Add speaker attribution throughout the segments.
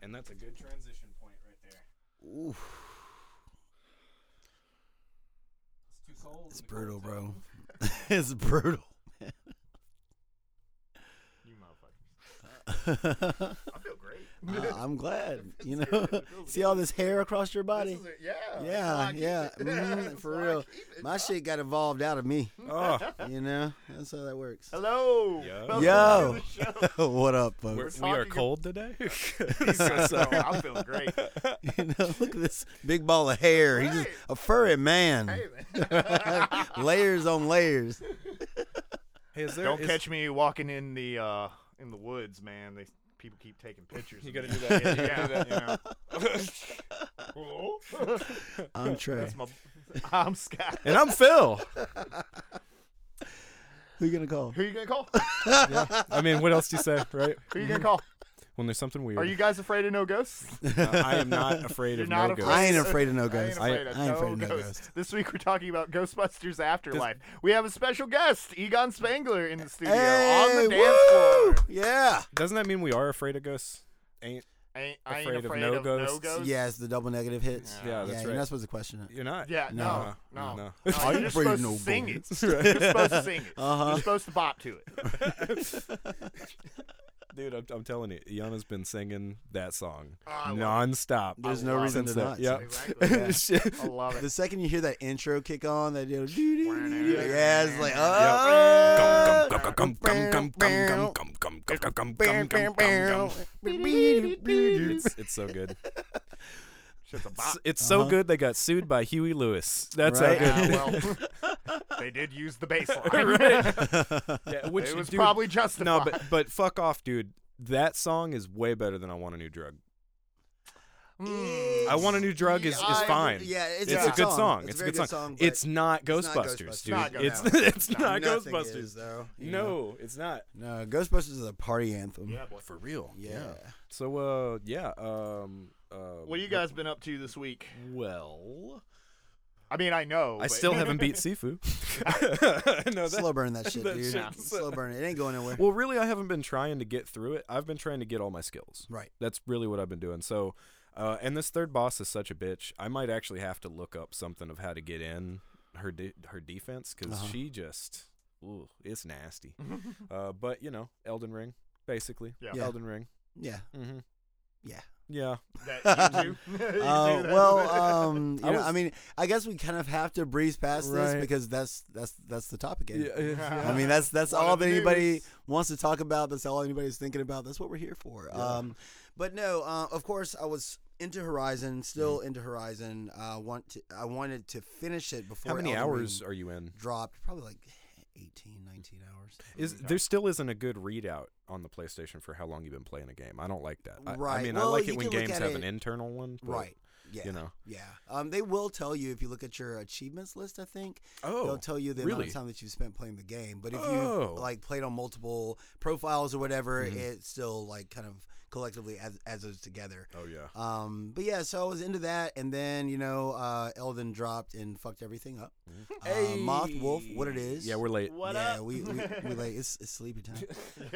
Speaker 1: man, that's a good transition point right there. Oof. It's too cold.
Speaker 2: It's
Speaker 1: in the
Speaker 2: brutal,
Speaker 1: cold
Speaker 2: bro. it's brutal.
Speaker 3: You motherfuckers. I feel great.
Speaker 2: Uh, I'm glad. You know, see all this hair across your body.
Speaker 3: This is a- yeah.
Speaker 2: Yeah,
Speaker 3: That's why I
Speaker 2: yeah,
Speaker 3: keep it.
Speaker 2: mhm,
Speaker 3: That's
Speaker 2: for
Speaker 3: why I
Speaker 2: real.
Speaker 3: keep it.
Speaker 2: My shit got evolved out of me.
Speaker 1: Oh,
Speaker 2: You know, that's how that works.
Speaker 3: Hello.
Speaker 1: Yo.
Speaker 3: Welcome
Speaker 2: Yo.
Speaker 3: to the show.
Speaker 2: what up,
Speaker 1: we're,
Speaker 2: folks?
Speaker 1: we are
Speaker 3: talking-
Speaker 1: cold today.
Speaker 3: So, I feel great.
Speaker 2: You know, look at this big ball of hair. He's just
Speaker 3: Right.
Speaker 2: a furry man.
Speaker 3: Hey, man.
Speaker 2: layers on layers.
Speaker 1: Hey, is there,
Speaker 3: Don't
Speaker 1: is-
Speaker 3: catch me walking in the uh, in the woods, man. They people keep taking pictures.
Speaker 1: You
Speaker 3: of
Speaker 1: gotta
Speaker 3: me.
Speaker 1: do that.
Speaker 3: Yeah, yeah, yeah.
Speaker 2: I'm Trey.
Speaker 3: That's my. I'm Scott.
Speaker 1: And I'm Phil.
Speaker 2: Who you gonna call?
Speaker 3: Who you gonna call?
Speaker 1: I mean, what else do you say, right?
Speaker 3: Who you gonna call?
Speaker 1: When there's something weird.
Speaker 3: Are you guys afraid of no ghosts?
Speaker 1: Uh, I am not afraid
Speaker 3: You're
Speaker 1: of
Speaker 3: not
Speaker 1: no
Speaker 3: afraid.
Speaker 1: ghosts.
Speaker 2: I ain't afraid of no ghosts.
Speaker 3: I ain't afraid, of,
Speaker 2: I ain't afraid
Speaker 3: no
Speaker 2: of no
Speaker 3: ghosts.
Speaker 2: ghosts.
Speaker 3: This week we're talking about Ghostbusters Afterlife. we have a special guest, Egon Spangler, in the studio on the dance
Speaker 2: woo!
Speaker 3: floor.
Speaker 2: Yeah.
Speaker 1: Doesn't that mean we are afraid of ghosts? Ain't
Speaker 3: I ain't, I ain't
Speaker 1: Afraid
Speaker 3: afraid,
Speaker 1: of no
Speaker 3: of, no,
Speaker 1: ghosts?
Speaker 3: ghosts.
Speaker 2: Yeah, it's the double negative hits.
Speaker 1: Yeah, that's
Speaker 2: you're
Speaker 1: right.
Speaker 2: not supposed to question it.
Speaker 1: you're not?
Speaker 3: Yeah, no,
Speaker 1: No,
Speaker 3: no. Uh,
Speaker 1: no.
Speaker 3: no.
Speaker 2: I ain't afraid
Speaker 3: you're
Speaker 2: of
Speaker 3: supposed to
Speaker 2: no
Speaker 3: sing it.
Speaker 2: ghosts.
Speaker 3: You're supposed to sing it. You're supposed to bop to it.
Speaker 1: dude. I'm, I'm telling you, Iana's been singing that song
Speaker 3: Oh, I love it.
Speaker 1: nonstop.
Speaker 2: There's no
Speaker 3: love
Speaker 2: reason
Speaker 1: since
Speaker 2: to
Speaker 1: that.
Speaker 2: not.
Speaker 1: Yep.
Speaker 3: Exactly.
Speaker 1: Shit.
Speaker 3: I love
Speaker 2: The
Speaker 3: it.
Speaker 2: second you hear that intro kick on, that you know, doo doo doo.
Speaker 3: Yep.
Speaker 2: Yeah, it's like,
Speaker 1: Gum,
Speaker 2: oh.
Speaker 1: gum, gum, gum, gum, gum, gum, gum, gum, gum, gum, gum, gum, gum, gum. It's it's so good.
Speaker 3: Shit's a bop.
Speaker 1: It's, it's
Speaker 3: uh-huh.
Speaker 1: so good they got sued by Huey Lewis. That's
Speaker 2: Right.
Speaker 1: how good.
Speaker 3: Ah, well, they did use the bass line.
Speaker 1: Yeah, which
Speaker 3: It was
Speaker 1: dude-
Speaker 3: probably justified.
Speaker 1: no, but but fuck off, dude. That song is way better than I want a new drug.
Speaker 3: Hmm.
Speaker 1: I want a new drug is, is
Speaker 2: I-
Speaker 1: fine.
Speaker 2: yeah, it's a
Speaker 1: a
Speaker 2: good
Speaker 1: good
Speaker 2: song.
Speaker 1: song.
Speaker 2: It's a
Speaker 1: It's, a
Speaker 2: very
Speaker 1: good
Speaker 2: good
Speaker 1: song.
Speaker 2: song, but
Speaker 1: it's not
Speaker 2: not
Speaker 1: Ghostbusters,
Speaker 2: Ghostbusters.
Speaker 3: Not
Speaker 1: dude. It's
Speaker 3: Ghostbusters.
Speaker 1: it's
Speaker 3: No,
Speaker 1: not
Speaker 2: Nothing
Speaker 1: Ghostbusters.
Speaker 2: Is, though, you know?
Speaker 1: No, it's not.
Speaker 2: No, Ghostbusters is a party anthem.
Speaker 3: Yeah, boy.
Speaker 1: For real.
Speaker 2: Yeah.
Speaker 1: So uh yeah, um uh
Speaker 3: What you guys been up to this week?
Speaker 1: well
Speaker 3: I mean, I know.
Speaker 1: I
Speaker 3: but-
Speaker 1: still haven't beat Sifu. I know that.
Speaker 2: Slow burn that shit,
Speaker 1: That
Speaker 2: dude.
Speaker 1: shit's-
Speaker 2: Slow burn it. It ain't going nowhere.
Speaker 1: Well, really I haven't been trying to get through it. I've been trying to get all my skills.
Speaker 2: Right.
Speaker 1: That's really what I've been doing. So uh and this third boss is such a bitch. I might actually have to look up something of how to get in her de- her defense cuz
Speaker 2: Uh-huh.
Speaker 1: she just ooh, it's nasty. uh but you know, Elden Ring basically.
Speaker 3: Yeah.
Speaker 2: Yeah.
Speaker 1: Elden Ring.
Speaker 2: Yeah.
Speaker 1: Mhm.
Speaker 2: Yeah.
Speaker 1: Yeah.
Speaker 3: That you do. You do
Speaker 2: Uh,
Speaker 3: that.
Speaker 2: well, um, you
Speaker 1: I
Speaker 2: know,
Speaker 1: was-
Speaker 2: I mean, I guess we kind of have to breeze past
Speaker 1: Right.
Speaker 2: this because that's that's that's the topic. ain't it?
Speaker 1: yeah.
Speaker 2: I mean, that's that's
Speaker 3: One
Speaker 2: all
Speaker 3: of the
Speaker 2: that anybody
Speaker 3: news.
Speaker 2: wants to talk about. That's all anybody's thinking about. That's what we're here for. Um, but no, uh, of course, I was into Horizon, still
Speaker 1: Mm-hmm.
Speaker 2: into Horizon. Uh, want to, I wanted to finish it before
Speaker 1: How many
Speaker 2: Elden Ring Mm.
Speaker 1: hours are you in?
Speaker 2: dropped? Probably like 18, 19 hours.
Speaker 1: Is there still isn't a good readout on the PlayStation for how long you've been playing a game? I don't like that. I, I
Speaker 2: Right.
Speaker 1: mean,
Speaker 2: Well,
Speaker 1: I like
Speaker 2: you
Speaker 1: it when
Speaker 2: can look
Speaker 1: games
Speaker 2: at
Speaker 1: have
Speaker 2: it-
Speaker 1: an internal one, but,
Speaker 2: Right. Yeah.
Speaker 1: You know.
Speaker 2: Yeah. Um, they will tell you if you look at your achievements list. I think.
Speaker 1: Oh,
Speaker 2: they'll tell you the amount
Speaker 1: really?
Speaker 2: of time that you've spent playing the game. But if
Speaker 1: Oh. Mm-hmm.
Speaker 2: you like played on multiple profiles or whatever, it still like kind of collectively adds, adds those together.
Speaker 1: Oh yeah.
Speaker 2: Um, but yeah, so I was into that, and then you know, uh, Elden dropped and fucked everything up. Uh, Moth Wolf, what it is?
Speaker 1: Mm-hmm. Yeah, we're late.
Speaker 3: what
Speaker 2: yeah,
Speaker 3: up?
Speaker 2: we we, we like it's, it's sleepy time.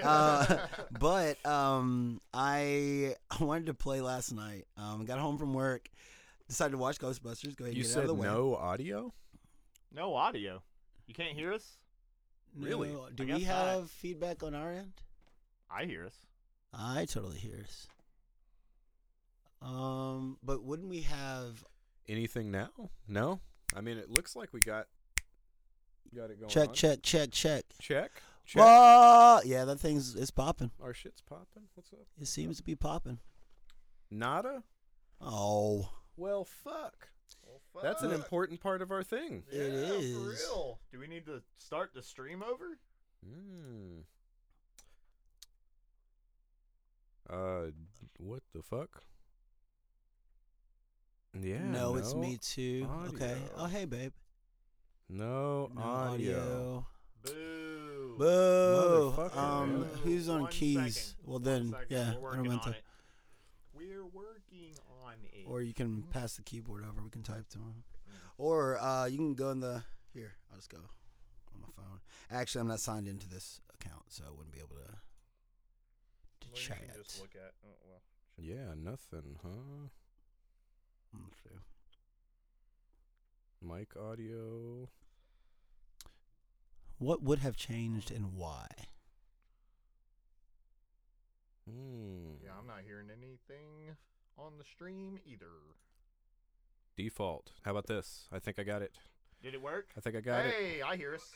Speaker 2: uh, but um, I I wanted to play last night. Um, got home from work, decided to watch Ghostbusters. Go ahead, and
Speaker 1: You
Speaker 2: get it out
Speaker 1: said
Speaker 2: of the way.
Speaker 1: no audio?
Speaker 3: no audio. You can't hear us.
Speaker 1: Really?
Speaker 2: No, do
Speaker 3: I
Speaker 2: we
Speaker 3: guess not.
Speaker 2: have feedback on our end?
Speaker 3: I hear us.
Speaker 2: I totally hear us. Um, but wouldn't we have
Speaker 1: Anything now? No. I mean, it looks like we got got it going.
Speaker 2: check,
Speaker 1: on.
Speaker 2: check, check, check,
Speaker 1: check, check.
Speaker 2: Whoa! Yeah, that thing's it's popping.
Speaker 1: Our shit's popping. What's up?
Speaker 2: It seems to be popping.
Speaker 1: Nada.
Speaker 2: Oh,
Speaker 1: Well, fuck. That's an important part of our thing.
Speaker 2: it is.
Speaker 3: For real. Do we need to start the stream over?
Speaker 1: Mm. Uh, what the fuck? Yeah.
Speaker 2: no, it's me too. Okay.
Speaker 1: audio.
Speaker 2: Oh, hey, babe.
Speaker 1: No,
Speaker 2: No
Speaker 1: audio.
Speaker 2: audio.
Speaker 3: Boo.
Speaker 2: Boo.
Speaker 1: Motherfucker,
Speaker 2: Um,
Speaker 1: man.
Speaker 2: who's on
Speaker 3: One
Speaker 2: keys?
Speaker 3: second.
Speaker 2: Well,
Speaker 3: One
Speaker 2: then,
Speaker 3: second.
Speaker 2: yeah,
Speaker 3: We're
Speaker 2: I don't
Speaker 3: working
Speaker 2: want
Speaker 3: on
Speaker 2: to-
Speaker 3: it. We're working on it.
Speaker 2: Or you can pass the keyboard over. We can type to him. Or uh, you can go in the here. I'll just go on my phone. Actually, I'm not signed into this account, so I wouldn't be able to to
Speaker 3: Well, you
Speaker 2: chat.
Speaker 3: can just look at. Oh, well,
Speaker 1: Yeah, nothing, huh?
Speaker 2: Mm, so-
Speaker 1: Mic audio.
Speaker 2: What would have changed and why?
Speaker 1: Hmm.
Speaker 3: Yeah, I'm not hearing anything on the stream either.
Speaker 1: Default. How about this? I think I got it.
Speaker 3: Did it work?
Speaker 1: I think I got it.
Speaker 3: hey, I hear us.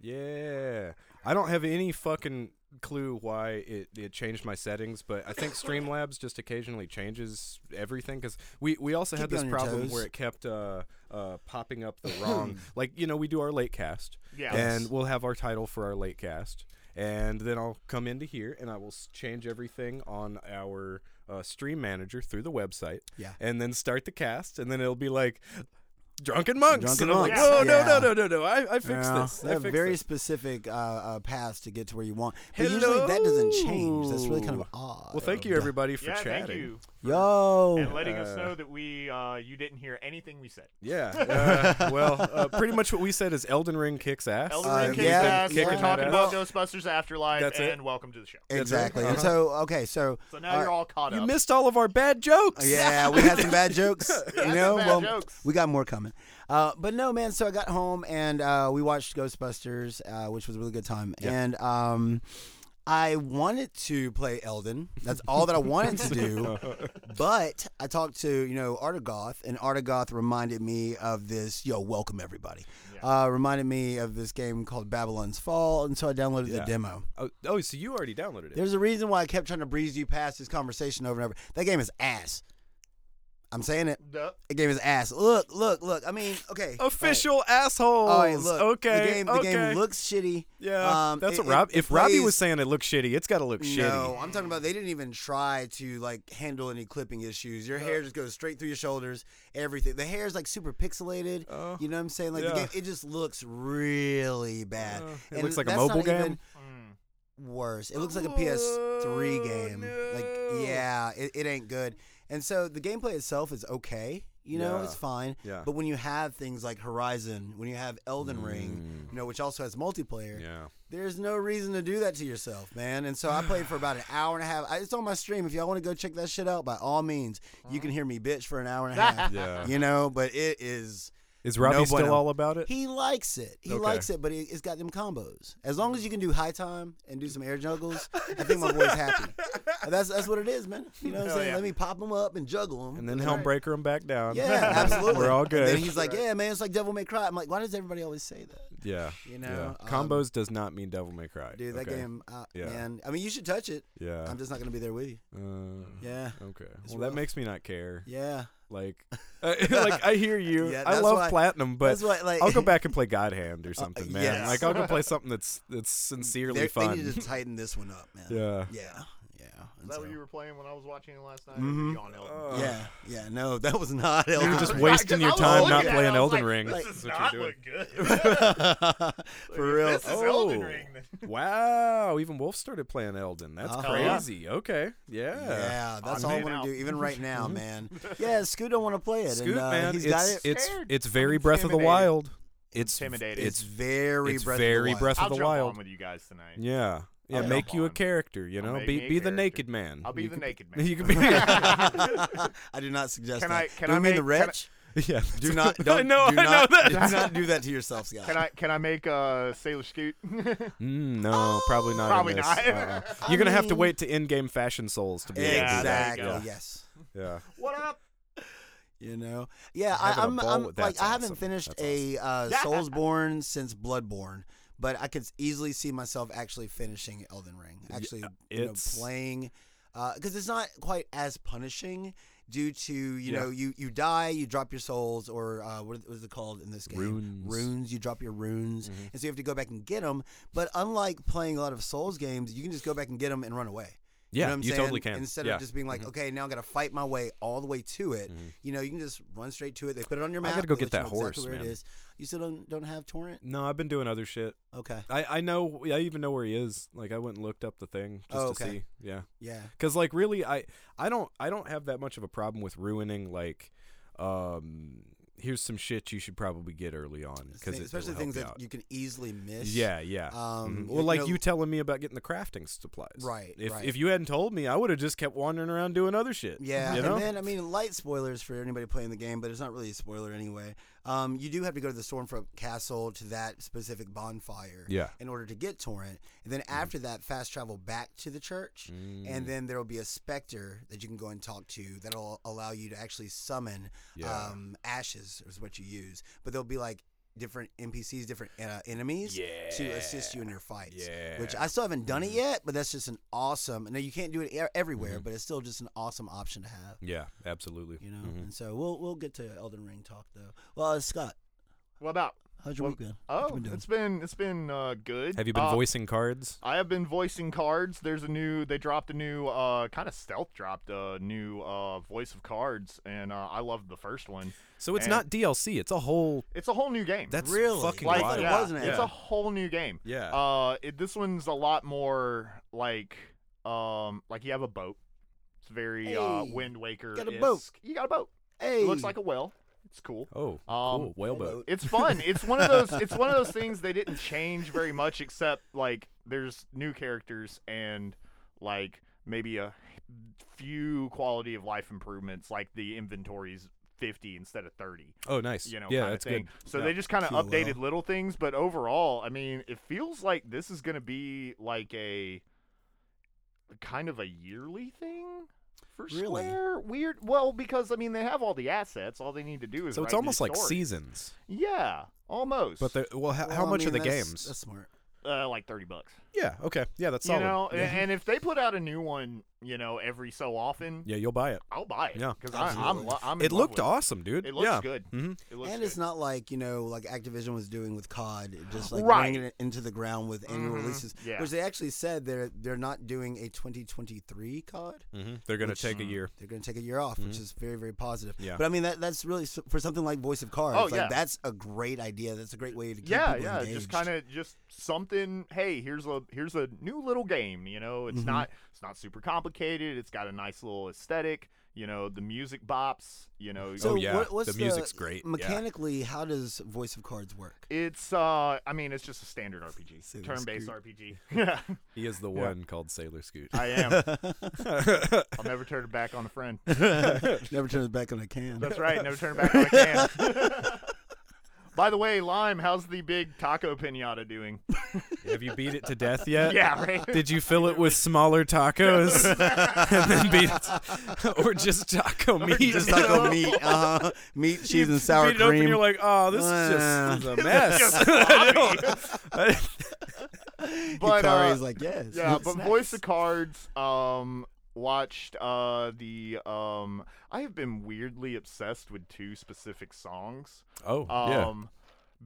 Speaker 1: Yeah. I don't have any fucking clue why it, it changed my settings, but I think Streamlabs just occasionally changes everything because we, we also had
Speaker 2: Keep you
Speaker 1: this
Speaker 2: on your
Speaker 1: problem
Speaker 2: toes.
Speaker 1: where it kept uh, uh, popping up the wrong. like, you know, we do our late cast,
Speaker 3: Yeah.
Speaker 1: and we'll have our title for our late cast. And then I'll come into here and I will s- change everything on our uh, stream manager through the website.
Speaker 2: Yeah.
Speaker 1: And then start the cast, and then it'll be like, Drunken Monks. and
Speaker 2: Drunken
Speaker 1: I'm
Speaker 2: Monks,
Speaker 1: like, whoa,
Speaker 2: yeah.
Speaker 1: no, no, no, no, no. I, I fixed
Speaker 2: Yeah.
Speaker 1: this.
Speaker 2: They
Speaker 1: I
Speaker 2: have
Speaker 1: fixed
Speaker 2: very
Speaker 1: this.
Speaker 2: specific uh, uh, paths to get to where you want. But usually that doesn't change. That's really kind of odd.
Speaker 1: Well, thank you everybody for
Speaker 3: yeah,
Speaker 1: chatting.
Speaker 3: thank you.
Speaker 2: Yo.
Speaker 3: And letting us
Speaker 1: Uh,
Speaker 3: know that we uh, you didn't hear anything we said.
Speaker 1: Yeah. uh, well, uh, pretty much what we said is Elden Ring kicks ass.
Speaker 3: Elden
Speaker 2: Uh,
Speaker 3: Ring kicks
Speaker 2: yeah,
Speaker 3: ass.
Speaker 2: yeah.
Speaker 3: We're
Speaker 1: Kicking
Speaker 3: talking
Speaker 1: that
Speaker 3: about
Speaker 1: ass.
Speaker 3: Ghostbusters Afterlife
Speaker 1: That's it.
Speaker 3: and welcome to the show.
Speaker 2: Exactly.
Speaker 1: Uh-huh.
Speaker 2: And so, okay, so.
Speaker 3: So now you're all caught
Speaker 1: You
Speaker 3: up.
Speaker 1: missed all of our bad jokes.
Speaker 2: Yeah, we had some bad jokes.
Speaker 3: had
Speaker 2: You
Speaker 3: some
Speaker 2: know,
Speaker 3: bad
Speaker 2: well,
Speaker 3: jokes.
Speaker 2: we got more coming. Uh, but no, man. So I got home and uh, we watched Ghostbusters, uh, which was a really good time. And um, I wanted to play Elden. That's all that I wanted to do.
Speaker 1: Oh,
Speaker 2: but I talked to you know Artagoth, and Artagoth reminded me of this. Yo, welcome everybody. Uh, reminded me of this game called Babylon's Fall, and so I downloaded the
Speaker 1: Yeah.
Speaker 2: demo.
Speaker 1: Oh, oh, so you already downloaded it.
Speaker 2: There's a reason why I kept trying to breeze you past this conversation over and over. That game is ass. I'm saying it.
Speaker 3: Duh.
Speaker 2: That game is ass. Look, look, look. I mean, okay.
Speaker 1: Official assholes.
Speaker 2: All right, look.
Speaker 1: okay.
Speaker 2: The game, the
Speaker 1: okay.
Speaker 2: game looks shitty.
Speaker 1: yeah.
Speaker 2: Um,
Speaker 1: That's
Speaker 2: it-
Speaker 1: what Rob.
Speaker 2: it- it
Speaker 1: if Robbie
Speaker 2: plays-
Speaker 1: was saying it looks shitty, it's got to look
Speaker 2: No,
Speaker 1: shitty.
Speaker 2: I'm talking about they didn't even try to like handle any clipping issues. Your
Speaker 1: Uh.
Speaker 2: hair just goes straight through your shoulders. Everything. The hair is like super pixelated.
Speaker 1: Oh,
Speaker 2: you know what I'm saying? Like the
Speaker 1: yeah.
Speaker 2: game, it just looks really bad.
Speaker 1: Uh, it
Speaker 2: And
Speaker 1: looks like a
Speaker 2: that's
Speaker 1: mobile
Speaker 2: not even
Speaker 1: game?
Speaker 3: Mm.
Speaker 2: worse. It looks like a
Speaker 1: Oh,
Speaker 2: PS3 game.
Speaker 1: no.
Speaker 2: Like, yeah, it, it ain't good. And so the gameplay itself is okay. You know,
Speaker 1: Yeah.
Speaker 2: it's fine.
Speaker 1: Yeah.
Speaker 2: But when you have things like Horizon, when you have Elden Ring, you know, which also has multiplayer,
Speaker 1: Mm. Yeah.
Speaker 2: there's no reason to do that to yourself, man. And so I played for about an hour and a half. I, it's on my stream. If y'all want to go check that shit out, by all means, you can hear me bitch for an hour and a half.
Speaker 1: Yeah.
Speaker 2: You know, but it is.
Speaker 1: Is Robbie
Speaker 2: No
Speaker 1: still
Speaker 2: bueno.
Speaker 1: all about it?
Speaker 2: He likes it. He
Speaker 1: Okay.
Speaker 2: likes it, but he, it's got them combos. As long as you can do high time and do some air juggles, I think my boy's happy. That's that's what it is, man. You know what I'm
Speaker 3: Hell
Speaker 2: saying?
Speaker 3: yeah.
Speaker 2: Let me pop him up and juggle him.
Speaker 1: and then
Speaker 2: It's
Speaker 1: Helm
Speaker 2: all right.
Speaker 1: breaker him back down.
Speaker 2: Yeah, absolutely.
Speaker 1: We're all
Speaker 2: And
Speaker 1: good.
Speaker 2: then he's like, yeah, man, it's like Devil May Cry. I'm like, why does everybody always say that?
Speaker 1: yeah.
Speaker 2: You know,
Speaker 1: yeah.
Speaker 2: um,
Speaker 1: combos does not mean Devil May Cry.
Speaker 2: Dude, that
Speaker 1: Okay.
Speaker 2: game, uh,
Speaker 1: Yeah.
Speaker 2: man. I mean, you should touch it.
Speaker 1: Yeah.
Speaker 2: I'm just not gonna be there with you.
Speaker 1: Uh,
Speaker 2: Yeah,
Speaker 1: Okay.
Speaker 2: It's
Speaker 1: well,
Speaker 2: rough.
Speaker 1: that makes me not care.
Speaker 2: yeah.
Speaker 1: Like, uh, like I hear you.
Speaker 2: Yeah,
Speaker 1: I
Speaker 2: that's
Speaker 1: love
Speaker 2: why-
Speaker 1: platinum, but
Speaker 2: that's why, like, Uh,
Speaker 1: I'll go back and play God Hand or something, man.
Speaker 2: yes.
Speaker 1: Like I'll go play something that's that's sincerely
Speaker 2: They, they
Speaker 1: fun.
Speaker 2: need to tighten this one up, man.
Speaker 1: yeah.
Speaker 2: yeah, yeah. And
Speaker 3: Is that
Speaker 2: so-
Speaker 3: what you were playing when I was watching it last night?
Speaker 2: Mhm.
Speaker 3: On Elden.
Speaker 1: Uh,
Speaker 2: yeah, yeah. No, that was not. You
Speaker 1: You're just wasting your
Speaker 3: Mm-hmm. Oh.
Speaker 1: time
Speaker 3: I was looking
Speaker 1: not
Speaker 3: at it,
Speaker 1: playing
Speaker 3: I was
Speaker 1: Elden
Speaker 3: like,
Speaker 1: Ring.
Speaker 3: This
Speaker 1: That's
Speaker 3: does
Speaker 1: what
Speaker 3: not
Speaker 1: you're doing.
Speaker 3: look good.
Speaker 2: for real.
Speaker 3: This is Elden
Speaker 1: Oh.
Speaker 3: Ring. then.
Speaker 1: Wow, even Wolf started playing Elden. That's
Speaker 2: Uh-huh.
Speaker 1: crazy. Okay. Yeah. Mm-hmm.
Speaker 2: Yeah, that's
Speaker 3: I'm
Speaker 2: all I
Speaker 3: in
Speaker 2: want
Speaker 3: out.
Speaker 2: to do, even right now, man. Yeah, Scoot don't want to play it.
Speaker 1: Scoot,
Speaker 2: and, uh,
Speaker 1: man,
Speaker 2: he's
Speaker 1: it's
Speaker 2: got it.
Speaker 1: it's
Speaker 3: Scared.
Speaker 1: it's very Breath of the
Speaker 3: Intimidated.
Speaker 1: Wild. It's
Speaker 3: Intimidated.
Speaker 1: It's
Speaker 2: It's very
Speaker 1: it's
Speaker 2: Breath
Speaker 1: very
Speaker 2: of the Wild.
Speaker 1: Breath
Speaker 3: I'll
Speaker 1: of the
Speaker 3: jump
Speaker 1: Wild.
Speaker 3: on with you guys tonight.
Speaker 1: Yeah. Yeah,
Speaker 3: I'll
Speaker 1: make
Speaker 3: jump
Speaker 1: you a
Speaker 3: on.
Speaker 1: character, you
Speaker 3: I'll
Speaker 1: know.
Speaker 3: make
Speaker 1: Be
Speaker 3: me a
Speaker 1: be the
Speaker 3: character.
Speaker 1: naked man.
Speaker 3: I'll be
Speaker 1: You
Speaker 3: the
Speaker 1: could-
Speaker 3: naked man.
Speaker 1: You could be
Speaker 2: I do not suggest
Speaker 3: Can
Speaker 2: that.
Speaker 3: I- can
Speaker 2: do you
Speaker 3: I
Speaker 2: mean the
Speaker 3: make- can I-
Speaker 2: wretch?
Speaker 1: Yeah.
Speaker 2: do not. Don't,
Speaker 1: I know.
Speaker 2: do
Speaker 1: I
Speaker 2: not,
Speaker 1: know that.
Speaker 2: Do not do that to yourself, Scott.
Speaker 3: Can I can I make uh, Sailor Scoot?
Speaker 1: Mm, no, probably not. in
Speaker 3: Probably
Speaker 1: this.
Speaker 3: not.
Speaker 1: Uh,
Speaker 2: I
Speaker 1: you're gonna have to
Speaker 2: mean-
Speaker 1: wait to in-game fashion souls to be able to do that.
Speaker 2: Exactly.
Speaker 3: go.
Speaker 2: Yes.
Speaker 1: Yeah. yeah.
Speaker 3: what up?
Speaker 2: You know. Yeah, I,
Speaker 1: Having a
Speaker 2: I'm.
Speaker 1: ball
Speaker 2: I'm
Speaker 1: with-
Speaker 2: like
Speaker 1: that's
Speaker 2: I haven't
Speaker 1: awesome.
Speaker 2: finished
Speaker 1: That's
Speaker 2: a uh, Soulsborne since Bloodborne, but I could easily see myself actually finishing Elden Ring. Actually, you know,
Speaker 1: uh, it's-
Speaker 2: playing because it's not quite as punishing due to you
Speaker 1: Yeah.
Speaker 2: know you you die you drop your souls or uh, what was it called in this game
Speaker 1: Runes. Mm-hmm.
Speaker 2: runes you drop your runes and so you have to go back and get them but unlike playing a lot of souls games you can just go back and get them and run away
Speaker 1: Yeah,
Speaker 2: you, know what I'm
Speaker 1: you
Speaker 2: saying?
Speaker 1: totally can.
Speaker 2: Instead
Speaker 1: Yeah. Mm-hmm.
Speaker 2: of just being like, okay, now I got to fight my way all the way to it. You know, you can just run straight to it. They put it on your
Speaker 1: I
Speaker 2: map.
Speaker 1: gotta go
Speaker 2: they
Speaker 1: get that
Speaker 2: let you know
Speaker 1: horse,
Speaker 2: exactly where
Speaker 1: man.
Speaker 2: It is. You still don't don't have torrent?
Speaker 1: No, I've been doing other shit.
Speaker 2: Okay.
Speaker 1: I I know. I even know where he is. Like I went and looked up the thing just
Speaker 2: Oh,
Speaker 1: to
Speaker 2: okay.
Speaker 1: see. Yeah.
Speaker 2: Yeah.
Speaker 1: Cause like really, I I don't I don't have that much of a problem with ruining like um here's some shit you should probably get early on because
Speaker 2: especially things that you can easily miss.
Speaker 1: yeah, yeah.
Speaker 2: Um,
Speaker 1: Mhm.
Speaker 2: you
Speaker 1: Well, like
Speaker 2: know-
Speaker 1: you telling me about getting the crafting supplies.
Speaker 2: Right,
Speaker 1: If
Speaker 2: right.
Speaker 1: if you hadn't told me, I would have just kept wandering around doing other shit.
Speaker 2: Yeah,
Speaker 1: You know.
Speaker 2: and then I mean, light spoilers for anybody playing the game, but it's not really a spoiler anyway. Um, you do have to go to the Stormfront Castle to that specific bonfire,
Speaker 1: Yeah. Mm.
Speaker 2: in order to get Torrent, and then after that, fast travel back to the church, and then there will be a specter that you can go and talk to that'll allow you to actually summon
Speaker 1: Yeah.
Speaker 2: um, ashes, is what you use, but there'll be like different NPCs, different uh, enemies to assist you in your fights. Which
Speaker 1: Yeah.
Speaker 2: I still haven't done it
Speaker 3: Mm-hmm.
Speaker 2: yet, but that's just an awesome. Now you can't do it e- everywhere, but it's still just an awesome option to have.
Speaker 1: yeah, absolutely.
Speaker 2: You know,
Speaker 3: Mm-hmm.
Speaker 1: Mhm.
Speaker 2: and so we'll we'll get to Elden Ring talk though. Well, uh, Scott,
Speaker 3: What about?
Speaker 2: how's your
Speaker 3: Well,
Speaker 2: week been? What you
Speaker 3: Oh,
Speaker 2: been doing?
Speaker 3: it's been it's been uh, good.
Speaker 1: Have you been
Speaker 3: Uh,
Speaker 1: voicing cards?
Speaker 3: I have been voicing cards. There's a new. They dropped a new uh, kind of stealth dropped a new uh, voice of cards, and uh, I loved the first one.
Speaker 1: So it's
Speaker 3: and-
Speaker 1: not DLC. It's a whole.
Speaker 3: It's a whole new game.
Speaker 1: That's
Speaker 2: Really?
Speaker 1: fucking
Speaker 2: Like,
Speaker 3: like
Speaker 1: wild.
Speaker 2: it
Speaker 3: yeah,
Speaker 2: was an
Speaker 3: it's
Speaker 1: ad.
Speaker 3: a whole new game.
Speaker 1: Yeah.
Speaker 3: Uh, it, this one's a lot more like um like you have a boat. It's very uh
Speaker 2: Hey,
Speaker 3: Wind Waker.
Speaker 2: got a boat.
Speaker 3: You got a boat.
Speaker 2: hey,
Speaker 3: It looks like a whale. It's cool.
Speaker 1: Oh, cool.
Speaker 3: Um,
Speaker 1: Whaleboat.
Speaker 3: It's fun. It's one of those. It's one of those things they didn't change very much, except like there's new characters and like maybe a few quality of life improvements, like the inventory's fifty instead of thirty.
Speaker 1: Oh, nice.
Speaker 3: You know,
Speaker 1: yeah,
Speaker 3: kinda
Speaker 1: that's
Speaker 3: thing.
Speaker 1: good.
Speaker 3: So
Speaker 1: Yeah.
Speaker 3: they just kind of
Speaker 2: Cool.
Speaker 3: updated little things, but overall, I mean, it feels like this is gonna be like a kind of a yearly thing. For
Speaker 2: Really?
Speaker 3: Square, weird. Well, because I mean, they have all the assets. All they need to do is
Speaker 1: So
Speaker 3: write
Speaker 1: it's
Speaker 3: new
Speaker 1: almost like
Speaker 3: stories.
Speaker 1: seasons.
Speaker 3: Yeah, almost.
Speaker 1: But they're- well, how,
Speaker 2: Well,
Speaker 1: how
Speaker 2: I
Speaker 1: much
Speaker 2: mean,
Speaker 1: are the
Speaker 2: that's-
Speaker 1: games?
Speaker 2: That's smart.
Speaker 3: uh, like thirty bucks.
Speaker 1: yeah. Okay. Yeah, that's
Speaker 3: You
Speaker 1: solid.
Speaker 3: know, a- and if they put out a new one, you know, every so often,
Speaker 1: yeah, you'll buy it.
Speaker 3: I'll buy it.
Speaker 1: Yeah.
Speaker 3: because I'm,
Speaker 2: Absolutely.
Speaker 3: lo- I'm. in
Speaker 1: It
Speaker 3: love
Speaker 1: looked
Speaker 3: with
Speaker 1: awesome, dude.
Speaker 3: It looks
Speaker 1: yeah.
Speaker 3: good.
Speaker 1: hmm
Speaker 3: It looks
Speaker 2: and it's
Speaker 3: good.
Speaker 2: not like you know, like Activision was doing with COD, just like
Speaker 3: Right.
Speaker 2: bringing it into the ground with annual
Speaker 3: Mhm.
Speaker 2: releases.
Speaker 3: Yeah.
Speaker 2: Which they actually said they're they're not doing a 2023 COD.
Speaker 1: hmm They're gonna
Speaker 2: Which-
Speaker 1: take a year.
Speaker 2: They're going to take a year off, which is very very positive.
Speaker 1: Yeah.
Speaker 2: But I mean, that that's really s- for something like Voice of Cards.
Speaker 3: Oh,
Speaker 2: like,
Speaker 3: yeah.
Speaker 2: That's a great idea. That's a great way to keep
Speaker 3: Yeah,
Speaker 2: people
Speaker 3: yeah,
Speaker 2: engaged.
Speaker 3: just kind of just something. Hey, here's a here's a new little game. You know,
Speaker 2: Mm-hmm.
Speaker 3: it's not it's not super complicated. It's got a nice little aesthetic. You know, the music bops. You know,
Speaker 2: So
Speaker 1: Oh, yeah.
Speaker 2: what, what's
Speaker 1: The music's great. Yeah.
Speaker 2: Mechanically, how does Voice of Cards work?
Speaker 3: it's uh, I mean, it's just a standard
Speaker 2: Say this,
Speaker 3: RPG, turn-based
Speaker 2: Scoot.
Speaker 3: RPG. Yeah,
Speaker 1: He is the
Speaker 3: Yeah.
Speaker 1: one called Sailor Scoot.
Speaker 3: I am. I'll never turn it back on a friend.
Speaker 2: Never turns back on a can.
Speaker 3: That's right. Never turn back on a can. By the way, Lime, how's the big taco pinata doing?
Speaker 1: Have you beat it to death yet?
Speaker 3: Yeah, right.
Speaker 1: Did you fill it with smaller tacos and then beat it, or just taco meat?
Speaker 2: Just taco meat, uh, meat, cheese, and sour
Speaker 1: beat it
Speaker 2: cream.
Speaker 1: Open, you're like, oh, this is
Speaker 2: Uh,
Speaker 1: just this is a mess.
Speaker 3: Just sloppy. but uh,
Speaker 2: Hikari's like, yes.
Speaker 3: yeah,
Speaker 2: it's
Speaker 3: but
Speaker 2: nice."
Speaker 3: voice of cards. Um, watched uh the um. I have been weirdly obsessed with two specific songs.
Speaker 1: oh, yeah.
Speaker 3: Um,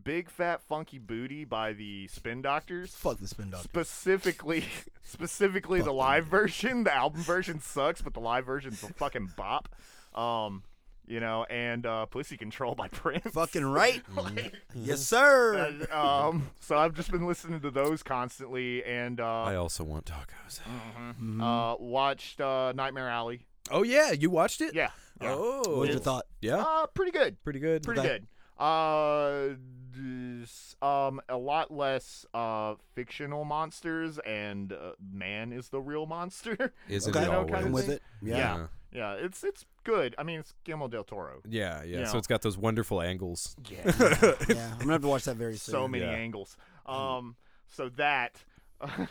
Speaker 3: big fat funky booty by the Spin Doctors.
Speaker 2: Fuck the spin doctor.
Speaker 3: specifically specifically the live version the album version sucks but the live version's a fucking bop um you know and uh pussy control by prince
Speaker 2: Fucking right.
Speaker 3: Like,
Speaker 2: yes, sir.
Speaker 3: and, um so i've just been listening to those constantly and
Speaker 1: I
Speaker 3: uh
Speaker 1: also want tacos.
Speaker 3: uh watched uh nightmare alley
Speaker 1: Oh yeah, you watched it?
Speaker 3: yeah, yeah.
Speaker 1: Oh,
Speaker 2: What was your thought?
Speaker 1: yeah,
Speaker 3: uh pretty good
Speaker 1: pretty good.
Speaker 3: pretty
Speaker 2: Okay.
Speaker 3: good uh this, um a lot less uh fictional monsters and uh, man is the real monster
Speaker 1: Isn't
Speaker 2: Okay.
Speaker 1: it
Speaker 3: You know,
Speaker 1: always?
Speaker 3: kinda
Speaker 2: I'm with
Speaker 3: thing.
Speaker 2: it. Yeah.
Speaker 3: Yeah. Yeah, it's it's good. I mean, it's Guillermo del Toro.
Speaker 1: yeah, yeah,
Speaker 3: You
Speaker 1: So
Speaker 3: know.
Speaker 1: it's got those wonderful angles.
Speaker 3: Yeah,
Speaker 2: Yeah. I'm gonna have to watch that very soon.
Speaker 3: so many
Speaker 1: Yeah. Mm-hmm.
Speaker 3: angles. Um, so that,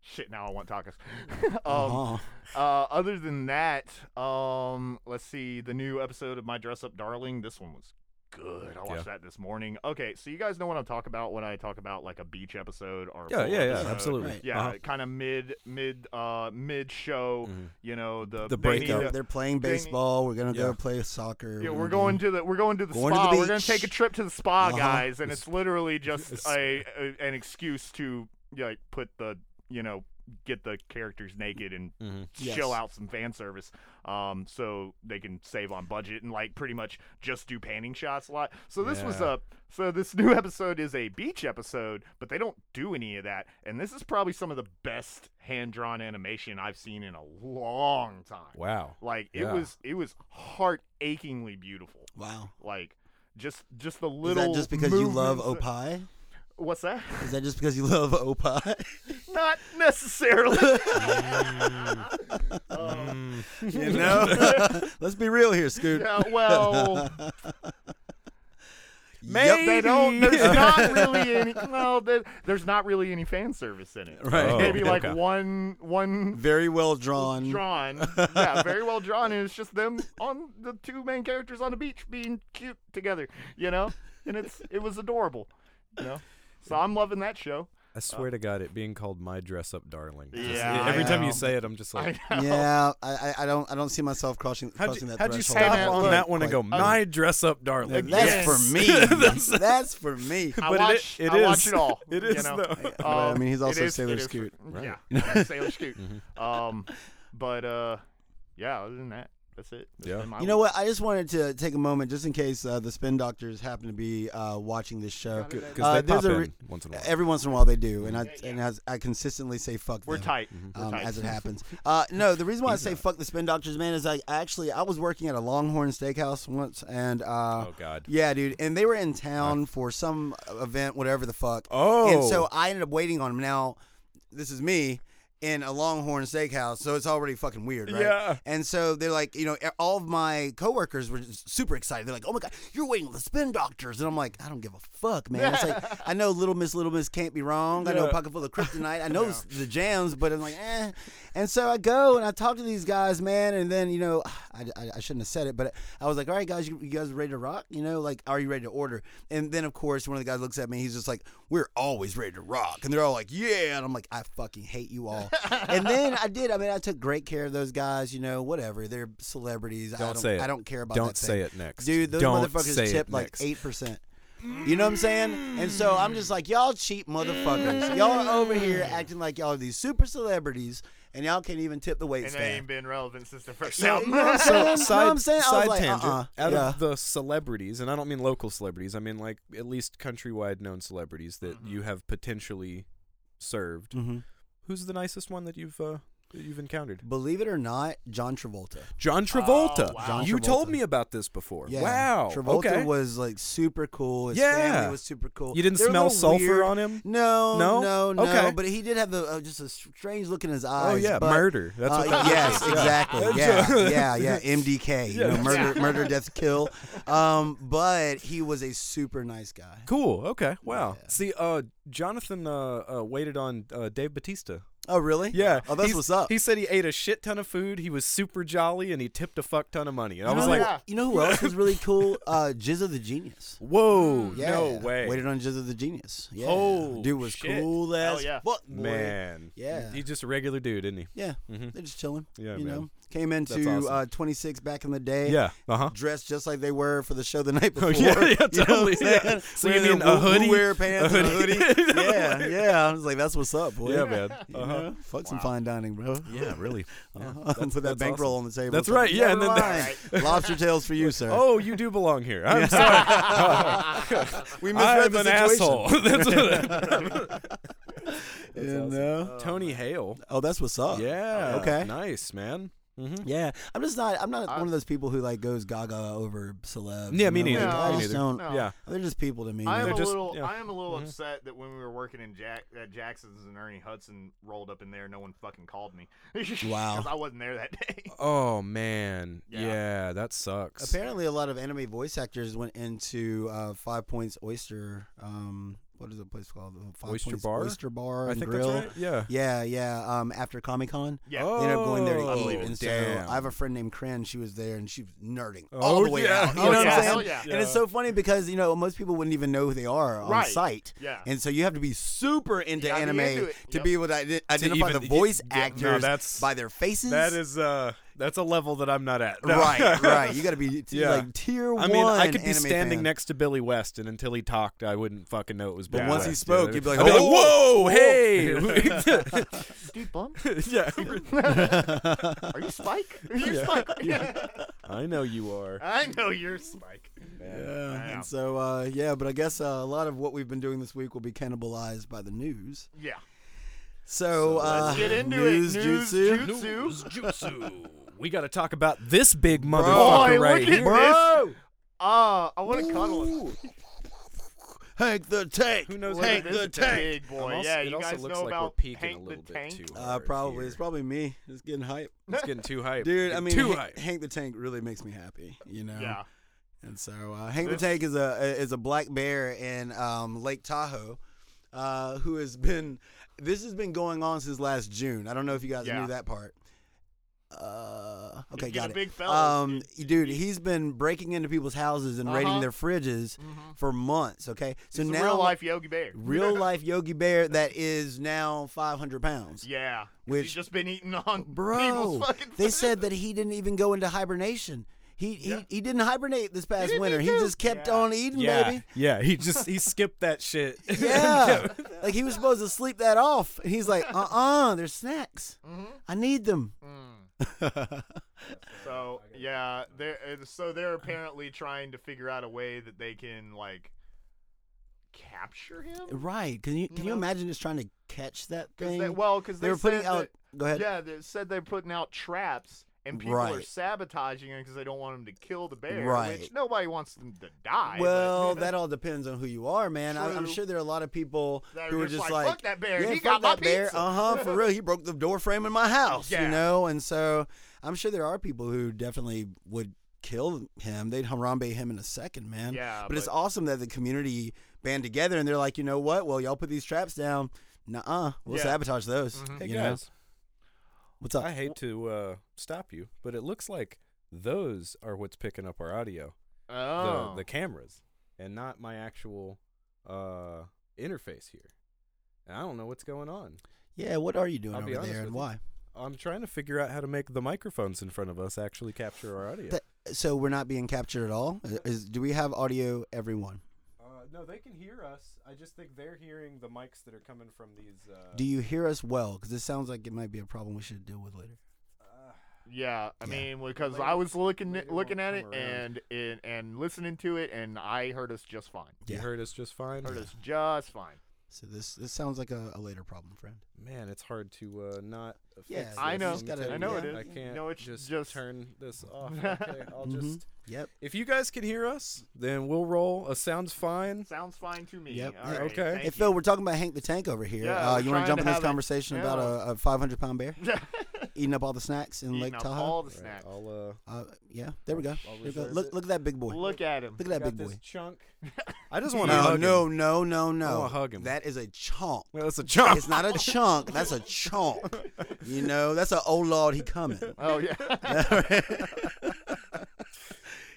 Speaker 3: shit. Now I want tacos.
Speaker 1: Uh-huh.
Speaker 3: um,
Speaker 2: Oh,
Speaker 3: uh, other than that, um, let's see the new episode of My Dress Up Darling. This one was good. I watched
Speaker 1: Yeah.
Speaker 3: that this morning. Okay, so you guys know what I'm talking about when I talk about like a beach episode or a
Speaker 1: Yeah,
Speaker 3: pool
Speaker 1: yeah, yeah,
Speaker 3: episode.
Speaker 1: absolutely.
Speaker 2: Right.
Speaker 3: Yeah,
Speaker 1: Uh-huh.
Speaker 3: kind of mid mid uh mid show.
Speaker 1: Mhm.
Speaker 2: Mm-hmm.
Speaker 3: You know the
Speaker 1: The
Speaker 3: they need
Speaker 1: breakup.
Speaker 3: to-
Speaker 2: they're playing
Speaker 3: they need-
Speaker 2: baseball. We're gonna
Speaker 1: Yeah.
Speaker 2: go play soccer.
Speaker 3: Yeah,
Speaker 2: gonna
Speaker 3: we're going
Speaker 2: do-
Speaker 3: to the we're going to the
Speaker 2: Going to
Speaker 3: spa.
Speaker 2: the
Speaker 3: we're going to take a
Speaker 2: beach.
Speaker 3: trip to the spa,
Speaker 2: Uh-huh.
Speaker 3: guys, and it's
Speaker 1: It's-
Speaker 3: literally just
Speaker 1: it's-
Speaker 3: a, a an excuse to you know, like put the you know get the characters naked and
Speaker 1: Mhm.
Speaker 2: Yes.
Speaker 3: show out some fan service, um, so they can save on budget and like pretty much just do panning shots a lot. So this was
Speaker 1: Yeah.
Speaker 3: a so this new episode is a beach episode, but they don't do any of that, and this is probably some of the best hand drawn animation I've seen in a long time.
Speaker 1: Wow.
Speaker 3: Like it
Speaker 1: Yeah.
Speaker 3: was it was heart achingly beautiful.
Speaker 2: Wow.
Speaker 3: Like Just just the
Speaker 2: Is
Speaker 3: little.
Speaker 2: that just because you love
Speaker 3: movements-
Speaker 2: Opie?
Speaker 3: What's that?
Speaker 2: Is that just because you love Opie?
Speaker 3: Not necessarily. Um,
Speaker 1: Mm.
Speaker 2: you know? Let's be real here, Scoot.
Speaker 3: yeah, well,
Speaker 2: Yep.
Speaker 3: they don't. There's not really any. Well, there, there's not really any fan service in it.
Speaker 2: Right.
Speaker 1: Oh,
Speaker 3: Maybe like
Speaker 1: okay.
Speaker 3: one one
Speaker 2: Very well drawn.
Speaker 3: drawn. yeah, very well drawn, and it's just them on the two main characters on the beach being cute together, you know. And it's it was adorable, you know. So I'm loving that show.
Speaker 1: I swear to God, it being called "My Dress Up Darling." Just- e-
Speaker 3: Yeah,
Speaker 1: every
Speaker 2: I
Speaker 1: time
Speaker 2: know.
Speaker 1: you say it, I'm just like,
Speaker 3: I know.
Speaker 2: Yeah, I, I- I don't I don't see myself crossing
Speaker 1: how'd
Speaker 2: crossing
Speaker 1: you,
Speaker 2: that
Speaker 1: how'd you
Speaker 2: threshold.
Speaker 1: stop
Speaker 3: Yeah,
Speaker 1: on
Speaker 3: look,
Speaker 1: that one and go,
Speaker 2: quite-
Speaker 1: "My Dress Up Darling"?
Speaker 2: um, That's
Speaker 3: Yes.
Speaker 2: for me.
Speaker 1: That's-
Speaker 2: That's for me.
Speaker 3: I
Speaker 1: But it-
Speaker 3: watch
Speaker 1: it
Speaker 3: I
Speaker 1: is-
Speaker 3: watch it all.
Speaker 1: it
Speaker 3: you
Speaker 1: is,
Speaker 3: know? Um,
Speaker 1: though.
Speaker 2: But, I mean, he's
Speaker 3: it
Speaker 2: also
Speaker 3: is-
Speaker 2: Sailor
Speaker 3: it is-
Speaker 2: Scoot. Mm-hmm.
Speaker 1: Right.
Speaker 3: Yeah, Sailor Scoot. Um, but uh, yeah. Other than that, that's it. That's
Speaker 1: Yeah.
Speaker 3: been my
Speaker 2: You know
Speaker 3: week.
Speaker 2: what? I just wanted to take a moment, just in case uh, the spin doctors happen to be uh, watching this show.
Speaker 1: Because
Speaker 2: Uh,
Speaker 1: they
Speaker 2: there's
Speaker 1: pop
Speaker 2: a re-
Speaker 1: in once in a while.
Speaker 2: Every once in a while they do, and I
Speaker 3: yeah.
Speaker 2: and as I consistently say fuck
Speaker 3: We're
Speaker 2: them.
Speaker 3: tight.
Speaker 1: Mm-hmm.
Speaker 3: We're
Speaker 2: Um,
Speaker 3: tight.
Speaker 2: as it happens. Uh, no, the reason why I say fuck the spin doctors, man, is I actually I was working at a Longhorn Steakhouse once, and uh,
Speaker 1: oh God.
Speaker 2: yeah, dude, and they were in town for some event, whatever the fuck.
Speaker 1: Oh.
Speaker 2: and so I ended up waiting on them. Now, this is me in a Longhorn Steakhouse, so it's already fucking weird, right?
Speaker 1: Yeah.
Speaker 2: And so they're like, you know, all of my coworkers were just super excited. They're like, "Oh my god, you're waiting with the spin doctors," and I'm like, "I don't give a fuck, man." It's like I know Little Miss, Little Miss can't be wrong. I know
Speaker 1: Yeah.
Speaker 2: Pocket Full of Kryptonite. I know the jams, but I'm like, eh. And so I go and I talk to these guys, man, and then you know, I, I, I shouldn't have said it, but I was like, "All right, guys, you, you guys ready to rock? You know, like, are you ready to order?" And then of course one of the guys looks at me. He's just like, "We're always ready to rock," and they're all like, "Yeah," and I'm like, "I fucking hate you all." and then I did. I mean, I took great care of those guys. You know, whatever. They're celebrities. I
Speaker 1: Don't
Speaker 2: don't
Speaker 1: say it.
Speaker 2: I don't care about.
Speaker 1: Don't
Speaker 2: that
Speaker 1: say
Speaker 2: thing.
Speaker 1: it next,
Speaker 2: dude. Those
Speaker 1: Don't say
Speaker 2: motherfuckers
Speaker 1: it
Speaker 2: tip like
Speaker 1: next.
Speaker 2: eight percent. You know what I'm saying? And so I'm just like, y'all cheap motherfuckers. Y'all are over here acting like y'all are these super celebrities, and y'all can't even tip the wait
Speaker 3: and they
Speaker 2: staff.
Speaker 3: ain't been relevant since the first
Speaker 2: Yeah, you
Speaker 3: album.
Speaker 2: know what I'm
Speaker 1: So,
Speaker 2: saying? You know
Speaker 1: side,
Speaker 2: what I'm saying? I was
Speaker 1: side
Speaker 2: like,
Speaker 1: tangent.
Speaker 2: uh-uh.
Speaker 1: Out
Speaker 2: yeah.
Speaker 1: of the celebrities, and I don't mean local celebrities. I mean like at least countrywide known celebrities that you have potentially served.
Speaker 2: Mhm.
Speaker 1: Who's the nicest one that you've uh, that you've encountered?
Speaker 2: Believe it or not, John Travolta.
Speaker 1: John Travolta.
Speaker 3: wow.
Speaker 2: John
Speaker 1: you
Speaker 2: Travolta.
Speaker 1: told me about this before.
Speaker 2: Yeah.
Speaker 1: Wow.
Speaker 2: Travolta
Speaker 1: okay.
Speaker 2: was like super cool. His
Speaker 1: Yeah.
Speaker 2: family was super cool.
Speaker 1: You didn't
Speaker 2: They were a
Speaker 1: smell
Speaker 2: little
Speaker 1: sulfur
Speaker 2: weird.
Speaker 1: on him?
Speaker 2: No,
Speaker 1: No?
Speaker 2: no, no.
Speaker 1: Okay.
Speaker 2: But he did have the, uh, just a strange look in his eyes.
Speaker 1: Oh yeah,
Speaker 2: but,
Speaker 1: murder. That's
Speaker 2: uh,
Speaker 1: what that
Speaker 2: yes,
Speaker 1: was.
Speaker 2: exactly.
Speaker 1: That's
Speaker 2: Yeah,
Speaker 1: a-
Speaker 2: yeah, yeah. MDK, you know,
Speaker 1: Yeah.
Speaker 2: murder, murder, death, kill. Um, but he was a super nice guy.
Speaker 1: Cool. Okay. Wow. See, uh, Jonathan uh, uh, waited on uh, Dave Batista.
Speaker 2: Oh, really?
Speaker 1: Yeah.
Speaker 2: Oh, that's
Speaker 1: He's-
Speaker 2: what's up.
Speaker 1: He said he ate a shit ton of food. He was super jolly, and he tipped a fuck ton of money. And I
Speaker 2: you
Speaker 1: was
Speaker 2: know,
Speaker 1: like,
Speaker 2: who- you know who else was really cool? Uh, Jizza the Genius.
Speaker 1: "Whoa,
Speaker 2: Mm. Yeah.
Speaker 1: no way,
Speaker 2: Waited on Jizza the Genius. Yeah.
Speaker 1: Holy
Speaker 2: Dude was
Speaker 1: shit.
Speaker 2: cool
Speaker 3: Hell
Speaker 2: as
Speaker 3: yeah.
Speaker 2: fuck, boy.
Speaker 1: man."
Speaker 2: Yeah.
Speaker 1: He's just a regular dude, isn't he?
Speaker 2: Yeah. They're just chilling.
Speaker 1: Yeah,
Speaker 2: you
Speaker 1: man.
Speaker 2: know, came into
Speaker 1: awesome.
Speaker 2: uh, 26 back in the day.
Speaker 1: Yeah. Uh huh.
Speaker 2: Dressed just like they were for the show the night before.
Speaker 1: Oh, yeah, yeah,
Speaker 2: You know what I'm
Speaker 1: totally, yeah.
Speaker 2: saying?
Speaker 1: So you
Speaker 2: Wearing
Speaker 1: mean
Speaker 2: their
Speaker 1: a
Speaker 2: woo-
Speaker 1: hoodie?
Speaker 2: woo-wear pants
Speaker 1: A
Speaker 2: and
Speaker 1: hoodie.
Speaker 2: a hoodie. yeah, yeah. I was like, that's what's up, boy.
Speaker 1: Yeah, man.
Speaker 2: You
Speaker 1: Uh huh.
Speaker 2: know? Fuck some fine dining, bro.
Speaker 1: Yeah, really. Yeah.
Speaker 2: Uh-huh. Put that
Speaker 1: that's
Speaker 2: bankroll on the table.
Speaker 1: That's
Speaker 2: It's like,
Speaker 1: right, yeah, and
Speaker 2: never
Speaker 1: then-
Speaker 2: mind. lobster tails for you, sir.
Speaker 1: Oh, you do belong here. I'm sorry.
Speaker 2: we misread
Speaker 1: I'm
Speaker 2: the
Speaker 1: an
Speaker 2: situation.
Speaker 1: asshole. That's what
Speaker 2: You
Speaker 1: awesome.
Speaker 2: know?
Speaker 1: Tony Hale.
Speaker 2: Oh, that's what's up.
Speaker 1: Yeah.
Speaker 2: Okay.
Speaker 1: Nice, man. Mm-hmm.
Speaker 2: Yeah, I'm just not. I'm not one of those people who like goes gaga over celebs.
Speaker 1: Yeah,
Speaker 2: you
Speaker 1: me
Speaker 2: know?
Speaker 1: neither.
Speaker 2: Like, I
Speaker 3: No.
Speaker 2: just
Speaker 1: Me
Speaker 2: don't.
Speaker 3: No.
Speaker 1: Yeah.
Speaker 2: They're just people to me.
Speaker 3: I am
Speaker 1: They're
Speaker 3: a
Speaker 1: just-
Speaker 3: little,
Speaker 1: yeah. Mm-hmm.
Speaker 3: I am a little upset that when we were working in Jack, that Jackson's and Ernie Hudson rolled up in there, no one fucking called me.
Speaker 2: Wow.
Speaker 3: 'Cause I wasn't there that day.
Speaker 1: Oh man. Yeah.
Speaker 3: Yeah.
Speaker 1: that sucks.
Speaker 2: Apparently, a lot of anime voice actors went into uh, Five Points Oyster. Um, what is the place called? The Five
Speaker 1: Oyster
Speaker 2: Points
Speaker 1: Bar?
Speaker 2: Oyster Bar
Speaker 1: I
Speaker 2: and
Speaker 1: think
Speaker 2: Grill.
Speaker 1: that's right. Yeah.
Speaker 2: Yeah, yeah. Um, after Comic Con.
Speaker 3: Yeah.
Speaker 1: Oh.
Speaker 2: They ended up going there to
Speaker 1: Oh,
Speaker 2: eat, and so
Speaker 1: damn.
Speaker 2: I have a friend named Kren. She was there, and she was nerding
Speaker 1: Oh,
Speaker 2: all the way
Speaker 1: yeah.
Speaker 2: out. You
Speaker 1: Oh,
Speaker 2: know
Speaker 1: yeah.
Speaker 2: what I'm
Speaker 3: Hell
Speaker 2: saying?
Speaker 3: yeah.
Speaker 2: And it's so funny because you know most people wouldn't even know who they are on
Speaker 3: Right.
Speaker 2: site.
Speaker 3: Yeah.
Speaker 2: And so you have to be super into
Speaker 3: gotta
Speaker 2: anime
Speaker 3: be into it.
Speaker 2: to
Speaker 3: Yep.
Speaker 2: be able to ide- identify
Speaker 1: even-
Speaker 2: the voice
Speaker 1: yeah, no,
Speaker 2: actors
Speaker 1: that's-
Speaker 2: by their faces.
Speaker 1: That is uh that's a level that I'm not at. No.
Speaker 2: right, right. You got to be t-
Speaker 1: Yeah.
Speaker 2: like tier one.
Speaker 1: I mean, I could be
Speaker 2: anime
Speaker 1: standing
Speaker 2: fan.
Speaker 1: next to Billy West, and until he talked, I wouldn't fucking know it was Billy
Speaker 2: once he
Speaker 1: West.
Speaker 2: spoke,
Speaker 1: Yeah,
Speaker 2: you'd be like,
Speaker 1: I'd
Speaker 2: "Whoa,
Speaker 1: whoa, hey.
Speaker 3: Dude, Bump,
Speaker 1: yeah.
Speaker 3: are you Spike? Are you Spike?
Speaker 1: I know you are.
Speaker 3: I know you're Spike.
Speaker 2: Yeah.
Speaker 3: Wow.
Speaker 2: Um, And so, uh, yeah, but I guess uh, a lot of what we've been doing this week will be cannibalized by the news.
Speaker 3: Yeah.
Speaker 2: So, uh,
Speaker 3: Let's get into
Speaker 2: news
Speaker 3: it. News
Speaker 2: jutsu.
Speaker 3: jutsu.
Speaker 1: Jutsu. we got to talk about this big
Speaker 3: Boy,
Speaker 1: motherfucker right
Speaker 3: look at
Speaker 1: here.
Speaker 3: this. Ah, I want to cuddle him.
Speaker 2: Hank the Tank.
Speaker 1: Who knows?
Speaker 3: Look at
Speaker 1: Hank
Speaker 2: Hank
Speaker 3: this
Speaker 2: the Tank.
Speaker 3: Big boy.
Speaker 1: I'm also-
Speaker 3: yeah,
Speaker 1: it
Speaker 3: you
Speaker 1: also
Speaker 3: guys
Speaker 1: looks
Speaker 3: know
Speaker 1: like
Speaker 3: about
Speaker 1: we're peaking
Speaker 3: Hank
Speaker 1: a little
Speaker 3: the
Speaker 1: bit
Speaker 3: Tank?
Speaker 1: too
Speaker 2: Uh,
Speaker 1: hard
Speaker 2: probably
Speaker 1: here.
Speaker 2: it's probably me. Just getting hype,
Speaker 1: it's getting too hype,
Speaker 2: dude. I
Speaker 1: Getting
Speaker 2: mean,
Speaker 1: too
Speaker 2: Han-
Speaker 1: hype.
Speaker 2: Hank the Tank really makes me happy. You know.
Speaker 3: Yeah.
Speaker 2: And so uh, Hank
Speaker 3: This-
Speaker 2: the Tank is a is a black bear in um, Lake Tahoe, uh, who has been this has been going on since last June. I don't know if you guys
Speaker 3: Yeah.
Speaker 2: knew that part. Uh, okay,
Speaker 3: You get
Speaker 2: got
Speaker 3: a
Speaker 2: it.
Speaker 3: big fella.
Speaker 2: Um, dude, he's been breaking into people's houses and raiding
Speaker 3: Uh-huh.
Speaker 2: their fridges for months. Okay, so
Speaker 3: It's a
Speaker 2: now
Speaker 3: real life Yogi Bear.
Speaker 2: real life Yogi Bear that is now 500 pounds.
Speaker 3: Yeah. 'cause
Speaker 2: Which-
Speaker 3: he's just been eating on
Speaker 2: Bro,
Speaker 3: people's fucking
Speaker 2: they said that he didn't even go into hibernation. He
Speaker 3: Yeah.
Speaker 2: he, he didn't hibernate this past
Speaker 3: didn't
Speaker 2: winter.
Speaker 3: need
Speaker 2: He
Speaker 3: to.
Speaker 2: just kept
Speaker 3: Yeah.
Speaker 2: on eating,
Speaker 1: yeah,
Speaker 2: baby.
Speaker 1: yeah. He just he skipped that shit.
Speaker 2: Yeah, like he was supposed to sleep that off. And he's like, uh uh there's snacks.
Speaker 3: Mm-hmm.
Speaker 2: I need them.
Speaker 3: So yeah, they're uh, so they're apparently trying to figure out a way that they can like capture him.
Speaker 2: Right? Can you can you
Speaker 3: know?
Speaker 2: imagine just trying to catch that
Speaker 3: 'Cause
Speaker 2: thing?
Speaker 3: They, Mm-hmm. well, because
Speaker 2: they were putting out. go ahead.
Speaker 3: yeah, they said they're putting out traps. And people are
Speaker 2: Right.
Speaker 3: sabotaging him because they don't want him to kill the bear,
Speaker 2: Right.
Speaker 3: which nobody wants them to die. but-
Speaker 2: Well, that all depends on who you are, man. I, I'm
Speaker 3: True.
Speaker 2: sure there are a lot of people
Speaker 3: That are
Speaker 2: who are
Speaker 3: just
Speaker 2: just like,
Speaker 3: like, "Fuck that bear,
Speaker 2: Yeah,
Speaker 3: he
Speaker 2: fuck
Speaker 3: got my
Speaker 2: that bear.
Speaker 3: pizza."
Speaker 2: Uh huh. For real, he broke the door frame in my house.
Speaker 3: Yeah.
Speaker 2: You know, and so I'm sure there are people who definitely would kill him. They'd harambe him in a second, man.
Speaker 3: Yeah,
Speaker 2: But, it's
Speaker 3: but-
Speaker 2: awesome that the community band together and they're like, you know what? Well, y'all put these traps down. Nuh-uh, we'll
Speaker 3: Yeah. Mm-hmm.
Speaker 2: sabotage those.
Speaker 1: Hey
Speaker 2: You know
Speaker 1: guys,
Speaker 2: what's up?
Speaker 1: I hate to uh, stop you, but it looks like those are what's picking up our audio,
Speaker 3: oh,
Speaker 1: the, the cameras, and not my actual uh, interface here. And I don't know what's going on.
Speaker 2: yeah, what are you doing
Speaker 1: I'll be
Speaker 2: over
Speaker 1: honest
Speaker 2: there and
Speaker 1: with you.
Speaker 2: why?
Speaker 1: I'm trying to figure out how to make the microphones in front of us actually capture our audio.
Speaker 2: Th- so we're not being captured at all. Is, is- do we have audio? Everyone.
Speaker 1: Uh, no, they can hear us. I just think they're hearing the mics that are coming from these. Uh,
Speaker 2: Do you hear us well? Because it sounds like it might be a problem we should deal with later.
Speaker 1: uh,
Speaker 3: Yeah, I
Speaker 2: Yeah.
Speaker 3: mean, because
Speaker 1: Later-
Speaker 3: I was looking
Speaker 1: later
Speaker 3: looking
Speaker 1: won't
Speaker 3: at it
Speaker 1: come
Speaker 3: and,
Speaker 1: around.
Speaker 3: and and listening to it, and I heard us just fine.
Speaker 1: you
Speaker 2: Yeah.
Speaker 1: heard us just fine.
Speaker 3: Heard us just fine.
Speaker 2: So this this sounds like a, a later problem, friend.
Speaker 1: Man, it's hard to uh, not.
Speaker 2: Yeah,
Speaker 1: fix
Speaker 3: I
Speaker 1: this.
Speaker 3: know.
Speaker 1: Let me
Speaker 2: Gotta-
Speaker 1: tell
Speaker 2: I
Speaker 1: you
Speaker 2: know
Speaker 1: that.
Speaker 2: it
Speaker 1: I
Speaker 3: is.
Speaker 1: can't
Speaker 3: No, it's
Speaker 1: just,
Speaker 3: just-
Speaker 1: turn this off. Okay, I'll
Speaker 2: Mhm.
Speaker 1: just.
Speaker 2: Yep.
Speaker 1: If you guys can hear us, then we'll roll. A sound's fine.
Speaker 3: Sounds fine to me.
Speaker 2: Yep. Yeah,
Speaker 3: All right,
Speaker 1: okay.
Speaker 3: thank
Speaker 2: hey
Speaker 3: you.
Speaker 2: Phil, we're talking about Hank the Tank over here.
Speaker 3: Yeah,
Speaker 2: uh,
Speaker 3: we're
Speaker 2: you want to
Speaker 3: trying to
Speaker 2: jump in this
Speaker 3: have it-
Speaker 2: conversation about a, a 500 pound bear eating up all the snacks in
Speaker 3: Eating
Speaker 2: Lake
Speaker 3: up
Speaker 2: Tahoe?
Speaker 3: all the
Speaker 1: Right,
Speaker 3: snacks.
Speaker 1: I'll, uh,
Speaker 2: Uh, yeah, there we go.
Speaker 1: I'll
Speaker 2: There we go.
Speaker 1: reserve
Speaker 2: Look
Speaker 1: it.
Speaker 2: look at that big boy. Look,
Speaker 3: Look at him.
Speaker 2: at that
Speaker 1: got
Speaker 2: big
Speaker 1: this
Speaker 2: boy.
Speaker 1: chunk. I just want to
Speaker 2: No,
Speaker 1: hug
Speaker 2: no,
Speaker 1: him.
Speaker 2: no, no, no.
Speaker 1: wanna hug him.
Speaker 2: That is a chunk.
Speaker 1: Well, it's a chunk.
Speaker 2: It's not a chunk. That's a chunk. You know, that's a oh lord, he coming.
Speaker 3: Oh yeah.
Speaker 2: You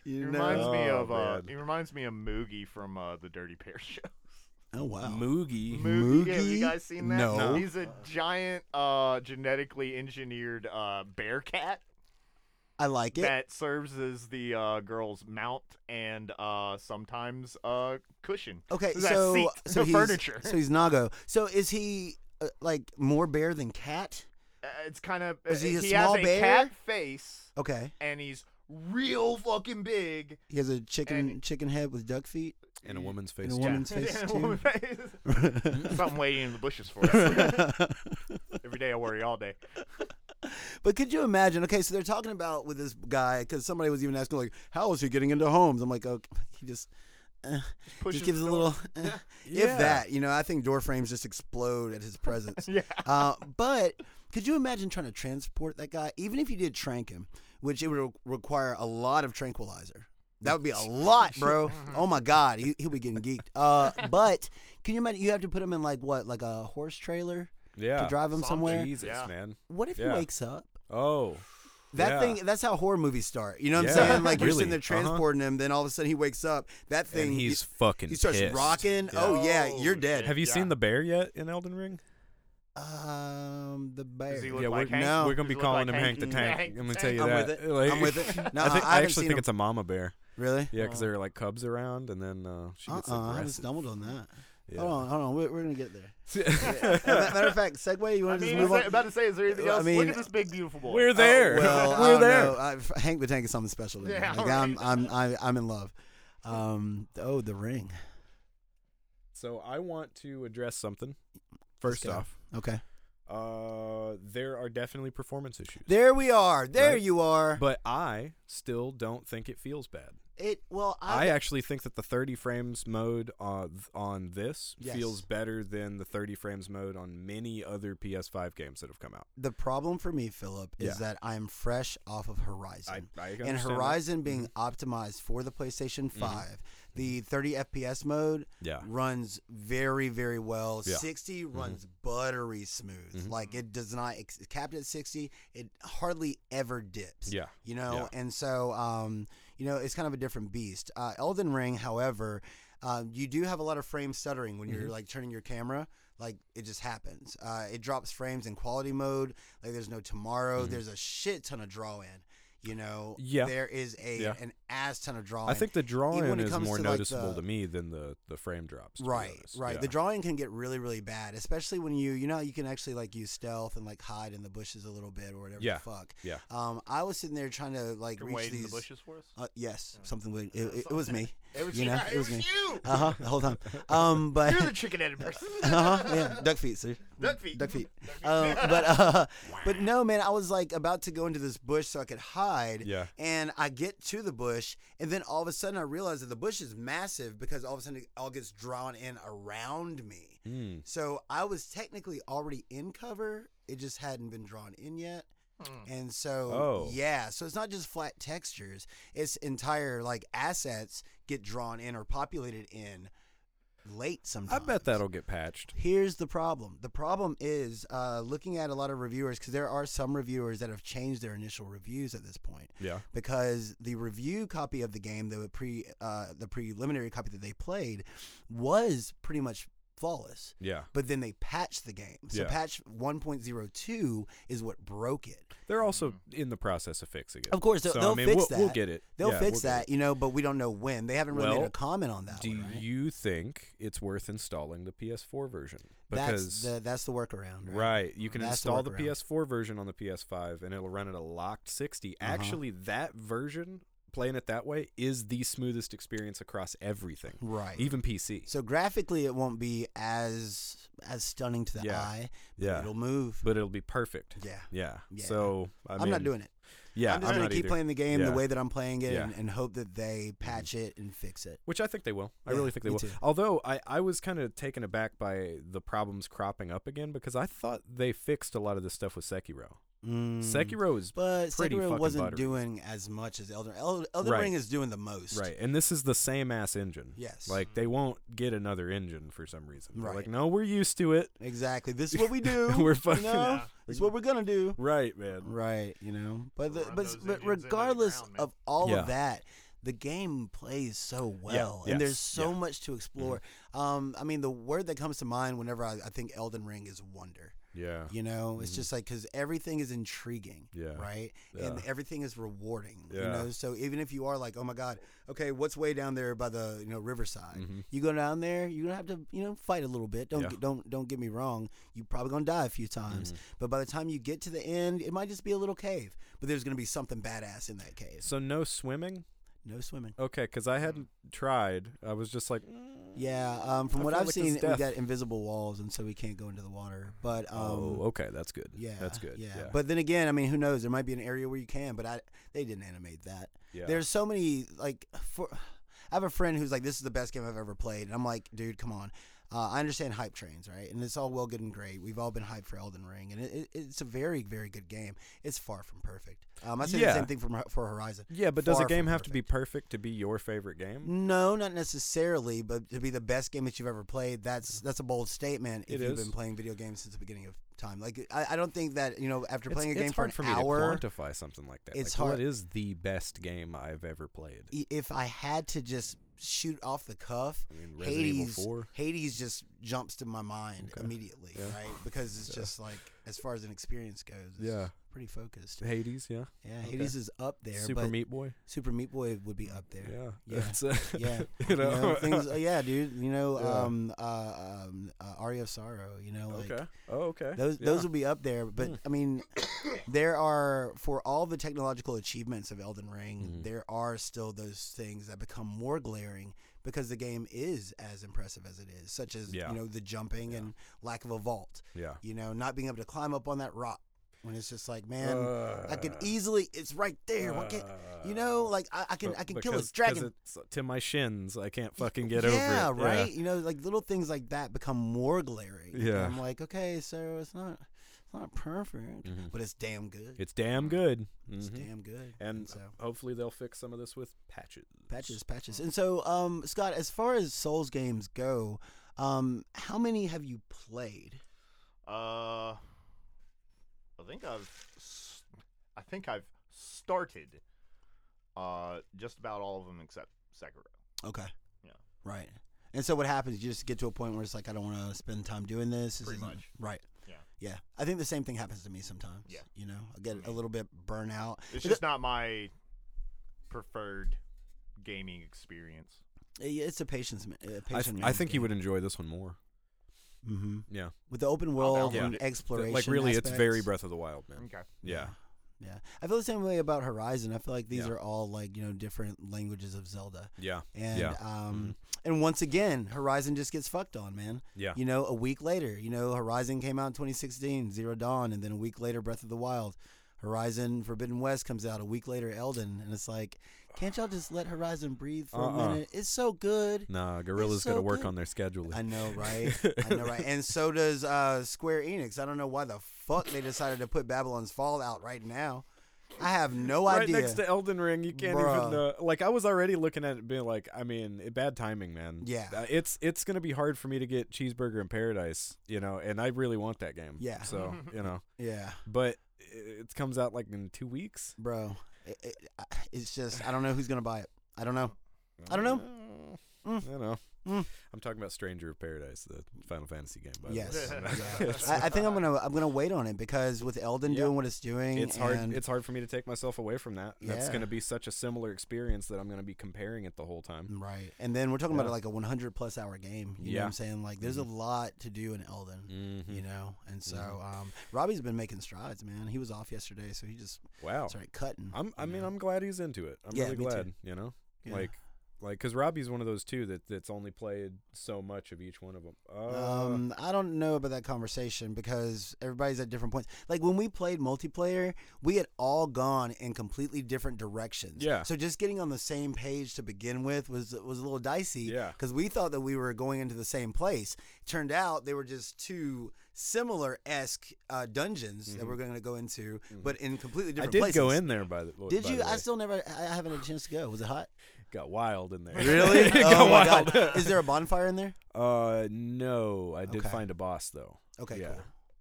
Speaker 3: He
Speaker 2: know?
Speaker 3: reminds me
Speaker 1: Oh,
Speaker 3: of uh,
Speaker 1: man.
Speaker 3: he reminds me of Moogie from uh, the Dirty Pair show.
Speaker 2: oh wow.
Speaker 1: Moogie.
Speaker 3: Moogie, have
Speaker 2: Moogie?
Speaker 3: you guys seen that?
Speaker 2: No.
Speaker 3: He's a giant, uh, genetically engineered uh, bear cat
Speaker 2: I like it.
Speaker 3: that serves as the uh, girl's mount and uh, sometimes uh, cushion.
Speaker 2: Okay,
Speaker 3: That
Speaker 2: so
Speaker 3: seat,
Speaker 2: so
Speaker 3: the
Speaker 2: he's,
Speaker 3: furniture.
Speaker 2: So he's Nago. So is he uh, like more bear than cat?
Speaker 3: Uh, it's kind of
Speaker 2: Is he a
Speaker 3: he
Speaker 2: small
Speaker 3: has a
Speaker 2: bear?
Speaker 3: cat face
Speaker 2: Okay,
Speaker 3: and he's real fucking big.
Speaker 2: he has a chicken
Speaker 3: And-
Speaker 2: chicken head with duck feet.
Speaker 1: And a woman's face.
Speaker 2: And a
Speaker 1: too.
Speaker 2: woman's face,
Speaker 3: And a
Speaker 2: too.
Speaker 3: woman's face. Something waiting in the bushes for us. Every day I worry all day.
Speaker 2: But could you imagine? Okay, so they're talking about with this guy because somebody was even asking like, how is he getting into homes? I'm like, oh, he just. Uh,
Speaker 3: pushes
Speaker 2: just gives a
Speaker 3: the
Speaker 2: little, eh,
Speaker 1: Yeah.
Speaker 2: if that, you know. I think door frames just explode at his presence.
Speaker 3: Yeah.
Speaker 2: Uh, but could you imagine trying to transport that guy, even if you did trank him, which it would re- require a lot of tranquilizer. That would be a lot, bro. oh my God, he, he'll be getting geeked. Uh, but can you imagine? You have to put him in like what, like a horse trailer
Speaker 1: Yeah.
Speaker 2: to drive him somewhere.
Speaker 1: Jesus,
Speaker 3: Yeah.
Speaker 1: man.
Speaker 2: What if
Speaker 1: Yeah.
Speaker 2: he wakes up?
Speaker 1: Oh.
Speaker 2: That
Speaker 1: Yeah.
Speaker 2: thing, that's how horror movies start. You know what I'm
Speaker 1: Yeah,
Speaker 2: saying? Like you're
Speaker 1: really.
Speaker 2: sitting there
Speaker 1: Uh-huh.
Speaker 2: transporting him, then all of a sudden he wakes up. That thing,
Speaker 1: And he's fucking
Speaker 2: he starts
Speaker 1: pissed.
Speaker 2: rocking.
Speaker 1: Yeah.
Speaker 2: Oh yeah,
Speaker 3: Oh,
Speaker 2: you're dead.
Speaker 1: Have you
Speaker 3: Yeah.
Speaker 1: seen the bear yet in Elden Ring?
Speaker 2: Um, the bear.
Speaker 3: Does he look
Speaker 1: yeah,
Speaker 3: like
Speaker 1: we're,
Speaker 3: Hank?
Speaker 2: No.
Speaker 1: we're gonna be
Speaker 3: Does he look like
Speaker 1: calling him Hank the Tank.
Speaker 3: Hank the
Speaker 1: I'm gonna
Speaker 3: Tank.
Speaker 1: tell you that.
Speaker 2: I'm with it.
Speaker 1: Like-
Speaker 2: I'm with it. No,
Speaker 1: I, think,
Speaker 2: I
Speaker 1: I,
Speaker 2: haven't
Speaker 1: actually
Speaker 2: seen
Speaker 1: think
Speaker 2: him.
Speaker 1: it's a mama bear.
Speaker 2: really?
Speaker 1: Yeah,
Speaker 3: Oh.
Speaker 1: because there are like cubs around, and then uh, she
Speaker 2: Uh
Speaker 1: gets
Speaker 2: uh I haven't
Speaker 1: aggressive.
Speaker 2: stumbled on that.
Speaker 1: Yeah.
Speaker 2: Hold on, hold on. We're, we're gonna get there. As a ma- matter of fact, segue. You
Speaker 3: I
Speaker 2: want to just
Speaker 3: mean,
Speaker 2: move
Speaker 3: is
Speaker 2: on?
Speaker 3: that- about to say, is there anything
Speaker 2: I
Speaker 3: else?
Speaker 2: mean-
Speaker 3: Look at this big, beautiful boy.
Speaker 1: We're there.
Speaker 2: Oh, well,
Speaker 1: we're
Speaker 2: I don't
Speaker 1: there.
Speaker 2: Know. I, Hank the Tank is something special. To me.
Speaker 3: Yeah,
Speaker 2: Like, I'm, I'm, I'm, I'm in love. Um, oh, the ring.
Speaker 1: So I want to address something. First
Speaker 2: go.
Speaker 1: off,
Speaker 2: Okay,
Speaker 1: uh, there are definitely performance issues,
Speaker 2: there we are. There
Speaker 1: Right.
Speaker 2: you are.
Speaker 1: but I still don't think it feels bad.
Speaker 2: It well, I,
Speaker 1: I actually think that the 30 frames mode on, on this
Speaker 2: Yes.
Speaker 1: feels better than the 30 frames mode on many other PS5 games that have come out.
Speaker 2: the problem for me, Philip, is
Speaker 1: Yeah.
Speaker 2: that I'm fresh off of Horizon.
Speaker 1: I, I
Speaker 2: and
Speaker 1: understand that. Mm-hmm.
Speaker 2: Horizon being optimized for the PlayStation 5, the 30 FPS mode
Speaker 1: Yeah.
Speaker 2: runs very, very well.
Speaker 1: Yeah. Mm-hmm.
Speaker 2: 60 runs buttery smooth. Like it does not, it's capped at 60, it hardly ever dips.
Speaker 1: Yeah.
Speaker 2: You know, and so, um, you know, it's kind of a different beast. Uh, Elden Ring, however, um, you do have a lot of frame stuttering when
Speaker 1: Mm-hmm.
Speaker 2: you're like turning your camera. Like it just happens. Uh, it drops frames in quality mode. Like there's no tomorrow. There's a shit ton of draw in. You know,
Speaker 1: Mm-hmm. Yeah.
Speaker 2: there is a
Speaker 1: Yeah.
Speaker 2: an ass ton of draw.
Speaker 1: I think the
Speaker 2: when
Speaker 1: drawing
Speaker 2: it
Speaker 1: is
Speaker 2: comes
Speaker 1: more
Speaker 2: to, like,
Speaker 1: noticeable
Speaker 2: the-
Speaker 1: to me than the, the frame drops. to be
Speaker 2: Right,
Speaker 1: honest.
Speaker 2: right.
Speaker 1: Yeah.
Speaker 2: The drawing can get really, really bad, especially when you, you know, how you can actually like use stealth and like hide in the bushes a little bit or whatever.
Speaker 1: Yeah,
Speaker 2: The fuck.
Speaker 1: yeah.
Speaker 2: Um, I was sitting there trying to like
Speaker 3: You're
Speaker 2: reach
Speaker 3: waiting in
Speaker 2: these.
Speaker 3: the bushes for us.
Speaker 2: Uh, yes, something. Like, it, it, it was me.
Speaker 3: It was
Speaker 2: you know,
Speaker 3: yeah,
Speaker 2: it was me.
Speaker 3: you.
Speaker 2: Uh huh. The whole time. Um, but
Speaker 3: You're the chicken-headed person.
Speaker 2: uh-huh, yeah, duck feet, sir.
Speaker 3: Duck feet.
Speaker 2: Duck feet. Um, but uh, but no, man, I was like about to go into this bush so I could hide.
Speaker 1: Yeah.
Speaker 2: And I get to the bush, and then all of a sudden I realize that the bush is massive because all of a sudden it all gets drawn in around me.
Speaker 1: Mm.
Speaker 2: So I was technically already in cover. It just hadn't been drawn in yet. And so,
Speaker 1: Oh.
Speaker 2: yeah, so it's not just flat textures. It's entire like assets get drawn in or populated in late
Speaker 1: I
Speaker 2: sometimes.
Speaker 1: bet that'll get patched.
Speaker 2: Here's the problem. The problem is uh, looking at a lot of reviewers because there are some reviewers that have changed their initial reviews at this point
Speaker 1: Yeah.
Speaker 2: because the review copy of the game, the pre uh, the preliminary copy that they played, was pretty much flawless.
Speaker 1: Yeah.
Speaker 2: But then they patched the game. So
Speaker 1: Yeah.
Speaker 2: patch 1.02 is what broke it.
Speaker 1: They're also in the process of fixing it.
Speaker 2: Of course, they'll,
Speaker 1: So, I
Speaker 2: they'll
Speaker 1: mean,
Speaker 2: fix
Speaker 1: we'll-
Speaker 2: that.
Speaker 1: we'll get it.
Speaker 2: They'll
Speaker 1: Yeah,
Speaker 2: fix
Speaker 1: we'll get
Speaker 2: that, you know, but we don't know when. They haven't really made
Speaker 1: Well,
Speaker 2: a comment on that.
Speaker 1: Do
Speaker 2: one, right?
Speaker 1: you think it's worth installing the PS4 version?
Speaker 2: that's
Speaker 1: Because
Speaker 2: the that's the workaround. Right.
Speaker 1: right, you can
Speaker 2: That's the
Speaker 1: install the
Speaker 2: workaround.
Speaker 1: PS4 version on the PS5 and it'll run at a locked 60.
Speaker 2: Uh-huh.
Speaker 1: Actually, that version playing it that way is the smoothest experience across everything.
Speaker 2: Right.
Speaker 1: Even PC.
Speaker 2: So graphically, it won't be as as stunning to the
Speaker 1: Yeah.
Speaker 2: eye. but
Speaker 1: Yeah.
Speaker 2: It'll move.
Speaker 1: but it'll be perfect.
Speaker 2: yeah.
Speaker 1: Yeah.
Speaker 2: Yeah.
Speaker 1: So I
Speaker 2: I
Speaker 1: mean,
Speaker 2: am not doing it.
Speaker 1: Yeah,
Speaker 2: I'm just gonna
Speaker 1: not
Speaker 2: keep
Speaker 1: either.
Speaker 2: playing the game the
Speaker 1: Yeah.
Speaker 2: way that I'm playing it
Speaker 1: Yeah.
Speaker 2: and, and hope that they patch it and fix it.
Speaker 1: Which I think they will. I
Speaker 2: Yeah,
Speaker 1: really think they
Speaker 2: me
Speaker 1: will.
Speaker 2: too.
Speaker 1: Although I, I was kind of taken aback by the problems cropping up again because I thought they fixed a lot of this stuff with Sekiro.
Speaker 2: Mm.
Speaker 1: Sekiro is
Speaker 2: but
Speaker 1: pretty
Speaker 2: Sekiro
Speaker 1: fucking
Speaker 2: wasn't
Speaker 1: buttery.
Speaker 2: doing as much as Elden. El- Elden
Speaker 1: Right.
Speaker 2: Ring is doing the most.
Speaker 1: Right, and this is the same ass engine.
Speaker 2: Yes.
Speaker 1: like they won't get another engine for some reason. They're
Speaker 2: Right.
Speaker 1: like no, we're used to it.
Speaker 2: Exactly. This is what we do.
Speaker 1: We're
Speaker 2: You
Speaker 1: fucking-
Speaker 2: know?
Speaker 1: Yeah.
Speaker 2: This is what we're gonna do.
Speaker 1: Right, man.
Speaker 2: Right. You know. But the,
Speaker 3: Run
Speaker 2: but
Speaker 3: those
Speaker 2: but
Speaker 3: engines into the
Speaker 2: regardless
Speaker 3: ground, man.
Speaker 2: of all
Speaker 1: Yeah.
Speaker 2: of that, the game plays so well,
Speaker 1: yes,
Speaker 2: and there's so
Speaker 1: yeah. Mm-hmm.
Speaker 2: much to explore. Um, I mean, the word that comes to mind whenever I, I think Elden Ring is wonder.
Speaker 1: Yeah,
Speaker 2: You know, it's just like because everything is intriguing,
Speaker 1: Mm-hmm. Yeah.
Speaker 2: right? And
Speaker 1: Yeah.
Speaker 2: everything is rewarding, you
Speaker 1: Yeah.
Speaker 2: know. So even if you are like, oh my god, okay, what's way down there by the you know riverside? You go down there, you're gonna have to you know fight a little bit. Don't
Speaker 1: Mm-hmm. Yeah.
Speaker 2: get- don't don't get me wrong, you probably gonna die a few times,
Speaker 1: Mm-hmm.
Speaker 2: but by the time you get to the end, it might just be a little cave, but there's gonna be something badass in that cave.
Speaker 1: So no swimming.
Speaker 2: No swimming.
Speaker 1: Okay, because I hadn't tried. I was just like, mm,
Speaker 2: Yeah, um, from
Speaker 1: I
Speaker 2: what
Speaker 1: feel
Speaker 2: I've
Speaker 1: like this
Speaker 2: seen,
Speaker 1: is
Speaker 2: we
Speaker 1: death.
Speaker 2: got invisible walls, and so we can't go into the water. But um,
Speaker 1: oh, okay, that's good.
Speaker 2: Yeah,
Speaker 1: that's good.
Speaker 2: Yeah. but then again, I mean, who knows? There might be an area where you can, but I they didn't animate that.
Speaker 1: Yeah.
Speaker 2: There's so many like for. I have a friend who's like, "This is the best game I've ever played," and I'm like, "Dude, come on." Uh, I understand hype trains, right? And it's all well, good, and great. We've all been hyped for Elden Ring, and it, it, it's a very, very good game. It's far from perfect. Um, I said the
Speaker 1: Yeah.
Speaker 2: same thing for for Horizon.
Speaker 1: yeah, but does a
Speaker 2: Far
Speaker 1: game
Speaker 2: from
Speaker 1: have to be perfect to be your favorite game?
Speaker 2: No, not necessarily, but to be the best game that you've ever played, that's that's a bold statement if
Speaker 1: It
Speaker 2: you've
Speaker 1: is.
Speaker 2: been playing video games since the beginning of time. Like I, I don't think that, you know, after playing
Speaker 1: it's,
Speaker 2: a game
Speaker 1: it's hard
Speaker 2: for an
Speaker 1: me
Speaker 2: hour,
Speaker 1: to quantify something like that. Like,
Speaker 2: it's hard-
Speaker 1: What is the best game I've ever played?
Speaker 2: i- if I had to just shoot off the cuff,
Speaker 1: I mean, Resident Evil
Speaker 2: Hades,
Speaker 1: 4?
Speaker 2: Hades just jumps to my mind immediately,
Speaker 1: Yeah.
Speaker 2: right? Because it's just like as far as an experience goes, it's
Speaker 1: Yeah.
Speaker 2: pretty focused.
Speaker 1: Hades, yeah.
Speaker 2: Yeah, Hades is up there,
Speaker 1: Super
Speaker 2: but
Speaker 1: Meat Boy,
Speaker 2: Super Meat Boy would be up there.
Speaker 1: yeah.
Speaker 2: Yeah.
Speaker 1: It's, uh,
Speaker 2: Yeah,
Speaker 1: you
Speaker 2: You
Speaker 1: know.
Speaker 2: know, things, uh, yeah, dude. You know,
Speaker 1: Yeah.
Speaker 2: um, uh, um, uh, Aria of Sorrow. You know, like
Speaker 1: okay. Oh, okay.
Speaker 2: those
Speaker 1: yeah. Hmm.
Speaker 2: those will be up there. But I mean, there are for all the technological achievements of Elden Ring,
Speaker 1: Mm-hmm.
Speaker 2: there are still those things that become more glaring because the game is as impressive as it is, such as
Speaker 1: Yeah.
Speaker 2: you know the jumping and lack of a vault.
Speaker 1: Yeah.
Speaker 2: You know, not being able to climb up on that rock. when it's just like, man, I could
Speaker 1: Uh,
Speaker 2: easily. It's right there. Why can't you know? Like I, I can I can kill this dragon.
Speaker 1: to my shins. I can't fucking get
Speaker 2: yeah,
Speaker 1: over it.
Speaker 2: right. You know, like little things like that become more glaring. And
Speaker 1: Yeah.
Speaker 2: I'm like, okay, so it's not, it's not perfect,
Speaker 1: Mm-hmm.
Speaker 2: but it's damn good.
Speaker 1: It's damn good.
Speaker 2: It's
Speaker 1: Mhm.
Speaker 2: damn good.
Speaker 1: And
Speaker 2: so
Speaker 1: hopefully they'll fix some of this with patches.
Speaker 2: patches, patches. And so, um, Scott, as far as Souls games go, um, how many have you played?
Speaker 3: Uh, I think I've, s- I think I've started, uh, just about all of them except Sekiro.
Speaker 2: Okay.
Speaker 3: Yeah.
Speaker 2: Right. And so what happens? You just get to a point where it's like, I don't want to spend time doing this. this
Speaker 3: Pretty
Speaker 2: isn't-
Speaker 3: much.
Speaker 2: Right.
Speaker 3: Yeah.
Speaker 2: Yeah. I think the same thing happens to me sometimes.
Speaker 3: Yeah.
Speaker 2: You know, I get a little bit burnout.
Speaker 3: It's just not my preferred gaming experience.
Speaker 2: It's a patience. ma- A
Speaker 1: I,
Speaker 2: patience
Speaker 1: I think you would enjoy this one more.
Speaker 2: hmm
Speaker 1: Yeah.
Speaker 2: With the open world
Speaker 3: Mm-hmm. download
Speaker 2: and
Speaker 3: it.
Speaker 2: exploration.
Speaker 1: Like really, it's very
Speaker 2: aspects. Mm,
Speaker 1: Breath of the Wild, man.
Speaker 3: Okay.
Speaker 1: Yeah.
Speaker 2: Yeah. I feel the same way about Horizon. I feel like these
Speaker 1: Yeah.
Speaker 2: are all like, you know, different languages of Zelda.
Speaker 1: Yeah.
Speaker 2: And
Speaker 1: Yeah. Mm-hmm.
Speaker 2: um and once again, Horizon just gets fucked on, man.
Speaker 1: Yeah.
Speaker 2: You know, a week later, you know, Horizon came out in 2016, Zero Dawn, and then a week later Breath of the Wild. Horizon Forbidden West comes out a week later Elden, and it's like, can't y'all just let Horizon breathe for
Speaker 1: Uh-uh.
Speaker 2: a minute? It's so good.
Speaker 1: Nah, Gorilla's
Speaker 2: so
Speaker 1: got to work
Speaker 2: good.
Speaker 1: on their scheduling.
Speaker 2: I know, right? I know, right? And so does uh, Square Enix. I don't know why the fuck they decided to put Babylon's Fall out right now. I have no
Speaker 1: right
Speaker 2: idea.
Speaker 1: next to Elden Ring. You can't even uh,
Speaker 2: Bruh.
Speaker 1: like. I was already looking at it, being like, I mean, it, bad timing, man.
Speaker 2: Yeah.
Speaker 1: Uh, it's it's gonna be hard for me to get Cheeseburger in Paradise, you know, and I really want that game.
Speaker 2: Yeah.
Speaker 1: So you know,
Speaker 2: yeah,
Speaker 1: but it, it comes out like in two weeks.
Speaker 2: bro. It, it, I- it's just I don't know who's gonna buy it. I don't know. I don't know.
Speaker 1: I don't know.
Speaker 2: Mm.
Speaker 1: I'm talking about Stranger of Paradise, the Final Fantasy game. By
Speaker 2: Yes.
Speaker 1: the way.
Speaker 2: Yeah. I, I think I'm gonna I'm gonna wait on it because with Elden
Speaker 1: Yeah.
Speaker 2: doing what it's doing,
Speaker 1: It's hard.
Speaker 2: and-
Speaker 1: It's hard for me to take myself away from that. That's
Speaker 2: Yeah.
Speaker 1: going to be such a similar experience that I'm going to be comparing it the whole time.
Speaker 2: right. And then we're talking
Speaker 1: Yeah.
Speaker 2: about like a 100 plus hour game. You know
Speaker 1: Yeah.
Speaker 2: what I'm saying? Like there's a lot to do in Elden.
Speaker 1: Mm-hmm.
Speaker 2: You know, and so um, Robbie's been making strides, man. He was off yesterday, so he just
Speaker 1: Wow.
Speaker 2: started cutting.
Speaker 1: Oh. I'm. I
Speaker 2: you
Speaker 1: mean,
Speaker 2: know?
Speaker 1: I'm glad he's into it. I'm
Speaker 2: Yeah,
Speaker 1: really
Speaker 2: me too.
Speaker 1: glad. You know,
Speaker 2: Yeah.
Speaker 1: like, like, cause Robbie's one of those two that that's only played so much of each one of Uh, them.
Speaker 2: Um, I don't know about that conversation because everybody's at different points. Like when we played multiplayer, we had all gone in completely different directions.
Speaker 1: Yeah.
Speaker 2: So just getting on the same page to begin with was was a little dicey.
Speaker 1: Yeah.
Speaker 2: Because we thought that we were going into the same place. Turned out they were just two similar esque uh, dungeons that we're going to go into, but in completely
Speaker 1: Mm-hmm. I
Speaker 2: different.
Speaker 1: did
Speaker 2: places.
Speaker 1: go in there by the.
Speaker 2: Did
Speaker 1: by
Speaker 2: you?
Speaker 1: the
Speaker 2: I
Speaker 1: way.
Speaker 2: still never. I I haven't had a chance to go. Was it hot?
Speaker 1: got wild in there.
Speaker 2: Really?
Speaker 1: Got
Speaker 2: oh my
Speaker 1: wild.
Speaker 2: god! Is there a bonfire in there?
Speaker 1: Uh, no, I did
Speaker 2: Okay.
Speaker 1: find a boss though.
Speaker 2: Okay.
Speaker 1: yeah,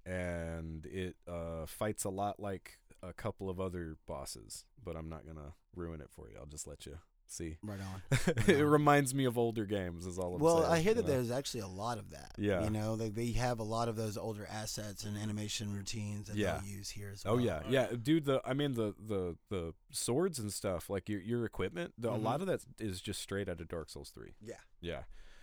Speaker 2: Cool.
Speaker 1: and it uh fights a lot like a couple of other bosses, but I'm not gonna ruin it for you. I'll just let you see.
Speaker 2: Right on.
Speaker 1: it reminds me of older games. Is all I'm
Speaker 2: Well,
Speaker 1: saying,
Speaker 2: I hear
Speaker 1: you
Speaker 2: that
Speaker 1: know?
Speaker 2: there's actually a lot of that.
Speaker 1: Yeah.
Speaker 2: You know, like they have a lot of those older assets and animation routines that
Speaker 1: Yeah.
Speaker 2: they'll use here as well.
Speaker 1: Oh yeah, yeah, dude. The I mean the the the swords and stuff, like your your equipment. The, A lot of that is just straight out of Dark Souls three.
Speaker 2: Mm-hmm. Yeah.
Speaker 1: Yeah,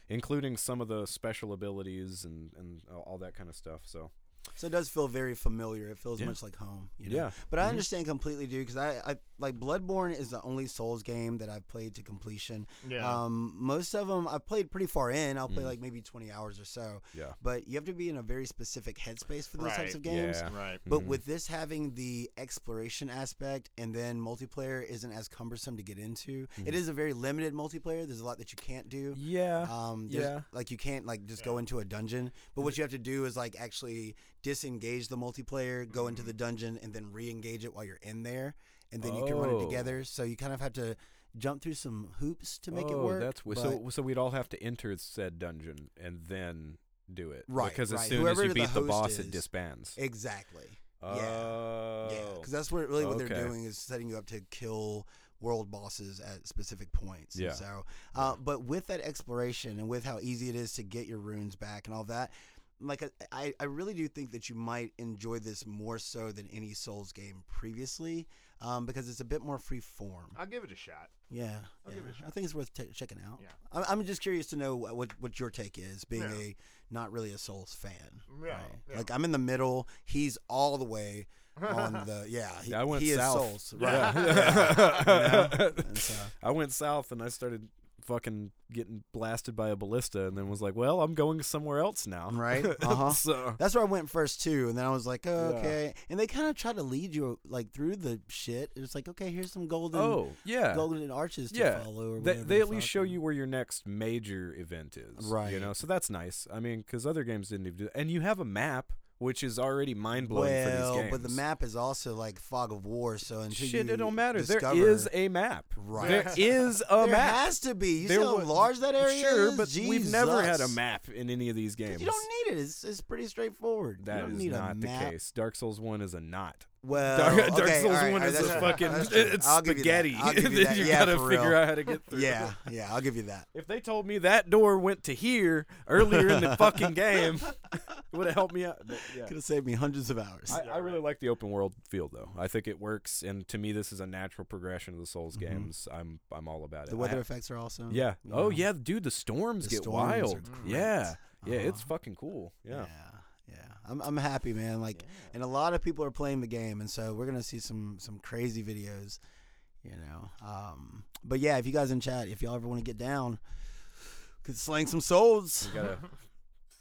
Speaker 1: including some of the special abilities and and all- all that kind of stuff. So
Speaker 2: So it does feel very familiar. It feels
Speaker 1: Yeah.
Speaker 2: much like home. You know?
Speaker 1: Yeah. Mm-hmm.
Speaker 2: But I understand completely, dude, because I, I like Bloodborne is the only Souls game that I've played to completion.
Speaker 3: Yeah.
Speaker 2: Um, most of them I've played pretty far in. I'll
Speaker 1: Mm.
Speaker 2: play like maybe 20 hours or so.
Speaker 1: Yeah.
Speaker 2: But you have to be in a very specific headspace for those
Speaker 3: Right.
Speaker 2: types of games.
Speaker 1: Yeah. Mm-hmm.
Speaker 3: Right.
Speaker 2: But with this having the exploration aspect and then multiplayer isn't as cumbersome to get into.
Speaker 1: Mm-hmm.
Speaker 2: It is a very limited multiplayer. There's a lot that you can't do.
Speaker 1: yeah,
Speaker 2: Um, there's-
Speaker 1: Yeah.
Speaker 2: Like you can't like just go into a dungeon. But what you have to do is like actually disengage the multiplayer, go into
Speaker 1: Mm-hmm.
Speaker 2: the dungeon, and then re-engage it while you're in there, and then you can run
Speaker 1: Oh.
Speaker 2: it together. So you kind of have to jump through some hoops to make it work.
Speaker 1: Oh, That's wi-
Speaker 2: but-
Speaker 1: so so we'd all have to enter said dungeon and then do it.
Speaker 2: Right,
Speaker 1: Because as
Speaker 2: right.
Speaker 1: soon
Speaker 2: Whoever
Speaker 1: as you
Speaker 2: the
Speaker 1: beat the,
Speaker 2: host
Speaker 1: boss, it
Speaker 2: is.
Speaker 1: disbands.
Speaker 2: exactly. Yeah.
Speaker 1: oh.
Speaker 2: Yeah, because that's what really what
Speaker 1: Okay.
Speaker 2: they're doing is setting you up to kill world bosses at specific points. And
Speaker 1: Yeah.
Speaker 2: So, uh, but with that exploration and with how easy it is to get your runes back and all that, like I- I, I really do think that you might enjoy this more so than any Souls game previously, um, because it's a bit more free form.
Speaker 3: I'll give it a shot.
Speaker 2: Yeah, yeah.
Speaker 3: give it a
Speaker 2: I think it's worth t- checking out.
Speaker 3: Yeah.
Speaker 2: I'm, I'm just curious to know what what your take is, being
Speaker 3: Yeah.
Speaker 2: a not really a Souls fan.
Speaker 3: Yeah, yeah.
Speaker 2: Like I'm in the middle. He's all the way on the yeah. He,
Speaker 1: Yeah, I went
Speaker 2: he
Speaker 1: south.
Speaker 2: is Souls, right?
Speaker 1: Yeah.
Speaker 2: And so-
Speaker 1: I went south and I started fucking getting blasted by a ballista and then was like, well, I'm going somewhere else now.
Speaker 2: Right, uh-huh.
Speaker 1: so
Speaker 2: That's where I went first too, and then I was like, oh,
Speaker 1: Yeah.
Speaker 2: okay. And they kind of try to lead you like through the shit. It's like, okay, here's some golden,
Speaker 1: oh yeah,
Speaker 2: golden arches to
Speaker 1: yeah.
Speaker 2: follow. Or
Speaker 1: They,
Speaker 2: whatever
Speaker 1: they
Speaker 2: the
Speaker 1: at least
Speaker 2: fuck,
Speaker 1: show
Speaker 2: and-
Speaker 1: you where your next major event is,
Speaker 2: Right.
Speaker 1: You know, so that's nice. I mean, because other games didn't even do, and you have a map, which is already mind blowing for
Speaker 2: Well,
Speaker 1: these games.
Speaker 2: but the map is also like fog of war. So until
Speaker 1: shit,
Speaker 2: you
Speaker 1: it don't matter.
Speaker 2: Discover,
Speaker 1: There is a map.
Speaker 2: Right.
Speaker 1: There is a
Speaker 2: there
Speaker 1: map.
Speaker 2: has to be. You
Speaker 1: There
Speaker 2: see how
Speaker 1: wa-
Speaker 2: large that area
Speaker 1: sure,
Speaker 2: is?
Speaker 1: but we've never had a
Speaker 2: Jesus.
Speaker 1: map in any of these games.
Speaker 2: You don't need it. It's, it's pretty straightforward. you
Speaker 1: That
Speaker 2: don't
Speaker 1: is
Speaker 2: need a
Speaker 1: not the
Speaker 2: map.
Speaker 1: case. Dark Souls One is a knot.
Speaker 2: Well,
Speaker 1: Dark,
Speaker 2: okay,
Speaker 1: Dark Souls
Speaker 2: all right,
Speaker 1: One
Speaker 2: all right,
Speaker 1: is a
Speaker 2: that's true.
Speaker 1: fucking
Speaker 2: That's true.
Speaker 1: it's
Speaker 2: I'll give you that.
Speaker 1: spaghetti.
Speaker 2: I'll give you that. yeah,
Speaker 1: gotta
Speaker 2: for
Speaker 1: figure
Speaker 2: real.
Speaker 1: out how to get through.
Speaker 2: Yeah, yeah, I'll give you that.
Speaker 1: If they told me that door went to here earlier in the fucking game, it would have helped me out. But, yeah.
Speaker 2: Could have saved me hundreds of hours.
Speaker 1: I, I really like the open world feel though. I think it works, and to me, this is a natural progression of the Souls games. I'm I'm all about it.
Speaker 2: Mm-hmm. the
Speaker 1: I-
Speaker 2: weather effects are awesome.
Speaker 1: yeah. Oh
Speaker 2: Yeah.
Speaker 1: yeah, dude. The storms
Speaker 2: The
Speaker 1: get
Speaker 2: storms are
Speaker 1: wild. Yeah. Yeah. It's
Speaker 2: Uh-huh.
Speaker 1: fucking cool.
Speaker 2: yeah,
Speaker 1: Yeah.
Speaker 2: yeah. I'm I'm happy, man. Like, and a lot of people are playing the game, and so we're gonna see some some crazy videos, you know. Um, but yeah, if you guys in chat, if y'all ever want to get down, could slang some souls.
Speaker 1: You gotta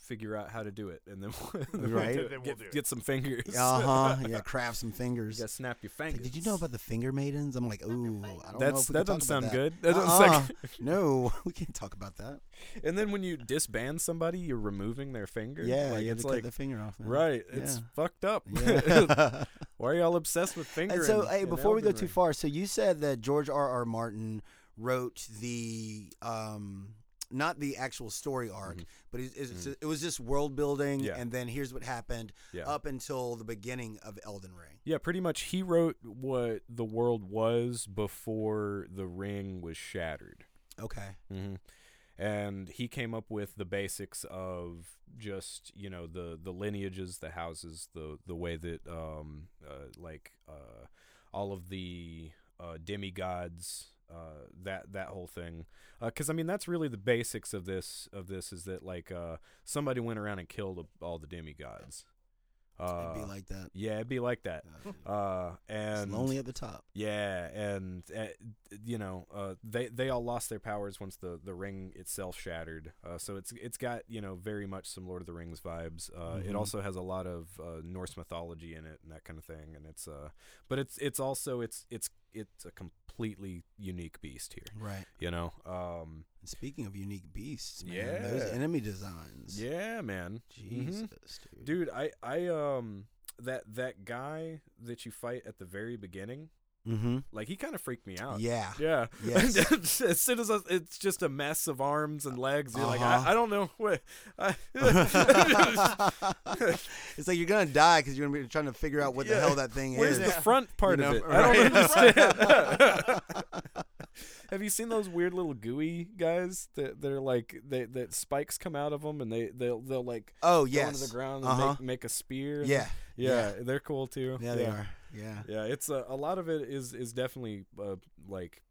Speaker 1: figure out how to do it, and then we'll, then we'll
Speaker 2: Right.
Speaker 1: do it.
Speaker 3: Then we'll
Speaker 1: get
Speaker 3: do it.
Speaker 1: get some fingers.
Speaker 2: Uh huh. Yeah, craft some
Speaker 1: You
Speaker 2: fingers.
Speaker 1: gotta snap your
Speaker 2: Like,
Speaker 1: fingers.
Speaker 2: did you know about the finger maidens? I'm like, ooh, I don't know.
Speaker 1: That's
Speaker 2: If we
Speaker 1: that
Speaker 2: could talk
Speaker 1: doesn't sound
Speaker 2: about that.
Speaker 1: good. That doesn't
Speaker 2: Uh-uh.
Speaker 1: sound good.
Speaker 2: no, we can't talk about that.
Speaker 1: And then when you disband somebody, you're removing their finger.
Speaker 2: Yeah,
Speaker 1: like,
Speaker 2: you had
Speaker 1: it's
Speaker 2: to
Speaker 1: like
Speaker 2: cut the finger off. Man.
Speaker 1: right. It's
Speaker 2: Yeah.
Speaker 1: fucked up.
Speaker 2: Yeah.
Speaker 1: Why are y'all obsessed with finger?
Speaker 2: and so,
Speaker 1: and-
Speaker 2: hey,
Speaker 1: and
Speaker 2: before we go
Speaker 1: Elden
Speaker 2: too
Speaker 1: Ring?
Speaker 2: far, so you said that George R. R. Martin wrote the um, not the actual story arc, but it, it's- it's- it was just world building,
Speaker 1: Mm-hmm. Mm. Yeah.
Speaker 2: and then here's what happened
Speaker 1: Yeah.
Speaker 2: up until the beginning of Elden Ring.
Speaker 1: yeah, pretty much he wrote what the world was before the ring was shattered.
Speaker 2: Okay.
Speaker 1: hmm And he came up with the basics of just you know the the lineages, the houses, the the way that um uh, like uh, all of the uh, demigods. Uh, that that whole thing, because I mean that's really the basics of this of this is that like uh, somebody went around and killed all the demigods. Uh,
Speaker 2: It'd be like that.
Speaker 1: yeah, it'd be like that.
Speaker 2: Uh,
Speaker 1: Uh,
Speaker 2: it's
Speaker 1: and
Speaker 2: lonely at the top.
Speaker 1: yeah, and uh, you know, uh, they they all lost their powers once the, the ring itself shattered. Uh, so it's it's got you know very much some Lord of the Rings vibes. Uh, It
Speaker 2: Mhm.
Speaker 1: also has a lot of uh, Norse mythology in it and that kind of thing. And it's uh, but it's it's also it's it's it's a completely unique beast here.
Speaker 2: Right.
Speaker 1: You know, um,
Speaker 2: And speaking of unique beasts, man, those
Speaker 1: Yeah.
Speaker 2: enemy designs.
Speaker 1: yeah, man, Mhm.
Speaker 2: Jesus, dude.
Speaker 1: dude, I I um that that guy that you fight at the very beginning,
Speaker 2: Mm-hmm.
Speaker 1: like he kind of freaked me out.
Speaker 2: Yeah.
Speaker 1: Yeah.
Speaker 2: Yes.
Speaker 1: as soon as I, it's just a mess of arms and legs, you're like,
Speaker 2: Uh-huh.
Speaker 1: I, I don't know what. I,
Speaker 2: it's like you're gonna die because you're gonna be trying to figure out what the
Speaker 1: Yeah.
Speaker 2: hell that thing
Speaker 1: where's
Speaker 2: is.
Speaker 1: the front part
Speaker 2: You
Speaker 1: of
Speaker 2: know,
Speaker 1: it? I don't
Speaker 2: right.
Speaker 1: understand. Have you seen those weird little gooey guys that that are like they, that spikes come out of them and they they'll they'll like go
Speaker 2: oh
Speaker 1: into
Speaker 2: yes.
Speaker 1: the ground and
Speaker 2: Uh-huh.
Speaker 1: make, make a spear? and-
Speaker 2: yeah.
Speaker 1: yeah, they're cool too.
Speaker 2: Yeah, they are. Yeah.
Speaker 1: Yeah, it's uh, a, a lot of it is is definitely uh, like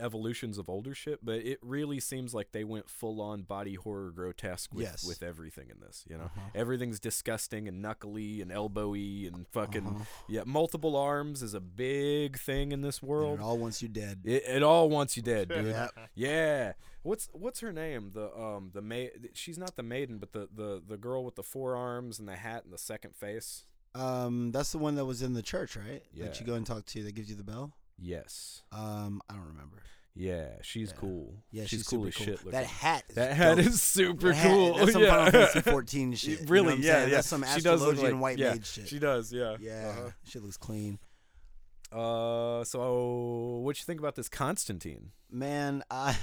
Speaker 1: evolutions of older shit, but it really seems like they went full on body horror grotesque with,
Speaker 2: Yes.
Speaker 1: with everything in this. You know,
Speaker 2: Uh-huh.
Speaker 1: everything's disgusting and knuckly and elbowy and fucking
Speaker 2: Uh-huh.
Speaker 1: yeah. Multiple arms is a big thing in this
Speaker 2: And
Speaker 1: world.
Speaker 2: it all wants you dead.
Speaker 1: It, it all wants you dead, dude.
Speaker 2: Yeah.
Speaker 1: Yeah. What's what's her name? The um the maid. She's not the maiden, but the, the the girl with the forearms and the hat and the second face.
Speaker 2: Um, that's the one that was in the church, right? That
Speaker 1: Yeah.
Speaker 2: you go and talk to that gives you the bell.
Speaker 1: Yes.
Speaker 2: Um, I don't remember.
Speaker 1: Yeah, she's
Speaker 2: Yeah.
Speaker 1: cool.
Speaker 2: Yeah,
Speaker 1: she's,
Speaker 2: she's
Speaker 1: cool
Speaker 2: super
Speaker 1: as shit.
Speaker 2: That
Speaker 1: looking.
Speaker 2: hat. Is
Speaker 1: That hat
Speaker 2: dope.
Speaker 1: is super
Speaker 2: That hat-
Speaker 1: cool.
Speaker 2: That's some
Speaker 1: yeah.
Speaker 2: Final Fantasy 14 shit. you know
Speaker 1: really,
Speaker 2: what I'm
Speaker 1: yeah,
Speaker 2: saying?
Speaker 1: yeah.
Speaker 2: That's some
Speaker 1: she does look
Speaker 2: astrologian
Speaker 1: like,
Speaker 2: white
Speaker 1: yeah,
Speaker 2: maid shit.
Speaker 1: She does, Uh-huh. yeah.
Speaker 2: yeah, shit looks clean.
Speaker 1: Uh-huh. Uh, so what you think about this Constantine?
Speaker 2: man, I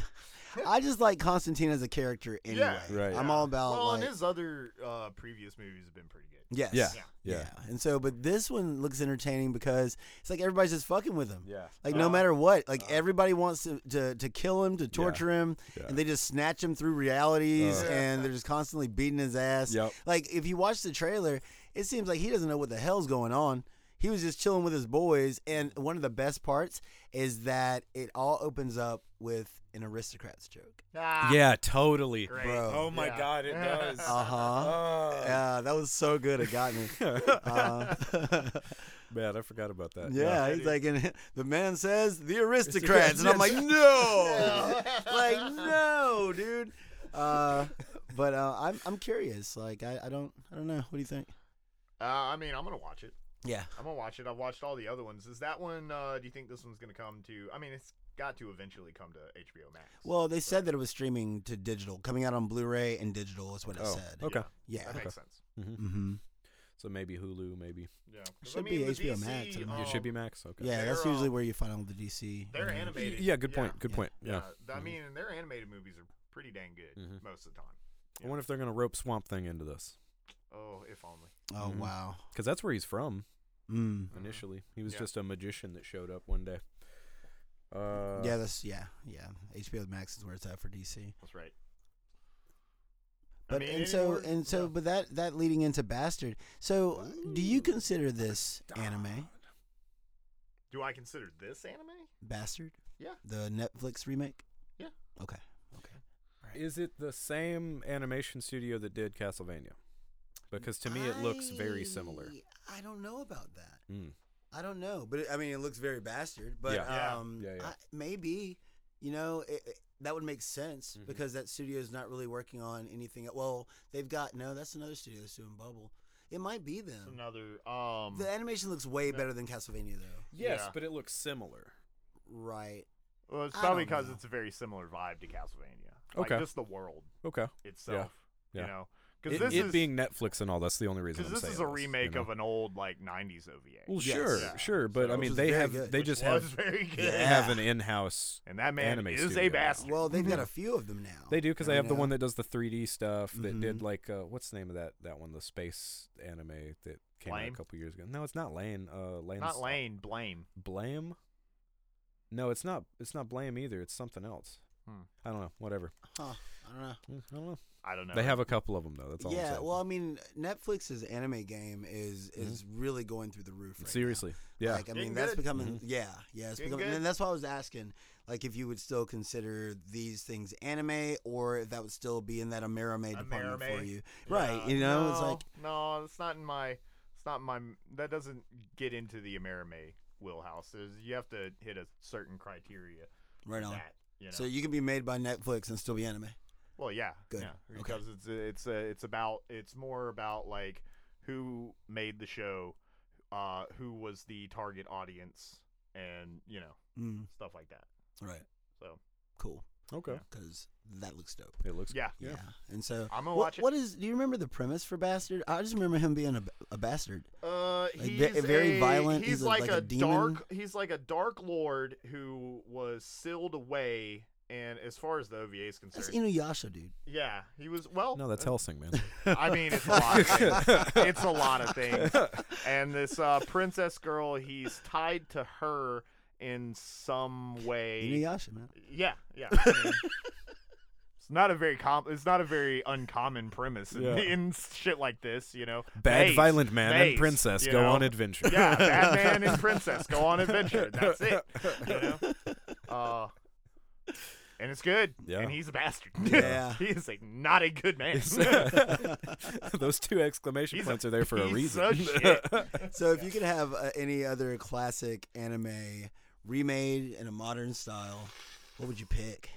Speaker 2: I just like Constantine as a character anyway.
Speaker 3: Yeah.
Speaker 1: Right.
Speaker 2: I'm
Speaker 3: Yeah.
Speaker 2: all about
Speaker 3: Well,
Speaker 2: like
Speaker 3: and his other uh, previous movies have been pretty good.
Speaker 2: yes.
Speaker 1: Yeah.
Speaker 3: Yeah.
Speaker 2: Yeah.
Speaker 1: Yeah.
Speaker 2: And so but this one looks entertaining because it's like everybody's just fucking with him.
Speaker 1: Yeah. Uh-huh.
Speaker 2: Like no
Speaker 3: Uh,
Speaker 2: matter what, like everybody wants to, to, to kill him, to torture him,
Speaker 1: Yeah.
Speaker 2: and they just snatch him through realities,
Speaker 1: Uh.
Speaker 2: and they're just constantly beating his ass.
Speaker 1: Yep.
Speaker 2: Like if you watch the trailer, it seems like he doesn't know what the hell's going on. He was just chilling with his boys, and one of the best parts is that it all opens up with an aristocrat's joke.
Speaker 3: Ah,
Speaker 1: Yeah, totally.
Speaker 3: Great.
Speaker 2: Bro.
Speaker 1: Oh my
Speaker 3: Yeah.
Speaker 1: god, it does.
Speaker 2: Uh huh.
Speaker 1: Oh.
Speaker 2: Uh, yeah, that was so good. It got me. Uh,
Speaker 1: Man, I forgot about that.
Speaker 2: yeah, he's like, and the man says the aristocrats, and I'm like, no, like no, dude. Uh, but uh, I'm I'm curious. Like, I, I don't I don't know. What do you think?
Speaker 3: Uh, I mean, I'm gonna watch it.
Speaker 2: Yeah,
Speaker 3: I'm gonna watch it. I've watched all the other ones. Is that one? Uh, do you think this one's gonna come to? I mean, it's got to eventually come to HBO Max.
Speaker 2: Well, they said that it was streaming to digital, coming out on Blu-ray and digital is what it
Speaker 1: Oh,
Speaker 2: said.
Speaker 1: okay.
Speaker 2: Yeah.
Speaker 3: that makes sense.
Speaker 2: Mm-hmm.
Speaker 1: So maybe Hulu, maybe.
Speaker 3: Yeah, 'Cause,
Speaker 2: Should be
Speaker 3: with
Speaker 2: HBO Max, I mean.
Speaker 1: it should be
Speaker 3: um,
Speaker 1: Max. Okay.
Speaker 2: Oh. Yeah, that's
Speaker 3: They're,
Speaker 2: usually
Speaker 3: um,
Speaker 2: where you find all the DC.
Speaker 3: They're
Speaker 1: Y-
Speaker 2: uh,
Speaker 3: animated.
Speaker 1: Yeah, good point. Good
Speaker 2: Yeah.
Speaker 1: point. Yeah.
Speaker 3: th- I
Speaker 1: Mhm.
Speaker 3: mean, their animated movies are pretty dang good
Speaker 1: Mhm.
Speaker 2: Mm-hmm.
Speaker 3: most of the time.
Speaker 1: I wonder if they're going to rope Swamp Thing into this.
Speaker 3: Oh, if only.
Speaker 2: Oh
Speaker 1: Mhm.
Speaker 2: wow.
Speaker 1: Because that's where he's from
Speaker 2: Mm.
Speaker 3: Mhm.
Speaker 1: initially. He was
Speaker 3: Yeah.
Speaker 1: just a magician that showed up one day. Uh,
Speaker 2: yeah, that's yeah, yeah. HBO Max is where it's at for DC.
Speaker 3: That's right. I
Speaker 2: But
Speaker 3: mean,
Speaker 2: and
Speaker 3: any
Speaker 2: so
Speaker 3: more-
Speaker 2: and so,
Speaker 3: yeah.
Speaker 2: but that that leading into Bastard. So, do you consider this anime
Speaker 3: do I consider this anime?
Speaker 2: Bastard?
Speaker 3: Yeah.
Speaker 2: The Netflix remake.
Speaker 3: Yeah.
Speaker 2: Okay. Okay.
Speaker 1: Is it the same animation studio that did Castlevania? Because to me, it looks very similar.
Speaker 2: I don't know about that.
Speaker 1: Mm.
Speaker 2: I don't know, but it, I mean, it looks very bastard. But
Speaker 1: Yeah.
Speaker 3: Yeah.
Speaker 2: um,
Speaker 1: Yeah, yeah.
Speaker 2: I, maybe you know it, it- that would make sense
Speaker 1: Mhm.
Speaker 2: because that studio is not really working on anything. Well, they've got no. That's another studio that's doing Bubble. It might be
Speaker 3: It's
Speaker 2: them.
Speaker 3: another. Um,
Speaker 2: The animation looks way
Speaker 3: no.
Speaker 2: better than Castlevania, though.
Speaker 1: Yes,
Speaker 3: Yeah.
Speaker 1: but it looks similar.
Speaker 2: Right.
Speaker 3: well, it's
Speaker 2: I
Speaker 3: probably
Speaker 2: don't
Speaker 3: because
Speaker 2: know.
Speaker 3: it's a very similar vibe to Castlevania.
Speaker 1: Okay.
Speaker 3: Like just the world
Speaker 1: Okay.
Speaker 3: itself.
Speaker 1: Yeah.
Speaker 3: You know,
Speaker 1: It,
Speaker 3: because this
Speaker 1: it
Speaker 3: is
Speaker 1: being Netflix and all that's the only reason.
Speaker 3: because
Speaker 1: I'm
Speaker 3: this
Speaker 1: saying
Speaker 3: is a
Speaker 1: this, you
Speaker 3: remake
Speaker 1: know?
Speaker 3: of an old like '90s OVA.
Speaker 1: Well,
Speaker 2: Yes.
Speaker 1: sure,
Speaker 3: Yeah.
Speaker 1: sure, but I
Speaker 3: So-
Speaker 1: mean,
Speaker 2: Which
Speaker 1: they
Speaker 2: is very
Speaker 1: have
Speaker 2: good.
Speaker 1: they
Speaker 3: which
Speaker 1: just
Speaker 3: was
Speaker 1: have
Speaker 3: very good.
Speaker 1: they have an in-house.
Speaker 3: And that man
Speaker 1: anime
Speaker 3: is
Speaker 1: studio
Speaker 3: a
Speaker 1: now.
Speaker 3: bastard.
Speaker 2: Well, they've got a few of them now.
Speaker 1: Mm-hmm. They do because they
Speaker 2: You
Speaker 1: have the
Speaker 2: know?
Speaker 1: one that does the 3D stuff that
Speaker 2: Mhm.
Speaker 1: did
Speaker 3: Mm-hmm.
Speaker 1: like uh, what's the name of that that one the space anime that came out
Speaker 3: Lame?
Speaker 1: a couple years ago. No, it's not Lane. Uh, Lane's
Speaker 3: Not Lane, Blame.
Speaker 1: Blame. No, it's not. It's not Blame either. It's something else.
Speaker 3: Hmm.
Speaker 1: I don't know. Whatever.
Speaker 2: Huh, I don't know.
Speaker 1: Mm, I don't know.
Speaker 3: I don't know.
Speaker 1: They have a couple of them though. That's all. I'm
Speaker 2: Yeah,
Speaker 1: saying.
Speaker 2: well, I mean, Netflix's anime game is is really going through the roof. Right now.
Speaker 1: Mm-hmm. seriously. Yeah.
Speaker 2: Like, I mean,
Speaker 3: Getting
Speaker 2: that's
Speaker 3: good.
Speaker 2: becoming, yeah, yeah, it's
Speaker 3: Getting
Speaker 2: becoming,
Speaker 3: good.
Speaker 2: and that's why I was asking, like, if you would still consider these things anime, or if that would still be in that Amerime department for
Speaker 3: Amerime.
Speaker 2: you, right? You know, it's like,
Speaker 3: no, it's not in my, it's not my. That doesn't get into the Amerime wheelhouse. There's- you have to hit a certain criteria.
Speaker 2: right on.
Speaker 3: That you know.
Speaker 2: So you can be made by Netflix and still be anime.
Speaker 3: well, yeah,
Speaker 2: Good.
Speaker 3: yeah,
Speaker 2: Okay.
Speaker 3: because it's it's uh, it's about it's more about like who made the show, uh, who was the target audience, and you know
Speaker 2: Mm,
Speaker 3: stuff like that.
Speaker 2: right.
Speaker 3: So
Speaker 2: Cool.
Speaker 1: okay.
Speaker 2: Because that looks dope.
Speaker 1: It looks.
Speaker 3: yeah,
Speaker 2: Yeah. And so,
Speaker 3: I'm gonna
Speaker 2: what-
Speaker 3: watch it.
Speaker 2: what is? Do you remember the premise for Bastard? I just remember him being a, a bastard.
Speaker 3: Uh,
Speaker 2: ve-
Speaker 3: he's
Speaker 2: very
Speaker 3: a-
Speaker 2: violent,
Speaker 3: He's,
Speaker 2: he's a-
Speaker 3: like,
Speaker 2: like a
Speaker 3: a,
Speaker 2: demon.
Speaker 3: dark. He's like a dark lord who was sealed away. And as far as the OVA is
Speaker 2: That's
Speaker 3: concerned,
Speaker 2: Inuyasha, dude.
Speaker 3: yeah, he was well.
Speaker 1: No, that's
Speaker 3: uh,
Speaker 1: Helsing, man.
Speaker 3: I mean, it's a lot. Of things. It's a lot of things. And this uh, princess girl, he's tied to her in some way.
Speaker 2: Inuyasha, man.
Speaker 3: Yeah, yeah. I mean, it's not a very com- It's not a very uncommon premise in,
Speaker 1: Yeah.
Speaker 3: in shit like this, you know.
Speaker 1: Bad
Speaker 3: Maze,
Speaker 1: violent man and
Speaker 3: maze,
Speaker 1: princess
Speaker 3: you
Speaker 1: go
Speaker 3: know?
Speaker 1: on adventure.
Speaker 3: yeah, Batman and Princess go on adventure. That's it. You know? Uh, and it's good.
Speaker 1: Yeah.
Speaker 3: And he's a bastard.
Speaker 2: Yeah.
Speaker 3: he is a, not a good man.
Speaker 1: Those two exclamation
Speaker 3: He's a
Speaker 1: uh, points are there for a
Speaker 3: piece
Speaker 1: reason.
Speaker 3: of shit.
Speaker 2: So if you could have uh, any other classic anime remade in a modern style, what would you pick?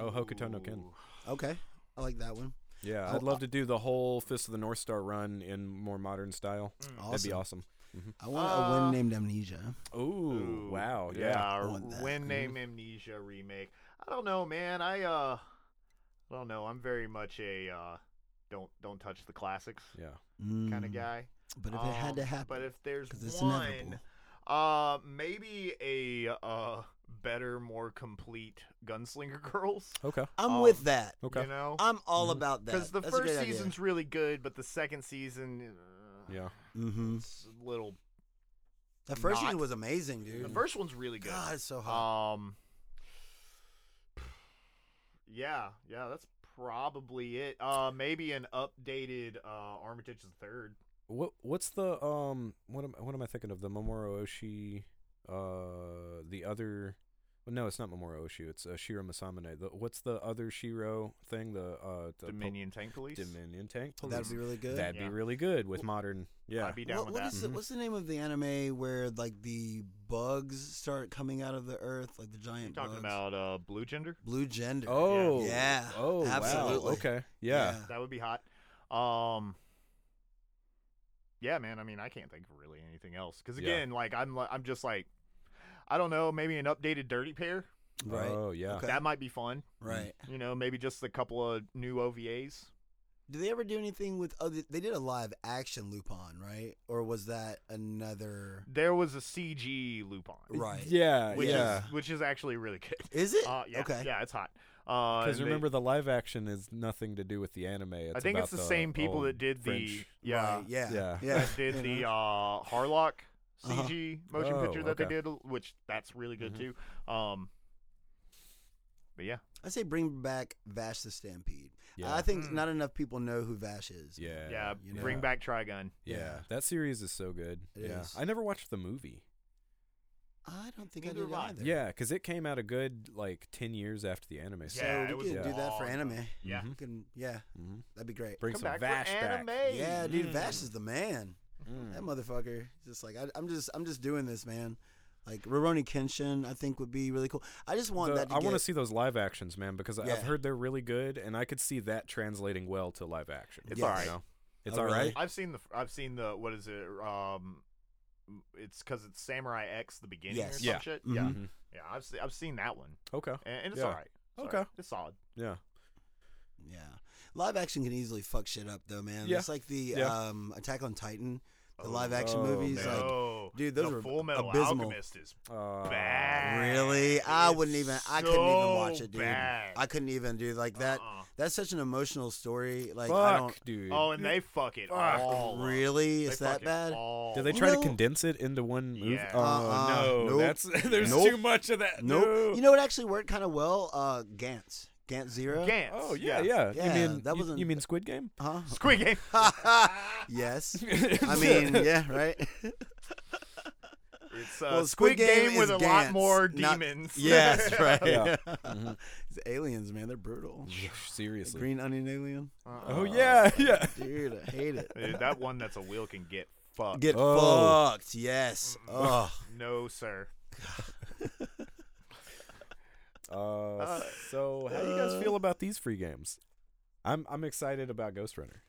Speaker 1: Oh, Hokuto no Ken.
Speaker 3: Ooh.
Speaker 2: Okay, I like that one.
Speaker 1: Yeah,
Speaker 2: I'll-
Speaker 1: I'd love to do the whole Fist of the North Star run in more modern style.
Speaker 2: Awesome.
Speaker 1: That'd be awesome.
Speaker 2: I want a
Speaker 3: Uh,
Speaker 2: wind named Amnesia.
Speaker 1: Ooh,
Speaker 3: Ooh,
Speaker 1: wow, yeah.
Speaker 2: I
Speaker 3: r-
Speaker 2: want that.
Speaker 3: Wind Name Amnesia remake. I don't know, man. I uh, I don't know. I'm very much a uh, don't don't touch the classics
Speaker 1: Yeah.
Speaker 3: kind
Speaker 2: Mm,
Speaker 3: of guy.
Speaker 2: But if it had
Speaker 3: Um,
Speaker 2: to happen,
Speaker 3: But if there's
Speaker 2: 'cause it's
Speaker 3: one,
Speaker 2: inevitable.
Speaker 3: uh, maybe a uh better, more complete Gunslinger Girls.
Speaker 1: Okay.
Speaker 2: I'm
Speaker 3: um,
Speaker 2: with that.
Speaker 1: Okay.
Speaker 3: You know,
Speaker 2: I'm all
Speaker 1: Mhm.
Speaker 2: about that.
Speaker 3: because the
Speaker 2: That's a
Speaker 3: first
Speaker 2: great idea.
Speaker 3: season's really good, but the second season, uh,
Speaker 1: Yeah.
Speaker 2: Mhm.
Speaker 3: it's a little.
Speaker 2: That first
Speaker 3: Not-
Speaker 2: season was amazing, dude.
Speaker 3: The first one's really good.
Speaker 2: God, it's so
Speaker 1: Uh-huh.
Speaker 2: hot.
Speaker 3: Um. Yeah, yeah, that's probably it. Uh, maybe an updated uh Armitage the Third.
Speaker 1: What What's the um? What am What am I thinking of? The Mamoru Oshii, uh, the other, Well, no, it's not Mamoru Oshu. It's uh, Shiro Masamune. The, what's the other Shiro thing? The uh, the po-
Speaker 3: Dominion Tank Police.
Speaker 1: Dominion Tank Police.
Speaker 2: That'd be really good.
Speaker 1: That'd
Speaker 3: Yeah.
Speaker 1: be really good with modern. Yeah.
Speaker 3: I'd be down
Speaker 2: What-
Speaker 3: with
Speaker 2: what
Speaker 3: that. Mm-hmm.
Speaker 2: is the,
Speaker 1: Mhm.
Speaker 2: what's the name of the anime where like the bugs start coming out of the earth, like the
Speaker 3: You
Speaker 2: giant
Speaker 3: talking
Speaker 2: bugs?
Speaker 3: about uh, Blue Gender?
Speaker 2: Blue Gender.
Speaker 1: oh.
Speaker 2: Yeah,
Speaker 1: Oh. wow,
Speaker 2: absolutely.
Speaker 1: Okay. Yeah.
Speaker 3: That would be hot. Um, yeah, man. I mean, I can't think of really anything else because
Speaker 1: Yeah.
Speaker 3: again, like I'm, li- I'm just like, I don't know. Maybe an updated Dirty Pair
Speaker 2: Right.
Speaker 1: Oh yeah.
Speaker 2: Okay.
Speaker 3: that might be fun.
Speaker 2: Right.
Speaker 3: You know, maybe just a couple of new OVAs.
Speaker 2: Do they ever do anything with other? They did a live action Lupin, right? Or was that another?
Speaker 3: There was a CG Lupin,
Speaker 2: Right.
Speaker 1: Yeah.
Speaker 3: which
Speaker 1: yeah.
Speaker 3: is which is actually really good.
Speaker 2: Is it?
Speaker 3: Uh, yeah,
Speaker 2: Uh, okay.
Speaker 3: yeah, it's hot. Uh,
Speaker 1: Because
Speaker 3: and they-
Speaker 1: remember, the live action is nothing to do with the anime. It's
Speaker 3: I think it's
Speaker 1: about
Speaker 3: the, same people that
Speaker 1: old
Speaker 3: did the
Speaker 1: French-
Speaker 3: yeah
Speaker 2: Right, yeah.
Speaker 1: Yeah.
Speaker 2: Yeah.
Speaker 3: that did
Speaker 2: You
Speaker 3: the
Speaker 2: know?
Speaker 3: uh, Harlock
Speaker 2: Uh-huh. Mm-hmm.
Speaker 3: CG motion
Speaker 1: Oh,
Speaker 3: picture that
Speaker 1: okay.
Speaker 3: they did, which that's really good
Speaker 1: Mhm.
Speaker 3: too. Um, but yeah,
Speaker 2: I say bring back Vash the Stampede.
Speaker 1: Yeah.
Speaker 2: I think
Speaker 3: Mm.
Speaker 2: not enough people know who Vash is.
Speaker 1: yeah.
Speaker 3: yeah,
Speaker 2: you know.
Speaker 3: bring back Trigun.
Speaker 1: Yeah.
Speaker 2: Yeah.
Speaker 1: That series is so good.
Speaker 2: It
Speaker 1: yeah.
Speaker 2: is.
Speaker 1: I never watched the movie.
Speaker 2: I don't think
Speaker 3: Neither
Speaker 2: I did
Speaker 3: have I.
Speaker 2: either.
Speaker 1: Yeah, because it came out a good like ten years after the anime.
Speaker 2: So
Speaker 3: Yeah,
Speaker 2: we
Speaker 3: it was
Speaker 2: could
Speaker 1: a
Speaker 2: do that for
Speaker 3: long
Speaker 2: anime.
Speaker 3: time. Yeah,
Speaker 1: Mhm.
Speaker 2: We can, yeah,
Speaker 1: hmm
Speaker 2: that'd be great.
Speaker 1: Bring
Speaker 3: come
Speaker 1: some
Speaker 3: back
Speaker 1: Vash
Speaker 3: for anime.
Speaker 1: back.
Speaker 2: Mm-hmm.
Speaker 1: Mm-hmm.
Speaker 2: Yeah, dude,
Speaker 3: Mm.
Speaker 2: Vash is the man.
Speaker 1: Mm.
Speaker 2: That motherfucker. He's just like I, I'm just I'm just doing this, man. Like Roroni Kenshin, I think would be really cool. I just want
Speaker 1: The-
Speaker 2: that. To
Speaker 1: I
Speaker 2: get,
Speaker 1: want to see those live actions, man, because
Speaker 2: Yeah.
Speaker 1: I've heard they're really good, and I could see that translating well to live action.
Speaker 3: It's
Speaker 1: you
Speaker 2: alright.
Speaker 1: know? It's
Speaker 2: Oh,
Speaker 1: all
Speaker 2: really?
Speaker 1: right.
Speaker 3: I've seen the I've seen the what is it? Um, it's because it's Samurai X the beginning or
Speaker 2: Yes.
Speaker 3: some
Speaker 1: Yeah.
Speaker 3: shit.
Speaker 2: Mhm.
Speaker 3: Yeah,
Speaker 1: Mhm.
Speaker 3: yeah, I've se- I've seen that one,
Speaker 1: Okay.
Speaker 3: and, and it's
Speaker 1: Yeah.
Speaker 3: all right. It's all
Speaker 1: Okay.
Speaker 3: right. it's solid.
Speaker 1: Yeah.
Speaker 2: Yeah. Live action can easily fuck shit up though, man.
Speaker 1: Yeah.
Speaker 2: It's like the
Speaker 1: Yeah.
Speaker 2: um, Attack on Titan, the
Speaker 3: Oh,
Speaker 2: live action
Speaker 1: Oh,
Speaker 2: movies.
Speaker 1: man.
Speaker 2: Like,
Speaker 3: No.
Speaker 2: dude, those
Speaker 3: the
Speaker 2: were
Speaker 3: Full Metal
Speaker 2: abysmal.
Speaker 3: Alchemist is
Speaker 1: Uh,
Speaker 3: bad.
Speaker 2: really? I
Speaker 3: It's
Speaker 2: wouldn't even. I couldn't even watch
Speaker 3: so
Speaker 2: it, dude.
Speaker 3: bad.
Speaker 2: I couldn't even do like that.
Speaker 3: Uh-uh.
Speaker 2: That's such an emotional story. Like I don't
Speaker 1: Fuck, dude.
Speaker 3: Oh, and they fuck it all. up.
Speaker 2: really.
Speaker 3: They
Speaker 2: It's
Speaker 3: fuck
Speaker 2: that
Speaker 3: it
Speaker 2: bad?
Speaker 3: all
Speaker 1: Did they
Speaker 3: up.
Speaker 1: try
Speaker 2: No.
Speaker 1: to condense it into one movie?
Speaker 3: Yeah.
Speaker 1: Oh
Speaker 2: Uh-uh.
Speaker 1: no,
Speaker 2: Nope.
Speaker 1: that's there's
Speaker 2: Nope.
Speaker 1: too much of that.
Speaker 2: Nope.
Speaker 1: No.
Speaker 2: You know what actually worked kind of well? Uh, Gantz. Gantz Zero.
Speaker 3: Gantz.
Speaker 1: Oh yeah, yeah.
Speaker 2: Yeah,
Speaker 1: you mean
Speaker 2: that
Speaker 1: you-
Speaker 2: wasn't-
Speaker 1: you, mean Squid Game?
Speaker 2: Huh?
Speaker 3: Squid Game. uh,
Speaker 2: yes. I mean, yeah, right.
Speaker 3: It's uh,
Speaker 2: Well,
Speaker 3: Squid,
Speaker 2: Squid Game
Speaker 3: Game, with a
Speaker 2: is
Speaker 3: lot
Speaker 2: Gantz,
Speaker 3: more
Speaker 2: not-
Speaker 3: demons.
Speaker 2: yes, right.
Speaker 1: Yeah. Mm-hmm.
Speaker 2: These aliens, man, they're brutal.
Speaker 1: Seriously.
Speaker 2: Green onion alien.
Speaker 1: Oh yeah, yeah.
Speaker 2: Dude, I hate it.
Speaker 3: Dude, that one that's a will can get fucked.
Speaker 2: Get
Speaker 1: Oh.
Speaker 2: fucked. Yes. Oh.
Speaker 3: no, sir.
Speaker 1: Uh,
Speaker 3: Uh,
Speaker 1: so how do you guys
Speaker 2: uh,
Speaker 1: feel about these free games? I'm I'm excited about Ghost Runner,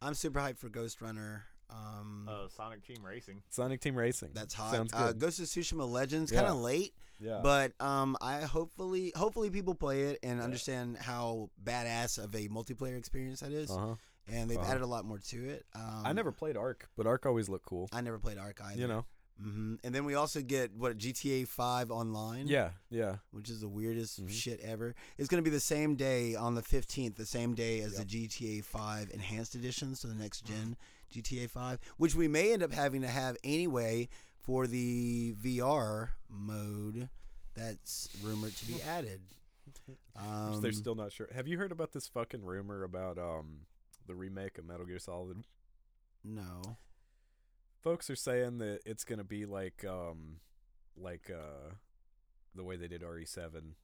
Speaker 2: I'm super hyped for Ghost Runner. Um,
Speaker 3: Uh, Sonic Team Racing.
Speaker 1: Sonic Team Racing.
Speaker 2: that's hot.
Speaker 1: Oh, Sounds
Speaker 2: Uh,
Speaker 1: good.
Speaker 2: Ghost of Tsushima Legends,
Speaker 1: Yeah.
Speaker 2: kind of late,
Speaker 1: yeah.
Speaker 2: but um, I hopefully hopefully people play it and understand how badass of a multiplayer experience that is,
Speaker 1: uh-huh.
Speaker 2: and they've
Speaker 1: uh-huh.
Speaker 2: added a lot more to it. Um,
Speaker 1: I never played Ark, but Ark always looked cool.
Speaker 2: I never played Arc either.
Speaker 1: You know.
Speaker 2: hmm And then we also get what GTA Five online.
Speaker 1: Yeah, yeah.
Speaker 2: which is the weirdest
Speaker 1: Mhm.
Speaker 2: shit ever. It's going to be the same day on the 15th, the same day as
Speaker 1: Yep. Mm-hmm.
Speaker 2: the GTA 5 Enhanced Edition, so the next gen GTA 5, which we may end up having to have anyway for the VR mode that's rumored to be added. Um,
Speaker 1: They're still not sure. Have you heard about this fucking rumor about um the remake of Metal Gear Solid
Speaker 2: no.
Speaker 1: folks are saying that it's gonna be like um like uh the way they did RE7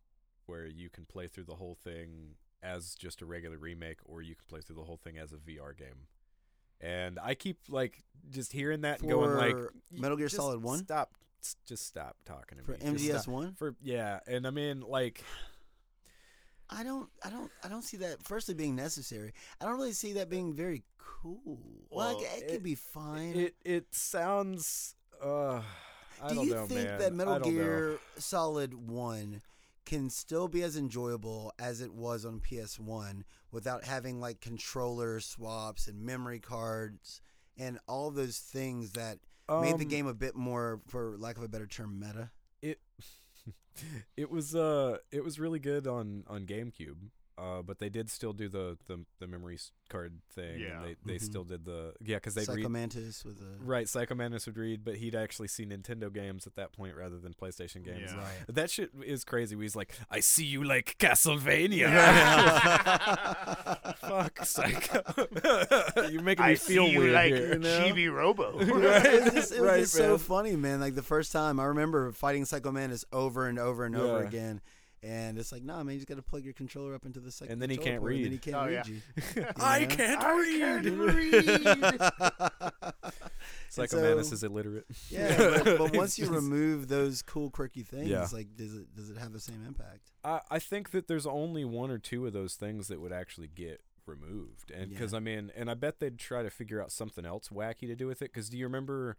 Speaker 1: where you can play through the whole thing as just a regular remake or you can play through the whole thing as a VR game. And I keep like just hearing that and going like
Speaker 2: For
Speaker 1: "Y-
Speaker 2: Metal Gear
Speaker 1: just
Speaker 2: Solid 1?
Speaker 1: Stop s- just stop talking to
Speaker 2: For
Speaker 1: me. Just stop."
Speaker 2: MGS1?
Speaker 1: For yeah, and I mean like
Speaker 2: I don't I don't I don't see that firstly being necessary. I don't really see that being very cool. Well,
Speaker 1: Well,
Speaker 2: it, it,
Speaker 1: it-
Speaker 2: could be fine.
Speaker 1: it it sounds uh I
Speaker 2: do
Speaker 1: don't
Speaker 2: you
Speaker 1: know,
Speaker 2: think
Speaker 1: man.
Speaker 2: that
Speaker 1: I
Speaker 2: Metal
Speaker 1: don't know.
Speaker 2: Gear Solid One can still be as enjoyable as it was on PS One without having like controller swaps and memory cards and all those things that made the
Speaker 1: Um,
Speaker 2: game a bit more, for lack of a better term, meta?
Speaker 1: it it was uh it was really good on on GameCube. Uh, but they did still do the the, the memory s- card thing.
Speaker 3: Yeah.
Speaker 1: And they they
Speaker 2: Mhm.
Speaker 1: still did the yeah because they
Speaker 2: Psycho
Speaker 1: read
Speaker 2: Mantis with a
Speaker 1: right Psycho Manus would read, but he'd actually see Nintendo games at that point rather than PlayStation games.
Speaker 3: Yeah.
Speaker 2: right.
Speaker 1: That shit is crazy. He's like, I see you like Castlevania. Fuck Psycho. You're making
Speaker 3: I
Speaker 1: me feel
Speaker 3: see you
Speaker 1: weird
Speaker 3: like
Speaker 1: here.
Speaker 3: Chibi Robo.
Speaker 2: Right, it was just, it was
Speaker 1: Right,
Speaker 2: just
Speaker 1: man.
Speaker 2: so funny, man. Like the first time I remember fighting Psycho Mantis over and over and over
Speaker 1: Yeah.
Speaker 2: again. And it's like, nah, man, you just got to plug your controller up into the second.
Speaker 1: And then he can't
Speaker 2: And then
Speaker 1: read.
Speaker 2: he can't
Speaker 3: Oh,
Speaker 2: read
Speaker 3: yeah.
Speaker 2: you.
Speaker 1: I
Speaker 2: Yeah.
Speaker 1: can't
Speaker 3: I
Speaker 1: read.
Speaker 3: can't read.
Speaker 1: Psycho
Speaker 2: so-
Speaker 1: Manus is illiterate.
Speaker 2: Yeah, but, but once you remove those cool quirky things,
Speaker 1: Yeah.
Speaker 2: like does it does it have the same impact?
Speaker 1: I, I think that there's only one or two of those things that would actually get removed, and because
Speaker 2: Yeah.
Speaker 1: I mean, and I bet they'd try to figure out something else wacky to do with it. Because do you remember,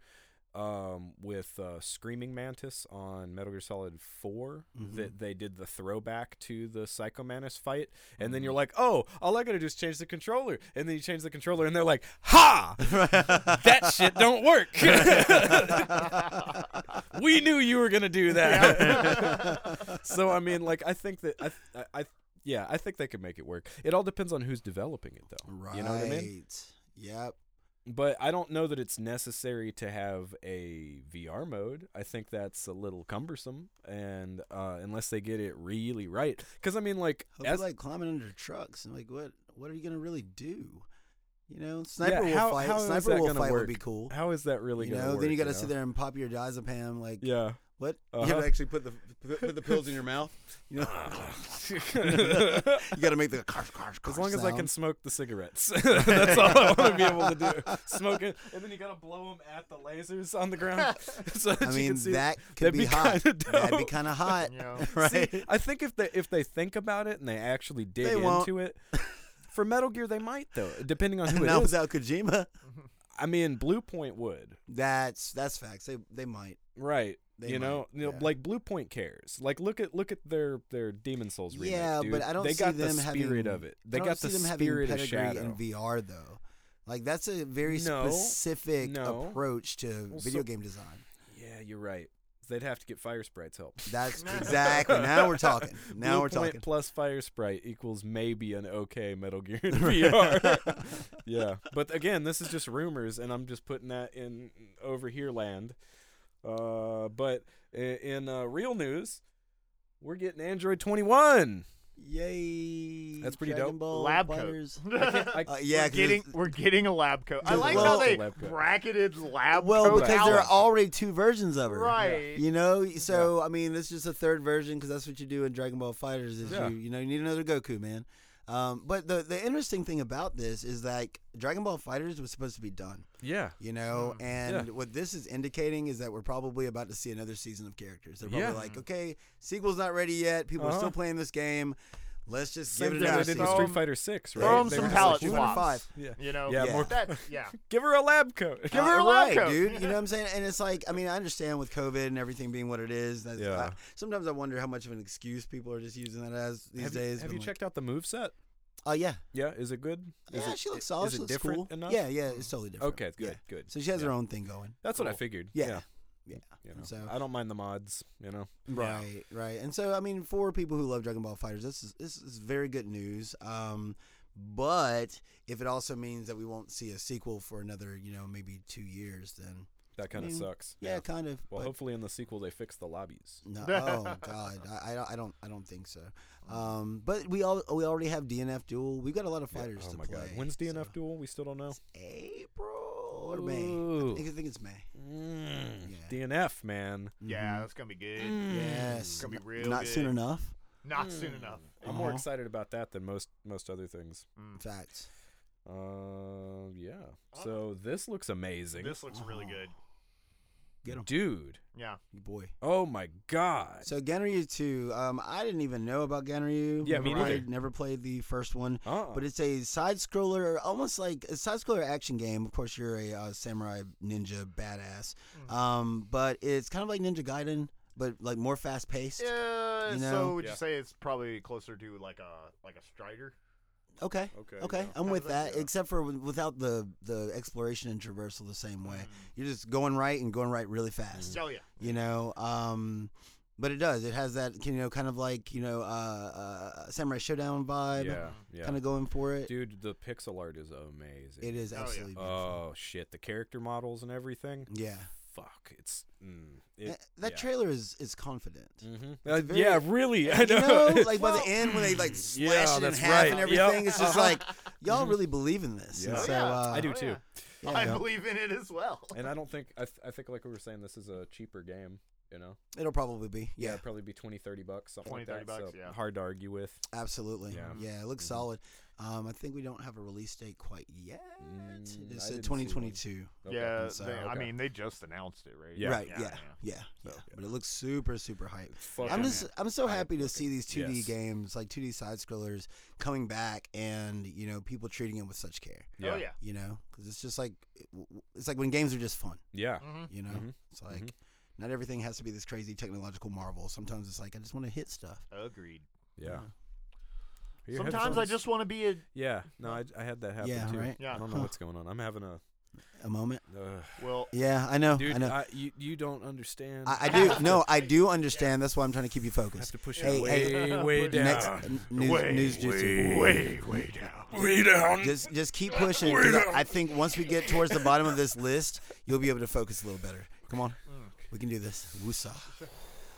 Speaker 1: um, with uh, Screaming Mantis on Metal Gear Solid 4
Speaker 2: Mhm.
Speaker 1: that they did the throwback to the Psycho Mantis fight, and then
Speaker 2: Mm-hmm.
Speaker 1: you're like, oh, all I gotta do is change the controller, and then you change the controller, and they're like, ha, that shit don't work. we knew you were gonna do that. so I mean, like I think that I, th- I, I yeah, I think they could make it work. It all depends on who's developing it, though.
Speaker 2: Right.
Speaker 1: You know what I mean?
Speaker 2: Yep.
Speaker 1: But I don't know that it's necessary to have a VR mode. I think that's a little cumbersome, and uh, unless they get it really right, because I mean, like,
Speaker 2: Hope
Speaker 1: as,
Speaker 2: you like climbing under trucks and like what what are you gonna really do? You know, sniper
Speaker 1: how-
Speaker 2: will fight.
Speaker 1: how is
Speaker 2: sniper
Speaker 1: that
Speaker 2: will
Speaker 1: gonna
Speaker 2: fight
Speaker 1: work?
Speaker 2: would be cool.
Speaker 1: how is that really
Speaker 2: you
Speaker 1: going
Speaker 2: know,
Speaker 1: to work?
Speaker 2: then you got to sit there and pop your diazepam. Like
Speaker 1: Yeah.
Speaker 2: what? You
Speaker 1: Uh-huh.
Speaker 2: got to actually put the put, put the pills in your mouth. You know, you got to make the carsh carsh carsh
Speaker 1: As long as I can
Speaker 2: sound.
Speaker 1: smoke the cigarettes, that's all I want to be able to do. Smoke it, and then you gotta blow them at the lasers on the ground, so that
Speaker 2: I
Speaker 1: you
Speaker 2: mean,
Speaker 1: can see
Speaker 2: that
Speaker 1: That'd
Speaker 2: could be,
Speaker 1: be
Speaker 2: hot.
Speaker 1: kinda
Speaker 2: That'd be
Speaker 1: dope.
Speaker 2: kind of hot,
Speaker 3: Yeah.
Speaker 2: right?
Speaker 1: See, I think if they if they think about it and they actually dig
Speaker 2: They won't.
Speaker 1: into it, for Metal Gear they might though, depending on who it
Speaker 2: now
Speaker 1: is.
Speaker 2: without Kojima,
Speaker 1: I mean, Blue Point would,
Speaker 2: that's that's facts. They they might.
Speaker 1: right?
Speaker 2: They
Speaker 1: you know,
Speaker 2: might,
Speaker 1: you know,
Speaker 2: yeah.
Speaker 1: like Blue Point cares. Like look at look at their their Demon Souls remake.
Speaker 2: Yeah,
Speaker 1: dude.
Speaker 2: but I don't
Speaker 1: They
Speaker 2: see
Speaker 1: got
Speaker 2: them
Speaker 1: the spirit
Speaker 2: having-
Speaker 1: of it. They
Speaker 2: I don't
Speaker 1: got
Speaker 2: see
Speaker 1: the
Speaker 2: them having
Speaker 1: spirit of
Speaker 2: pedigree
Speaker 1: shadow.
Speaker 2: in VR though. Like that's a very
Speaker 1: No.
Speaker 2: specific
Speaker 1: No.
Speaker 2: approach to
Speaker 1: Well,
Speaker 2: video
Speaker 1: so-
Speaker 2: game design.
Speaker 1: yeah, you're right. They'd have to get Fire Sprite's help.
Speaker 2: That's exactly. Now we're talking. Now
Speaker 1: Blue
Speaker 2: we're
Speaker 1: Point
Speaker 2: talking.
Speaker 1: plus Fire Sprite equals maybe an okay Metal Gear VR. yeah, but again, this is just rumors, and I'm just putting that in over here land. Uh, but in, in uh, real news, we're getting Android 21.
Speaker 2: Yay!
Speaker 1: That's pretty
Speaker 2: Dragon
Speaker 1: dope.
Speaker 2: Ball
Speaker 3: Lab coat.
Speaker 2: fighters.
Speaker 1: I can't, I,
Speaker 2: Uh, yeah,
Speaker 3: we're
Speaker 2: 'cause
Speaker 3: getting
Speaker 2: it's-
Speaker 3: we're getting a lab coat. I
Speaker 2: Just
Speaker 3: like
Speaker 2: well-
Speaker 3: how they
Speaker 1: Just a lab coat.
Speaker 3: bracketed lab
Speaker 2: well,
Speaker 3: coat
Speaker 2: because
Speaker 3: out.
Speaker 2: there are already two versions of her.
Speaker 3: right.
Speaker 2: You know, so I mean, this is just a third version because that's what you do in Dragon Ball Fighters. Is
Speaker 1: Yeah.
Speaker 2: you you know you need another Goku man. Um, but the the interesting thing about this is like Dragon Ball Fighters was supposed to be done,
Speaker 1: yeah,
Speaker 2: you know, and
Speaker 1: Mm. Yeah.
Speaker 2: what this is indicating is that we're probably about to see another season of characters. They're probably
Speaker 1: Yeah.
Speaker 2: like, okay, sequel's not ready yet. People are
Speaker 1: Uh-huh.
Speaker 2: still playing this game. Let's just
Speaker 1: same
Speaker 2: give it
Speaker 1: thing
Speaker 2: another
Speaker 1: they did
Speaker 2: season.
Speaker 1: with
Speaker 3: Throw
Speaker 1: Street
Speaker 3: 'em-
Speaker 1: Fighter Six. Right?
Speaker 3: throw 'em
Speaker 1: They
Speaker 3: some
Speaker 1: were just
Speaker 3: pallet
Speaker 1: like,
Speaker 2: One
Speaker 3: swaps.
Speaker 2: and five.
Speaker 1: Yeah,
Speaker 3: You know.
Speaker 1: Yeah,
Speaker 2: Yeah. Mm-hmm. more-
Speaker 3: That's yeah.
Speaker 1: give her a lab coat. Give
Speaker 2: Uh,
Speaker 1: her a lab
Speaker 2: right,
Speaker 3: coat.
Speaker 2: dude. You know what I'm saying? And it's like, I mean, I understand with COVID and everything being what it is. That's,
Speaker 1: Yeah.
Speaker 2: I- sometimes I wonder how much of an excuse people are just using that as these
Speaker 1: have
Speaker 2: days.
Speaker 1: you, have
Speaker 2: but
Speaker 1: you
Speaker 2: like-
Speaker 1: checked out the move set?
Speaker 2: Oh yeah,
Speaker 1: Yeah, is it good? Is
Speaker 2: yeah.
Speaker 1: it,
Speaker 2: she looks solid.
Speaker 1: Is
Speaker 2: she
Speaker 1: it
Speaker 2: looks
Speaker 1: different
Speaker 2: cool.
Speaker 1: enough?
Speaker 2: Yeah, yeah. It's totally different.
Speaker 1: Okay, good,
Speaker 2: Yeah.
Speaker 1: good.
Speaker 2: So she has
Speaker 1: Yeah.
Speaker 2: her own thing going.
Speaker 1: That's what I
Speaker 3: Cool.
Speaker 1: figured.
Speaker 2: Yeah.
Speaker 1: yeah.
Speaker 2: Yeah.
Speaker 1: You know,
Speaker 2: So-
Speaker 1: I don't mind the mods. You know.
Speaker 2: Right, right. And so I mean, for people who love Dragon Ball Fighters, this is this is very good news. Um, but if it also means that we won't see a sequel for another, you know, maybe two years, then
Speaker 1: That kind of
Speaker 2: mean,
Speaker 1: sucks.
Speaker 2: yeah, kind of.
Speaker 1: Well,
Speaker 2: but-
Speaker 1: hopefully in the sequel they fix the lobbies.
Speaker 2: No, oh God, I, I don't, I don't, I don't think so. Um, but we all we already have DNF Duel. We've got a lot of fighters
Speaker 1: oh
Speaker 2: to
Speaker 1: my
Speaker 2: play.
Speaker 1: god. When's DNF
Speaker 2: so-
Speaker 1: duel? We still don't know.
Speaker 2: April or May? I
Speaker 1: Ooh. Mm.
Speaker 2: think, I think it's May. Yeah.
Speaker 1: DNF, man.
Speaker 3: Yeah, that's gonna be good.
Speaker 1: Mm.
Speaker 2: Mhm. Yes.
Speaker 3: Gonna be
Speaker 2: N-
Speaker 3: real
Speaker 2: Not soon
Speaker 3: good.
Speaker 2: enough.
Speaker 3: Not soon enough.
Speaker 1: I'm more
Speaker 2: Uh-huh.
Speaker 1: excited about that than most most other things.
Speaker 2: Facts.
Speaker 1: Uh, yeah. So Uh-huh. this looks amazing,
Speaker 3: This looks really
Speaker 2: Uh-huh.
Speaker 3: good.
Speaker 2: Get him,
Speaker 1: dude.
Speaker 3: Yeah.
Speaker 2: you boy.
Speaker 1: Oh my god.
Speaker 2: So Ganryu two. Um, I didn't even know about Ganryu.
Speaker 1: Yeah,
Speaker 2: never
Speaker 1: me neither.
Speaker 2: played, Never played the first one.
Speaker 1: Uh-uh.
Speaker 2: But it's a side scroller, almost like a side scroller action game. Of course, you're a uh, samurai ninja badass. Um, but it's kind of like Ninja Gaiden, but like more fast paced.
Speaker 3: Yeah.
Speaker 2: You know?
Speaker 3: So would
Speaker 1: Yeah.
Speaker 3: you say it's probably closer to like a like a Strider?
Speaker 2: Okay.
Speaker 1: Okay,
Speaker 2: Okay.
Speaker 1: yeah.
Speaker 2: I'm
Speaker 3: Kinda
Speaker 2: with
Speaker 3: like,
Speaker 2: that,
Speaker 3: yeah.
Speaker 2: except for with- without the the exploration and traversal the same way.
Speaker 3: Mm.
Speaker 2: You're just going right and going right really fast.
Speaker 3: Oh yeah.
Speaker 2: You know. Um, but it does. It has that you know kind of like you know uh, uh samurai showdown vibe.
Speaker 1: yeah, yeah.
Speaker 2: Kind of going for it.
Speaker 1: Dude, the pixel art is amazing.
Speaker 2: It is
Speaker 3: Oh, yeah.
Speaker 2: absolutely. beautiful.
Speaker 1: Oh shit, the character models and everything.
Speaker 2: yeah.
Speaker 1: fuck, it's mm,
Speaker 2: Eh,
Speaker 1: it,
Speaker 2: that
Speaker 1: yeah.
Speaker 2: trailer is is confident.
Speaker 1: Mhm.
Speaker 2: It's
Speaker 1: Uh,
Speaker 2: very- eh,
Speaker 1: yeah, really. I
Speaker 2: You
Speaker 1: know.
Speaker 2: know, like by
Speaker 3: Well-
Speaker 2: the end when they like slash
Speaker 1: Yeah,
Speaker 2: it in
Speaker 1: that's
Speaker 2: half
Speaker 1: right.
Speaker 2: and
Speaker 1: Yep.
Speaker 2: everything, it's just
Speaker 1: Uh-huh.
Speaker 2: like y'all really believe in this. And
Speaker 1: Yeah.
Speaker 2: so,
Speaker 3: Yeah.
Speaker 2: uh,
Speaker 1: I do
Speaker 3: Oh,
Speaker 1: too.
Speaker 3: yeah.
Speaker 2: yeah,
Speaker 3: I
Speaker 2: yeah.
Speaker 3: believe in it as well.
Speaker 1: And I don't think I, th- I think like we were saying this is a cheaper game, you know.
Speaker 2: It'll probably be. Yeah,
Speaker 1: it'd probably be 20 30 bucks, something
Speaker 3: 20,
Speaker 1: like that.
Speaker 3: 30 bucks,
Speaker 1: so
Speaker 3: yeah.
Speaker 1: hard to argue with.
Speaker 2: absolutely. Yeah,
Speaker 1: Yeah.
Speaker 2: it looks
Speaker 1: Mhm.
Speaker 2: solid. Um, I think we don't have a release date quite yet.
Speaker 1: Mm, I
Speaker 2: It's
Speaker 1: didn't see one.
Speaker 2: 2022.
Speaker 1: Okay.
Speaker 3: Yeah,
Speaker 2: so,
Speaker 3: they- I
Speaker 1: okay.
Speaker 3: mean they just announced it, right?
Speaker 1: Yeah.
Speaker 2: Right. Yeah. Yeah. Yeah.
Speaker 1: So,
Speaker 2: But it looks super super hype.
Speaker 1: It's fucking-
Speaker 2: I'm just I'm so
Speaker 1: I-
Speaker 2: happy to see these 2D
Speaker 1: Yes.
Speaker 2: games like 2D side scrollers coming back and you know people treating it with such care.
Speaker 3: Oh yeah.
Speaker 2: You know, because it's just like it's like when games are just fun.
Speaker 1: Yeah.
Speaker 3: Mhm.
Speaker 2: You know,
Speaker 1: Mhm.
Speaker 2: it's like not everything has to be this crazy technological marvel. Sometimes it's like I just want to hit stuff.
Speaker 3: Agreed.
Speaker 1: Yeah. Your
Speaker 3: Sometimes I
Speaker 1: headphones-
Speaker 3: just want to be a
Speaker 1: Yeah. No, I, I had that happen
Speaker 2: Yeah,
Speaker 1: too.
Speaker 2: right?
Speaker 1: I
Speaker 3: Yeah.
Speaker 1: don't know what's going on. I'm having a
Speaker 2: A moment.
Speaker 1: uh,
Speaker 3: well.
Speaker 2: Yeah, I know.
Speaker 1: Dude,
Speaker 2: I know. I,
Speaker 1: I, you you don't understand.
Speaker 2: I do. No, I do understand. That's why I'm trying to keep you
Speaker 1: I have
Speaker 2: focused.
Speaker 1: to push
Speaker 2: Hey,
Speaker 1: it way
Speaker 2: hey,
Speaker 1: way down.
Speaker 2: Next n- news,
Speaker 3: way,
Speaker 2: news
Speaker 3: way,
Speaker 2: jutsu.
Speaker 3: way, way down.
Speaker 1: way down.
Speaker 2: Just, just keep pushing. 'cause I, I think once we get towards the bottom of this list, you'll be able to focus a little better. Come on, we can do this. Wusa.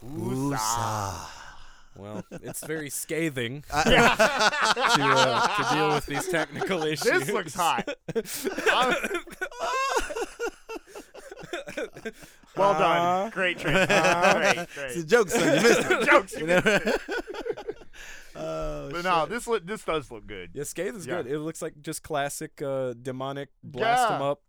Speaker 2: Wusa.
Speaker 1: Well, it's very scathing
Speaker 2: I-
Speaker 1: to, uh, to deal with these technical issues.
Speaker 3: This looks hot. I'm- well
Speaker 1: Uh-huh.
Speaker 3: done. Great trade. great,
Speaker 2: it's a
Speaker 3: great.
Speaker 2: joke, son. You missed it.
Speaker 3: Jokes.
Speaker 2: You know? oh,
Speaker 3: But
Speaker 2: shit.
Speaker 3: no, this li- this does look good.
Speaker 1: Yeah, scathe is
Speaker 3: Yeah.
Speaker 1: good. It looks like just classic uh, demonic blast
Speaker 3: Yeah.
Speaker 1: them up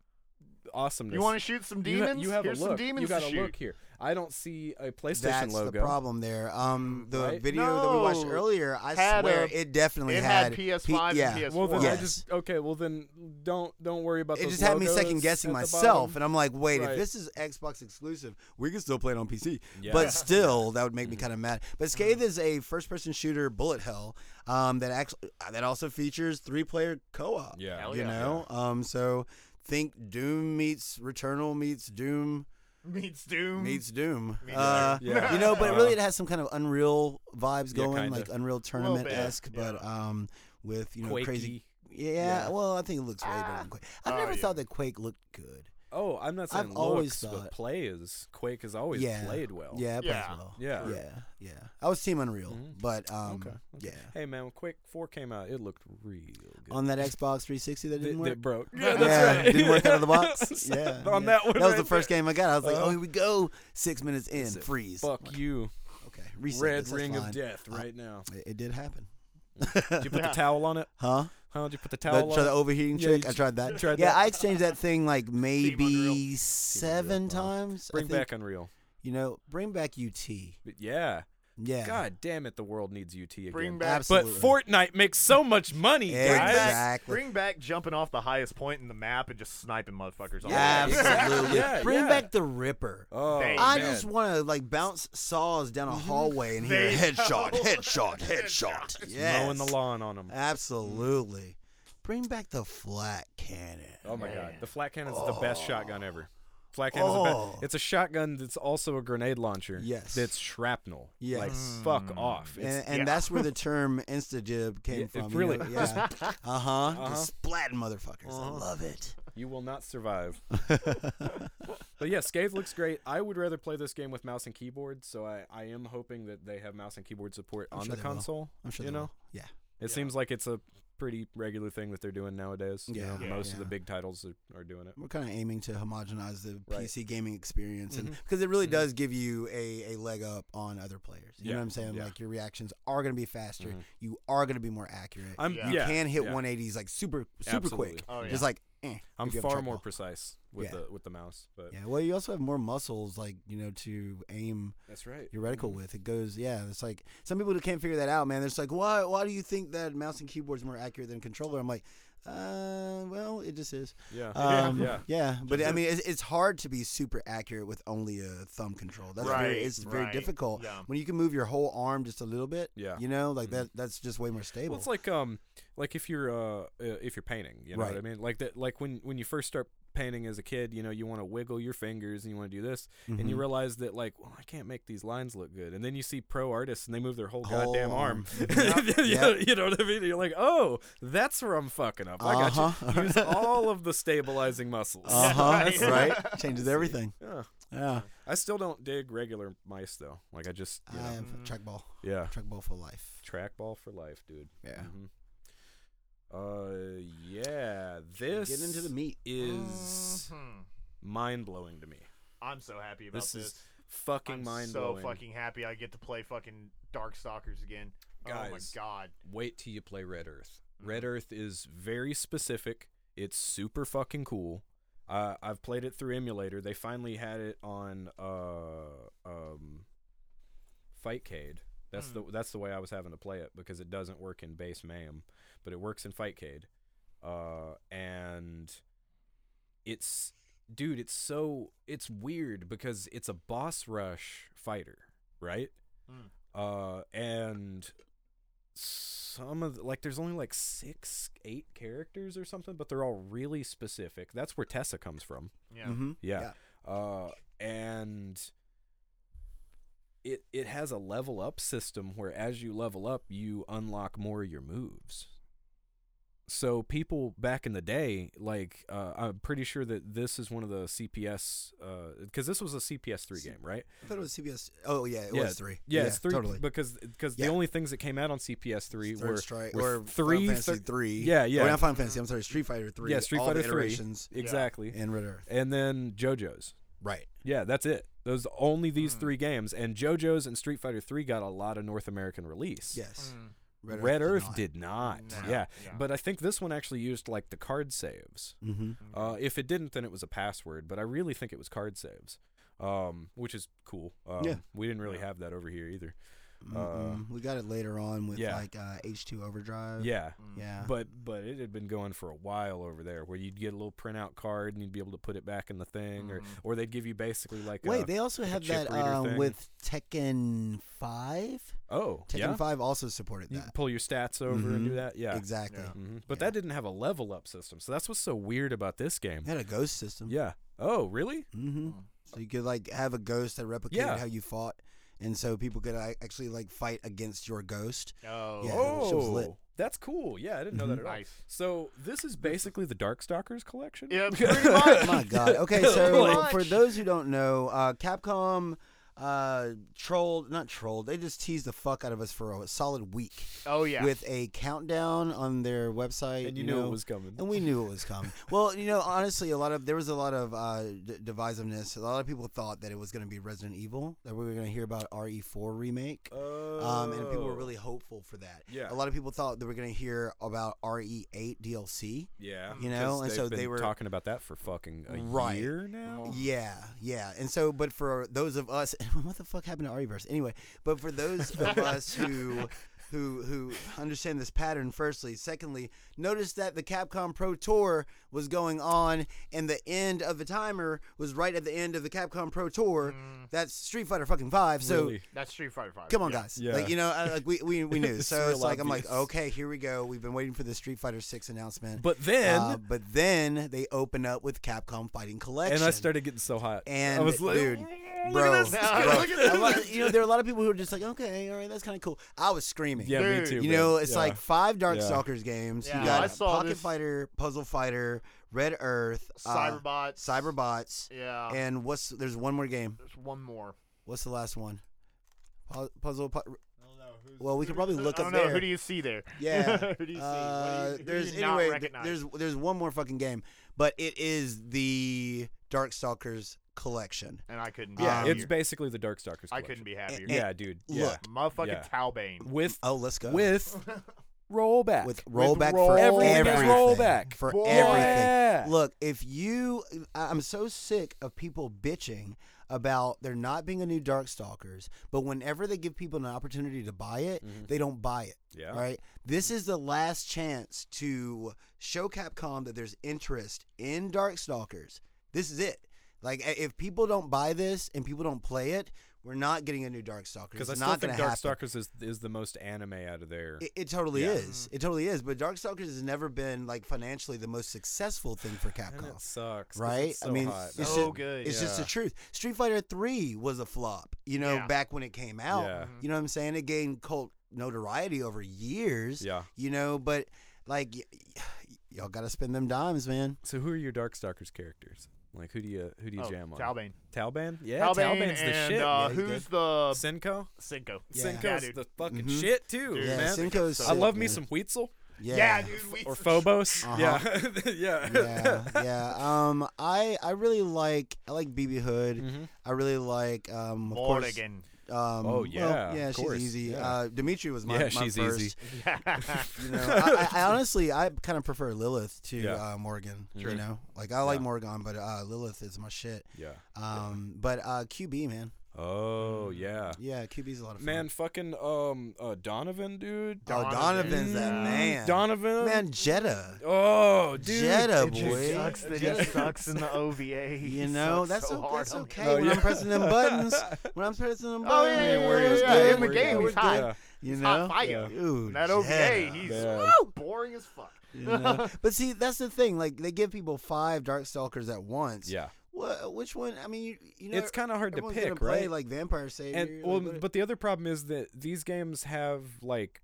Speaker 1: awesomeness.
Speaker 3: You want to shoot some
Speaker 1: You ha-
Speaker 3: demons?
Speaker 1: You, have
Speaker 3: Here's
Speaker 1: a look.
Speaker 3: some demons
Speaker 1: you got
Speaker 3: to
Speaker 1: a
Speaker 3: shoot.
Speaker 1: look here. I don't see a PlayStation
Speaker 2: That's
Speaker 1: logo.
Speaker 2: the problem there. Um, the
Speaker 1: Right?
Speaker 2: video that we watched
Speaker 3: No.
Speaker 2: earlier, I
Speaker 3: Had
Speaker 2: swear
Speaker 3: a-
Speaker 2: it definitely
Speaker 3: It
Speaker 2: had,
Speaker 3: had PS5
Speaker 2: P- yeah.
Speaker 3: and PS4.
Speaker 1: Well, then
Speaker 2: Yes.
Speaker 1: I just okay. Well, then don't don't worry about.
Speaker 2: It
Speaker 1: those
Speaker 2: just had me
Speaker 1: logos
Speaker 2: second guessing
Speaker 1: at the
Speaker 2: myself,
Speaker 1: bottom.
Speaker 2: and I'm like, wait, if
Speaker 1: Right.
Speaker 2: this is Xbox exclusive, we can still play it on PC.
Speaker 1: Yeah.
Speaker 2: But still, that would make me kind of mad. But Scathe is a first-person shooter bullet hell um, that actually that also features three-player co-op.
Speaker 1: yeah,
Speaker 3: Hell
Speaker 2: you
Speaker 3: yeah.
Speaker 2: know, um, so think Doom meets Returnal meets Doom
Speaker 3: Meets Doom.
Speaker 2: meets Doom.
Speaker 3: Meets
Speaker 2: Uh,
Speaker 1: Doom. Yeah.
Speaker 2: You know, but
Speaker 1: Uh,
Speaker 2: really, it has some kind of Unreal vibes
Speaker 1: Yeah,
Speaker 2: going,
Speaker 1: kinda.
Speaker 2: like Unreal
Speaker 3: Little bit,
Speaker 2: Tournament esque, but um, with you know crazy.
Speaker 1: Quakey.
Speaker 2: Yeah,
Speaker 1: Yeah.
Speaker 2: well, I think it looks way better than Quake. I've
Speaker 3: Oh,
Speaker 2: never
Speaker 3: yeah.
Speaker 2: thought that Quake looked good.
Speaker 1: Oh, I'm not saying
Speaker 2: I've always
Speaker 1: looks,
Speaker 2: thought-
Speaker 1: but play is Quake has always
Speaker 2: yeah,
Speaker 1: played well.
Speaker 2: Yeah, it
Speaker 3: Yeah.
Speaker 2: plays well.
Speaker 1: Yeah.
Speaker 2: yeah, yeah. I was Team Unreal,
Speaker 1: Mhm.
Speaker 2: but um,
Speaker 1: Okay, okay.
Speaker 2: yeah.
Speaker 1: Hey man, when Quake Four came out, it looked real good.
Speaker 2: On that Xbox 360 that
Speaker 1: Th-
Speaker 2: didn't
Speaker 1: that
Speaker 2: work.
Speaker 1: broke.
Speaker 3: Yeah,
Speaker 1: that's
Speaker 2: yeah,
Speaker 1: right.
Speaker 2: it didn't work out of the box.
Speaker 1: So,
Speaker 2: Yeah,
Speaker 1: on
Speaker 2: yeah.
Speaker 1: that one.
Speaker 2: That was
Speaker 1: right
Speaker 2: the first
Speaker 1: there.
Speaker 2: game I got. I was like,
Speaker 1: Uh-huh.
Speaker 2: "Oh, here we go!" Six minutes in,
Speaker 1: Said,
Speaker 2: freeze.
Speaker 1: Fuck
Speaker 2: Like,
Speaker 1: you,
Speaker 2: Okay, reset
Speaker 1: red
Speaker 2: this, that's
Speaker 1: ring
Speaker 2: fine.
Speaker 1: of death, right now.
Speaker 2: It, it did happen,
Speaker 1: Did you put
Speaker 3: Yeah.
Speaker 1: the towel on it?
Speaker 2: huh?
Speaker 1: Huh? Did you put the
Speaker 2: The,
Speaker 1: towel
Speaker 2: try the
Speaker 1: on?
Speaker 2: overheating
Speaker 1: uh, Yeah,
Speaker 2: trick.
Speaker 1: you
Speaker 2: I tried that.
Speaker 1: tried
Speaker 2: yeah,
Speaker 1: that.
Speaker 2: I exchanged that thing like maybe
Speaker 3: Unreal.
Speaker 2: seven
Speaker 1: Unreal, wow.
Speaker 2: times. I
Speaker 1: Bring
Speaker 2: think.
Speaker 1: back Unreal.
Speaker 2: You know, bring back UT.
Speaker 1: But yeah.
Speaker 2: Yeah.
Speaker 1: God damn it, the world needs UT again.
Speaker 3: Bring back.
Speaker 1: but
Speaker 2: absolutely.
Speaker 1: Fortnite makes so much money,
Speaker 2: Yeah,
Speaker 3: Bring
Speaker 1: guys.
Speaker 2: exactly.
Speaker 3: back, bring back jumping off the highest point in the map and just sniping motherfuckers off.
Speaker 1: Yeah,
Speaker 2: Absolutely.
Speaker 1: Yeah,
Speaker 2: bring
Speaker 1: yeah.
Speaker 2: back the Ripper.
Speaker 1: Oh,
Speaker 3: Dang.
Speaker 2: I
Speaker 1: man. Mm-hmm.
Speaker 2: just want to like bounce saws down a hallway and hear
Speaker 3: There you
Speaker 2: headshot,
Speaker 3: go.
Speaker 2: headshot, headshot. Yes. Ah,
Speaker 1: mowing the lawn on them.
Speaker 2: Absolutely. Bring back the flat cannon.
Speaker 1: Oh my god, the flat cannon's the best shotgun ever. Flat cannon's the
Speaker 2: Oh.
Speaker 1: best. It's a shotgun that's also a grenade launcher.
Speaker 2: Yes.
Speaker 1: that's shrapnel. like
Speaker 2: Yes. Mm.
Speaker 1: fuck off. It's,
Speaker 2: and, and
Speaker 3: yeah.
Speaker 2: that's where the term instajib came
Speaker 1: Yeah, it
Speaker 2: from.
Speaker 1: really- Uh-huh.
Speaker 2: yeah. Uh huh. Just splatting motherfuckers. I love it.
Speaker 1: you will not survive. but yeah, Scathe looks great. I would rather play this game with mouse and keyboard, so I, I am hoping that they have mouse and keyboard support on
Speaker 2: sure
Speaker 1: the
Speaker 2: they will.
Speaker 1: console.
Speaker 2: I'm sure
Speaker 1: you
Speaker 2: they
Speaker 1: know.
Speaker 2: will. Yeah.
Speaker 1: It seems like it's a pretty regular thing that they're doing nowadays. You
Speaker 2: Yeah.
Speaker 1: know,
Speaker 2: Yeah.
Speaker 1: most of the
Speaker 2: Yeah.
Speaker 1: big titles are, are doing it.
Speaker 2: We're kind of aiming to homogenize the
Speaker 1: Right. Mm-hmm.
Speaker 2: PC gaming experience, and because it really does give you a, a leg up on other players. You know
Speaker 1: Yeah.
Speaker 2: what I'm saying?
Speaker 1: Yeah. Mm-hmm.
Speaker 2: Like your reactions are going to be faster. You are going to be more accurate.
Speaker 1: I'm
Speaker 3: Yeah.
Speaker 1: yeah.
Speaker 2: you can hit
Speaker 1: yeah.
Speaker 2: 180s like super super
Speaker 1: Absolutely.
Speaker 2: quick.
Speaker 3: Oh, yeah.
Speaker 2: Just like eh,
Speaker 1: I'm
Speaker 2: if you have
Speaker 1: far
Speaker 2: trackball.
Speaker 1: more precise with
Speaker 2: Yeah.
Speaker 1: the with the mouse, but
Speaker 2: Yeah. Well, you also have more muscles, like you know, to aim
Speaker 1: that's right.
Speaker 2: your reticle with. It goes, yeah. It's like some people can't figure that out, man. They're just like, why? Why do you think that mouse and keyboard's more accurate than controller? I'm like, uh, well, it just is.
Speaker 1: Yeah,
Speaker 2: Um, yeah.
Speaker 1: yeah.
Speaker 2: But I mean, it's, it's hard to be super accurate with only a thumb control. That's very,
Speaker 3: Right,
Speaker 2: it's very
Speaker 3: right,
Speaker 2: difficult
Speaker 3: yeah.
Speaker 2: when you can move your whole arm just a little bit.
Speaker 1: Yeah. Mm-hmm.
Speaker 2: You know, like that. That's just way more stable.
Speaker 1: Well, it's like um, like if you're uh, uh, if you're painting, you know
Speaker 2: Right.
Speaker 1: what I mean. Like that, like when when you first start painting as a kid, you know, you want to wiggle your fingers and you want to do this,
Speaker 2: Mm-hmm.
Speaker 1: and you realize that like, well, I can't make these lines look good, and then you see pro artists and they move their whole,
Speaker 2: Whole
Speaker 1: goddamn
Speaker 2: arm.
Speaker 1: arm.
Speaker 2: Yep,
Speaker 1: you, know,
Speaker 2: yep.
Speaker 1: you know what I mean? You're like, oh, that's where I'm fucking up. I got
Speaker 2: Uh-huh.
Speaker 1: you. Use all of the stabilizing muscles.
Speaker 2: uh huh.
Speaker 3: right.
Speaker 2: right. Changes everything.
Speaker 1: Yeah.
Speaker 2: Yeah.
Speaker 1: I still don't dig regular mice though. Like I just you
Speaker 2: I
Speaker 1: know,
Speaker 2: am trackball.
Speaker 1: yeah
Speaker 2: Trackball for life.
Speaker 1: trackball for life, dude.
Speaker 2: Yeah.
Speaker 1: Mhm. Uh yeah, this
Speaker 2: Get into the Mm-hmm. meat.
Speaker 1: is
Speaker 3: Mhm.
Speaker 1: mind blowing to me.
Speaker 3: I'm so happy about
Speaker 1: This
Speaker 3: this.
Speaker 1: is fucking
Speaker 3: I'm
Speaker 1: mind
Speaker 3: so
Speaker 1: blowing.
Speaker 3: fucking happy I get to play fucking Darkstalkers again. Oh my
Speaker 1: Guys.
Speaker 3: god.
Speaker 1: Wait till you play Red Earth. Red Earth is very specific. It's super fucking cool. Uh, I've played it through emulator. They finally had it on uh, um, Fightcade. That's the that's the way I was having to play it because it doesn't work in base MAM, but it works in Fightcade. Uh, and it's dude, it's so it's weird because it's a boss rush fighter, right?
Speaker 3: Mm.
Speaker 1: Uh, and some of the, like there's only like six eight characters or something but they're all really specific that's where tessa comes from
Speaker 3: Yeah.
Speaker 2: Mm-hmm.
Speaker 1: yeah, uh and it it has a level up system where as you level up you unlock more of your moves so people back in the day like uh, i'm pretty sure that this is one of the cps because uh, this was a cps3 game right
Speaker 2: I thought it was CBS. Oh yeah, it
Speaker 1: Yeah,
Speaker 2: was three.
Speaker 1: yeah, it's three
Speaker 2: Totally.
Speaker 1: because because
Speaker 2: Yeah.
Speaker 1: the only things that came out on CPS three
Speaker 2: Third
Speaker 1: were,
Speaker 2: strike
Speaker 1: were
Speaker 2: or
Speaker 1: three,
Speaker 2: Final Fantasy
Speaker 1: thir-
Speaker 2: three.
Speaker 1: Yeah, yeah.
Speaker 2: Or not Final Fantasy. I'm sorry, Street Fighter three.
Speaker 1: yeah, Street
Speaker 2: all
Speaker 1: Fighter
Speaker 2: the
Speaker 1: three
Speaker 2: iterations
Speaker 1: exactly,
Speaker 2: and Red Earth.
Speaker 1: and then JoJo's.
Speaker 2: Right.
Speaker 1: Yeah, that's it. Those only these
Speaker 2: Hmm.
Speaker 3: Mm.
Speaker 1: three games, and JoJo's and Street Fighter three got a lot of North American release.
Speaker 2: Yes.
Speaker 3: Mm.
Speaker 1: Red,
Speaker 2: did
Speaker 1: Earth
Speaker 2: not.
Speaker 1: did not.
Speaker 3: No,
Speaker 1: Yeah.
Speaker 3: yeah.
Speaker 1: but I think this one actually used like the card saves.
Speaker 2: Mhm.
Speaker 1: Uh, if it didn't, then it was a password, but I really think it was card saves, um, which is cool. Um,
Speaker 2: Yeah.
Speaker 1: we didn't really
Speaker 3: Yeah.
Speaker 1: have that over here either.
Speaker 2: Mm-mm. Mm-hmm. we got it later on with
Speaker 1: Uh, yeah.
Speaker 2: like uh, H2 Overdrive.
Speaker 1: Yeah,
Speaker 3: Mm.
Speaker 2: Yeah.
Speaker 1: but but it had been going for a while over there where you'd get a little printout card and you'd be able to put it back in the thing or
Speaker 3: Mhm.
Speaker 1: or they'd give you basically like
Speaker 2: Mm-hmm. Wait,
Speaker 1: a,
Speaker 2: they also
Speaker 1: a
Speaker 2: had
Speaker 1: uh, chip
Speaker 2: that
Speaker 1: reader
Speaker 2: um,
Speaker 1: thing.
Speaker 2: with Tekken Five.
Speaker 1: oh
Speaker 2: Tekken
Speaker 1: yeah
Speaker 2: Five also supported
Speaker 1: you can
Speaker 2: that.
Speaker 1: pull your stats over and do
Speaker 2: Mhm.
Speaker 1: that yeah
Speaker 2: Exactly.
Speaker 3: Yeah.
Speaker 1: hmm but
Speaker 2: Yeah.
Speaker 1: that didn't have a level up system so that's what's so weird about this game
Speaker 2: They had a ghost system.
Speaker 1: yeah oh really
Speaker 2: hmm
Speaker 3: Mm.
Speaker 2: So you could like have a ghost that replicated
Speaker 1: Yeah.
Speaker 2: how you fought, and so people could like, actually like fight against your ghost.
Speaker 3: Oh.
Speaker 2: Yeah,
Speaker 1: oh
Speaker 2: shit was lit.
Speaker 1: that's cool yeah I didn't know
Speaker 2: Mhm.
Speaker 1: that at all
Speaker 3: Nice.
Speaker 1: so this is basically the Darkstalkers collection
Speaker 3: Yeah, pretty much.
Speaker 2: My God. Okay,
Speaker 1: Pretty
Speaker 2: so uh,
Speaker 3: much.
Speaker 2: for those who don't know, uh, Capcom uh, trolled, not trolled, they just teased the fuck out of us for a solid week
Speaker 3: Oh yeah.
Speaker 2: with a countdown on their website.
Speaker 1: and you, knew
Speaker 2: know,
Speaker 1: it was coming
Speaker 2: And we knew it was coming. well, you know, honestly, a lot of there was a lot of uh, d- divisiveness. A lot of people thought that it was going to be Resident Evil that we were going to hear about RE4 remake, um, and people were
Speaker 1: Oh.
Speaker 2: really hopeful for that.
Speaker 1: yeah
Speaker 2: A lot of people thought they were going to hear about E RE8 DLC.
Speaker 1: yeah
Speaker 2: You
Speaker 1: because
Speaker 2: know, and
Speaker 1: they've
Speaker 2: so they
Speaker 1: been
Speaker 2: were
Speaker 1: talking about that for fucking a
Speaker 2: Right.
Speaker 1: year now
Speaker 2: Yeah, yeah. And so, but for those of us, what the fuck happened to Artiverse? Anyway, but for those of us who. Who, who understand this pattern firstly secondly notice that the capcom pro tour was going on and the end of the timer was right at the end of the capcom pro tour that's street fighter fucking five so
Speaker 1: Mm. Really.
Speaker 3: That's Street Fighter Five.
Speaker 2: come on
Speaker 3: yeah.
Speaker 2: guys
Speaker 1: Yeah.
Speaker 2: like you know I, like we, we, we knew
Speaker 1: It's
Speaker 2: so it's
Speaker 1: real
Speaker 2: like i'm like
Speaker 1: obvious.
Speaker 2: okay here we go we've been waiting for the street fighter 6 announcement
Speaker 1: but then
Speaker 2: Uh, but then they open up with capcom fighting collection
Speaker 1: and I started getting so hot.
Speaker 2: And,
Speaker 1: I was like,
Speaker 2: dude,
Speaker 1: "Look at
Speaker 2: bro,
Speaker 1: this."
Speaker 2: bro,
Speaker 3: Look at
Speaker 2: a lot- you know, there are a lot of people who are just like, okay, all right, that's kind of cool. I was screaming.
Speaker 1: yeah, me
Speaker 3: Dude.
Speaker 1: too.
Speaker 2: You
Speaker 1: man.
Speaker 2: know, it's
Speaker 1: Yeah.
Speaker 2: like five Darkstalkers
Speaker 1: Yeah.
Speaker 2: Stalkers games.
Speaker 3: Yeah,
Speaker 2: you got
Speaker 3: I saw
Speaker 2: Pocket
Speaker 3: this-
Speaker 2: Fighter, Puzzle Fighter, Red Earth, uh,
Speaker 3: Cyberbots.
Speaker 2: Cyberbots,
Speaker 3: Yeah.
Speaker 2: and what's there's one more game.
Speaker 3: There's one more.
Speaker 2: What's the last one? Pu- Puzzle. Pu- well, we could probably look
Speaker 3: I
Speaker 2: up
Speaker 3: don't know.
Speaker 2: there.
Speaker 3: Who do you see there?
Speaker 2: Yeah.
Speaker 3: who do you see? What do you-
Speaker 2: Uh,
Speaker 3: who do
Speaker 2: there's
Speaker 3: you not
Speaker 2: anyway. th-
Speaker 3: recognize?
Speaker 2: there's there's one more fucking game, but it is the Darkstalkers collection.
Speaker 3: and I couldn't.
Speaker 1: yeah,
Speaker 2: um,
Speaker 3: be
Speaker 1: it's
Speaker 3: happier.
Speaker 1: basically the Darkstalkers.
Speaker 3: I
Speaker 1: collection.
Speaker 3: couldn't be happier.
Speaker 1: Yeah, dude. Yeah,
Speaker 2: look,
Speaker 3: Motherfucking
Speaker 1: yeah.
Speaker 3: Talbane.
Speaker 1: with
Speaker 2: Oh, let's go.
Speaker 1: with rollback
Speaker 2: with rollback for
Speaker 1: roll-
Speaker 2: everything.
Speaker 1: Everything is rollback.
Speaker 2: For
Speaker 3: Boy.
Speaker 1: Yeah.
Speaker 2: everything. Look, if you, I- I'm so sick of people bitching about there not being a new Darkstalkers, but whenever they give people an opportunity to buy it, they don't buy it.
Speaker 1: Yeah.
Speaker 2: Right. This is the last chance to show Capcom that there's interest in Darkstalkers. This is it. Like, i- if people don't buy this and people don't play it, we're not getting a new Darkstalkers.
Speaker 1: because
Speaker 2: It's
Speaker 1: I still
Speaker 2: not
Speaker 1: think
Speaker 2: gonna happen.
Speaker 1: Darkstalkers is is the most anime out of there.
Speaker 2: It, it totally
Speaker 1: Yeah.
Speaker 2: is. It totally is. But Darkstalkers has never been like financially the most successful thing for
Speaker 1: and it
Speaker 2: Capcom,
Speaker 1: sucks. 'cause
Speaker 2: right?
Speaker 1: it's so
Speaker 2: I mean,
Speaker 1: hot,
Speaker 2: it's
Speaker 1: man.
Speaker 3: So
Speaker 2: just,
Speaker 3: Oh, good,
Speaker 2: It's just the
Speaker 1: yeah.
Speaker 2: truth. Street Fighter Three was a flop, you know,
Speaker 3: Yeah.
Speaker 2: back when it came out.
Speaker 1: Yeah.
Speaker 2: You know what I'm saying? It gained cult notoriety over years.
Speaker 1: yeah.
Speaker 2: You know, but like. Y- y- Y'all gotta spend them dimes, man.
Speaker 1: So who are your Darkstalkers characters? Like who do you who do you
Speaker 3: Oh,
Speaker 1: jam on?
Speaker 3: Talbane.
Speaker 1: Talban? Yeah,
Speaker 3: Talbane
Speaker 1: Talban's the
Speaker 3: and,
Speaker 1: shit.
Speaker 3: Uh,
Speaker 2: Yeah, he's
Speaker 3: who's the
Speaker 1: Senko?
Speaker 3: Cinco?
Speaker 2: Yeah.
Speaker 1: Senko's
Speaker 3: Yeah, dude.
Speaker 1: the fucking
Speaker 2: Mhm.
Speaker 1: shit too,
Speaker 3: Dude,
Speaker 2: yeah,
Speaker 1: man.
Speaker 2: Cinco's
Speaker 1: I
Speaker 2: sick,
Speaker 1: love me
Speaker 2: man.
Speaker 1: some Weetzel
Speaker 2: Yeah,
Speaker 3: dude. We,
Speaker 1: or Phobos.
Speaker 2: Uh-huh.
Speaker 1: Yeah. yeah.
Speaker 2: yeah, yeah. Um, I I really like I like BB Hood.
Speaker 1: Mhm.
Speaker 2: I really like um of course
Speaker 3: Morrigan.
Speaker 2: um
Speaker 1: Oh,
Speaker 2: well,
Speaker 1: yeah,
Speaker 2: yeah
Speaker 1: of
Speaker 2: she's
Speaker 1: course,
Speaker 2: easy.
Speaker 1: yeah.
Speaker 2: Uh, Dimitri was my
Speaker 1: Yeah,
Speaker 2: my
Speaker 1: she's
Speaker 2: first.
Speaker 1: easy.
Speaker 2: You know, I, I, I honestly I kind of prefer Lilith to
Speaker 1: Yeah.
Speaker 2: uh, Morgan.
Speaker 1: True.
Speaker 2: You know, like I like
Speaker 1: Yeah.
Speaker 2: Morgan, but uh, Lilith is my shit.
Speaker 1: Yeah.
Speaker 2: Um, but uh, QB man,
Speaker 1: Oh yeah.
Speaker 2: Mm. yeah, QB's a lot of fun.
Speaker 1: Man, fucking um uh, Donovan, dude.
Speaker 2: oh,
Speaker 3: Donovan.
Speaker 2: Donovan's that
Speaker 1: Mm,
Speaker 2: man.
Speaker 1: Donovan.
Speaker 2: man, Jetta.
Speaker 1: Oh, dude.
Speaker 2: Jetta,
Speaker 1: It
Speaker 2: boy.
Speaker 1: just
Speaker 2: Wait.
Speaker 3: sucks that
Speaker 1: Jetta-
Speaker 3: he sucks in the OVA. He
Speaker 2: You know
Speaker 3: sucks
Speaker 2: that's
Speaker 3: so
Speaker 2: o-
Speaker 3: hard
Speaker 2: that's
Speaker 3: on
Speaker 2: okay.
Speaker 1: Oh,
Speaker 2: when I'm
Speaker 1: yeah.
Speaker 2: pressing them buttons, when I'm pressing them buttons,
Speaker 3: Oh, yeah, yeah,
Speaker 2: we're
Speaker 3: yeah,
Speaker 2: just
Speaker 3: yeah,
Speaker 2: good,
Speaker 3: in the
Speaker 2: we're
Speaker 3: game,
Speaker 2: good,
Speaker 3: he's
Speaker 2: we're good.
Speaker 3: hot.
Speaker 2: You
Speaker 3: He's
Speaker 2: know,
Speaker 3: hot fire.
Speaker 1: Yeah.
Speaker 2: Dude,
Speaker 3: That OVA,
Speaker 2: Jetta.
Speaker 3: he's
Speaker 1: Yeah.
Speaker 3: woo, boring as fuck.
Speaker 2: You know? but see, that's the thing. Like they give people five Darkstalkers at once.
Speaker 1: Yeah.
Speaker 2: Wha- which one? I mean, you, you know,
Speaker 1: It's kind of hard to
Speaker 2: everyone's
Speaker 1: pick,
Speaker 2: gonna play
Speaker 1: right?
Speaker 2: like Vampire Savior.
Speaker 1: and
Speaker 2: like,
Speaker 1: well,
Speaker 2: what-
Speaker 1: but the other problem is that these games have like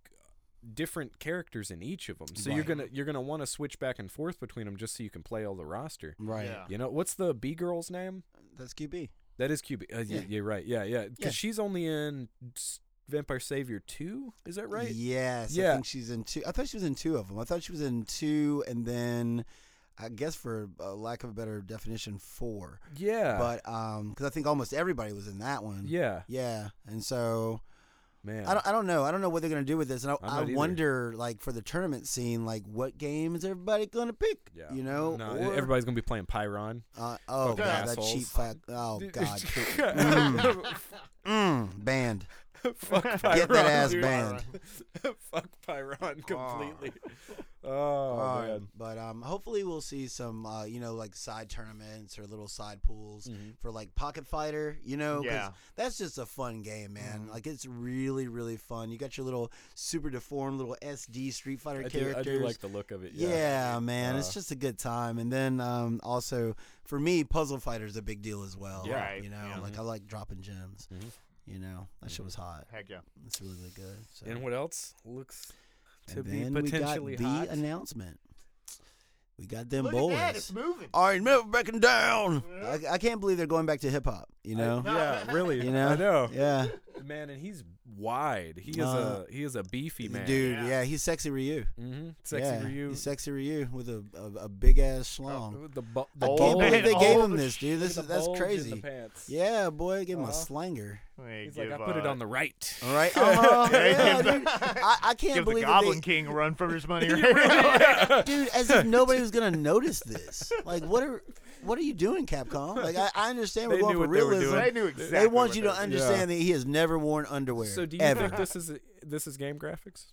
Speaker 1: different characters in each of them, so you're
Speaker 2: Right.
Speaker 1: gonna you're gonna want to switch back and forth between them just so you can play all the roster.
Speaker 2: right,
Speaker 3: Yeah.
Speaker 1: You know what's the B girl's name?
Speaker 2: that's QB.
Speaker 1: That is QB. Uh, yeah.
Speaker 2: Yeah.
Speaker 1: You're right. Yeah, yeah. Because
Speaker 2: Yeah.
Speaker 1: she's only in S- Vampire Savior two. Is that right?
Speaker 2: Yes.
Speaker 1: Yeah.
Speaker 2: I think she's in two. I thought she was in two of them. I thought she was in two, and then I guess for uh, lack of a better definition, four.
Speaker 1: Yeah.
Speaker 2: But um, because I think almost everybody was in that one.
Speaker 1: yeah.
Speaker 2: Yeah, and so
Speaker 1: Man.
Speaker 2: I don't, I don't know. I don't know what they're gonna do with this, and I,
Speaker 1: I'm not
Speaker 2: I
Speaker 1: either.
Speaker 2: wonder, like for the tournament scene, like what game is everybody gonna pick?
Speaker 1: Yeah.
Speaker 2: You know,
Speaker 1: No,
Speaker 2: Or,
Speaker 1: everybody's gonna be playing Pyron.
Speaker 2: Uh, oh
Speaker 1: Fucking
Speaker 2: god,
Speaker 1: assholes.
Speaker 2: that cheap fuck. Oh
Speaker 1: Dude,
Speaker 2: god,
Speaker 1: Mm.
Speaker 2: mm, banned.
Speaker 1: Fuck Pyron.
Speaker 2: Mm. Get that ass
Speaker 1: dude.
Speaker 2: banned.
Speaker 1: Fuck Pyron completely. Oh,
Speaker 2: Alright,
Speaker 1: man.
Speaker 2: but um, hopefully we'll see some, uh, you know, like side tournaments or little side pools
Speaker 1: Mm. Mm-hmm.
Speaker 2: for like Pocket Fighter. You know, 'cause
Speaker 3: Yeah.
Speaker 2: that's just a fun game,
Speaker 1: Mm-hmm.
Speaker 2: man. Like it's really, really fun. You got your little super deformed little SD Street Fighter
Speaker 1: I do, I
Speaker 2: characters.
Speaker 1: do like the look of it. Yeah.
Speaker 2: Yeah, man, it's
Speaker 1: Uh,
Speaker 2: just a good time. And then um, also for me, Puzzle Fighter's a big deal as well.
Speaker 3: Yeah.
Speaker 2: you
Speaker 3: Right,
Speaker 2: know,
Speaker 3: yeah.
Speaker 2: like I like dropping gems.
Speaker 1: Mhm.
Speaker 2: You know, that shit was hot.
Speaker 3: Heck yeah.
Speaker 2: It's really, really good. So.
Speaker 1: Mm-hmm. And what else looks
Speaker 2: And
Speaker 1: to be
Speaker 2: then
Speaker 1: potentially
Speaker 2: we got
Speaker 1: hot?
Speaker 2: the announcement. We got them
Speaker 3: Look
Speaker 2: bowlers.
Speaker 3: at that. It's moving.
Speaker 2: All right, never backing down.
Speaker 3: Yeah.
Speaker 2: I, I can't believe they're going back to hip hop. You know.
Speaker 1: yeah, really.
Speaker 2: You know?
Speaker 1: I know.
Speaker 2: yeah,
Speaker 1: Man, and he's wide. He is
Speaker 2: Uh,
Speaker 1: a he is a beefy man.
Speaker 2: dude.
Speaker 3: Yeah.
Speaker 2: Yeah. he's sexy Ryu.
Speaker 1: Mm-hmm. Sexy
Speaker 2: yeah,
Speaker 1: Ryu.
Speaker 2: He's sexy Ryu with a a, a big ass schlong.
Speaker 1: The bu-
Speaker 2: I
Speaker 1: the
Speaker 2: can't
Speaker 3: Oh,
Speaker 1: bulge-
Speaker 2: believe
Speaker 3: man,
Speaker 2: they
Speaker 3: all
Speaker 2: gave
Speaker 3: the
Speaker 2: him this, dude. This
Speaker 1: the
Speaker 2: is that's
Speaker 1: bulge in
Speaker 2: crazy.
Speaker 1: the pants.
Speaker 2: Yeah, boy, give him
Speaker 1: Uh-huh.
Speaker 2: a slanger.
Speaker 3: They
Speaker 1: He's like,
Speaker 3: give,
Speaker 1: I put it
Speaker 3: uh,
Speaker 1: on the right.
Speaker 2: All right. Uh-huh.
Speaker 3: Yeah,
Speaker 2: yeah,
Speaker 3: give the-
Speaker 2: dude. I, I can't
Speaker 3: give the
Speaker 2: believe
Speaker 3: Goblin
Speaker 2: that
Speaker 3: King a run for his money. Right?
Speaker 2: they, dude. As if nobody was gonna notice this. Like, what are what are you doing, Capcom? Like, I, I understand we're
Speaker 1: They
Speaker 2: going
Speaker 1: knew
Speaker 2: for
Speaker 1: what they were
Speaker 2: realism.
Speaker 1: doing.
Speaker 3: they knew exactly.
Speaker 2: They want
Speaker 3: what
Speaker 2: you to
Speaker 3: they were doing.
Speaker 2: understand that he has never worn underwear.
Speaker 1: So do you
Speaker 2: ever.
Speaker 1: think this is this is game graphics?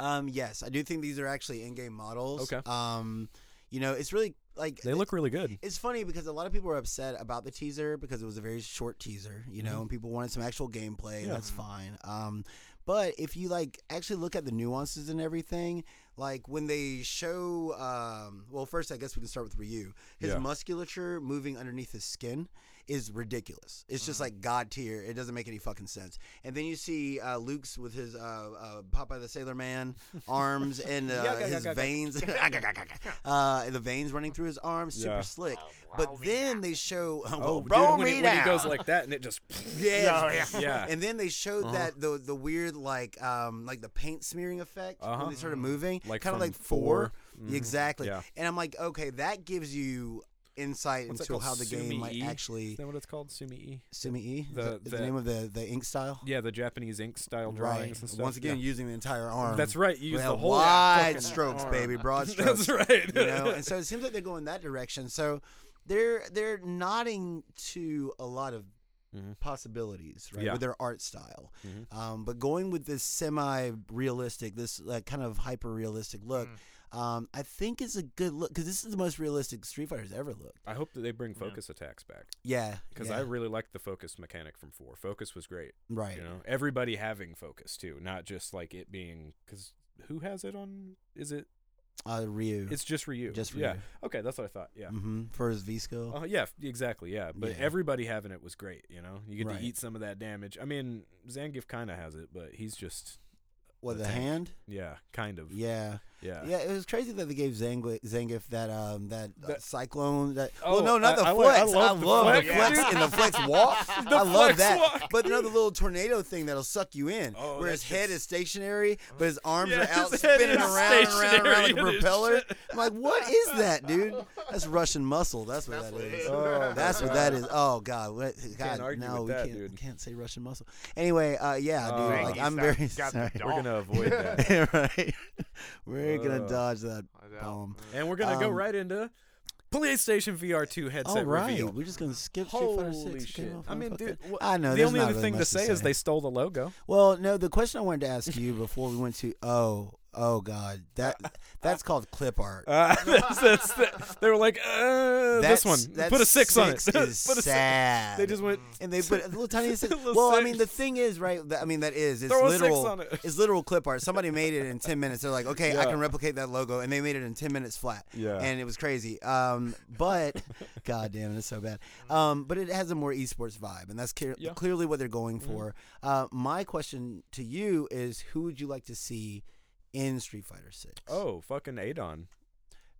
Speaker 2: Um, yes, I do think these are actually in-game models.
Speaker 1: Okay.
Speaker 2: Um, you know, it's really like
Speaker 1: They look really good.
Speaker 2: It's funny because a lot of people were upset about the teaser because it was a very short teaser, you know, and people wanted some actual gameplay. and
Speaker 1: Mm-hmm. Yeah. Mm-hmm.
Speaker 2: That's fine. Um, but if you like actually look at the nuances and everything, like when they show, um, well, first I guess we can start with Ryu. His
Speaker 1: Yeah.
Speaker 2: musculature moving underneath his skin is ridiculous. It's just
Speaker 1: Mm-hmm.
Speaker 2: like god tier. It doesn't make any fucking sense. And then you see uh, Luke's with his uh, uh, Popeye the Sailor Man arms and uh,
Speaker 1: Yuck, yuck,
Speaker 2: his
Speaker 1: yuck, yuck.
Speaker 2: veins, uh, the veins running through his arms, super slick. But then they show,
Speaker 1: Oh,
Speaker 2: oh,
Speaker 1: dude,
Speaker 2: roll
Speaker 1: when,
Speaker 2: me
Speaker 1: he, when
Speaker 2: down.
Speaker 1: he goes like that and it just
Speaker 2: yeah.
Speaker 3: Yeah,
Speaker 1: yeah. Uh-huh.
Speaker 2: And then they showed that the the weird like um like the paint smearing effect
Speaker 1: Uh-huh.
Speaker 2: when they started moving,
Speaker 1: Like
Speaker 2: kind of
Speaker 1: from
Speaker 2: like 4
Speaker 1: four. Mhm.
Speaker 2: exactly.
Speaker 1: Yeah.
Speaker 2: And I'm like, okay, that gives you insight
Speaker 1: What's that
Speaker 2: into
Speaker 1: called?
Speaker 2: how the
Speaker 1: Sumi
Speaker 2: game might
Speaker 1: E? Is
Speaker 2: actually.
Speaker 1: that what it's called? Sumi E.
Speaker 2: Sumi E, Is
Speaker 1: The-
Speaker 2: that- is the,
Speaker 1: the-
Speaker 2: name of the the ink style.
Speaker 1: Yeah, the Japanese ink style drawings
Speaker 2: Right.
Speaker 1: and stuff.
Speaker 2: Once again,
Speaker 1: yeah.
Speaker 2: using the entire arm.
Speaker 1: That's right, you
Speaker 2: We
Speaker 1: use
Speaker 2: have
Speaker 1: the whole
Speaker 2: wide
Speaker 1: fucking
Speaker 2: strokes,
Speaker 1: arm.
Speaker 2: baby, broad strokes.
Speaker 1: That's right.
Speaker 2: you know and so it seems like they're going that direction so they're they're nodding to a lot of
Speaker 1: Mhm.
Speaker 2: possibilities right
Speaker 1: Yeah.
Speaker 2: with their art style
Speaker 1: Mhm.
Speaker 2: um, but going with this semi realistic this like kind of hyper realistic look um, i think is a good look because this is the most realistic street fighters ever looked
Speaker 1: I hope that they bring focus attacks back
Speaker 2: yeah
Speaker 1: because
Speaker 2: yeah,
Speaker 1: I really like the focus mechanic from four. Focus was great.
Speaker 2: right
Speaker 1: You know, everybody having focus too, not just like it being because who has it on? Is it?
Speaker 2: uh, ryu
Speaker 1: It's just Ryu.
Speaker 2: Just
Speaker 1: Yeah.
Speaker 2: Ryu.
Speaker 1: Okay, that's what I thought. Yeah.
Speaker 2: hmm for his v skill
Speaker 1: Uh, yeah, f- exactly. Yeah, but
Speaker 2: Yeah.
Speaker 1: everybody having it was great. You know, you get
Speaker 2: Right.
Speaker 1: to eat some of that damage. I mean, Zangief kind of has it, but he's just
Speaker 2: with
Speaker 1: the
Speaker 2: the
Speaker 1: tank.
Speaker 2: hand
Speaker 1: yeah, kind of.
Speaker 2: yeah
Speaker 1: Yeah.
Speaker 2: Yeah, it was crazy that they gave Zangli- Zangief that um that, uh,
Speaker 1: That-
Speaker 2: cyclone. That
Speaker 1: Oh,
Speaker 2: well, no, not
Speaker 1: I-
Speaker 2: the
Speaker 1: I like-
Speaker 2: flex.
Speaker 1: I
Speaker 2: I
Speaker 1: love
Speaker 2: love,
Speaker 1: the
Speaker 2: the
Speaker 1: flex,
Speaker 2: flex
Speaker 1: dude.
Speaker 2: and the flex walk. I love
Speaker 1: flex
Speaker 2: that.
Speaker 1: walk.
Speaker 2: But you know the little tornado thing that'll suck you in,
Speaker 1: Oh,
Speaker 2: where his
Speaker 1: that
Speaker 2: head
Speaker 1: shit's-
Speaker 2: is stationary, but his arms
Speaker 1: Yeah,
Speaker 2: are out
Speaker 1: his head
Speaker 2: spinning
Speaker 1: is
Speaker 2: around and around and around like a
Speaker 1: stationary. It is
Speaker 2: propeller. I'm like, what is that, dude? That's Russian muscle. That's what
Speaker 3: That's
Speaker 2: that
Speaker 3: what it
Speaker 2: is.
Speaker 3: is. Oh,
Speaker 2: That's what that is. Oh God, what, God,
Speaker 1: argue with
Speaker 2: no, we
Speaker 1: that,
Speaker 2: can't,
Speaker 1: dude.
Speaker 2: can't say Russian muscle. Anyway, uh, yeah,
Speaker 1: Oh.
Speaker 2: dude, like
Speaker 1: Yankees
Speaker 2: I'm
Speaker 3: got-
Speaker 2: very
Speaker 3: got the
Speaker 2: sorry.
Speaker 3: dog.
Speaker 1: We're going to avoid that.
Speaker 2: right. We're gonna
Speaker 1: Ugh.
Speaker 2: dodge that
Speaker 3: I know.
Speaker 2: bomb.
Speaker 1: and we're going to go
Speaker 2: Um,
Speaker 1: right into PlayStation VR2 headset
Speaker 2: All right,
Speaker 1: reveal.
Speaker 2: we're just gonna skip Street Fighter Six.
Speaker 1: Holy
Speaker 2: Okay,
Speaker 1: shit.
Speaker 2: well,
Speaker 1: I mean,
Speaker 2: fuck
Speaker 1: dude,
Speaker 2: that.
Speaker 1: wha-
Speaker 2: I know.
Speaker 1: the
Speaker 2: there's
Speaker 1: only
Speaker 2: not
Speaker 1: other
Speaker 2: really
Speaker 1: thing
Speaker 2: much
Speaker 1: to say is they stole the logo.
Speaker 2: Well, no. The question I wanted to ask you before we went to oh oh god that that's called clip art.
Speaker 1: Uh, that's, that's the, they were like, uh,
Speaker 2: That's-
Speaker 1: this one,
Speaker 2: that
Speaker 1: put a six, on it.
Speaker 2: six
Speaker 1: Put a
Speaker 2: is
Speaker 1: six.
Speaker 2: sad.
Speaker 1: They just went,
Speaker 2: and they put a little tiny. six-
Speaker 1: Little
Speaker 2: well, I
Speaker 1: six.
Speaker 2: mean, the thing is, right? That, I mean, that is it's
Speaker 1: Throw a six
Speaker 2: literal.
Speaker 1: on it.
Speaker 2: It's literal clip art. Somebody made it in ten minutes. They're like, okay,
Speaker 1: Yeah.
Speaker 2: I can replicate that logo, and they made it in ten minutes flat.
Speaker 1: Yeah.
Speaker 2: and it was crazy. Um, but god damn, it, it's so bad. Um, but it has a more esports vibe, and that's clear,
Speaker 1: Yeah. Mm-hmm.
Speaker 2: clearly what they're going for. Uh, my question to you is, who would you like to see in Street Fighter Six?
Speaker 1: oh, fucking Adon.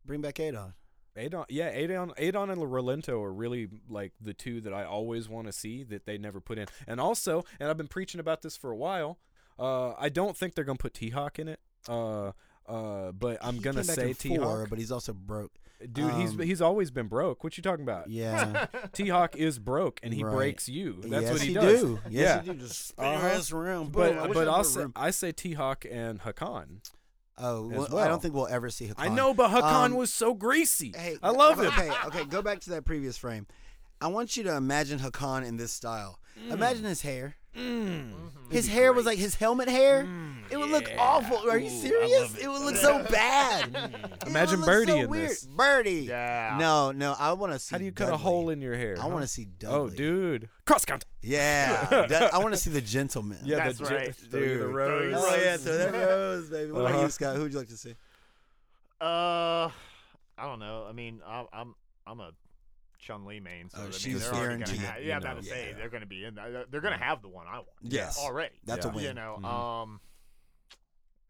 Speaker 2: bring back Adon.
Speaker 1: Adon, yeah, Adon, Adon and Relento are really like the two that I always want to see that they never put in. And also, and I've been preaching about this for a while. Uh, I don't think they're gonna put T Hawk in it. Uh, uh, but I'm
Speaker 2: He
Speaker 1: gonna
Speaker 2: came back
Speaker 1: say
Speaker 2: in
Speaker 1: T
Speaker 2: four,
Speaker 1: Hawk,
Speaker 2: but he's also broke.
Speaker 1: dude. he's
Speaker 2: um,
Speaker 1: he's always been broke. What you talking about?
Speaker 2: Yeah,
Speaker 1: T Hawk is broke, and he
Speaker 2: Right.
Speaker 1: breaks you. That's
Speaker 2: yes,
Speaker 1: what he
Speaker 2: he
Speaker 1: does.
Speaker 2: Do. Yes,
Speaker 1: Yeah.
Speaker 2: he do. Just spin your
Speaker 1: Uh-huh.
Speaker 2: ass around. boom, I
Speaker 1: But
Speaker 2: wish
Speaker 1: but
Speaker 2: I had more
Speaker 1: also
Speaker 2: room.
Speaker 1: I say T Hawk and Hakan.
Speaker 2: Oh,
Speaker 1: as
Speaker 2: well, I
Speaker 1: well.
Speaker 2: don't think we'll ever see Hakan.
Speaker 1: I know, but Hakan
Speaker 2: Um,
Speaker 1: was so greasy.
Speaker 2: Hey,
Speaker 1: I love him.
Speaker 2: Okay, okay, go back to that previous frame. I want you to imagine Hakan in this style.
Speaker 1: Mm.
Speaker 2: Imagine his hair. His hair was like his helmet hair.
Speaker 1: Mm.
Speaker 2: it would look awful. Are you serious? It. would look so bad. It
Speaker 1: Mm. Imagine
Speaker 2: would look
Speaker 1: Birdie
Speaker 2: so
Speaker 1: in
Speaker 2: weird.
Speaker 1: this.
Speaker 2: Birdie.
Speaker 3: Yeah.
Speaker 2: No, no. I want to see.
Speaker 1: How do you cut a
Speaker 2: Dudley.
Speaker 1: hole in your hair?
Speaker 2: I want to see Dudley.
Speaker 1: Oh, dude, cross count.
Speaker 2: Yeah. Dud- I want to see the gentleman.
Speaker 1: Yeah,
Speaker 3: That's
Speaker 1: the gi-
Speaker 3: right.
Speaker 1: throw you the
Speaker 2: Dude.
Speaker 1: rose.
Speaker 2: Oh yeah, so that rose, baby. What about
Speaker 1: Uh-huh.
Speaker 2: you, Scott? Who would you like to see?
Speaker 3: Uh, I don't know. I mean, I, I'm I'm a Chun Li main, so
Speaker 2: Oh,
Speaker 3: I mean,
Speaker 2: she was
Speaker 3: they're already
Speaker 2: guaranteed,
Speaker 3: gonna have,
Speaker 1: you
Speaker 3: yeah, I'm about
Speaker 1: know.
Speaker 3: to say
Speaker 2: Yeah.
Speaker 3: they're gonna be in. that- They're gonna have the one I want.
Speaker 2: Yes.
Speaker 3: already.
Speaker 2: That's
Speaker 1: Yeah.
Speaker 2: a win. Mm-hmm.
Speaker 3: You know,
Speaker 1: Mhm.
Speaker 3: um,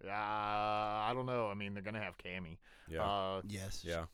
Speaker 3: uh, I don't know. I mean, they're gonna have Cammy.
Speaker 1: Yeah.
Speaker 3: Uh,
Speaker 2: Yes.
Speaker 1: yeah.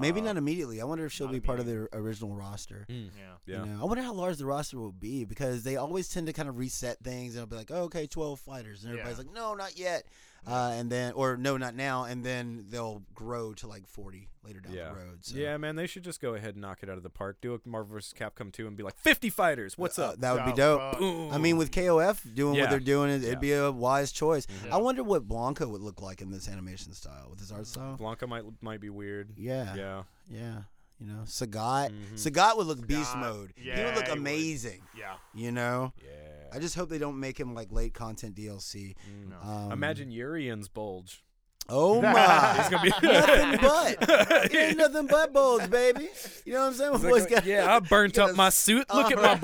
Speaker 2: Maybe
Speaker 3: uh,
Speaker 2: not immediately. I wonder if she'll
Speaker 3: not
Speaker 2: be part of the original roster.
Speaker 3: Yeah.
Speaker 1: Yeah.
Speaker 2: You know, I wonder how large the roster will be because they always tend to kind of reset things and it'll be like, oh, okay, 12 fighters. And everybody's
Speaker 3: Yeah.
Speaker 2: like, no, not yet.
Speaker 1: Mm-hmm.
Speaker 2: Uh, and then, or no, not now. And then they'll grow to like 40 later down
Speaker 1: Yeah.
Speaker 2: the road. So.
Speaker 1: Yeah, man, they should just go ahead and knock it out of the park. Do a Marvel vs. Capcom 2 and be like, 50 fighters, what's
Speaker 2: Uh,
Speaker 1: up?
Speaker 2: that would be
Speaker 3: Oh,
Speaker 2: dope.
Speaker 3: fuck.
Speaker 1: Boom.
Speaker 2: I mean, with KOF doing
Speaker 1: Yeah.
Speaker 2: what they're doing, it,
Speaker 1: Yeah. Mm-hmm.
Speaker 2: it'd be a wise choice.
Speaker 3: Yeah.
Speaker 2: I wonder what Blanco would look like in this animation style with his art style.
Speaker 1: Blanca might might be weird.
Speaker 2: Yeah, yeah,
Speaker 1: Mm-hmm. Yeah.
Speaker 2: You know, Sagat.
Speaker 1: Mhm.
Speaker 2: Sagat would look beast
Speaker 3: Sagat.
Speaker 2: mode. he
Speaker 3: Yeah,
Speaker 2: would look
Speaker 3: he would.
Speaker 2: amazing.
Speaker 3: Yeah.
Speaker 2: You know,
Speaker 1: Yeah.
Speaker 2: I just hope they don't make him like late content DLC.
Speaker 1: Mm.
Speaker 3: No.
Speaker 2: Um,
Speaker 1: Imagine Urian's bulge.
Speaker 2: Oh
Speaker 1: It's
Speaker 2: my.
Speaker 1: gonna be
Speaker 2: nothing but. It ain't nothing but bulge, baby. You know what I'm saying? My
Speaker 1: It's like, "Oh,
Speaker 2: boy's got
Speaker 1: yeah, I burnt
Speaker 2: got
Speaker 1: up
Speaker 2: a-
Speaker 1: my suit. Look at my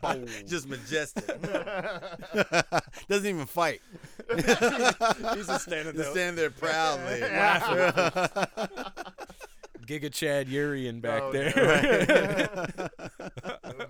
Speaker 1: bulge.
Speaker 2: just majestic. Doesn't even fight.
Speaker 1: He's just standing
Speaker 2: Just
Speaker 1: there.
Speaker 2: standing there proudly.
Speaker 1: Giga Chad Urian back
Speaker 3: Oh,
Speaker 1: there.
Speaker 3: Oh, no.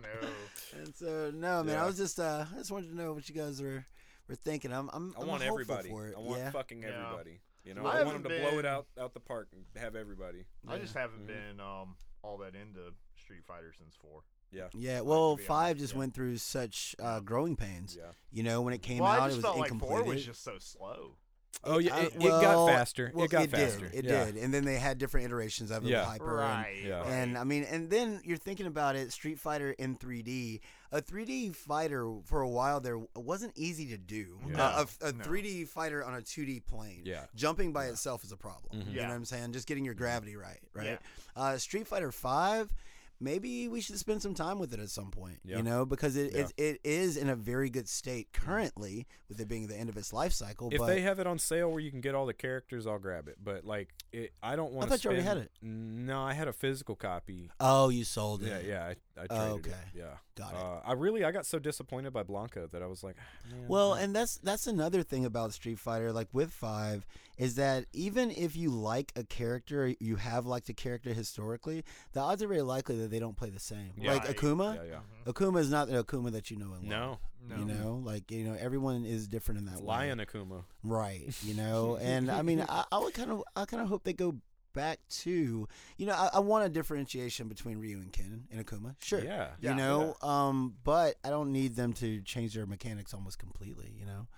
Speaker 2: And so no, man,
Speaker 1: Yeah.
Speaker 2: I was just uh, I just wanted to know what you guys were were thinking. I'm I'm
Speaker 1: I
Speaker 2: I'm
Speaker 1: want
Speaker 2: hopeful
Speaker 1: everybody.
Speaker 2: for it.
Speaker 1: I want
Speaker 2: yeah.
Speaker 1: fucking
Speaker 3: Yeah.
Speaker 1: everybody. You know,
Speaker 3: I
Speaker 1: I, want them
Speaker 3: haven't
Speaker 1: to blow it
Speaker 3: been-
Speaker 1: out out the park and have everybody.
Speaker 3: I just haven't
Speaker 2: Mm.
Speaker 1: Mhm.
Speaker 3: been um all that into Street Fighter since four.
Speaker 1: Yeah.
Speaker 2: yeah, well,
Speaker 3: be honest,
Speaker 2: five just
Speaker 3: yeah.
Speaker 2: went through such uh, growing pains.
Speaker 1: Um, Yeah.
Speaker 2: You know, when it came
Speaker 3: well,
Speaker 2: out,
Speaker 3: I just
Speaker 2: it was
Speaker 3: felt like
Speaker 2: incomplete.
Speaker 3: four was just so slow.
Speaker 1: Oh yeah,
Speaker 2: I-
Speaker 1: it, it
Speaker 2: well,
Speaker 1: got faster.
Speaker 2: well,
Speaker 1: it got faster.
Speaker 2: Did, it
Speaker 1: yeah.
Speaker 2: did, and then they had different iterations of it.
Speaker 1: Yeah.
Speaker 2: With Hyper and-
Speaker 3: Right.
Speaker 1: Yeah.
Speaker 3: right.
Speaker 2: And uh, I mean, and then you're thinking about it, Street Fighter in 3D. A 3D fighter for a while there wasn't easy to do.
Speaker 1: Yeah.
Speaker 2: Uh, a a
Speaker 3: No.
Speaker 2: 3D fighter on a 2D plane.
Speaker 1: Yeah. Mm-hmm.
Speaker 2: Jumping by itself is a problem. You know
Speaker 3: Yeah.
Speaker 2: what I'm saying? Just getting your gravity right, right? Uh, Street Fighter 5. Maybe we should spend some time with it at some point,
Speaker 1: Yeah.
Speaker 2: you know, because it,
Speaker 1: Yeah.
Speaker 2: it's it is in a very good state currently, with it being the end of its life cycle.
Speaker 1: If
Speaker 2: but
Speaker 1: they have it on sale where you can get all the characters, I'll grab it. But like, it, I don't want.
Speaker 2: thought you already had it.
Speaker 1: No, I had a physical copy.
Speaker 2: oh, you sold it,
Speaker 1: Yeah, yeah, I, I traded
Speaker 2: Oh,
Speaker 1: it.
Speaker 2: okay.
Speaker 1: Yeah,
Speaker 2: got it.
Speaker 1: uh, I really, I got so disappointed by Blanca that I was like, "Ah, man,
Speaker 2: Well,
Speaker 1: I-
Speaker 2: and that's that's another thing about Street Fighter, like with five, is that even if you like a character, you have liked a character historically, the odds are very likely that they don't play the same.
Speaker 1: Yeah.
Speaker 2: like
Speaker 3: Right.
Speaker 2: Akuma,
Speaker 1: yeah, yeah.
Speaker 2: Akuma is not the Akuma that you know and love.
Speaker 1: No,
Speaker 3: Mm-hmm.
Speaker 2: You know, like you know, everyone is different in that
Speaker 1: It's
Speaker 2: way.
Speaker 1: Lion Akuma.
Speaker 2: right? You know, and I mean, I, I would kind of, I kind of hope they go back to, you know, I, I want a differentiation between Ryu and Ken and Akuma, sure,
Speaker 1: Yeah.
Speaker 2: you know, um, but I don't need them to change their mechanics almost completely, you know,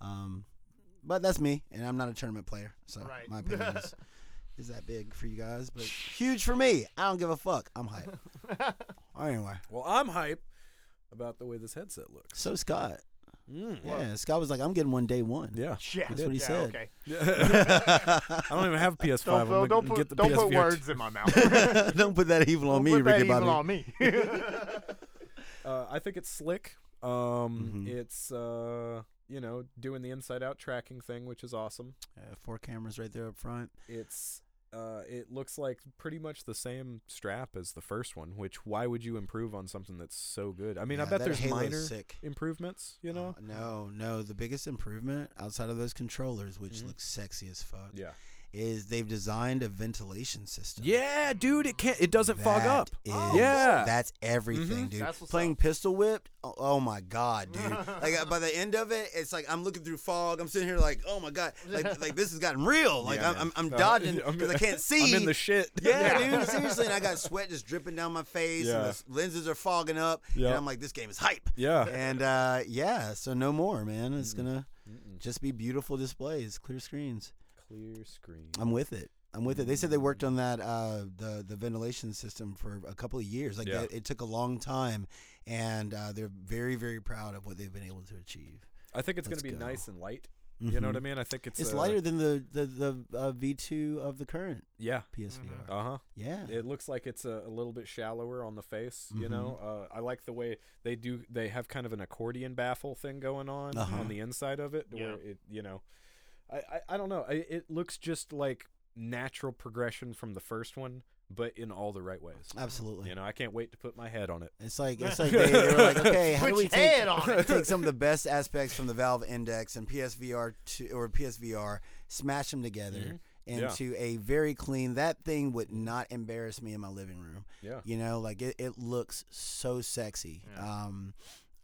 Speaker 2: um, but that's me, and I'm not a tournament player, so
Speaker 3: Right.
Speaker 2: my opinion is, is that big for you guys, but huge for me. I don't give a fuck. I'm hype. anyway,
Speaker 1: Well, I'm hype about the way this headset looks.
Speaker 2: so Scott,
Speaker 1: Mm.
Speaker 2: yeah, Scott was like, I'm getting one day one.
Speaker 1: Yeah.
Speaker 3: Yeah,
Speaker 2: That's what he
Speaker 3: yeah,
Speaker 2: said.
Speaker 3: Okay.
Speaker 1: I don't even have a PS5.
Speaker 3: Don't,
Speaker 1: I'm gonna
Speaker 3: don't, don't
Speaker 1: get the
Speaker 3: put, don't put
Speaker 1: PS4.
Speaker 3: words in my mouth. Don't
Speaker 2: don't put that evil on me,
Speaker 3: put that
Speaker 2: Ricky
Speaker 3: evil
Speaker 2: Bobby.
Speaker 3: on me.
Speaker 1: Uh, I think it's slick. Um,
Speaker 2: Mhm.
Speaker 1: It's uh, you know doing the inside out tracking thing, which is awesome.
Speaker 2: Uh, four cameras right there up front.
Speaker 1: It's uh, it looks like pretty much the same strap as the first one. Which why would you improve on something that's so good? I mean, I
Speaker 2: Yeah,
Speaker 1: bet
Speaker 2: that
Speaker 1: there's
Speaker 2: Halo's
Speaker 1: minor
Speaker 2: sick.
Speaker 1: improvements. You know.
Speaker 2: Uh, no, no. The biggest improvement outside of those controllers, which
Speaker 1: Mhm.
Speaker 2: look sexy as fuck,
Speaker 1: yeah.
Speaker 2: is they've designed a ventilation system.
Speaker 1: Yeah, dude. It can't. It doesn't fog
Speaker 2: That
Speaker 1: up. Oh.
Speaker 2: is-
Speaker 1: Yeah.
Speaker 2: that's everything,
Speaker 1: Mhm.
Speaker 2: dude.
Speaker 3: Mm-hmm. That's what's
Speaker 2: Playing
Speaker 3: up.
Speaker 2: pistol whipped. Oh, oh my god, dude! like uh, by the end of it, it's like I'm looking through fog. I'm sitting here like, oh my god, like like this has gotten real. Like
Speaker 1: Yeah,
Speaker 2: I'm,
Speaker 1: man.
Speaker 2: I'm I'm
Speaker 1: Uh,
Speaker 2: dodging
Speaker 1: I'm-
Speaker 2: because I can't see.
Speaker 1: I'm in the shit.
Speaker 2: Yeah, dude, seriously. And I got sweat just dripping down my face, and
Speaker 1: Yeah.
Speaker 2: the s- lenses are fogging up,
Speaker 1: Yep.
Speaker 2: and I'm like, this game is hype.
Speaker 1: Yeah.
Speaker 2: And uh, yeah, so no more, man. It's gonna just be beautiful displays, clear screens.
Speaker 1: Clear screen.
Speaker 2: I'm with it. I'm with it. They said they worked on that uh, the the ventilation system for a couple of years. Like
Speaker 1: Yeah.
Speaker 2: that, it took a long time, and uh, they're very very proud of what they've been able to achieve.
Speaker 1: I think it's gonna
Speaker 2: Let's
Speaker 1: be
Speaker 2: go.
Speaker 1: nice and light. You know what I mean? I think it's
Speaker 2: It's
Speaker 1: uh,
Speaker 2: lighter than the the the uh, V2 of the current
Speaker 1: Yeah.
Speaker 2: PSVR.
Speaker 1: Uh huh.
Speaker 2: Yeah.
Speaker 1: It looks like it's a, a little bit shallower on the face, you know. Uh, I like the way they do. They have kind of an accordion baffle thing going on
Speaker 2: Uh-huh.
Speaker 1: on the inside of it, where it, you know, I, I, I don't know. I, it looks just like natural progression from the first one, but in all the right ways.
Speaker 2: Absolutely.
Speaker 1: You know, I can't wait to put my head on it.
Speaker 2: It's like it's like they, they were like, okay, how do
Speaker 3: Put
Speaker 2: we
Speaker 3: your
Speaker 2: take,
Speaker 3: head on it.
Speaker 2: take some of the best aspects from the Valve Index and PSVR two, or PSVR, smash them together
Speaker 1: Mm-hmm. Yeah.
Speaker 2: into a very clean. That thing would not embarrass me in my living room.
Speaker 1: Yeah.
Speaker 2: You know, like it, it looks so sexy. Um,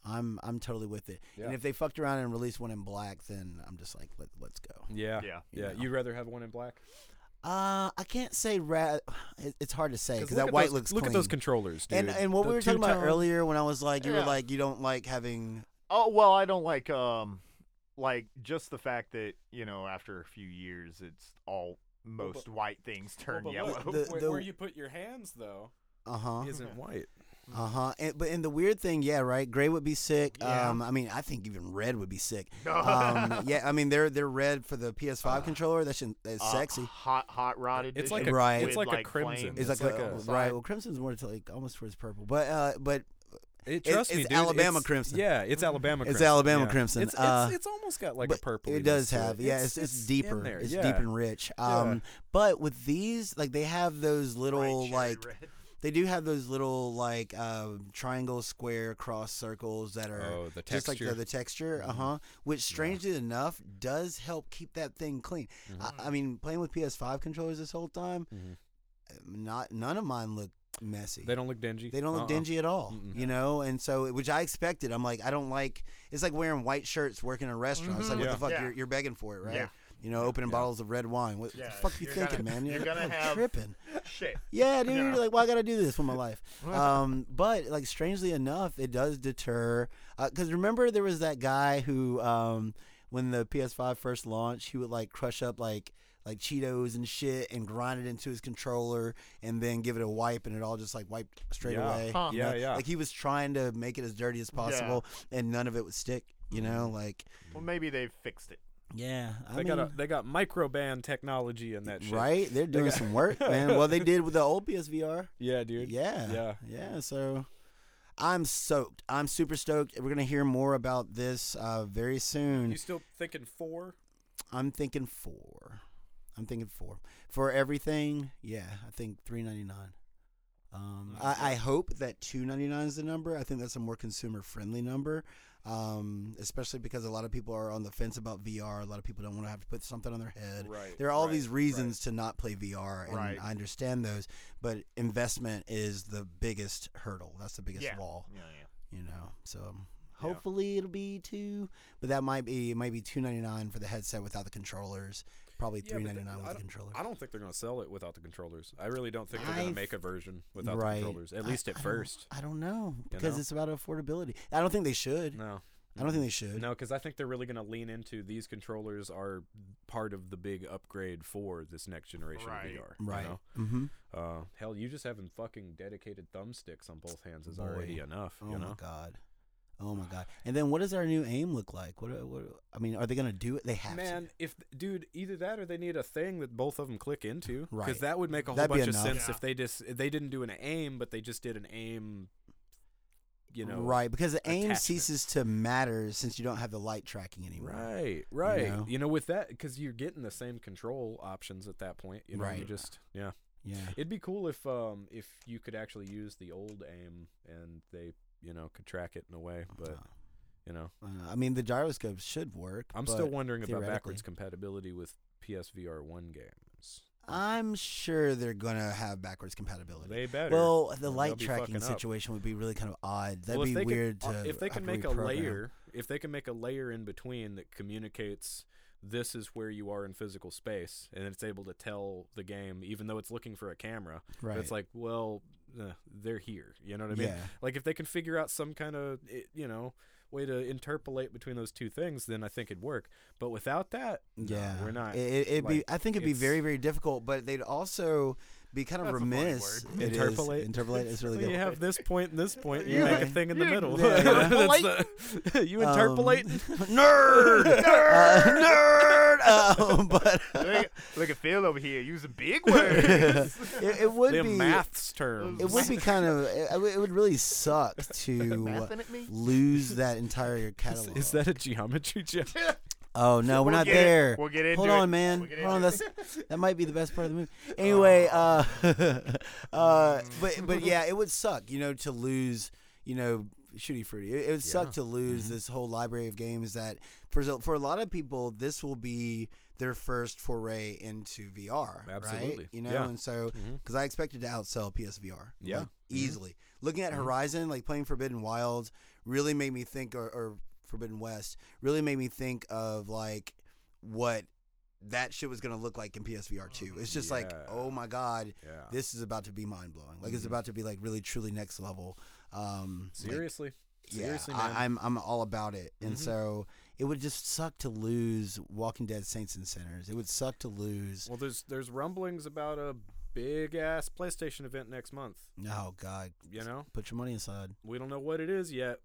Speaker 2: I'm I'm totally with it.
Speaker 1: Yeah.
Speaker 2: And if they fucked around and released one in black, then I'm just like, Let, let's go.
Speaker 1: Yeah.
Speaker 3: Yeah.
Speaker 1: Yeah.
Speaker 2: You know.
Speaker 1: You'd rather have one in black?
Speaker 2: Uh, I can't say red. It's hard to say because
Speaker 1: look
Speaker 2: that
Speaker 1: at
Speaker 2: white
Speaker 1: those-
Speaker 2: looks.
Speaker 1: Look at those
Speaker 2: clean.
Speaker 1: controllers, dude.
Speaker 2: And and what
Speaker 1: The
Speaker 2: we were talking about
Speaker 1: two-tone-
Speaker 2: earlier when I was like, you were
Speaker 3: Yeah.
Speaker 2: like, you don't like having
Speaker 3: Oh well, I don't like um, like just the fact that you know after a few years, it's all
Speaker 1: Well,
Speaker 3: most
Speaker 1: but-
Speaker 3: white things turn
Speaker 1: Well, but
Speaker 3: yellow.
Speaker 1: look,
Speaker 2: The-
Speaker 1: where,
Speaker 2: the-
Speaker 1: where you put your hands, though,
Speaker 2: uh huh.
Speaker 1: isn't white.
Speaker 2: Uh huh. But and the weird thing, yeah, right. Gray would be sick.
Speaker 3: Yeah.
Speaker 2: Um, I mean, I think even red would be sick. um, yeah, I mean, they're they're red for the PS5
Speaker 1: Uh,
Speaker 2: controller. That's that's
Speaker 3: Uh,
Speaker 2: sexy.
Speaker 3: hot, hot rotted.
Speaker 1: It's
Speaker 2: like
Speaker 1: like
Speaker 2: a-
Speaker 1: a,
Speaker 2: Right.
Speaker 1: it's like a crimson.
Speaker 2: It's,
Speaker 1: It's
Speaker 2: like,
Speaker 1: like
Speaker 2: a,
Speaker 1: a-
Speaker 2: right. Well, crimson's more to like almost towards purple, but uh, but
Speaker 1: It,
Speaker 2: It-
Speaker 1: trust me,
Speaker 2: it's
Speaker 1: dude,
Speaker 2: Alabama
Speaker 1: it's-
Speaker 2: Crimson. Mm-hmm.
Speaker 1: Yeah, it's Alabama.
Speaker 2: It's
Speaker 1: Crimson.
Speaker 2: Alabama
Speaker 1: yeah.
Speaker 2: Crimson,
Speaker 1: It's,
Speaker 2: uh,
Speaker 1: it's, it's almost got like a
Speaker 2: but
Speaker 1: purple.
Speaker 2: It does have, yeah. It's it's, deeper. It's deep and rich. Um, but with these, like they have those little like they do have those little like uh, triangle, square, cross circles that are
Speaker 1: Oh, the
Speaker 2: just like the,
Speaker 1: texture.
Speaker 2: the texture, uh huh. Which strangely enough does help keep that thing clean. I, I mean, playing with PS5 controllers this whole time,
Speaker 1: Mhm.
Speaker 2: not none of mine look messy.
Speaker 1: They don't look dingy.
Speaker 2: They don't look
Speaker 1: Uh-uh.
Speaker 2: dingy at all,
Speaker 1: Mm-mm.
Speaker 2: you know. And so, which I expected. I'm like, I don't like. It's like wearing white shirts working in a restaurant. It's like, what
Speaker 1: Mhm.
Speaker 2: the fuck?
Speaker 3: Yeah.
Speaker 2: You're, you're begging for it, right?
Speaker 3: Yeah.
Speaker 2: You know, opening bottles of red wine. What
Speaker 3: Yeah,
Speaker 2: the fuck you
Speaker 3: you're
Speaker 2: thinking,
Speaker 3: gonna-
Speaker 2: man?
Speaker 3: you're gonna
Speaker 2: I'm
Speaker 3: have-
Speaker 2: tripping.
Speaker 3: Shit.
Speaker 2: Yeah, dude.
Speaker 3: Yeah.
Speaker 2: Like, why gotta do this with my life? Um, but like, strangely enough, it does deter. Because remember, there was that guy who, um, when the PS5 first launched, he would like crush up like like Cheetos and shit and grind it into his controller and then give it a wipe and it all just like wiped straight
Speaker 1: Yeah.
Speaker 2: away.
Speaker 3: Huh.
Speaker 2: you know?
Speaker 1: Yeah, yeah.
Speaker 2: Like he was trying to make it as dirty as possible and none of it would stick. You know, like
Speaker 3: Well, maybe they've fixed it.
Speaker 2: yeah, I
Speaker 1: Mm-hmm. They
Speaker 2: mean,
Speaker 1: got a, they got microband technology in that shit.
Speaker 2: right? They're doing some work, man. Well, they did with the old PSVR.
Speaker 1: Yeah, dude.
Speaker 2: Yeah.
Speaker 1: Yeah.
Speaker 2: Yeah. So I'm stoked. I'm super stoked. We're going to hear more about this uh, very soon.
Speaker 1: You still thinking four?
Speaker 2: I'm thinking four. I'm thinking four. For everything, yeah, I think three ninety nine. Um,
Speaker 1: Mm,
Speaker 2: I, I hope that two ninety nine is the number. I think that's a more consumer friendly number, um, especially because a lot of people are on the fence about VR. A lot of people don't want to have to put something on their head.
Speaker 1: Right,
Speaker 2: There are all
Speaker 1: right,
Speaker 2: these reasons to not play VR, and
Speaker 3: Right.
Speaker 2: I understand those. But investment is the biggest hurdle. That's the biggest
Speaker 3: Yeah.
Speaker 2: wall,
Speaker 3: Yeah,
Speaker 2: you know. So I'm Hopefully it'll be two, but that might be it might be two ninety nine for the headset without the controllers. Probably
Speaker 1: Yeah, but
Speaker 2: three ninety
Speaker 1: th-
Speaker 2: nine
Speaker 1: I
Speaker 2: with the
Speaker 1: don't-
Speaker 2: controller.
Speaker 1: I don't think they're going to sell it without the controllers. I really don't think they're going to
Speaker 2: I've-
Speaker 1: make a version without
Speaker 2: right.
Speaker 1: the controllers, at
Speaker 2: I-
Speaker 1: least at
Speaker 2: I don't-
Speaker 1: first.
Speaker 2: I don't know because
Speaker 1: know?
Speaker 2: it's about affordability. I don't think they should.
Speaker 1: No.
Speaker 2: I don't think they should.
Speaker 1: No, because I think they're really going to lean into these controllers are part of the big upgrade for this next generation
Speaker 3: Right.
Speaker 1: of VR. you
Speaker 2: Right.
Speaker 1: know?
Speaker 2: Mm-hmm.
Speaker 1: Uh, hell, you just having fucking dedicated thumbsticks on both hands is already
Speaker 2: Boy.
Speaker 1: enough.
Speaker 2: Oh
Speaker 1: you
Speaker 2: my
Speaker 1: know.
Speaker 2: god. Oh my god. And then what does our new aim look like? What? what I mean, are they gonna do it? They have
Speaker 1: Man, if dude, either that or they need a thing that both of them click into, because
Speaker 2: Right.
Speaker 1: that would make a whole
Speaker 2: That'd be
Speaker 1: bunch of
Speaker 2: enough.
Speaker 1: sense
Speaker 3: Yeah.
Speaker 1: if they just if they didn't do an aim, but they just did an aim.
Speaker 2: to.
Speaker 1: You know,
Speaker 2: right? Because the aim
Speaker 1: attachment.
Speaker 2: ceases to matter since you don't have the light tracking anymore.
Speaker 1: Right, right. You
Speaker 2: know?
Speaker 1: know, with that, because you're getting the same control options at that point. You know, you
Speaker 2: Right.
Speaker 1: just yeah.
Speaker 2: Yeah.
Speaker 1: It'd be cool if um if you could actually use the old aim and they you know could track it in a way, but
Speaker 2: Uh,
Speaker 1: you know
Speaker 2: I mean, the gyroscope should work.
Speaker 1: I'm
Speaker 2: but
Speaker 1: still wondering about
Speaker 2: theoretically-
Speaker 1: backwards compatibility with PSVR one games.
Speaker 2: I'm sure they're gonna have backwards compatibility.
Speaker 1: They better.
Speaker 2: well,
Speaker 1: or
Speaker 2: the
Speaker 1: they'll
Speaker 2: light
Speaker 1: be
Speaker 2: tracking
Speaker 1: fucking up.
Speaker 2: situation would be really kind of odd. That'd
Speaker 1: Well, if
Speaker 2: be
Speaker 1: they can-
Speaker 2: weird
Speaker 1: uh,
Speaker 2: to.
Speaker 1: if they can
Speaker 2: have to
Speaker 1: make a
Speaker 2: reprogram.
Speaker 1: layer, if they can make a layer in between that communicates this is where you are in physical space, and it's able to tell the game, even though it's looking for a camera,
Speaker 2: right?
Speaker 1: but it's like, well, uh, they're here. You know what I mean?
Speaker 2: Yeah.
Speaker 1: Like if they can figure out some kind of i- you know way to interpolate between those two things, then I think it'd work. But without that, no,
Speaker 2: Yeah,
Speaker 1: we're not.
Speaker 2: It, would be.
Speaker 1: like,
Speaker 2: I think it'd be very,
Speaker 1: it's-
Speaker 2: very difficult. But they'd also be kind of
Speaker 3: That's a funny
Speaker 2: remiss.
Speaker 3: word.
Speaker 2: It is-
Speaker 1: Interpolate.
Speaker 2: interpolate is really
Speaker 1: Well,
Speaker 2: good.
Speaker 1: you have this point and this point, and
Speaker 2: You-
Speaker 1: you make a thing in the
Speaker 3: you
Speaker 1: middle.
Speaker 2: interpolate?
Speaker 1: That's the- you
Speaker 2: Um,
Speaker 1: interpolate.
Speaker 2: nerd, Uh, nerd. Um, but
Speaker 3: look, at- look at Phil over here using big words.
Speaker 2: it, it would
Speaker 1: the
Speaker 2: be.
Speaker 1: maths terms.
Speaker 2: It would be kind of. It, it would really suck to
Speaker 3: Laughing at me.
Speaker 2: lose that entire
Speaker 1: Is,
Speaker 2: catalog.
Speaker 1: is that a geometry check?
Speaker 2: Oh no, we're
Speaker 3: We'll
Speaker 2: not
Speaker 3: get it.
Speaker 2: there.
Speaker 3: We'll get into
Speaker 2: Hold
Speaker 3: it.
Speaker 2: on, man.
Speaker 3: We'll get
Speaker 2: Hold on.
Speaker 3: into
Speaker 2: That's that might be the best part of the movie. Anyway, uh, uh, but but yeah, it would suck, you know, to lose, you know, Shooty Fruity. It, it would suck
Speaker 1: Yeah.
Speaker 2: to lose
Speaker 3: Mm-hmm.
Speaker 2: this whole library of games that for so- for a lot of people, this will be their first foray into VR. Right?
Speaker 1: Absolutely.
Speaker 2: You know,
Speaker 1: Yeah.
Speaker 2: and so
Speaker 1: Mhm.
Speaker 2: because I expected to outsell PSVR.
Speaker 1: Yeah. Mm-hmm. Mhm.
Speaker 2: like, easily. Looking at Horizon, like playing Forbidden Wilds, really made me think, or, or Forbidden West, really made me think of like what that shit was gonna look like in PSVR two. It's just like,
Speaker 1: Mm-hmm. Yeah.
Speaker 2: oh my god,
Speaker 1: Yeah.
Speaker 2: this is about to be mind blowing. Like it's
Speaker 1: Mhm.
Speaker 2: about to be like really truly next level. Um, like,
Speaker 1: Seriously. Seriously,
Speaker 2: yeah,
Speaker 1: man.
Speaker 2: I, I'm I'm all about it, and
Speaker 1: Mhm.
Speaker 2: so it would just suck to lose Walking Dead Saints and Sinners. It would suck to lose.
Speaker 1: well, there's there's rumblings about a big ass PlayStation event next month.
Speaker 2: Oh God,
Speaker 1: You know,
Speaker 2: put your money aside.
Speaker 1: we don't know what it is yet.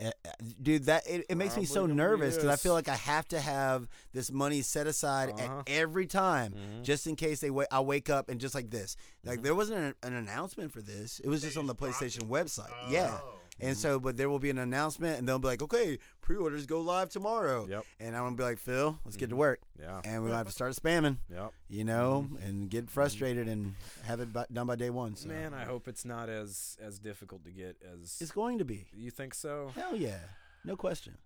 Speaker 2: Uh, uh, dude that it, it makes me so
Speaker 1: Probably gonna be
Speaker 2: nervous because i
Speaker 1: this.
Speaker 2: feel like i have to have this money set aside
Speaker 1: Uh-huh.
Speaker 2: at every time
Speaker 1: Mhm.
Speaker 2: just in case they wa- i wake up and just like this like
Speaker 1: Mm-hmm.
Speaker 2: there wasn't an, an announcement for this it was just on the playstation website
Speaker 1: Oh.
Speaker 2: yeah
Speaker 3: Oh.
Speaker 2: and so but there will be an announcement and they'll be like okay pre-orders go live tomorrow
Speaker 1: Yep.
Speaker 2: and i'm gonna be like phil let's
Speaker 1: Mm-hmm.
Speaker 2: get to work
Speaker 1: Yeah.
Speaker 2: and we're gonna have to start spamming
Speaker 1: Yep.
Speaker 2: you know
Speaker 1: Mm-hmm.
Speaker 2: and get frustrated and have it bu- done by day one so
Speaker 1: Man, I hope it's not as as difficult to get as
Speaker 2: it's going to be
Speaker 1: you think so,
Speaker 2: hell yeah no question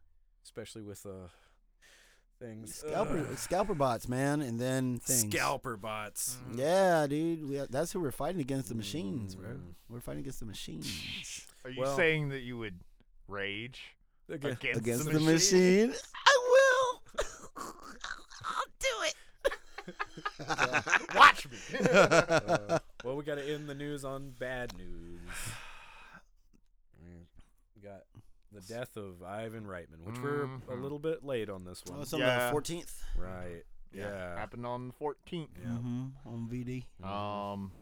Speaker 1: especially with uh things
Speaker 2: Scalper,
Speaker 1: Ugh.
Speaker 2: scalper bots, man, and then things. Mm.
Speaker 1: scalper bots.
Speaker 2: Mm-hmm. Yeah, dude, we, that's who we're fighting against the machines, bro.
Speaker 1: Mm.
Speaker 2: We're fighting against the machines
Speaker 3: Are you
Speaker 1: Well-
Speaker 3: saying that you would rage
Speaker 1: Again.
Speaker 3: against,
Speaker 2: against
Speaker 3: the,
Speaker 2: the,
Speaker 3: machine?
Speaker 2: machine. I will. I'll do it.
Speaker 3: Watch me.
Speaker 1: Uh, well, we got to end the news on bad news. Mm. We got the death of Ivan Reitman, which we're a
Speaker 2: Mm-hmm.
Speaker 3: Mhm.
Speaker 1: little bit late on this one.
Speaker 2: Well, it's on
Speaker 3: Yeah.
Speaker 2: the 14th.
Speaker 1: right. Yeah.
Speaker 3: Happened on the 14th.
Speaker 1: Yeah.
Speaker 2: Mm-hmm. On VD.
Speaker 1: Mhm.
Speaker 2: Oh.
Speaker 3: Um,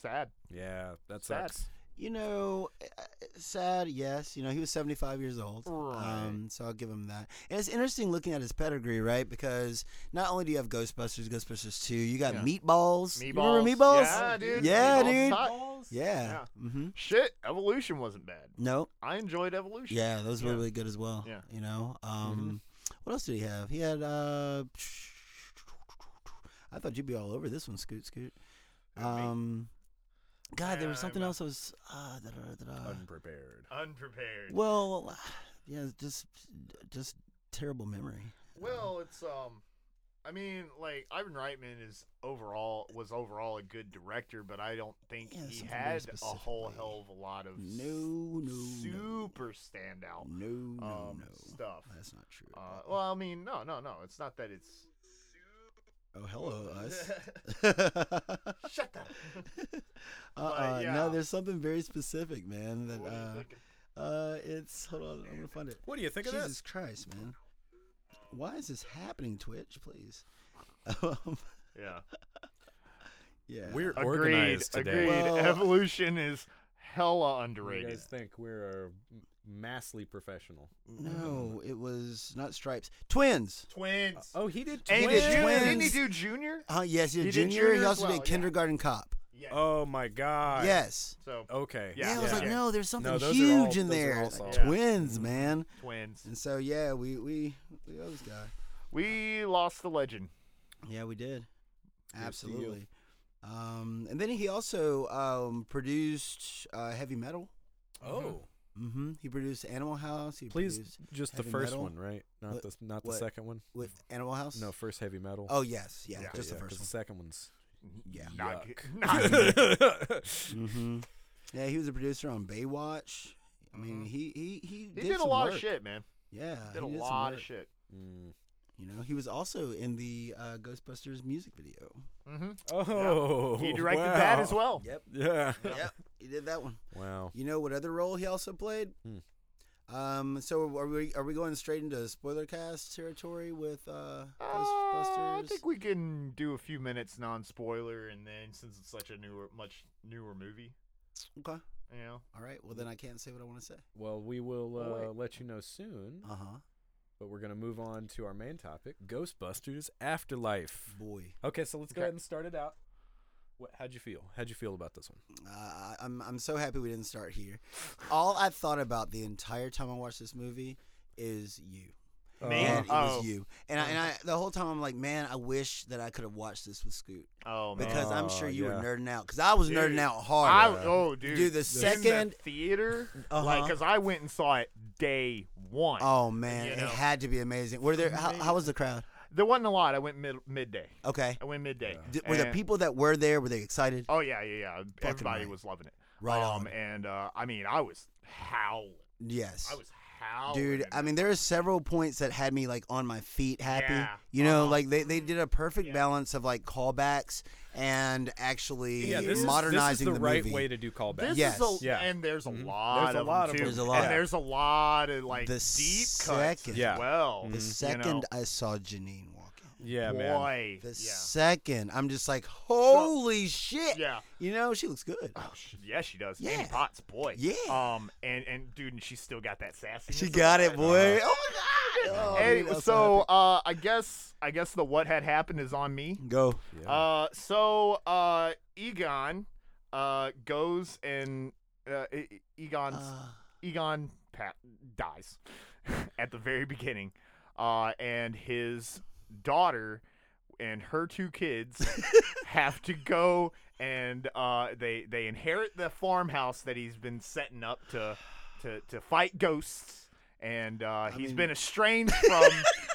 Speaker 3: sad.
Speaker 1: yeah, that
Speaker 3: sad.
Speaker 1: sucks.
Speaker 2: You know, uh, sad, yes. You know, he was 75 years old.
Speaker 3: Right.
Speaker 2: Um, so I'll give him that. And it's interesting looking at his pedigree, right? Because not only do you have Ghostbusters, Ghostbusters 2, you got
Speaker 3: Yeah.
Speaker 2: Meatballs. You remember
Speaker 3: Meatballs.
Speaker 2: Meatballs?
Speaker 3: Yeah, dude.
Speaker 2: Yeah,
Speaker 3: Meatballs
Speaker 2: dude.
Speaker 3: suck.
Speaker 2: Yeah. Mm-hmm.
Speaker 3: Shit, Evolution wasn't bad.
Speaker 2: No.
Speaker 3: I enjoyed Evolution.
Speaker 2: Yeah, those were
Speaker 3: Yeah.
Speaker 2: really good as well.
Speaker 3: Yeah. Mm-hmm.
Speaker 2: You know, um, what else did he have? He had. Uh, I thought you'd be all over this one, Scoot Scoot. Um, God, there was
Speaker 3: Yeah,
Speaker 2: something
Speaker 3: well.
Speaker 2: else that was. Uh, da, da, da, da, da.
Speaker 1: Unprepared.
Speaker 3: Unprepared.
Speaker 2: Well, yeah, just just terrible memory.
Speaker 3: Well, it's um, I mean, like Ivan Reitman is overall was overall a good director, but I don't think
Speaker 2: Yeah,
Speaker 3: he
Speaker 2: something more
Speaker 3: had a whole
Speaker 2: specifically.
Speaker 3: hell of a lot of
Speaker 2: No, no, no.
Speaker 3: super standout
Speaker 2: No, no,
Speaker 3: um,
Speaker 2: no.
Speaker 3: stuff.
Speaker 2: That's not true.
Speaker 3: Uh, well, I mean, no, no, no. It's not that it's
Speaker 2: oh, hello, us. uh,
Speaker 3: shut up.
Speaker 2: uh,
Speaker 3: yeah.
Speaker 2: No, there's something very specific, man. That
Speaker 3: What are you
Speaker 2: uh,
Speaker 3: thinking?
Speaker 2: uh, it's hold on, I'm gonna find it.
Speaker 1: What do you think of
Speaker 2: Jesus
Speaker 1: this?
Speaker 2: Christ, man. Why is this happening, Twitch? Please.
Speaker 3: yeah.
Speaker 2: yeah.
Speaker 1: We're
Speaker 3: Agreed.
Speaker 1: organized today.
Speaker 3: Agreed.
Speaker 2: Well-
Speaker 3: Evolution is
Speaker 1: What do
Speaker 3: hella
Speaker 1: you
Speaker 3: underrated.
Speaker 1: guys think we're massively professional?
Speaker 2: No, it was not stripes. Twins.
Speaker 3: Twins.
Speaker 1: Oh, he did.
Speaker 3: and
Speaker 2: Uh, did
Speaker 1: twins.
Speaker 3: Jun- didn't he
Speaker 2: twins.
Speaker 3: do Junior?
Speaker 2: Uh, yes, he
Speaker 3: He
Speaker 2: did
Speaker 3: did
Speaker 2: junior. He
Speaker 3: Junior as
Speaker 2: also
Speaker 3: well,
Speaker 2: did
Speaker 3: yeah.
Speaker 2: Kindergarten Cop.
Speaker 3: Yeah.
Speaker 1: Oh my god.
Speaker 2: Yes.
Speaker 3: So
Speaker 1: Okay.
Speaker 2: Yeah,
Speaker 3: Yeah,
Speaker 2: I was like,
Speaker 3: yeah.
Speaker 2: no, there's something
Speaker 1: those are all-
Speaker 2: huge in
Speaker 1: those are
Speaker 2: there.
Speaker 1: all
Speaker 2: Like,
Speaker 1: solid.
Speaker 3: Yeah.
Speaker 2: Twins, man.
Speaker 3: twins.
Speaker 2: And so yeah, we we we owe this guy.
Speaker 3: We lost the legend.
Speaker 2: Yeah, we did.
Speaker 1: to
Speaker 2: Absolutely. Um, and then he also um, produced uh, heavy metal.
Speaker 1: Oh,
Speaker 2: hmm He produced Animal House. He
Speaker 1: please,
Speaker 2: produced
Speaker 1: just the
Speaker 2: heavy
Speaker 1: first
Speaker 2: metal?
Speaker 1: one, right? Not
Speaker 2: What-
Speaker 1: the not the
Speaker 2: what?
Speaker 1: second one.
Speaker 2: with Animal House.
Speaker 1: No, first heavy metal.
Speaker 2: Oh yes, yeah,
Speaker 3: Yeah.
Speaker 2: just
Speaker 1: Yeah,
Speaker 2: the
Speaker 1: 'cause
Speaker 2: first
Speaker 1: The
Speaker 2: one.
Speaker 1: second one's.
Speaker 2: Yeah.
Speaker 3: Not good.
Speaker 1: Yuck. Mm.
Speaker 3: Not good.
Speaker 2: hmm Yeah, he was a producer on Baywatch. I mean,
Speaker 3: Mhm.
Speaker 2: he he he,
Speaker 3: He did, a
Speaker 2: some
Speaker 3: lot of
Speaker 2: work.
Speaker 3: shit, man.
Speaker 2: Yeah,
Speaker 3: Did a
Speaker 2: he some
Speaker 3: lot of
Speaker 2: work.
Speaker 3: shit.
Speaker 1: Mm.
Speaker 2: You know, he was also in the uh, Ghostbusters music video.
Speaker 3: Mm-hmm.
Speaker 1: Oh,
Speaker 3: He directed that as
Speaker 1: wow.
Speaker 3: well.
Speaker 2: Yep.
Speaker 1: Yeah.
Speaker 2: Yep. He did that one.
Speaker 1: Wow.
Speaker 2: You know what other role he also played?
Speaker 1: Hmm.
Speaker 2: Um. So are we are we going straight into spoiler cast territory with uh,
Speaker 3: Uh, I
Speaker 2: Ghostbusters?
Speaker 3: think we can do a few minutes non-spoiler, and then since it's such a newer, much newer movie,
Speaker 2: okay.
Speaker 3: you know.
Speaker 2: All right. Well, then I can't say what I want to say.
Speaker 1: Well, we will
Speaker 3: Oh, wait.
Speaker 1: uh, let you know soon,
Speaker 2: Uh huh.
Speaker 1: but we're gonna move on to our main topic: Ghostbusters Afterlife.
Speaker 2: Boy,
Speaker 1: Okay, so let's go
Speaker 3: Okay.
Speaker 1: ahead and start it out. What, how'd you feel? How'd you feel about this one?
Speaker 2: uh, I- I'm I'm so happy we didn't start here. All I thought about the entire time I watched this movie is you.
Speaker 3: Me?
Speaker 1: Uh,
Speaker 2: And it
Speaker 3: Oh.
Speaker 2: was you. And I, and I the whole time I'm like, man, I wish that I could have watched this with Scoot
Speaker 3: Oh man.
Speaker 2: because I'm
Speaker 1: Oh,
Speaker 2: sure you
Speaker 1: yeah.
Speaker 2: were nerding out because I was
Speaker 3: Dude,
Speaker 2: nerding out
Speaker 3: I,
Speaker 2: hard.
Speaker 3: oh dude,
Speaker 2: Dude, the
Speaker 3: in
Speaker 2: second-
Speaker 3: theater, like
Speaker 2: Uh-huh.
Speaker 3: because I went and saw it day one.
Speaker 2: Oh man,
Speaker 3: you
Speaker 2: it
Speaker 3: know.
Speaker 2: had to be amazing. Were there? How, how was the crowd?
Speaker 3: There wasn't a lot. I went mid midday.
Speaker 2: Okay.
Speaker 3: I went midday.
Speaker 2: Did, were the
Speaker 3: and-
Speaker 2: people that were there were they excited?
Speaker 3: Oh yeah, yeah, yeah. Everybody
Speaker 2: right.
Speaker 3: was loving it.
Speaker 2: Right on.
Speaker 3: Um, and uh, I mean, I was howling.
Speaker 2: Yes.
Speaker 3: I was howling.
Speaker 2: Dude,
Speaker 3: in
Speaker 2: I
Speaker 3: that
Speaker 2: mean, there are several points that had me like on my feet, happy.
Speaker 3: Yeah,
Speaker 2: You know,
Speaker 3: uh-huh.
Speaker 2: like they, they did a perfect
Speaker 3: Yeah.
Speaker 2: balance of like callbacks and actually
Speaker 1: Yeah, this is, this is
Speaker 2: modernizing
Speaker 1: the,
Speaker 2: the,
Speaker 1: right
Speaker 2: movie.
Speaker 1: way to do callbacks.
Speaker 3: This
Speaker 2: Yes.
Speaker 3: is a,
Speaker 1: Yeah.
Speaker 3: and there's a
Speaker 1: Mhm.
Speaker 3: lot
Speaker 1: There's a
Speaker 3: of
Speaker 1: lot
Speaker 3: them
Speaker 1: of
Speaker 3: too.
Speaker 1: them.
Speaker 2: There's a lot.
Speaker 3: And there's a lot of like
Speaker 2: The
Speaker 3: deep cuts
Speaker 2: second-
Speaker 3: as
Speaker 1: Yeah.
Speaker 3: well.
Speaker 2: the
Speaker 1: Mhm.
Speaker 2: second
Speaker 3: you know?
Speaker 2: I saw Janine walk in,
Speaker 1: Yeah, man.
Speaker 3: boy,
Speaker 2: the
Speaker 3: yeah,
Speaker 2: second I'm just like, holy shit!
Speaker 3: yeah,
Speaker 2: You know, she looks good.
Speaker 1: Uh,
Speaker 3: oh, she, yeah, she does.
Speaker 2: Yeah.
Speaker 3: Annie Potts, boy,
Speaker 2: Yeah.
Speaker 3: Um, and and dude, and she still got that sassy.
Speaker 2: She got it, boy.
Speaker 1: Uh-huh.
Speaker 2: Oh my god! Oh,
Speaker 3: And
Speaker 2: dude, I was
Speaker 3: so,
Speaker 2: happy.
Speaker 3: uh, I guess I guess the what had happened is on me.
Speaker 2: go.
Speaker 1: Yeah.
Speaker 3: Uh, so uh, Egon, uh, goes and uh, E- E- Egon's
Speaker 2: Uh,
Speaker 3: Egon Pat dies at the very beginning, uh, and his daughter and her two kids have to go and uh, they they inherit the farmhouse that he's been setting up to to, to fight ghosts, and uh, he's
Speaker 2: mean-
Speaker 3: been estranged from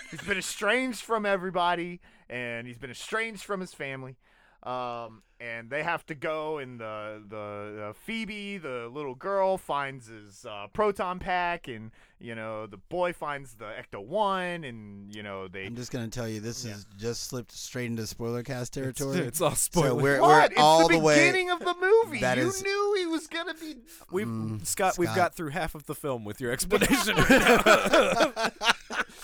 Speaker 3: he's been estranged from everybody, and he's been estranged from his family. Um, and they have to go, and the the uh, Phoebe, the little girl, finds his uh, proton pack, and you know the boy finds the ecto one, and you know they.
Speaker 2: I'm just gonna tell you, this
Speaker 3: Yeah.
Speaker 2: is just slipped straight into spoiler cast
Speaker 1: it's,
Speaker 2: territory.
Speaker 1: it's all
Speaker 2: so
Speaker 1: spoilers.
Speaker 2: we're, we're
Speaker 3: what?
Speaker 2: all
Speaker 3: it's the,
Speaker 2: the way.
Speaker 3: beginning of the movie.
Speaker 2: That
Speaker 3: you
Speaker 2: is-
Speaker 3: knew he was gonna be.
Speaker 1: We've Scott, we've
Speaker 2: Mm, Scott.
Speaker 1: got through half of the film with your explanation. right now.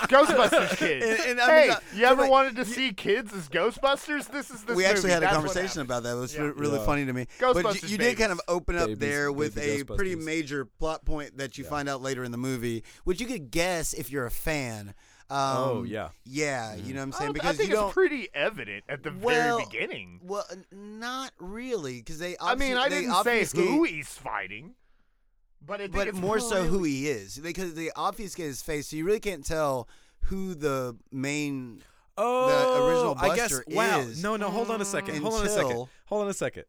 Speaker 3: Ghostbusters kids.
Speaker 2: And- and I
Speaker 3: hey,
Speaker 2: mean, uh,
Speaker 3: you ever
Speaker 2: like,
Speaker 3: wanted to see kids as Ghostbusters? This is this.
Speaker 2: we actually
Speaker 3: movie.
Speaker 2: had a
Speaker 3: That's what
Speaker 2: conversation
Speaker 3: happened.
Speaker 2: about that. It was
Speaker 3: Yeah.
Speaker 2: re- really
Speaker 1: Yeah.
Speaker 2: funny to me. But you,
Speaker 3: Ghostbusters
Speaker 2: you did kind of
Speaker 3: babies.
Speaker 2: open up
Speaker 1: Babies-
Speaker 2: there with
Speaker 1: baby
Speaker 2: a pretty
Speaker 1: Ghostbusters.
Speaker 2: major plot point that you find out later in the movie, which you could guess if you're a fan. Um,
Speaker 1: Oh, yeah. Mm-hmm.
Speaker 2: yeah. You know what I'm
Speaker 3: I,
Speaker 2: saying?
Speaker 3: don't- I
Speaker 2: Because
Speaker 3: think
Speaker 2: you
Speaker 3: it's
Speaker 2: don't.
Speaker 3: pretty evident at the
Speaker 2: Well,
Speaker 3: very beginning.
Speaker 2: well, n- not really, because they.
Speaker 3: I mean,
Speaker 2: obfusc-
Speaker 3: I
Speaker 2: they
Speaker 3: didn't say
Speaker 2: obfuscate-
Speaker 3: who he's fighting, but I think
Speaker 2: but
Speaker 3: it's
Speaker 2: more so
Speaker 3: really-
Speaker 2: who he is, because they obfuscate his face, so you really can't tell who the main.
Speaker 1: oh,
Speaker 2: original
Speaker 1: I guess.
Speaker 2: Buster
Speaker 1: Wow.
Speaker 2: is
Speaker 1: No, no. Hold on a second. Hold on a second.
Speaker 2: until-
Speaker 1: Hold on a second.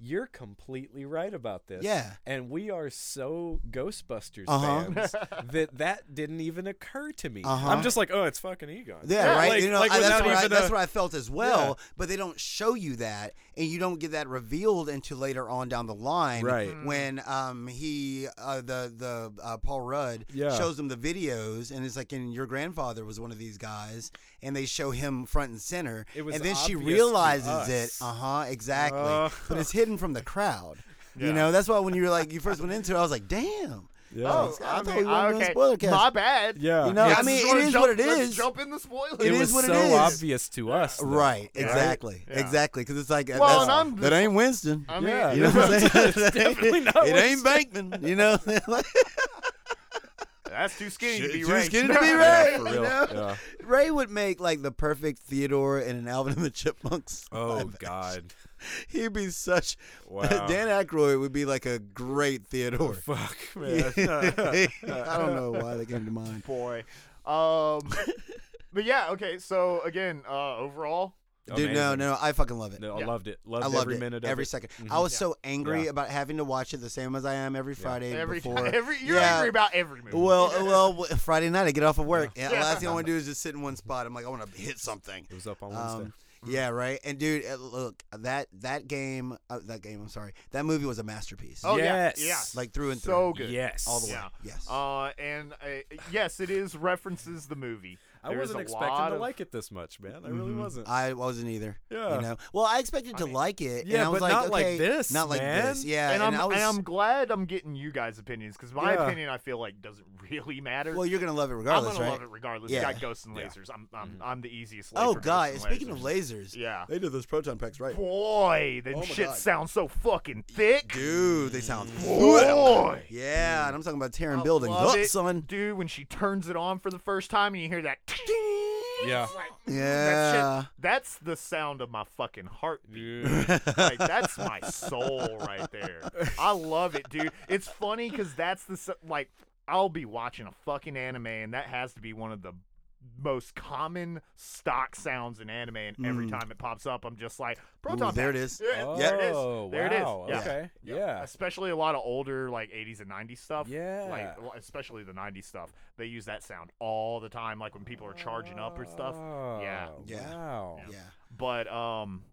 Speaker 1: you're completely right about this.
Speaker 2: Yeah.
Speaker 1: And we are so Ghostbusters
Speaker 2: Uh-huh.
Speaker 1: fans that that didn't even occur to me.
Speaker 2: Uh-huh.
Speaker 1: I'm just like, oh, it's fucking Egon.
Speaker 2: Yeah,
Speaker 3: Yeah,
Speaker 2: right.
Speaker 1: Like,
Speaker 2: you know,
Speaker 1: like
Speaker 2: I- that's,
Speaker 1: without
Speaker 2: what I,
Speaker 1: even
Speaker 2: that's
Speaker 1: a-
Speaker 2: what I felt as well. But they don't show you that, and you don't get that revealed until later on down the line,
Speaker 1: Right.
Speaker 2: When um he uh, the the uh, Paul Rudd
Speaker 1: Yeah.
Speaker 2: shows them the videos, and it's like, and your grandfather was one of these guys, and they show him front and center,
Speaker 1: It was
Speaker 2: and then she
Speaker 1: obvious to
Speaker 2: realizes
Speaker 1: us.
Speaker 2: it. Uh huh. Exactly.
Speaker 1: Uh.
Speaker 2: But it's hidden from the crowd. You
Speaker 3: Yeah.
Speaker 2: know, that's why when you were like you first went into it, I was like, damn.
Speaker 1: Yeah.
Speaker 2: Oh,
Speaker 3: Oh,
Speaker 2: Scott, I
Speaker 3: I
Speaker 2: thought
Speaker 3: mean,
Speaker 2: we weren't doing
Speaker 3: okay.
Speaker 2: spoiler cast.
Speaker 3: My bad.
Speaker 1: Yeah.
Speaker 2: You know,
Speaker 1: It's-
Speaker 2: I mean,
Speaker 3: Just
Speaker 2: it
Speaker 3: wanna
Speaker 2: is
Speaker 3: jump-
Speaker 2: what it
Speaker 3: let's
Speaker 2: is.
Speaker 3: Jump in the spoilers.
Speaker 2: It
Speaker 1: it
Speaker 2: is
Speaker 1: was
Speaker 2: what it
Speaker 1: so
Speaker 2: is.
Speaker 1: obvious to us. though.
Speaker 2: Right, exactly,
Speaker 3: Yeah.
Speaker 2: exactly. Because it's like uh,
Speaker 3: Well,
Speaker 2: that's-
Speaker 3: and I'm
Speaker 2: that
Speaker 3: just-
Speaker 2: ain't Winston.
Speaker 3: I mean,
Speaker 1: Yeah.
Speaker 2: You know what I'm saying?
Speaker 1: It's definitely not
Speaker 2: it ain't Bankman. You know, Like,
Speaker 3: that's too skinny to be
Speaker 2: too
Speaker 3: right.
Speaker 2: skinny to be
Speaker 1: Yeah,
Speaker 2: Ray.
Speaker 1: for
Speaker 2: you
Speaker 1: real.
Speaker 2: know?
Speaker 1: Yeah.
Speaker 2: Ray would make like the perfect Theodore and an Alvin and the Chipmunks.
Speaker 1: Oh
Speaker 2: live
Speaker 1: God.
Speaker 2: action. he'd be such.
Speaker 1: Wow.
Speaker 2: Dan Aykroyd would be like a great Theodore.
Speaker 1: Fuck man.
Speaker 2: I don't know why that came to mind.
Speaker 3: boy. Um, but yeah, okay. So again, uh, overall,
Speaker 2: Dude, no,
Speaker 1: Amazing.
Speaker 2: no, I fucking love it.
Speaker 1: No, I
Speaker 3: Yeah.
Speaker 1: loved it. Loved,
Speaker 2: I loved
Speaker 1: every
Speaker 2: it.
Speaker 1: minute of
Speaker 2: every
Speaker 1: it.
Speaker 2: second.
Speaker 1: Mhm.
Speaker 2: I was
Speaker 3: Yeah.
Speaker 2: so angry
Speaker 1: Yeah.
Speaker 2: about having to watch it the same as I am every Friday
Speaker 3: every
Speaker 2: before.
Speaker 3: every you're
Speaker 2: Yeah.
Speaker 3: angry about every movie.
Speaker 2: Well, well, w- Friday night I get off of work. And the
Speaker 3: Yeah.
Speaker 2: last thing I want to do is just sit in one spot. I'm like, I want to hit something.
Speaker 1: It was up on Wednesday.
Speaker 2: Um, yeah, right. And dude, uh, look that that game, uh, that game. I'm sorry, that movie was a masterpiece.
Speaker 3: oh
Speaker 1: yes.
Speaker 3: yeah, yeah.
Speaker 2: like through and
Speaker 3: so
Speaker 2: through.
Speaker 3: good.
Speaker 1: Yes.
Speaker 2: all the way.
Speaker 3: Yeah.
Speaker 2: Yes.
Speaker 3: Uh, and uh, yes, it is references the movie.
Speaker 1: I
Speaker 3: There's
Speaker 1: wasn't
Speaker 3: a
Speaker 1: expecting
Speaker 3: lot
Speaker 1: to
Speaker 3: of-
Speaker 1: like it this much, man. I really
Speaker 2: Mhm.
Speaker 1: wasn't.
Speaker 2: I wasn't either.
Speaker 1: Yeah.
Speaker 2: You know. Well, I expected to
Speaker 3: I mean-
Speaker 2: like it.
Speaker 1: Yeah,
Speaker 2: and I was
Speaker 1: but
Speaker 2: like,
Speaker 1: not like
Speaker 2: okay,
Speaker 1: this,
Speaker 2: Not like
Speaker 1: man.
Speaker 2: this. Yeah.
Speaker 3: and I'm
Speaker 2: I was,
Speaker 3: and I'm glad I'm getting you guys' opinions because my
Speaker 1: Yeah.
Speaker 3: opinion I feel like doesn't really matter.
Speaker 2: well, you're gonna love it
Speaker 3: I'm
Speaker 2: regardless,
Speaker 3: gonna
Speaker 2: right?
Speaker 3: love it regardless.
Speaker 2: Yeah.
Speaker 3: You got ghosts and
Speaker 1: Yeah.
Speaker 3: lasers. I'm I'm, I'm the easiest. Laser
Speaker 2: Oh
Speaker 3: for
Speaker 2: God!
Speaker 3: Ghosts and
Speaker 2: Speaking of lasers,
Speaker 3: yeah,
Speaker 2: they did those proton packs right.
Speaker 3: boy, them
Speaker 2: Oh my
Speaker 3: shit
Speaker 2: God.
Speaker 3: sounds so fucking thick.
Speaker 2: Dude, they sound.
Speaker 3: boy.
Speaker 2: Yeah, and I'm talking about tearing
Speaker 3: I
Speaker 2: buildings
Speaker 3: love
Speaker 2: up,
Speaker 3: it.
Speaker 2: son.
Speaker 3: Dude, when she turns it on for the first time and you hear that. ting,
Speaker 1: Yeah.
Speaker 3: it's like, That
Speaker 2: Yeah.
Speaker 3: shit, that's the sound of my fucking heartbeat. Like that's my soul right there. I love it, dude. It's funny because that's the s- like I'll be watching a fucking anime and that has to be one of the most common stock sounds in anime and every
Speaker 2: Mm.
Speaker 3: time it pops up I'm just like proton
Speaker 2: there it
Speaker 3: packs.
Speaker 2: is.
Speaker 3: Yeah,
Speaker 1: Oh,
Speaker 3: there it is. There
Speaker 1: wow,
Speaker 3: it is. Yeah.
Speaker 1: Okay. Yeah.
Speaker 3: Especially a lot of older like 80s and 90s stuff.
Speaker 1: Yeah.
Speaker 3: Like well, especially the 90s stuff. They use that sound all the time like when people are charging up or stuff. Yeah.
Speaker 1: Oh,
Speaker 2: Yeah.
Speaker 1: Wow.
Speaker 2: Yeah.
Speaker 3: But um,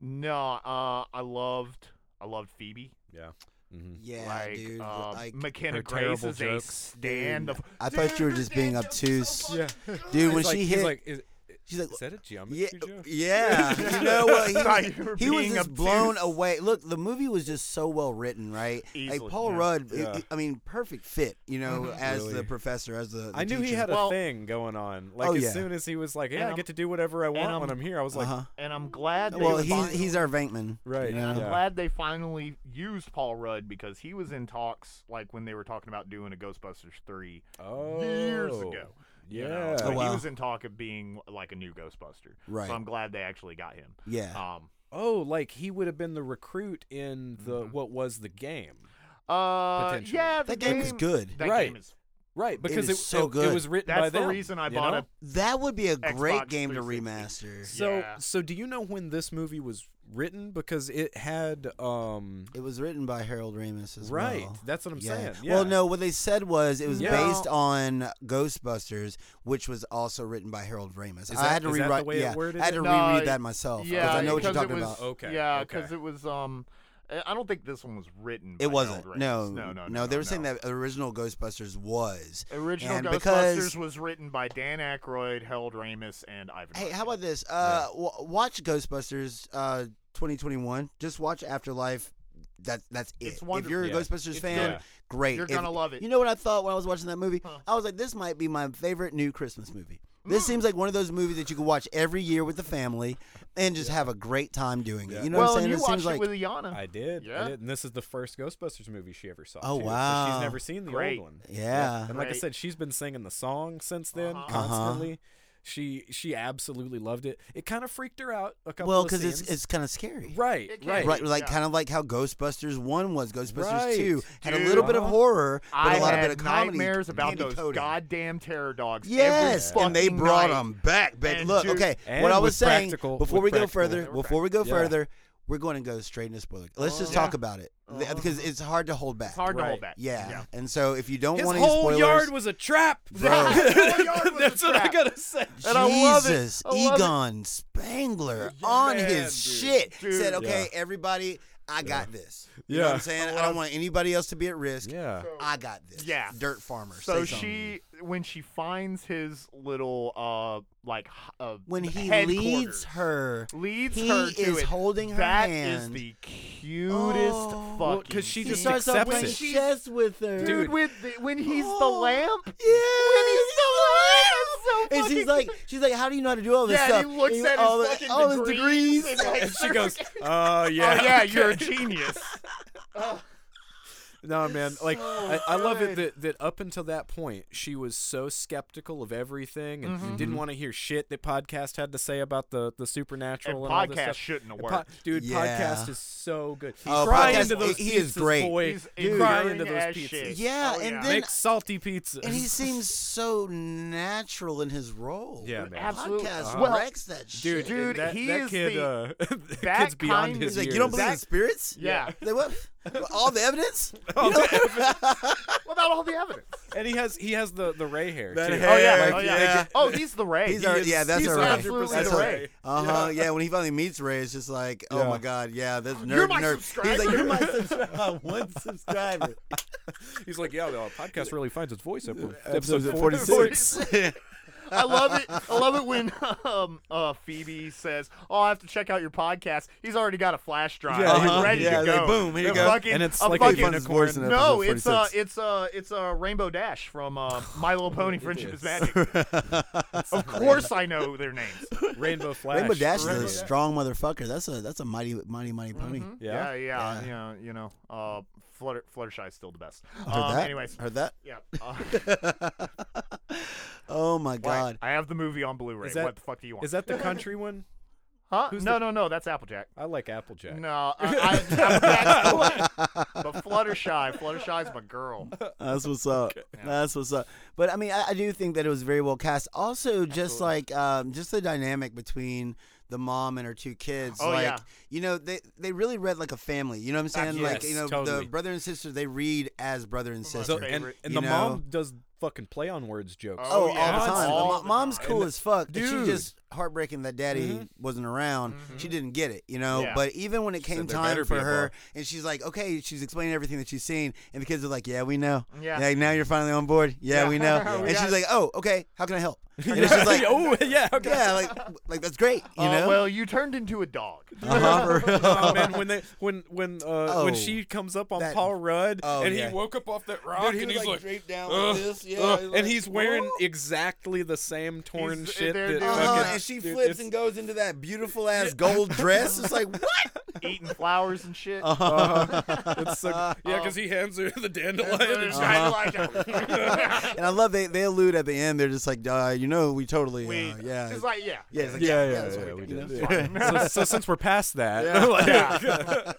Speaker 3: no, uh, I loved I loved Phoebe.
Speaker 1: Yeah. Mhm.
Speaker 2: Yeah,
Speaker 3: like,
Speaker 2: dude.
Speaker 3: uh,
Speaker 2: like,
Speaker 3: McKenna
Speaker 1: Her
Speaker 3: Grace
Speaker 1: terrible
Speaker 3: is
Speaker 1: jokes.
Speaker 3: a stand of.
Speaker 2: I thought you were just being obtuse. Dude, when
Speaker 1: He's like,
Speaker 2: she
Speaker 1: he's
Speaker 2: hit,
Speaker 1: like, is,
Speaker 2: she's like,
Speaker 1: is that a geometry
Speaker 2: yeah,
Speaker 1: joke?
Speaker 2: yeah. you know what?
Speaker 3: Thought
Speaker 2: He,
Speaker 3: you were
Speaker 2: he was
Speaker 3: being
Speaker 2: just
Speaker 3: obtuse.
Speaker 2: blown away. Look, the movie was just so well written, right? like
Speaker 3: Easily,
Speaker 2: Paul
Speaker 3: yeah.
Speaker 2: Rudd, it-
Speaker 1: Yeah. Mm-hmm.
Speaker 2: it- I mean, perfect fit. You know, as the
Speaker 1: Really.
Speaker 2: professor, as the, the
Speaker 1: I knew he
Speaker 2: teacher.
Speaker 1: had a
Speaker 3: Well-
Speaker 1: thing going on. Like
Speaker 2: Oh,
Speaker 1: as
Speaker 2: yeah.
Speaker 1: soon as he was like, "Yeah,
Speaker 3: And
Speaker 1: I
Speaker 3: I'm-
Speaker 1: get to do whatever I want
Speaker 3: I'm-
Speaker 1: when I'm here," I was like,
Speaker 2: Uh-huh.
Speaker 3: And I'm glad. They
Speaker 2: Well,
Speaker 3: finally,
Speaker 2: he's he's our Venkman,
Speaker 1: "Right,
Speaker 2: You
Speaker 3: and
Speaker 2: know?
Speaker 3: I'm
Speaker 1: yeah.
Speaker 3: glad they finally used Paul Rudd because he was in talks like when they were talking about doing a Ghostbusters three
Speaker 1: oh,
Speaker 3: years ago.
Speaker 1: Yeah,
Speaker 3: You know?
Speaker 2: Oh,
Speaker 3: So
Speaker 2: wow.
Speaker 3: He was in talk of being like a new Ghostbuster.
Speaker 2: Right.
Speaker 3: So I'm glad they actually got him.
Speaker 2: Yeah.
Speaker 3: Um.
Speaker 1: Oh, like he would have been the recruit in the what was the game,
Speaker 3: Uh.
Speaker 1: Potentially.
Speaker 3: Yeah. the
Speaker 2: that game is good.
Speaker 3: That
Speaker 1: Right.
Speaker 3: game is
Speaker 1: right? Because
Speaker 2: is so
Speaker 1: it,
Speaker 2: good.
Speaker 1: was written by
Speaker 3: That's the
Speaker 1: them,
Speaker 3: reason I
Speaker 1: you
Speaker 3: bought
Speaker 1: know?
Speaker 3: a
Speaker 2: That would be a great
Speaker 3: Xbox
Speaker 2: game to
Speaker 3: 360.
Speaker 2: remaster.
Speaker 1: So,
Speaker 3: Yeah.
Speaker 1: so do you know when this movie was written? Because it had, um,
Speaker 2: It was written by Harold Ramis as
Speaker 1: right.
Speaker 2: well.
Speaker 1: That's what I'm
Speaker 2: Yeah.
Speaker 1: saying.
Speaker 2: Well,
Speaker 1: Yeah.
Speaker 2: no, what they said was it was
Speaker 1: Yeah.
Speaker 2: based on Ghostbusters, which was also written by Harold Ramis.
Speaker 1: that-
Speaker 2: I had to
Speaker 1: is that the
Speaker 2: rewrite.
Speaker 1: way it
Speaker 2: yeah,
Speaker 1: worded
Speaker 2: I had
Speaker 1: it?
Speaker 2: to
Speaker 3: No,
Speaker 2: reread
Speaker 3: it-
Speaker 2: that myself
Speaker 3: Yeah,
Speaker 2: Oh, I know what you're
Speaker 3: because it
Speaker 2: talking
Speaker 3: was-
Speaker 2: about.
Speaker 1: Okay,
Speaker 3: Yeah,
Speaker 1: okay.
Speaker 3: because it was um, I- I don't think this one was written. by
Speaker 2: It wasn't.
Speaker 3: Harold Ramis.
Speaker 2: No,
Speaker 3: no, no,
Speaker 2: They were saying that original Ghostbusters was.
Speaker 3: Original
Speaker 2: and
Speaker 3: Ghostbusters
Speaker 2: because-
Speaker 3: was written by Dan Aykroyd, Harold Ramis, and Ivan.
Speaker 2: Hey,
Speaker 3: Reitman.
Speaker 2: how about this? Uh, w- watch Ghostbusters uh, 2021. Just watch Afterlife. That that's it.
Speaker 3: It's
Speaker 2: if you're
Speaker 1: wonderful.
Speaker 2: a
Speaker 1: Yeah.
Speaker 2: Ghostbusters
Speaker 3: It's
Speaker 2: fan,
Speaker 1: good.
Speaker 2: great.
Speaker 3: You're
Speaker 2: If-
Speaker 3: gonna love it.
Speaker 2: You know what I thought when I was watching that movie?
Speaker 3: Huh. Hmm.
Speaker 2: I was like, this might be my favorite new Christmas movie. This seems like one of those movies that you can watch every year with the family and just have a great time doing
Speaker 1: Yeah.
Speaker 2: it. You know
Speaker 3: well,
Speaker 2: what I'm saying?
Speaker 3: and you
Speaker 2: it seems
Speaker 3: watched
Speaker 2: like
Speaker 3: it with Iana.
Speaker 1: I did. I
Speaker 3: Yeah.
Speaker 1: did. And this is the first Ghostbusters movie she ever saw.
Speaker 2: Oh,
Speaker 1: too, so
Speaker 2: wow.
Speaker 1: she's never seen the
Speaker 3: Great.
Speaker 1: old one.
Speaker 2: yeah.
Speaker 1: And like I
Speaker 3: Great.
Speaker 1: said, she's been singing the song since then
Speaker 3: Uh-huh.
Speaker 2: Uh-huh.
Speaker 1: constantly. She she absolutely loved it. It kind of freaked her out a couple.
Speaker 2: Well,
Speaker 1: because
Speaker 2: because it's it's kind of scary.
Speaker 1: right,
Speaker 3: It can
Speaker 1: right,
Speaker 3: be.
Speaker 2: Right, like
Speaker 3: Yeah.
Speaker 2: kind of like how Ghostbusters one was. Ghostbusters
Speaker 1: Right.
Speaker 2: two had a
Speaker 3: Dude.
Speaker 2: little bit of
Speaker 1: Uh-huh.
Speaker 2: horror, but
Speaker 3: I
Speaker 2: a lot
Speaker 3: had
Speaker 2: of bit of comedy.
Speaker 3: nightmares about
Speaker 2: candy
Speaker 3: those
Speaker 2: coated.
Speaker 3: goddamn terror dogs. every
Speaker 2: Yes, and they
Speaker 3: fucking
Speaker 2: brought
Speaker 3: night.
Speaker 2: them back. But
Speaker 3: And
Speaker 2: look,
Speaker 3: dude-
Speaker 2: okay,
Speaker 1: And
Speaker 2: what I
Speaker 1: with
Speaker 2: was saying
Speaker 1: practical-
Speaker 2: before we
Speaker 1: with
Speaker 2: go
Speaker 1: practical-
Speaker 2: further,
Speaker 3: They were
Speaker 2: before we go
Speaker 1: practical. Yeah.
Speaker 2: further, we're going to go straight into spoiler. Let's just
Speaker 3: Yeah. Uh-huh.
Speaker 2: talk about it Th- because it's hard to hold back.
Speaker 3: It's hard to
Speaker 4: Right.
Speaker 3: hold back.
Speaker 2: Yeah. and so if you don't
Speaker 1: His
Speaker 2: want any
Speaker 1: whole
Speaker 2: spoilers,
Speaker 1: yard was a trap.
Speaker 2: Bro.
Speaker 3: His whole yard was a
Speaker 1: That's what I
Speaker 3: trap.
Speaker 1: gotta say.
Speaker 2: Jesus,
Speaker 3: And I love it. I love it.
Speaker 2: Egon Spangler on
Speaker 1: Yeah,
Speaker 2: his
Speaker 1: dude.
Speaker 2: shit
Speaker 3: Dude.
Speaker 2: said, "Okay, everybody, I got this." You know
Speaker 1: Yeah.
Speaker 2: what I'm saying? I don't want anybody else to be at risk.
Speaker 1: Yeah.
Speaker 2: I got this.
Speaker 3: Yeah.
Speaker 2: Dirt farmer.
Speaker 3: So
Speaker 2: say something.
Speaker 3: she, when she finds his little, uh, like, h- uh,
Speaker 2: when he
Speaker 3: headquarters,
Speaker 2: leads her,
Speaker 3: leads
Speaker 2: he
Speaker 3: her to
Speaker 2: is
Speaker 3: it.
Speaker 2: holding her
Speaker 3: That
Speaker 2: hand.
Speaker 3: is the cutest
Speaker 2: Oh.
Speaker 3: fucking.
Speaker 1: Well, 'cause she
Speaker 2: he
Speaker 1: just
Speaker 3: thing.
Speaker 2: starts off
Speaker 1: accepts
Speaker 2: playing
Speaker 1: it.
Speaker 2: chess with her.
Speaker 3: dude,
Speaker 1: Dude.
Speaker 3: with the, when he's the
Speaker 2: Oh.
Speaker 3: lamp.
Speaker 2: Yeah.
Speaker 3: so
Speaker 2: And she's
Speaker 3: fucking-
Speaker 2: like, she's like, how do you know how to do all this
Speaker 3: Yeah, and
Speaker 2: stuff?
Speaker 3: he looks at his
Speaker 2: all the-
Speaker 3: fucking
Speaker 2: all his
Speaker 3: degrees and, like,
Speaker 1: And she goes, "Oh yeah,
Speaker 3: oh yeah,
Speaker 1: okay."
Speaker 3: you're a genius.
Speaker 1: No man, like I, I love it
Speaker 3: good.
Speaker 1: that, that up until that point she was so skeptical of everything and didn't want to hear shit that podcast had to say about the, the supernatural
Speaker 3: And
Speaker 1: and, all this
Speaker 3: podcast
Speaker 1: stuff.
Speaker 3: shouldn't have
Speaker 1: And po-
Speaker 3: worked.
Speaker 1: dude,
Speaker 2: Yeah.
Speaker 1: podcast is so good.
Speaker 2: Oh,
Speaker 1: cry
Speaker 2: podcast-
Speaker 1: into those
Speaker 2: he is
Speaker 1: pizzas,
Speaker 2: great.
Speaker 1: Boy.
Speaker 3: He's
Speaker 1: cry
Speaker 3: enduring
Speaker 1: into those
Speaker 3: as
Speaker 1: pizzas.
Speaker 3: shit.
Speaker 2: Yeah,
Speaker 3: Oh,
Speaker 2: and
Speaker 3: yeah.
Speaker 2: then-
Speaker 1: Make salty pizzas.
Speaker 2: And he seems so natural in his role.
Speaker 1: Yeah, man.
Speaker 3: Absolutely.
Speaker 2: Podcast
Speaker 3: Well,
Speaker 2: wrecks that
Speaker 1: dude,
Speaker 2: shit.
Speaker 3: Dude,
Speaker 1: that,
Speaker 3: he
Speaker 1: that
Speaker 3: is
Speaker 1: kid,
Speaker 3: the-
Speaker 1: uh, that
Speaker 3: that
Speaker 1: kid's beyond
Speaker 3: kind-
Speaker 1: his
Speaker 2: He's like,
Speaker 1: years.
Speaker 2: you don't believe in
Speaker 3: That-
Speaker 2: spirits?
Speaker 3: yeah.
Speaker 2: Like, what? All the evidence?
Speaker 1: Oh,
Speaker 3: Without all the evidence.
Speaker 1: and he has he has the the Ray hair.
Speaker 2: That
Speaker 1: too.
Speaker 2: hair, Oh, yeah,
Speaker 1: Like,
Speaker 3: oh
Speaker 2: like,
Speaker 3: yeah.
Speaker 2: yeah.
Speaker 3: Oh, he's the Ray.
Speaker 2: He's our,
Speaker 1: is-
Speaker 2: yeah, that's
Speaker 1: he's
Speaker 2: all right.
Speaker 3: absolutely
Speaker 2: That's
Speaker 3: the
Speaker 2: all
Speaker 3: Ray.
Speaker 2: right. Uh huh. Yeah. when he finally meets Ray, it's just like, oh
Speaker 1: Yeah.
Speaker 2: my god, yeah, this nerd.
Speaker 3: You're my
Speaker 2: nerd. He's like,
Speaker 3: subscriber.
Speaker 2: you're my subscriber. my one subscriber.
Speaker 1: He's like, yeah, the podcast really finds its voice episode,
Speaker 2: Episode
Speaker 1: 46.
Speaker 2: 46.
Speaker 3: I love it. I love it when um, uh, Phoebe says, "Oh, I have to check out your podcast." He's already got a flash drive,
Speaker 1: Yeah,
Speaker 3: like,
Speaker 1: uh-huh.
Speaker 3: ready
Speaker 2: Yeah,
Speaker 3: to
Speaker 2: like,
Speaker 3: go.
Speaker 2: boom, here you
Speaker 3: A
Speaker 2: go.
Speaker 3: fucking-
Speaker 1: And it's
Speaker 3: a
Speaker 1: like a
Speaker 3: fucking,
Speaker 1: unicorn. Voice in
Speaker 3: no, it's uh, it's uh, it's uh, Rainbow Dash from uh, My Little Pony: Friendship is Magic. of course, I know their names.
Speaker 1: Rainbow Flash.
Speaker 2: Rainbow Dash is
Speaker 1: Rainbow
Speaker 2: a
Speaker 1: Dash.
Speaker 2: strong motherfucker. That's a that's a mighty mighty mighty pony.
Speaker 1: Yeah.
Speaker 3: yeah, yeah,
Speaker 2: Yeah.
Speaker 3: you know, you know, uh, Flutter Fluttershy's still the best.
Speaker 1: Oh,
Speaker 2: Heard
Speaker 3: um,
Speaker 2: that?
Speaker 3: Anyways,
Speaker 2: Heard that?
Speaker 3: yeah. Uh,
Speaker 2: Oh my
Speaker 3: why-
Speaker 2: god.
Speaker 3: I have the movie on Blu-ray.
Speaker 1: Is that-
Speaker 3: what the fuck do you want?
Speaker 1: Is that the country one?
Speaker 3: huh?
Speaker 1: who's
Speaker 3: no,
Speaker 1: the-
Speaker 3: no, no. That's Applejack.
Speaker 1: I like Applejack.
Speaker 3: No, I, I, I'm back to it. but Fluttershy, Fluttershy's my girl.
Speaker 2: That's what's up. That's what's up. But I mean, I, I do think that it was very well cast. Also, just like um, just the dynamic between the mom and her two kids.
Speaker 3: Oh,
Speaker 2: like,
Speaker 3: yeah.
Speaker 2: You know, they they really read like a family. You know what I'm saying? like
Speaker 1: yes,
Speaker 2: you know,
Speaker 1: totally.
Speaker 2: the brother and sister they read as brother and sister.
Speaker 1: So,
Speaker 3: my
Speaker 1: and
Speaker 3: favorite.
Speaker 1: and
Speaker 2: You
Speaker 1: the mom
Speaker 2: know?
Speaker 1: does fucking play on words jokes.
Speaker 3: Oh,
Speaker 2: Oh, all
Speaker 3: yeah.
Speaker 2: the time.
Speaker 3: All
Speaker 2: The mo-
Speaker 3: the
Speaker 2: mom's
Speaker 3: time.
Speaker 2: cool
Speaker 1: And-
Speaker 2: as fuck. and
Speaker 1: Dude.
Speaker 2: She just heartbreaking that daddy wasn't around. She didn't get it, you know.
Speaker 3: Yeah.
Speaker 2: But even when it came
Speaker 1: "There
Speaker 2: time
Speaker 1: better be
Speaker 2: for
Speaker 1: a
Speaker 2: her,
Speaker 1: bar."
Speaker 2: and she's like, okay, she's explaining everything that she's seen, and the kids are like, yeah, we know.
Speaker 3: Yeah.
Speaker 2: Like, now you're finally on board. Yeah,
Speaker 3: Yeah.
Speaker 2: we know.
Speaker 3: We
Speaker 2: and
Speaker 3: got
Speaker 2: she's
Speaker 3: it.
Speaker 2: like, oh, okay, how can I help? And it's just like,
Speaker 1: oh yeah, okay.
Speaker 2: yeah, like, like that's great, you
Speaker 3: Uh,
Speaker 2: know.
Speaker 3: well, you turned into a dog.
Speaker 2: Uh-huh, for real.
Speaker 1: Oh, man, when they when when uh, when
Speaker 2: Oh,
Speaker 1: she comes up on
Speaker 2: that-
Speaker 1: Paul Rudd
Speaker 2: oh,
Speaker 1: and
Speaker 2: yeah.
Speaker 1: he woke up off that rock and he's like,
Speaker 2: draped down
Speaker 1: "Ugh,
Speaker 2: this, yeah, Oh.
Speaker 1: ugh,"
Speaker 2: he's
Speaker 1: and
Speaker 2: like,
Speaker 1: he's wearing
Speaker 2: "Whoa."
Speaker 1: exactly the same torn
Speaker 3: He's-
Speaker 1: shit.
Speaker 3: they're
Speaker 1: That
Speaker 3: doing
Speaker 2: Uh-huh,
Speaker 1: fucking,
Speaker 3: that.
Speaker 2: and she
Speaker 1: dude,
Speaker 2: flips
Speaker 1: it's-
Speaker 2: and goes into that beautiful ass gold dress. It's like what?
Speaker 3: Eating flowers and shit. Uh-huh.
Speaker 1: it's so, yeah, because he hands her the dandelion. and she-
Speaker 2: And I love they they allude at the end. They're just like, uh, you know, we totally, uh,
Speaker 3: we,
Speaker 2: yeah,
Speaker 3: She's like, yeah.
Speaker 2: yeah, it's like,
Speaker 1: Yeah,
Speaker 2: yeah,
Speaker 1: yeah,
Speaker 2: that's
Speaker 1: yeah,
Speaker 2: what
Speaker 1: we
Speaker 2: you
Speaker 1: did.
Speaker 2: know?
Speaker 1: so, so since we're past that, like,
Speaker 3: Yeah.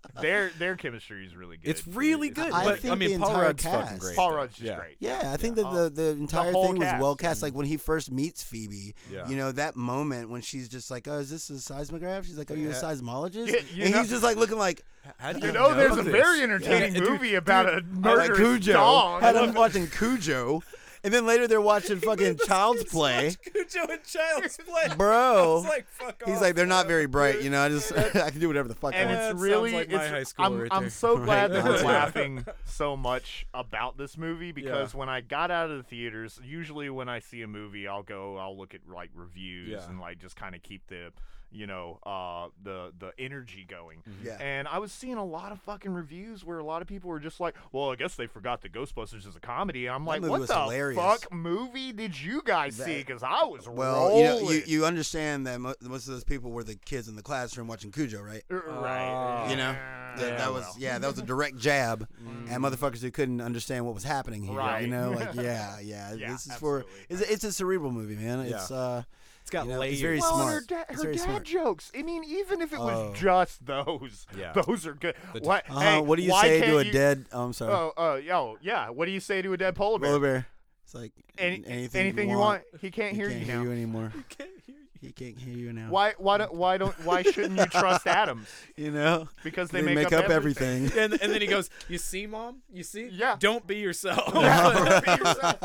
Speaker 3: their their chemistry is really good.
Speaker 1: it's really good.
Speaker 2: I
Speaker 1: but, I
Speaker 2: think
Speaker 1: mean,
Speaker 2: the
Speaker 1: Paul
Speaker 2: entire
Speaker 1: Rudd's fucking
Speaker 2: cast-
Speaker 1: great.
Speaker 3: Paul
Speaker 1: though.
Speaker 3: Rudd's just
Speaker 1: yeah.
Speaker 3: great.
Speaker 2: Yeah, I think that the, the entire
Speaker 3: whole
Speaker 2: thing was
Speaker 3: cast.
Speaker 2: well cast. Like when he first meets Phoebe,
Speaker 1: Yeah.
Speaker 2: you know that moment when she's just like, "Oh, is this a seismograph?" She's like, "Are you a
Speaker 1: Yeah.
Speaker 2: seismologist?"
Speaker 3: Yeah, you
Speaker 2: and
Speaker 3: know-
Speaker 2: he's just like looking like,
Speaker 1: How do
Speaker 3: You know, there's a
Speaker 1: this?
Speaker 3: very entertaining
Speaker 1: Yeah, dude,
Speaker 3: movie about a
Speaker 2: like
Speaker 3: murderous
Speaker 2: Cujo.
Speaker 3: dog.
Speaker 2: Had him watching Cujo, and then later they're watching fucking Child's Play,
Speaker 1: Cujo and Child's Play.
Speaker 2: bro.
Speaker 1: It's like, fuck
Speaker 2: He's
Speaker 1: off,
Speaker 2: like, they're not
Speaker 1: man.
Speaker 2: very bright, you know. I just I can do whatever the fuck
Speaker 3: and
Speaker 2: I want.
Speaker 1: That
Speaker 3: it's
Speaker 1: sounds
Speaker 3: really
Speaker 1: like my
Speaker 3: it's,
Speaker 1: high school
Speaker 3: I'm,
Speaker 1: right
Speaker 3: I'm
Speaker 1: there.
Speaker 3: so glad that
Speaker 2: Right.
Speaker 3: we're
Speaker 2: Yeah.
Speaker 3: laughing so much about this movie because when I got out of the theaters, usually when I see a movie, I'll go, I'll look at like reviews
Speaker 1: Yeah.
Speaker 3: and like just kind of keep the, you know, uh, the the energy going.
Speaker 1: Mm-hmm.
Speaker 2: Yeah.
Speaker 3: And I was seeing a lot of fucking reviews where a lot of people were just like, "Well, I guess they forgot that Ghostbusters is a comedy." And I'm like,
Speaker 2: movie
Speaker 3: "What
Speaker 2: was
Speaker 3: the
Speaker 2: hilarious.
Speaker 3: fuck movie did you guys see? Because I was
Speaker 2: Well, you
Speaker 3: rolling."
Speaker 2: know, you, you understand that mo- most of those people were the kids in the classroom watching Cujo, right?
Speaker 3: R- Er, right?
Speaker 1: Ah.
Speaker 2: You know,
Speaker 3: Oh. Yeah,
Speaker 2: that, that was
Speaker 3: well.
Speaker 2: yeah, that was a direct jab at motherfuckers who couldn't understand what was happening here.
Speaker 3: Right.
Speaker 2: You know, like yeah, yeah,
Speaker 3: Yeah,
Speaker 2: this is for
Speaker 3: absolutely.
Speaker 2: it's a, it's a cerebral movie, man. It's uh,
Speaker 1: It's got
Speaker 2: you know,
Speaker 1: layers.
Speaker 2: it's very
Speaker 3: well,
Speaker 2: smart.
Speaker 3: and her, da-
Speaker 2: It's
Speaker 3: her
Speaker 2: very
Speaker 3: dad
Speaker 2: smart.
Speaker 3: jokes. I mean, even if it was
Speaker 2: Oh.
Speaker 3: just those,
Speaker 1: Yeah.
Speaker 3: those are good.
Speaker 1: The-
Speaker 3: What?
Speaker 2: Uh-huh,
Speaker 3: hey,
Speaker 2: what do you
Speaker 3: why
Speaker 2: say
Speaker 3: can't
Speaker 2: to a
Speaker 3: you-
Speaker 2: dead? Oh, I'm sorry,
Speaker 3: Oh, uh, yo, yeah. What do you say to a dead polar bear?
Speaker 2: polar bear. It's like
Speaker 3: Any-
Speaker 2: anything, you
Speaker 3: you
Speaker 2: want.
Speaker 3: He can't
Speaker 2: he
Speaker 3: hear
Speaker 2: can't
Speaker 3: you
Speaker 2: hear
Speaker 3: now.
Speaker 2: you anymore.
Speaker 1: can't hear you.
Speaker 2: He can't hear you now.
Speaker 3: Why why don't why don't why shouldn't you trust atoms?
Speaker 2: You know,
Speaker 3: Because
Speaker 2: they,
Speaker 3: they,
Speaker 2: make, up,
Speaker 3: everything.
Speaker 2: everything.
Speaker 1: And, and then he goes, "You see, mom? You see?
Speaker 3: Yeah.
Speaker 1: Don't be yourself."
Speaker 3: Yeah, be yourself.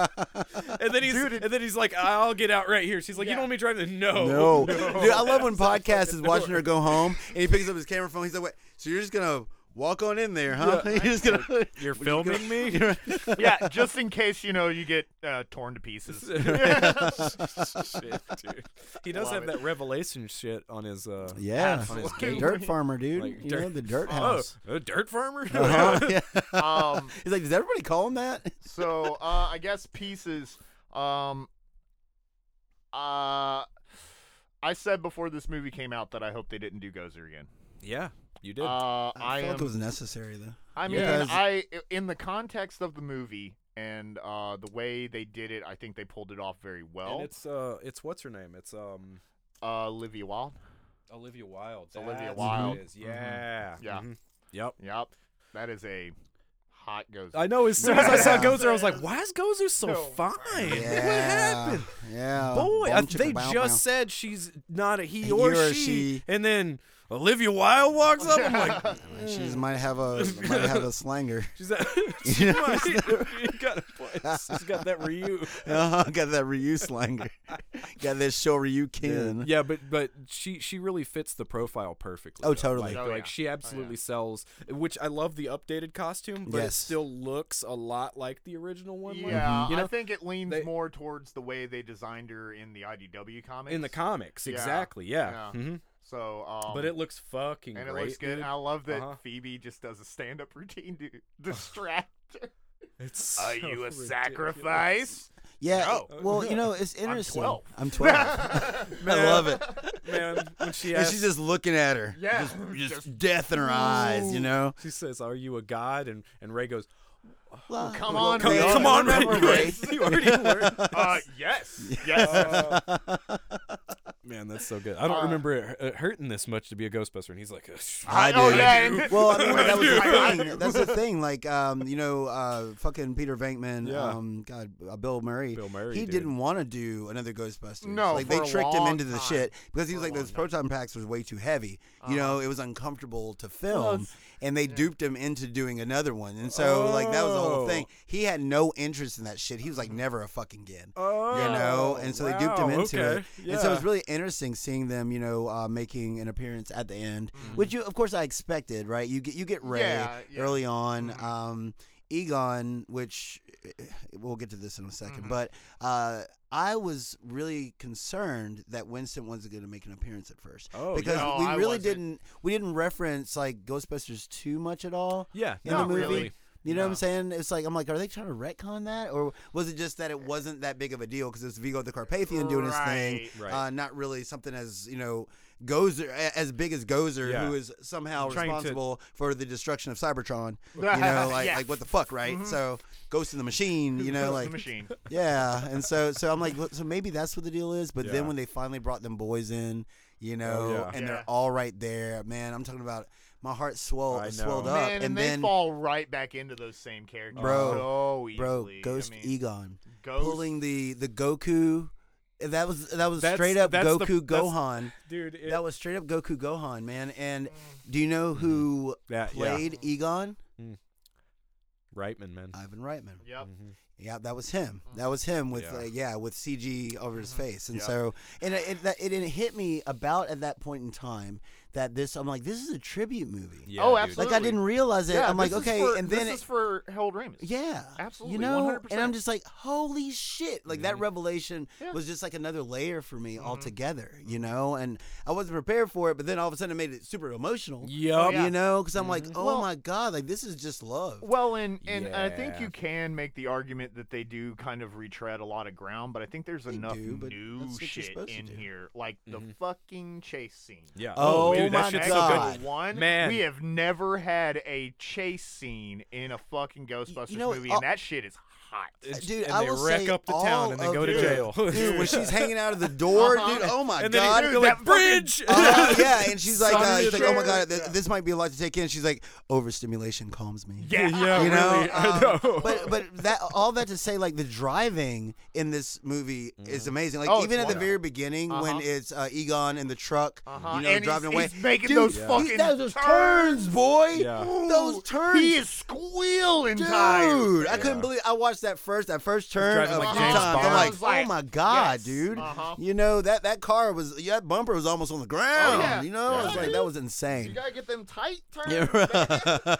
Speaker 1: and then he's
Speaker 3: Dude, it-
Speaker 1: and then he's like, "I'll get out right here." She's like, "You
Speaker 3: Yeah.
Speaker 1: don't want me driving?" No.
Speaker 2: No. Dude, I love when podcast is watching her go home and he picks up his camera phone. He's like, "Wait, so you're just gonna walk on in there, huh? you're just gonna
Speaker 1: You're filming me.
Speaker 3: yeah, just in case you know you get uh, torn to pieces.
Speaker 1: Shit, dude. He does
Speaker 3: Love
Speaker 1: have
Speaker 3: it.
Speaker 1: that revelation shit on his uh
Speaker 2: yeah,
Speaker 1: on his
Speaker 3: Absolutely.
Speaker 1: gate.
Speaker 2: dirt farmer, dude.
Speaker 1: Like
Speaker 2: you
Speaker 1: dirt-
Speaker 2: know the dirt
Speaker 1: Oh,
Speaker 2: house.
Speaker 1: a dirt farmer.
Speaker 2: Uh-huh, yeah.
Speaker 3: um,
Speaker 2: He's like, does everybody call him that?
Speaker 3: so uh, I guess pieces. Um, uh, I said before this movie came out that I hope they didn't do Gozer again.
Speaker 1: yeah, you did.
Speaker 3: Uh,
Speaker 2: I,
Speaker 3: I,
Speaker 2: feel
Speaker 3: am.
Speaker 2: like it was necessary though.
Speaker 3: I mean,
Speaker 2: Because-
Speaker 3: I in the context of the movie and uh, the way they did it, I think they pulled it off very well.
Speaker 2: Oh.
Speaker 1: and it's uh, it's what's her name? It's um,
Speaker 3: uh, Olivia Wilde.
Speaker 1: Olivia Wilde.
Speaker 3: Olivia
Speaker 1: That's who it
Speaker 3: Wilde.
Speaker 1: is. Yeah.
Speaker 3: Yeah.
Speaker 1: Mhm. Mm-hmm. Yep.
Speaker 3: Yep, that is a hot Gozer.
Speaker 1: I know. As soon as I saw
Speaker 2: Yeah.
Speaker 1: Gozer, I was like, "Why is Gozer so
Speaker 3: No.
Speaker 1: fine?
Speaker 2: Yeah. Uh,
Speaker 1: What happened?"
Speaker 2: Yeah.
Speaker 1: Boy, I,
Speaker 2: Bum chicka
Speaker 1: they
Speaker 2: bow
Speaker 1: just
Speaker 2: bow.
Speaker 1: said she's not a he
Speaker 2: He
Speaker 1: or,
Speaker 2: or
Speaker 1: she,
Speaker 2: she.
Speaker 1: and then Olivia Wilde walks up. I'm like, "Hmm,
Speaker 2: She just might have a might have a slanger.
Speaker 1: she's that. she
Speaker 2: You know,
Speaker 1: might- you got a point. She's got that Ryu.
Speaker 2: Uh, got that Ryu slanger. got that show Ryu kin.
Speaker 1: Yeah, but but she she really fits the profile perfectly.
Speaker 2: Oh,
Speaker 1: though.
Speaker 2: totally.
Speaker 1: Like,
Speaker 3: Oh,
Speaker 1: like
Speaker 3: yeah.
Speaker 1: she absolutely sells. Which I love the updated costume, but it
Speaker 2: Yes.
Speaker 1: still looks a lot like the original one. like,
Speaker 3: Yeah,
Speaker 1: you know,
Speaker 3: I think it leans
Speaker 1: they-
Speaker 3: more towards the way they designed her in the IDW comics.
Speaker 1: in the comics,
Speaker 3: Yeah.
Speaker 1: exactly. Yeah.
Speaker 3: Yeah.
Speaker 1: Mhm.
Speaker 3: so, um,
Speaker 1: but it looks fucking
Speaker 3: and it
Speaker 1: great.
Speaker 3: looks good.
Speaker 1: dude.
Speaker 3: And I love that
Speaker 1: Uh-huh.
Speaker 3: Phoebe just does a stand-up routine to distract. her.
Speaker 1: It's
Speaker 3: Are
Speaker 1: so
Speaker 3: you a
Speaker 1: ridiculous.
Speaker 3: sacrifice?
Speaker 2: Yeah.
Speaker 3: No.
Speaker 2: it- Well, you know, it's interesting.
Speaker 3: 12.
Speaker 2: I'm 12. I love it.
Speaker 1: man? When she
Speaker 2: And
Speaker 1: asks,
Speaker 2: she's just looking at her.
Speaker 3: Yeah,
Speaker 2: Just, just
Speaker 3: just-
Speaker 2: death in her eyes, you know?
Speaker 1: she says, "Are you a god?" and and Ray goes,
Speaker 3: Come on,
Speaker 1: "Come,
Speaker 3: Ray.
Speaker 1: come on, Ray,
Speaker 3: Remember,
Speaker 1: you,
Speaker 3: Ray.
Speaker 1: already- you already were."
Speaker 3: Uh, yes, yes.
Speaker 1: Uh, Man, that's so good. I don't
Speaker 3: Uh,
Speaker 1: remember it, hu- it hurting this much to be a Ghostbuster, and he's like,
Speaker 2: I
Speaker 3: I, oh,
Speaker 2: do.
Speaker 3: yeah. and-
Speaker 2: Well, I mean, that was the
Speaker 3: I do.
Speaker 2: thing. That's the thing. Like, um, you know, uh, fucking Peter Venkman,
Speaker 1: Yeah.
Speaker 2: um, God, uh, Bill Murray.
Speaker 1: Bill Murray,
Speaker 2: He
Speaker 1: dude.
Speaker 2: didn't want to do another Ghostbusters.
Speaker 3: No,
Speaker 2: like they
Speaker 3: for a
Speaker 2: tricked him
Speaker 3: long
Speaker 2: into the
Speaker 3: time.
Speaker 2: shit because he
Speaker 3: For
Speaker 2: was like
Speaker 3: a long Uh-huh.
Speaker 2: those proton packs was way too heavy. You know, it was uncomfortable to film,
Speaker 1: it's-
Speaker 2: and they duped him into doing another one. And so, like, that was the whole
Speaker 1: Oh.
Speaker 2: thing. He had no interest in that shit. He was like, never a fucking kid.
Speaker 1: "Oh,
Speaker 2: you know, and so they duped him
Speaker 1: wow,
Speaker 2: into
Speaker 1: okay,
Speaker 2: it. And so it
Speaker 1: yeah.
Speaker 2: was really interesting seeing them, you know, uh, making an appearance at the end,
Speaker 1: Mm.
Speaker 2: which you, of course, I expected, right? You get you get Ray
Speaker 3: Yeah, yeah.
Speaker 2: early on,
Speaker 1: Mm-hmm.
Speaker 2: um, Egon, which eh, we'll get to this in a 2nd
Speaker 1: Mm-hmm.
Speaker 2: but uh, I was really concerned that Winston wasn't going to make an appearance at first
Speaker 1: Oh,
Speaker 2: because
Speaker 3: yeah.
Speaker 2: we
Speaker 3: No, I
Speaker 2: really
Speaker 3: wasn't.
Speaker 2: didn't we didn't reference like Ghostbusters too much at all
Speaker 1: yeah,
Speaker 2: in
Speaker 1: not
Speaker 2: the movie.
Speaker 1: really.
Speaker 2: You know what
Speaker 3: No.
Speaker 2: I'm saying? It's like I'm like, are they trying to retcon that, or was it just that it wasn't that big of a deal because it's Vigo the Carpathian doing his thing,
Speaker 3: Right.
Speaker 1: Right.
Speaker 2: uh, not really something as you know Gozer a- as big as Gozer,
Speaker 1: Yeah.
Speaker 2: who is somehow
Speaker 1: Trying to-
Speaker 2: responsible for the destruction of Cybertron. You know, like
Speaker 3: Yeah.
Speaker 2: like what the fuck, right?
Speaker 1: Mm-hmm.
Speaker 2: So Ghost in the Machine, you know,
Speaker 3: The
Speaker 2: like
Speaker 3: machine.
Speaker 2: yeah, and so so I'm like, "Look, so maybe that's what the deal is. But
Speaker 1: Yeah. Oh,
Speaker 2: then when they finally brought them boys in, you know,
Speaker 1: yeah.
Speaker 2: and
Speaker 3: Yeah.
Speaker 2: they're all right there, man. I'm talking about my heart swelled
Speaker 1: I
Speaker 2: swelled
Speaker 1: know.
Speaker 2: up,
Speaker 3: Man, and,
Speaker 2: and
Speaker 3: they
Speaker 2: then
Speaker 3: fall right back into those same characters
Speaker 2: Bro,
Speaker 3: so
Speaker 2: bro,
Speaker 3: easily.
Speaker 2: Ghost
Speaker 3: I mean,
Speaker 2: Egon
Speaker 3: Ghost-
Speaker 2: pulling the the Goku. That was that was
Speaker 1: That's-
Speaker 2: straight up
Speaker 1: that's the-
Speaker 2: Goku
Speaker 1: that's-
Speaker 2: Gohan.
Speaker 1: dude. It,
Speaker 2: That was straight up Goku Gohan, man. And
Speaker 3: Mm.
Speaker 2: do you know who
Speaker 1: That-
Speaker 3: Mm-hmm.
Speaker 1: yeah.
Speaker 2: played Egon?
Speaker 1: Reitman, man.
Speaker 3: Mm-hmm.
Speaker 1: Mm-hmm.
Speaker 2: Ivan Reitman.
Speaker 3: Uh, Yep.
Speaker 2: Yeah, that was him. That was him with
Speaker 1: Yeah.
Speaker 2: uh, yeah with CG over his face, and
Speaker 3: Mm-hmm. Yeah.
Speaker 2: so and it it, that- it it hit me about at that point in time that this I'm like this is a tribute movie.
Speaker 1: Yeah,
Speaker 3: oh,
Speaker 1: dude.
Speaker 3: absolutely.
Speaker 2: Like I didn't realize it.
Speaker 3: Yeah,
Speaker 2: I'm like
Speaker 3: this is
Speaker 2: okay,
Speaker 3: for-
Speaker 2: and
Speaker 3: this
Speaker 2: then
Speaker 3: is
Speaker 2: it-
Speaker 3: for Harold Ramis.
Speaker 2: Yeah.
Speaker 3: Absolutely,
Speaker 2: You know, and
Speaker 3: 100%.
Speaker 2: I'm just like, holy shit. Like that revelation
Speaker 3: Yeah.
Speaker 2: was just like another layer for me
Speaker 1: Mm-hmm.
Speaker 2: altogether, you know? And I wasn't prepared for it, but then all of a sudden it made it super emotional.
Speaker 1: Yup. Mm-hmm.
Speaker 3: Yeah.
Speaker 2: You know, because I'm like, oh
Speaker 3: Well-
Speaker 2: my God, like this is just love.
Speaker 3: Well, and and I think
Speaker 1: Yeah.
Speaker 3: you can make the argument that they do kind of retread a lot of ground, but I think there's enough
Speaker 2: do, but
Speaker 3: new
Speaker 2: that's what you're
Speaker 3: shit
Speaker 2: supposed to
Speaker 3: in
Speaker 2: do.
Speaker 3: here, like the fucking chase scene.
Speaker 1: Mm-hmm. Yeah.
Speaker 2: Oh,
Speaker 1: dude, dude, that
Speaker 2: my
Speaker 1: shit's so good.
Speaker 2: God.
Speaker 3: Episode one,
Speaker 1: Man.
Speaker 3: we have never had a chase scene in a fucking Ghostbusters
Speaker 2: you know,
Speaker 3: movie,
Speaker 2: all-
Speaker 3: and that shit is hot.
Speaker 1: It's-
Speaker 2: Dude,
Speaker 1: and
Speaker 2: I
Speaker 1: they
Speaker 2: will
Speaker 1: wreck
Speaker 2: say
Speaker 1: up the
Speaker 2: all
Speaker 1: town and they
Speaker 2: of-
Speaker 1: go to
Speaker 2: Dude.
Speaker 1: jail.
Speaker 2: Dude, when she's hanging out of the door,
Speaker 3: Uh-huh.
Speaker 2: dude, oh my
Speaker 1: and then
Speaker 2: god.
Speaker 1: he,
Speaker 3: Dude,
Speaker 1: they're like
Speaker 3: that fucking-
Speaker 1: bridge.
Speaker 2: Uh, yeah, and she's like,
Speaker 1: Son
Speaker 2: uh,
Speaker 1: of
Speaker 2: she's
Speaker 1: a
Speaker 2: like, oh my god,
Speaker 1: bitch.
Speaker 2: th- this might be a lot to take in. She's like, overstimulation calms me.
Speaker 1: Yeah, yeah,
Speaker 2: you know,
Speaker 1: really, I
Speaker 2: um,
Speaker 1: know.
Speaker 2: but but that all that to say, like the driving in this movie is amazing. Like
Speaker 3: Oh, it's
Speaker 2: even at the
Speaker 3: wonderful.
Speaker 2: very beginning when
Speaker 3: Uh-huh.
Speaker 2: it's uh, Egon in the truck,
Speaker 3: Uh-huh.
Speaker 2: you know,
Speaker 3: and
Speaker 2: driving
Speaker 3: he's,
Speaker 2: away.
Speaker 3: he's making
Speaker 2: Dude,
Speaker 3: those
Speaker 2: he-
Speaker 3: fucking
Speaker 2: those turns, boy.
Speaker 1: Yeah.
Speaker 2: Those turns.
Speaker 3: He is squealing
Speaker 2: Dude,
Speaker 3: tires.
Speaker 2: I couldn't believe I watched that first that first turn
Speaker 1: driving
Speaker 2: a
Speaker 1: like
Speaker 2: few
Speaker 1: James
Speaker 2: times.
Speaker 1: Bond.
Speaker 2: I'm
Speaker 1: I was
Speaker 2: like,
Speaker 3: like,
Speaker 2: oh my god,
Speaker 3: yes,
Speaker 2: dude!
Speaker 3: uh-huh.
Speaker 2: You know that that car was yeah, that bumper was almost on the ground.
Speaker 3: Oh, yeah.
Speaker 2: You know, I was
Speaker 3: Yeah.
Speaker 2: like that was insane.
Speaker 3: You gotta get them tight turns.
Speaker 2: Yeah,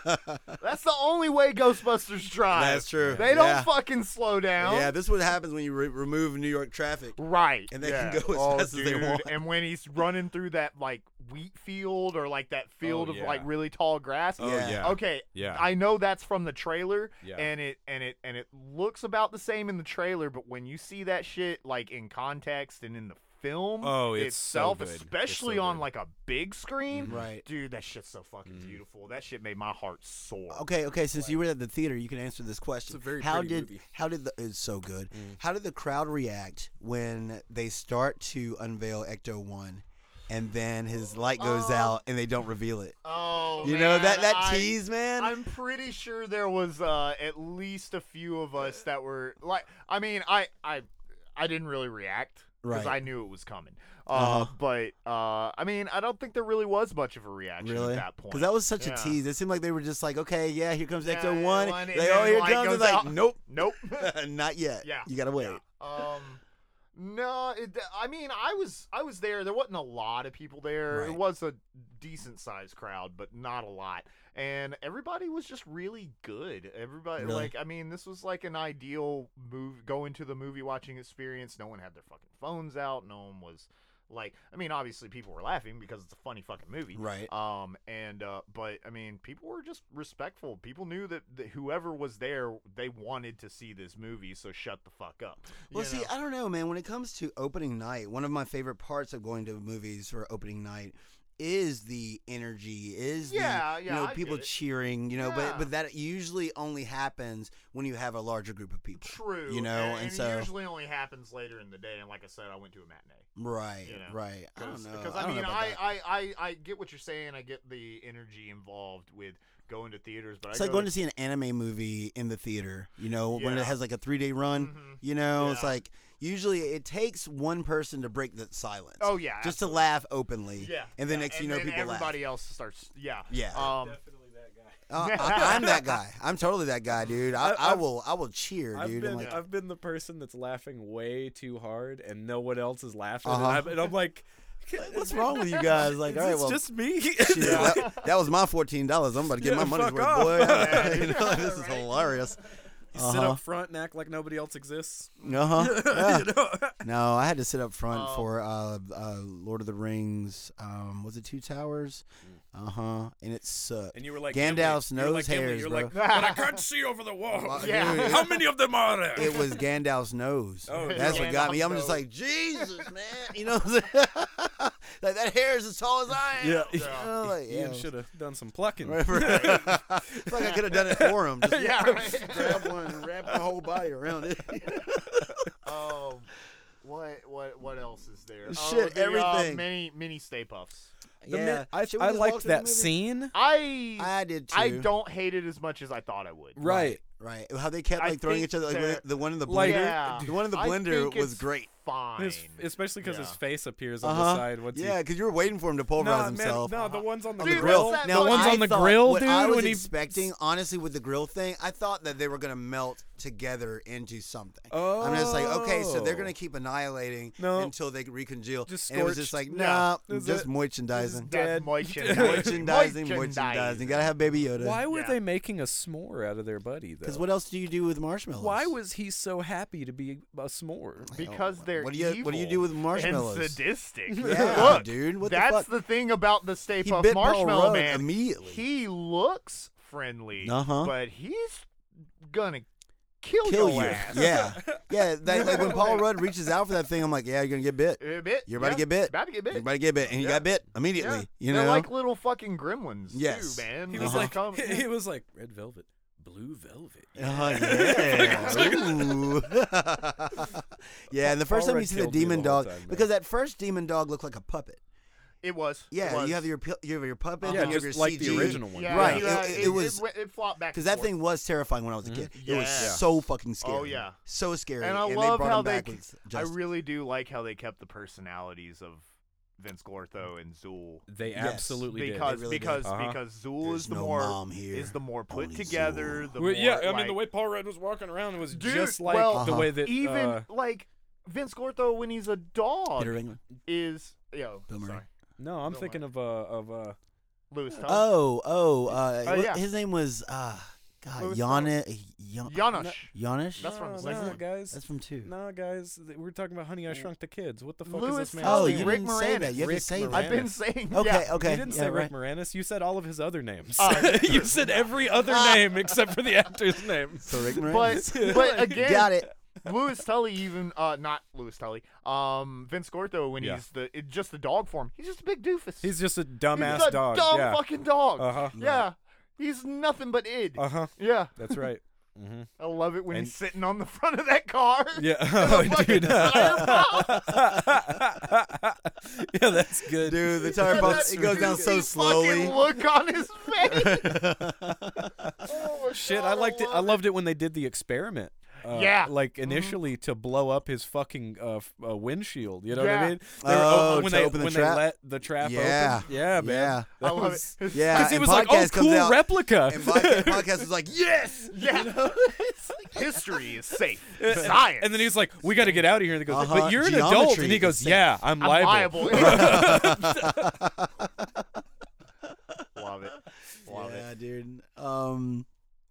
Speaker 3: baby. That's the only way Ghostbusters drive.
Speaker 2: That's true.
Speaker 3: They don't
Speaker 2: Yeah.
Speaker 3: fucking slow down.
Speaker 2: yeah, this is what happens when you re- remove New York traffic.
Speaker 3: Right.
Speaker 2: And they
Speaker 3: yeah.
Speaker 2: can go as
Speaker 3: oh,
Speaker 2: fast as
Speaker 3: dude.
Speaker 2: they want.
Speaker 3: And when he's running through that like wheat field or like that field of
Speaker 1: yeah.
Speaker 3: like really tall grass.
Speaker 2: Oh,
Speaker 1: yeah. yeah.
Speaker 3: Okay.
Speaker 1: Yeah.
Speaker 3: I know that's from the trailer
Speaker 1: Yeah.
Speaker 3: and it and it and it looks about the same in the trailer, but when you see that shit like in context and in the film
Speaker 1: Oh, it's so
Speaker 3: itself,
Speaker 1: good. It's so
Speaker 3: especially
Speaker 1: good.
Speaker 3: on
Speaker 1: Mm-hmm.
Speaker 3: like a big screen.
Speaker 2: Mm-hmm. Right.
Speaker 3: Dude, that shit's so fucking beautiful. That shit made my heart soar.
Speaker 2: Okay, okay. Since you were at the theater, you can answer this question.
Speaker 1: It's a very
Speaker 2: how
Speaker 1: pretty
Speaker 2: did
Speaker 1: movie.
Speaker 2: how did the it's so good?
Speaker 3: Mm.
Speaker 2: How did the crowd react when they start to unveil Ecto One, and then his light goes out and they don't reveal it?
Speaker 3: Oh,
Speaker 2: You know that
Speaker 3: man,
Speaker 2: that
Speaker 3: I-
Speaker 2: tease, man.
Speaker 3: I'm pretty sure there was uh, at least a few of us that were like, I mean, I I I didn't really react because
Speaker 2: Right.
Speaker 3: I knew it was coming. Uh,
Speaker 2: Uh-huh.
Speaker 3: But uh, I mean, I don't think there really was much of a reaction
Speaker 2: really?
Speaker 3: at that point.
Speaker 2: that was such
Speaker 3: Yeah.
Speaker 2: a tease. It seemed like they were just like, okay, yeah, here comes
Speaker 3: Yeah,
Speaker 2: Ecto
Speaker 3: yeah,
Speaker 2: One.
Speaker 3: one,
Speaker 2: Like,
Speaker 3: and then
Speaker 2: oh, here
Speaker 3: light
Speaker 2: comes.
Speaker 3: goes
Speaker 2: It's like,
Speaker 3: out.
Speaker 2: nope,
Speaker 3: nope.
Speaker 2: not yet.
Speaker 3: Yeah,
Speaker 2: you gotta wait.
Speaker 3: Yeah. Um, no, it, I mean, I was I was there. There wasn't a lot of people there. It
Speaker 2: Right.
Speaker 3: was a decent sized crowd, but not a lot. And everybody was just really good. Everybody,
Speaker 2: Really?
Speaker 3: like, I mean, this was like an ideal move. Going to the movie watching experience. No one had their fucking phones out. No one was like, I mean, obviously people were laughing because it's a funny fucking movie.
Speaker 2: Right.
Speaker 3: Um, and uh, but I mean, people were just respectful. People knew that, that whoever was there, they wanted to see this movie, so shut the fuck up.
Speaker 2: Well,
Speaker 3: you
Speaker 2: see,
Speaker 3: know?
Speaker 2: I don't know, man. When it comes to opening night, one of my favorite parts of going to movies for opening night is the energy, is
Speaker 3: Yeah,
Speaker 2: the you
Speaker 3: yeah,
Speaker 2: know
Speaker 3: I
Speaker 2: people
Speaker 3: get it.
Speaker 2: cheering, you know. But
Speaker 3: Yeah.
Speaker 2: but that usually only happens when you have a larger group of people.
Speaker 3: true,
Speaker 2: you know,
Speaker 3: and,
Speaker 2: and so-
Speaker 3: it usually only happens later in the day. And like I said, I went to a matinee.
Speaker 2: Right,
Speaker 3: You know,
Speaker 2: right. I don't
Speaker 3: Because-
Speaker 2: know.
Speaker 3: Because
Speaker 2: I,
Speaker 3: I,
Speaker 2: don't
Speaker 3: mean,
Speaker 2: know about
Speaker 3: I,
Speaker 2: that.
Speaker 3: I, I, I get what you're saying. I get the energy involved with going to theaters, but
Speaker 2: It's
Speaker 3: I
Speaker 2: like
Speaker 3: go
Speaker 2: going to see an anime movie in the theater. You know, when it
Speaker 3: Yeah.
Speaker 2: has like a three day run.
Speaker 3: Mhm.
Speaker 2: You know, it's
Speaker 3: Yeah.
Speaker 2: like usually it takes one person to break the silence.
Speaker 3: Oh yeah,
Speaker 2: just to laugh openly.
Speaker 3: absolutely. yeah.
Speaker 2: And then
Speaker 3: yeah,
Speaker 2: next thing you know,
Speaker 3: then
Speaker 2: people laugh.
Speaker 3: everybody else starts yeah
Speaker 2: Yeah.
Speaker 3: um
Speaker 2: Uh, I, I'm that guy. I'm totally that guy, dude.
Speaker 1: I-
Speaker 2: I, I
Speaker 1: I've-
Speaker 2: will. I will cheer, dude.
Speaker 1: I've
Speaker 2: I'm
Speaker 1: been,
Speaker 2: like,
Speaker 1: I've been the person that's laughing way too hard and no one else is laughing.
Speaker 2: Uh-huh.
Speaker 1: And, I'm, and I'm like,
Speaker 2: what's wrong with you guys? Like,
Speaker 1: it's
Speaker 2: all right, well,
Speaker 1: just me.
Speaker 2: shit, that, that was my fourteen dollars. I'm about to get
Speaker 1: Yeah,
Speaker 2: my money's
Speaker 1: fuck
Speaker 2: worth,
Speaker 1: off.
Speaker 2: boy.
Speaker 1: Yeah,
Speaker 2: You know,
Speaker 3: right.
Speaker 2: this is hilarious.
Speaker 1: You sit
Speaker 2: Uh huh.
Speaker 1: up front and act like nobody else exists.
Speaker 2: Uh huh. Yeah.
Speaker 1: you know?
Speaker 2: No, I had to sit up front
Speaker 3: Um,
Speaker 2: for uh, uh, Lord of the Rings. Um, was it Two Towers? Uh huh. And it sucked.
Speaker 1: And you were like
Speaker 2: Gandalf's
Speaker 1: Gimli. You're like
Speaker 2: nose
Speaker 1: Gimli.
Speaker 2: hairs,
Speaker 1: You're
Speaker 2: bro.
Speaker 1: like, but I can't see over the wall.
Speaker 3: Yeah.
Speaker 2: Uh, Dude,
Speaker 1: How many of them are there?
Speaker 2: it was Gandalf's nose.
Speaker 1: Oh,
Speaker 2: That's what got me. I'm
Speaker 3: Gandalf's
Speaker 2: just
Speaker 3: nose.
Speaker 2: like, Jesus, man. You know, what I'm saying? like that hair is as tall as I am.
Speaker 1: yeah.
Speaker 2: You know, like,
Speaker 1: Ian
Speaker 2: yeah.
Speaker 1: should have done some plucking.
Speaker 2: Right, right. It's like I could have done it for him. Just
Speaker 3: yeah right.
Speaker 2: grab one and wrap my whole body around it.
Speaker 3: Um, what what what else is there?
Speaker 2: Shit,
Speaker 3: the, uh,
Speaker 2: everything.
Speaker 3: mini mini Stay Puffs.
Speaker 1: The
Speaker 2: yeah.
Speaker 1: min- I,
Speaker 2: Should we
Speaker 1: I
Speaker 2: just walk
Speaker 1: liked
Speaker 2: through the
Speaker 1: that
Speaker 2: movie?
Speaker 1: scene.
Speaker 3: I
Speaker 2: I did too.
Speaker 3: I don't hate it as much as I thought I would.
Speaker 1: Right.
Speaker 2: Right. How they kept
Speaker 3: I
Speaker 2: like throwing
Speaker 3: think
Speaker 2: each other. Like
Speaker 3: they're-
Speaker 2: with the one in the blender.
Speaker 1: Like-
Speaker 3: yeah.
Speaker 2: The one in the
Speaker 3: I
Speaker 2: blender
Speaker 3: think
Speaker 2: was
Speaker 3: it's
Speaker 2: great.
Speaker 3: Fine.
Speaker 1: His- especially because his
Speaker 3: Yeah.
Speaker 1: face appears on
Speaker 2: Uh-huh.
Speaker 1: the side. Once
Speaker 2: Yeah,
Speaker 1: he,
Speaker 2: because you were waiting for him to
Speaker 1: no,
Speaker 2: pulverize
Speaker 1: man,
Speaker 2: himself.
Speaker 1: no, the ones on the
Speaker 2: on the
Speaker 3: Dude,
Speaker 1: grill.
Speaker 2: grill.
Speaker 3: that's that
Speaker 1: Now,
Speaker 3: fucking-
Speaker 1: one's
Speaker 2: I
Speaker 1: on the
Speaker 2: thought-
Speaker 1: grill,
Speaker 2: what
Speaker 1: dude.
Speaker 2: I was
Speaker 1: when he-
Speaker 2: expecting, honestly, with the grill thing, I thought that they were gonna melt together into something. I'm just like, okay, so they're gonna
Speaker 1: Oh.
Speaker 2: keep annihilating
Speaker 1: No.
Speaker 2: until they recongeal.
Speaker 1: Just
Speaker 2: and it was just like,
Speaker 1: scorched.
Speaker 2: nah,
Speaker 1: Yeah. Is
Speaker 2: just
Speaker 1: it-
Speaker 2: merchandising.
Speaker 3: That's
Speaker 1: Dead.
Speaker 3: Merchandising.
Speaker 2: Merchandising, merchandising. Gotta have Baby Yoda.
Speaker 1: Why were
Speaker 3: Yeah.
Speaker 1: they making a s'more out of their buddy though?
Speaker 2: Because what else do you do with marshmallows?
Speaker 1: Why was he so happy to be a s'more?
Speaker 3: Because they're
Speaker 2: what do you what do you
Speaker 3: evil
Speaker 2: do with
Speaker 3: And
Speaker 2: marshmallows?
Speaker 3: sadistic.
Speaker 2: Yeah,
Speaker 3: Look,
Speaker 2: dude, what the
Speaker 3: that's
Speaker 2: fuck?
Speaker 3: the, thing about the Stay
Speaker 2: He
Speaker 3: Puft
Speaker 2: bit Paul
Speaker 3: Marshmallow
Speaker 2: Rudd
Speaker 3: Man.
Speaker 2: immediately.
Speaker 3: He looks friendly,
Speaker 2: Uh-huh.
Speaker 3: but he's gonna kill,
Speaker 2: kill
Speaker 3: your
Speaker 2: you.
Speaker 3: ass.
Speaker 2: Yeah, yeah. That, like when Paul Rudd reaches out for that thing, I'm like, yeah, you're gonna get bit.
Speaker 3: A Eh, bit.
Speaker 2: You're about to
Speaker 3: yeah.
Speaker 2: get bit.
Speaker 3: About to get bit.
Speaker 2: You're about to get bit, and he
Speaker 3: Yeah.
Speaker 2: got bit immediately. You know,
Speaker 3: They're like little fucking gremlins.
Speaker 2: Yes.
Speaker 3: Too, man.
Speaker 1: He was
Speaker 2: Uh-huh.
Speaker 3: They're
Speaker 1: like,
Speaker 3: com-
Speaker 1: he was like, red velvet, blue velvet.
Speaker 2: Oh, yeah. Ooh. yeah, and the first
Speaker 1: Paul
Speaker 2: time you
Speaker 1: Rudd
Speaker 2: see the
Speaker 1: killed me
Speaker 2: demon
Speaker 1: the whole
Speaker 2: dog,
Speaker 1: time, man.
Speaker 2: because that first demon dog looked like a puppet.
Speaker 3: it was. it
Speaker 2: Yeah,
Speaker 3: was.
Speaker 2: you have your pu- you have your puppet,
Speaker 1: Yeah,
Speaker 2: and you have
Speaker 1: just
Speaker 2: your
Speaker 1: like the
Speaker 2: CG.
Speaker 1: original one.
Speaker 3: Yeah,
Speaker 2: Right,
Speaker 3: you
Speaker 2: it-
Speaker 3: had-
Speaker 2: it
Speaker 3: it,
Speaker 2: was-
Speaker 3: it, went- it flopped back.
Speaker 2: Because
Speaker 3: and
Speaker 2: that thing was terrifying when I
Speaker 1: Mm-hmm.
Speaker 2: was a kid. It was
Speaker 3: Yeah.
Speaker 2: so fucking scary.
Speaker 3: Oh, yeah.
Speaker 2: so scary.
Speaker 3: And I
Speaker 2: they
Speaker 3: love
Speaker 2: brought
Speaker 3: how
Speaker 2: him back
Speaker 3: they-
Speaker 2: with
Speaker 3: forth. I
Speaker 2: Justin.
Speaker 3: really do like how they kept the personalities of Vince Gortho and Zool.
Speaker 1: They
Speaker 2: Yes.
Speaker 1: absolutely did.
Speaker 3: because
Speaker 2: really did.
Speaker 3: because
Speaker 1: Uh-huh.
Speaker 3: because Zool
Speaker 2: There's
Speaker 3: is the
Speaker 2: no
Speaker 3: more
Speaker 2: mom here,
Speaker 3: is the more put
Speaker 2: only
Speaker 3: together.
Speaker 2: Zool.
Speaker 3: The
Speaker 1: Well,
Speaker 3: more,
Speaker 1: yeah, I mean the
Speaker 3: like-
Speaker 1: way Paul Rudd was walking around was
Speaker 3: Dude,
Speaker 1: just like
Speaker 3: well,
Speaker 1: the
Speaker 2: Uh-huh.
Speaker 1: way that
Speaker 3: even
Speaker 1: uh,
Speaker 3: like Vince Gortho when he's a dog
Speaker 2: Peter England.
Speaker 3: is yo
Speaker 2: Bill Murray.
Speaker 3: sorry
Speaker 1: no, I'm
Speaker 3: Don't
Speaker 1: thinking of uh of uh
Speaker 3: Louis Tom
Speaker 2: Oh, oh, uh,
Speaker 3: Oh,
Speaker 2: what-
Speaker 3: yeah.
Speaker 2: his name was uh,
Speaker 3: Who
Speaker 2: God,
Speaker 3: was
Speaker 2: Yana, Yana,
Speaker 3: Janosch.
Speaker 2: Yanish.
Speaker 3: That's from
Speaker 1: no,
Speaker 3: the second
Speaker 1: no,
Speaker 3: one.
Speaker 1: guys.
Speaker 2: That's from two.
Speaker 1: No, guys, th- we're talking about Honey I Shrunk the Kids. What the fuck
Speaker 3: Louis
Speaker 1: is this man?
Speaker 2: oh,
Speaker 3: Tomlin.
Speaker 2: you
Speaker 3: Rick
Speaker 2: didn't say that.
Speaker 3: Moranis.
Speaker 2: You have to
Speaker 1: Rick
Speaker 2: say that.
Speaker 3: I've been
Speaker 1: Moranis.
Speaker 3: saying
Speaker 2: Okay,
Speaker 3: yeah.
Speaker 2: okay.
Speaker 1: You didn't
Speaker 2: yeah,
Speaker 1: say
Speaker 2: right.
Speaker 1: Rick Moranis. You said all of his other names.
Speaker 3: Uh,
Speaker 1: you said every other
Speaker 3: Ah.
Speaker 1: name except for the actor's name.
Speaker 2: So Rick
Speaker 3: But
Speaker 2: Moranis.
Speaker 3: but again,
Speaker 2: Got it.
Speaker 3: Louis Tully even uh not Louis Tully um Vince Gortho when
Speaker 1: Yeah.
Speaker 3: he's the it, just the dog form he's just a big doofus
Speaker 1: He's just a
Speaker 3: He's
Speaker 1: dumbass
Speaker 3: a
Speaker 1: dog.
Speaker 3: dumb
Speaker 1: yeah.
Speaker 3: fucking dog
Speaker 1: Uh-huh.
Speaker 3: yeah he's nothing but id
Speaker 1: Uh huh.
Speaker 3: yeah
Speaker 1: That's right. Mm-hmm.
Speaker 3: I love it when
Speaker 1: And-
Speaker 3: he's sitting on the front of that car
Speaker 1: Yeah. Oh,
Speaker 3: fucking
Speaker 1: dude. yeah, that's good.
Speaker 2: Dude, the
Speaker 3: And
Speaker 2: tire
Speaker 3: that
Speaker 2: pumps. It goes down so
Speaker 3: goofy
Speaker 2: slowly.
Speaker 3: fucking look on his face Oh my
Speaker 1: Shit,
Speaker 3: God,
Speaker 1: I liked it. I
Speaker 3: love
Speaker 1: loved it when they did the experiment. Uh,
Speaker 3: Yeah. Mm-hmm.
Speaker 1: like initially to blow up his fucking uh, f- uh, windshield. You know what I
Speaker 3: Yeah.
Speaker 1: mean?
Speaker 2: Oh,
Speaker 1: when
Speaker 2: to
Speaker 1: they
Speaker 2: open the
Speaker 1: when
Speaker 2: trap?
Speaker 1: they let the trap
Speaker 2: Yeah.
Speaker 1: open. Yeah, man.
Speaker 3: I
Speaker 1: That
Speaker 3: love
Speaker 1: was-
Speaker 3: it
Speaker 2: Yeah,
Speaker 1: Because he
Speaker 2: and
Speaker 1: was like, "Oh,
Speaker 2: podcast comes
Speaker 1: cool
Speaker 2: out-
Speaker 1: replica."
Speaker 2: And podcast, podcast was like, yes.
Speaker 3: yeah history is safe science
Speaker 1: And then he's like, "We got to get out of here." And he goes,
Speaker 2: Uh-huh,
Speaker 1: "But you're an adult."
Speaker 2: geometry
Speaker 1: And he
Speaker 2: is
Speaker 1: goes,
Speaker 2: safe.
Speaker 1: "Yeah, I'm,
Speaker 3: I'm
Speaker 1: liable."
Speaker 3: liable. Love it. Love
Speaker 2: yeah,
Speaker 3: it.
Speaker 2: dude. Um,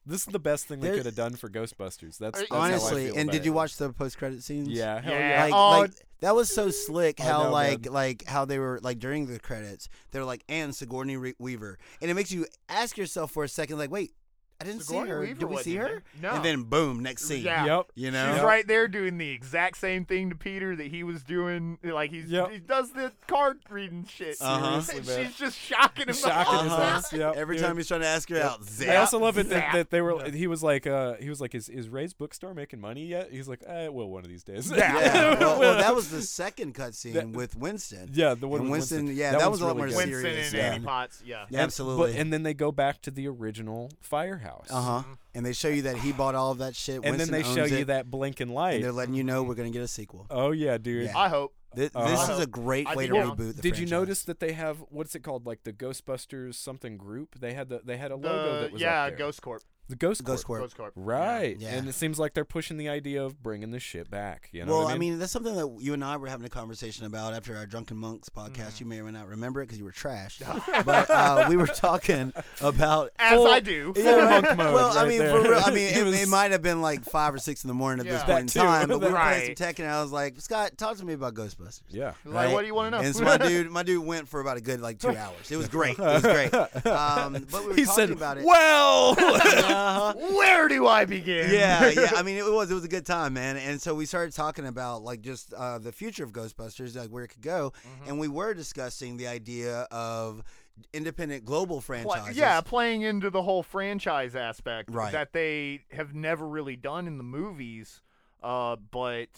Speaker 1: This is the best thing they
Speaker 2: There-
Speaker 1: could have done for Ghostbusters. That's, that's how I
Speaker 2: honestly,
Speaker 1: feel
Speaker 2: and
Speaker 1: about
Speaker 2: did
Speaker 1: it.
Speaker 2: you watch the post credit scenes?
Speaker 1: Yeah, hell
Speaker 3: Yeah.
Speaker 1: yeah.
Speaker 2: Like,
Speaker 3: Oh.
Speaker 2: like that was so slick.
Speaker 1: I
Speaker 2: How
Speaker 1: know,
Speaker 2: like
Speaker 1: man.
Speaker 2: like how they were like during the credits, they're like and Sigourney Re- Weaver, and it makes you ask yourself for a second, like, wait, I didn't
Speaker 3: Sigourney
Speaker 2: see her.
Speaker 3: Weaver
Speaker 2: Did we
Speaker 3: wasn't
Speaker 2: see
Speaker 3: in
Speaker 2: her?
Speaker 3: there. No.
Speaker 2: And then boom, next scene.
Speaker 3: Yeah.
Speaker 1: Yep.
Speaker 2: You
Speaker 3: She's
Speaker 2: know.
Speaker 3: right there doing the exact same thing to Peter that he was doing. Like he's,
Speaker 1: Yep.
Speaker 3: he does the card reading shit.
Speaker 2: Uh-huh.
Speaker 3: And
Speaker 1: Seriously, man.
Speaker 3: she's just shocking him.
Speaker 1: Shocking his
Speaker 2: Uh-huh.
Speaker 1: ass. Yep,
Speaker 2: Every
Speaker 1: dude.
Speaker 2: time he's trying to ask her out, zap.
Speaker 1: I also love it that,
Speaker 3: Zap.
Speaker 1: that they were. He was like, uh, he was like, is is Ray's bookstore making money yet? He's like, eh, well, one of these days.
Speaker 3: Yeah.
Speaker 2: yeah, well, well, that was the second cutscene with Winston.
Speaker 1: Yeah, the one
Speaker 2: And
Speaker 1: with
Speaker 2: Winston,
Speaker 1: Winston.
Speaker 2: yeah,
Speaker 1: That
Speaker 2: that
Speaker 1: one's
Speaker 2: was a lot
Speaker 1: really
Speaker 2: more
Speaker 1: good.
Speaker 3: Winston
Speaker 2: serious.
Speaker 3: and
Speaker 2: yeah.
Speaker 3: Annie Potts. Yeah.
Speaker 2: Yeah, absolutely.
Speaker 1: But, and then they go back to the original firehouse.
Speaker 2: Uh
Speaker 3: Mm-hmm.
Speaker 2: huh. And they show you that he bought all of that shit.
Speaker 1: And then
Speaker 2: Winston
Speaker 1: they show
Speaker 2: owns
Speaker 1: you
Speaker 2: it,
Speaker 1: that blinking
Speaker 2: and
Speaker 1: light.
Speaker 2: they're letting you know we're gonna get a sequel.
Speaker 1: Oh yeah, dude.
Speaker 2: Yeah.
Speaker 3: I hope.
Speaker 2: Th-
Speaker 1: Uh-huh.
Speaker 2: This is
Speaker 3: Also,
Speaker 2: a great
Speaker 3: I'd
Speaker 2: way
Speaker 3: be
Speaker 2: to
Speaker 3: down.
Speaker 2: reboot. The
Speaker 1: Did you
Speaker 2: franchise.
Speaker 1: notice that they have what's it called? Like the Ghostbusters something group. They had the they had a logo
Speaker 3: The-
Speaker 1: that was
Speaker 3: Uh, yeah,
Speaker 1: up there.
Speaker 3: Ghost Corp.
Speaker 1: the Ghost,
Speaker 2: Ghost
Speaker 1: Corp.
Speaker 2: Corp?
Speaker 3: Ghost Corp.
Speaker 1: Right.
Speaker 2: Yeah.
Speaker 1: And it seems like they're pushing the idea of bringing this shit back. You know
Speaker 2: well,
Speaker 1: what I mean?
Speaker 2: that's something that you and I were having a conversation about after our Drunken Monks podcast.
Speaker 3: Mm-hmm.
Speaker 2: You may or may not remember it because you were trash. but uh, we were talking about.
Speaker 3: Yeah. As
Speaker 1: Full-
Speaker 3: I do.
Speaker 1: Yeah, right. monk mode
Speaker 2: well, I
Speaker 1: right
Speaker 2: mean,
Speaker 1: there.
Speaker 2: for real, I mean,
Speaker 1: He
Speaker 2: it,
Speaker 1: was-
Speaker 2: it might have been like five or six in the morning at
Speaker 3: Yeah.
Speaker 2: this
Speaker 3: That
Speaker 2: point in
Speaker 1: too.
Speaker 2: time, but we were playing some
Speaker 3: Right.
Speaker 2: tech, and I was like, "Scott, talk to me about Ghostbusters."
Speaker 1: yeah.
Speaker 3: Like,
Speaker 2: right?
Speaker 3: what do you want to know?
Speaker 2: And so my dude, my dude went for about a good like two hours. It was great. It was great. Um, but we were
Speaker 1: he
Speaker 2: talking
Speaker 1: said,
Speaker 2: about it.
Speaker 1: "Well,
Speaker 2: Uh-huh.
Speaker 3: Where do I begin?
Speaker 2: yeah, yeah. I mean, it was it was a good time, man. And so we started talking about like just uh, the future of Ghostbusters, like where it could go,
Speaker 3: Mm-hmm.
Speaker 2: and we were discussing the idea of independent global
Speaker 3: Pla-
Speaker 2: franchises.
Speaker 3: yeah, playing into the whole franchise aspect
Speaker 2: Right.
Speaker 3: that they have never really done in the movies, uh, but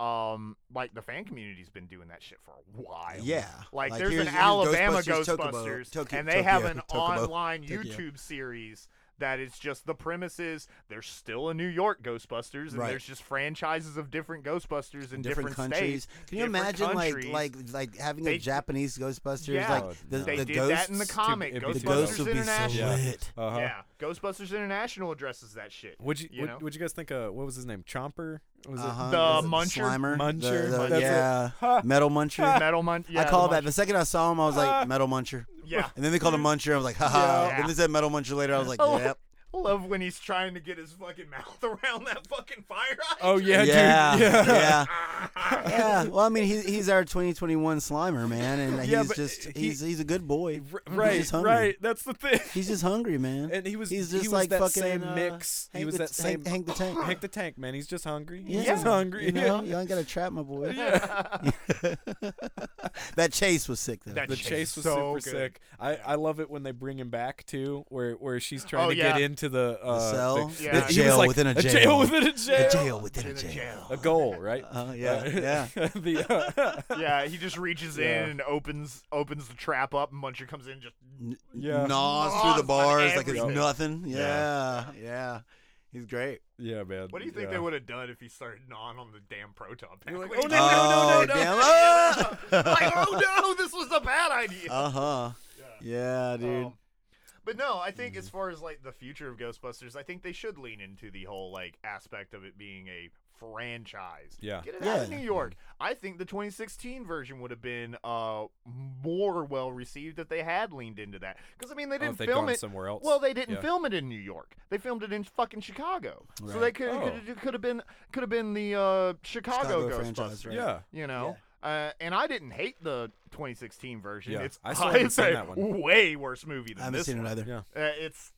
Speaker 3: um, like the fan community's been doing that shit for a while.
Speaker 2: yeah.
Speaker 3: Like, there's an
Speaker 2: here's- here's
Speaker 3: Alabama Ghostbusters,
Speaker 2: Tokubo- Tokyo-
Speaker 3: and they have an
Speaker 2: Tokyo- Tokubo-
Speaker 3: online
Speaker 2: Tokyo.
Speaker 3: YouTube series that is just the premises. There's still a New York Ghostbusters, and
Speaker 2: Right.
Speaker 3: there's just franchises of different Ghostbusters in
Speaker 2: different,
Speaker 3: different,
Speaker 2: countries.
Speaker 3: states.
Speaker 2: Can you
Speaker 3: different
Speaker 2: imagine
Speaker 3: countries.
Speaker 2: like like like having a
Speaker 3: They-
Speaker 2: Japanese Ghostbusters?
Speaker 3: Yeah.
Speaker 2: like the,
Speaker 1: No.
Speaker 3: they
Speaker 2: the
Speaker 3: did
Speaker 2: ghosts,
Speaker 3: that in the comic?
Speaker 1: it'd be
Speaker 2: The
Speaker 1: too
Speaker 2: ghosts
Speaker 3: Ghostbusters
Speaker 2: would Oh, be so
Speaker 3: International.
Speaker 1: Yeah.
Speaker 2: lit.
Speaker 1: uh-huh.
Speaker 3: Yeah, Ghostbusters International addresses that shit.
Speaker 1: Would you,
Speaker 3: You
Speaker 1: would,
Speaker 3: know?
Speaker 1: would you guys think of what was his name? Chomper? Was
Speaker 2: Uh-huh.
Speaker 3: The
Speaker 2: Is it
Speaker 3: Muncher?
Speaker 2: Slimer?
Speaker 1: Muncher?
Speaker 2: The- the-
Speaker 1: That's it.
Speaker 2: yeah,
Speaker 1: Ha.
Speaker 2: Metal Muncher.
Speaker 3: Metal Munch. Yeah,
Speaker 2: I called
Speaker 3: the
Speaker 2: that. The second I saw him, I was like,
Speaker 1: Ah.
Speaker 2: Metal Muncher.
Speaker 3: Munch- Yeah.
Speaker 2: And then they called him Muncher. I was like, ha ha.
Speaker 3: Yeah.
Speaker 2: And they said Metal Muncher later. I was like,
Speaker 3: Oh.
Speaker 2: yep.
Speaker 3: I love when he's trying to get his fucking mouth around that fucking fire
Speaker 1: Oh yeah,
Speaker 2: yeah,
Speaker 1: dude. Yeah.
Speaker 2: yeah.
Speaker 3: hydrant.
Speaker 2: Yeah, well, I mean, he, he's our 2021 Slimer, man, and
Speaker 1: Yeah,
Speaker 2: he's
Speaker 1: but
Speaker 2: just
Speaker 1: he-
Speaker 2: he's he's a good boy.
Speaker 1: R-
Speaker 2: just
Speaker 1: Right,
Speaker 2: hungry.
Speaker 1: right. That's the thing.
Speaker 2: He's just hungry, man.
Speaker 1: And he was
Speaker 2: he's
Speaker 1: he
Speaker 2: just
Speaker 1: was
Speaker 2: like
Speaker 1: that
Speaker 2: fucking
Speaker 1: same
Speaker 2: uh,
Speaker 1: mix. He
Speaker 2: Hank
Speaker 1: was
Speaker 2: the-
Speaker 1: that same
Speaker 2: Hank, Hank the Tank.
Speaker 1: Hank the Tank man. He's just hungry.
Speaker 2: Yeah.
Speaker 1: He's just hungry.
Speaker 2: You know, you ain't got to trap my boy. that chase was sick though.
Speaker 3: That
Speaker 1: The
Speaker 3: Chase
Speaker 1: chase was
Speaker 3: is so
Speaker 1: super
Speaker 3: good.
Speaker 1: sick. I, I love it when they bring him back too, where where she's trying
Speaker 3: Oh,
Speaker 1: to get
Speaker 3: yeah.
Speaker 1: into the, uh,
Speaker 2: cell?
Speaker 1: the-
Speaker 3: Yeah.
Speaker 1: he
Speaker 3: A
Speaker 1: was
Speaker 2: jail
Speaker 1: like,
Speaker 2: within a
Speaker 1: jail.
Speaker 2: jail.
Speaker 1: within a jail.
Speaker 2: A jail within a
Speaker 3: In a
Speaker 2: jail.
Speaker 1: A
Speaker 3: jail.
Speaker 1: goal, right?
Speaker 2: Oh yeah,
Speaker 1: Uh, the, uh,
Speaker 3: Yeah, he just reaches
Speaker 1: Yeah.
Speaker 3: in and opens opens the trap up, and Muncher comes in. Just
Speaker 2: yeah.
Speaker 1: Yeah.
Speaker 2: Gnaws
Speaker 3: Gnaws
Speaker 2: through the
Speaker 3: on
Speaker 2: bars like
Speaker 3: everything.
Speaker 2: it's nothing. Yeah,
Speaker 3: Yeah.
Speaker 2: yeah. He's great.
Speaker 1: yeah, man.
Speaker 3: what do you think
Speaker 1: yeah.
Speaker 3: they would have done if he started gnawing on the damn proton pack?
Speaker 1: You're like,
Speaker 3: Like,
Speaker 1: oh, no, no,
Speaker 2: oh,
Speaker 1: no, no.
Speaker 2: damn.
Speaker 3: like,
Speaker 2: Ah!
Speaker 3: oh no, this was a bad idea.
Speaker 2: uh huh. Yeah, dude.
Speaker 3: Um, but no, I think
Speaker 1: Mm-hmm.
Speaker 3: as far as like the future of Ghostbusters, I think they should lean into the whole like aspect of it being a franchise.
Speaker 1: Yeah. Mm-hmm.
Speaker 3: Get it out of
Speaker 2: Yeah.
Speaker 3: New York. I think the 2016 version would have been uh more well received if they had leaned into that. Because I mean, they
Speaker 1: Oh,
Speaker 3: didn't
Speaker 1: if they'd
Speaker 3: film
Speaker 1: gone
Speaker 3: it.
Speaker 1: somewhere else.
Speaker 3: Well, they didn't
Speaker 1: Yeah.
Speaker 3: film it in New York. They filmed it in fucking Chicago. So they
Speaker 2: Right.
Speaker 3: could
Speaker 1: Oh.
Speaker 3: could could have been could have been the uh,
Speaker 2: Chicago
Speaker 3: Chicago,
Speaker 2: franchise,
Speaker 3: Ghostbusters.
Speaker 2: right.
Speaker 1: Yeah.
Speaker 3: You know. Uh, and I didn't hate the 2016 version.
Speaker 1: Yeah,
Speaker 3: It's
Speaker 1: I still haven't
Speaker 3: it's
Speaker 1: seen
Speaker 3: a
Speaker 1: that one.
Speaker 3: way worse movie than
Speaker 2: I haven't
Speaker 3: this
Speaker 2: seen
Speaker 3: one.
Speaker 2: it either.
Speaker 1: Yeah.
Speaker 3: Uh, it's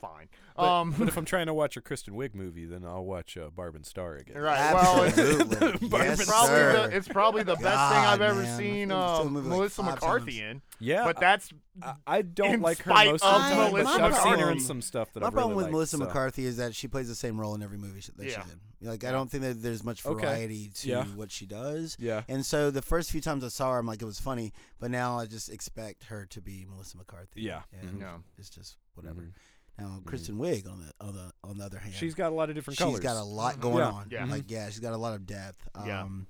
Speaker 3: fine.
Speaker 1: But,
Speaker 3: um,
Speaker 1: but if I'm trying to watch a Kristen Wiig movie, then I'll watch uh, Barb and Star again.
Speaker 3: right, well, it's,
Speaker 2: Absolutely.
Speaker 1: Bourbon
Speaker 2: yes,
Speaker 3: it's probably
Speaker 2: sir.
Speaker 3: the, it's probably the best thing
Speaker 2: God,
Speaker 3: I've ever
Speaker 2: man.
Speaker 3: seen.
Speaker 2: I've
Speaker 3: Uh,
Speaker 2: seen this movie like uh,
Speaker 3: Melissa
Speaker 2: five
Speaker 3: McCarthy in,
Speaker 1: Yeah,
Speaker 3: but that's
Speaker 1: I, I don't
Speaker 3: in
Speaker 1: like her
Speaker 3: spite
Speaker 1: most of the
Speaker 2: of
Speaker 1: time, but
Speaker 2: Melissa
Speaker 1: I've seen her in
Speaker 2: McCarthy.
Speaker 1: some stuff that
Speaker 2: My
Speaker 1: I've
Speaker 2: problem
Speaker 1: really
Speaker 2: with
Speaker 1: liked,
Speaker 2: Melissa
Speaker 1: so.
Speaker 2: McCarthy is that she plays the same role in every movie she- that
Speaker 3: Yeah.
Speaker 2: she's in. Like, I don't think that there's much
Speaker 1: Okay.
Speaker 2: variety to
Speaker 1: Yeah.
Speaker 2: what she does.
Speaker 1: Yeah.
Speaker 2: And so the first few times I saw her, I'm like, it was funny, but now I just expect her to be Melissa McCarthy.
Speaker 1: Yeah.
Speaker 2: And
Speaker 3: Yeah.
Speaker 2: It's just whatever.
Speaker 1: Mhm.
Speaker 2: Now Kristen Wiig on the on the on the other hand,
Speaker 1: She's got a lot of different
Speaker 2: she's
Speaker 1: colors.
Speaker 2: got a lot going
Speaker 1: Yeah.
Speaker 2: on.
Speaker 3: Mm-hmm. Yeah.
Speaker 2: Like yeah, she's got a lot of depth.
Speaker 3: Yeah.
Speaker 2: Um,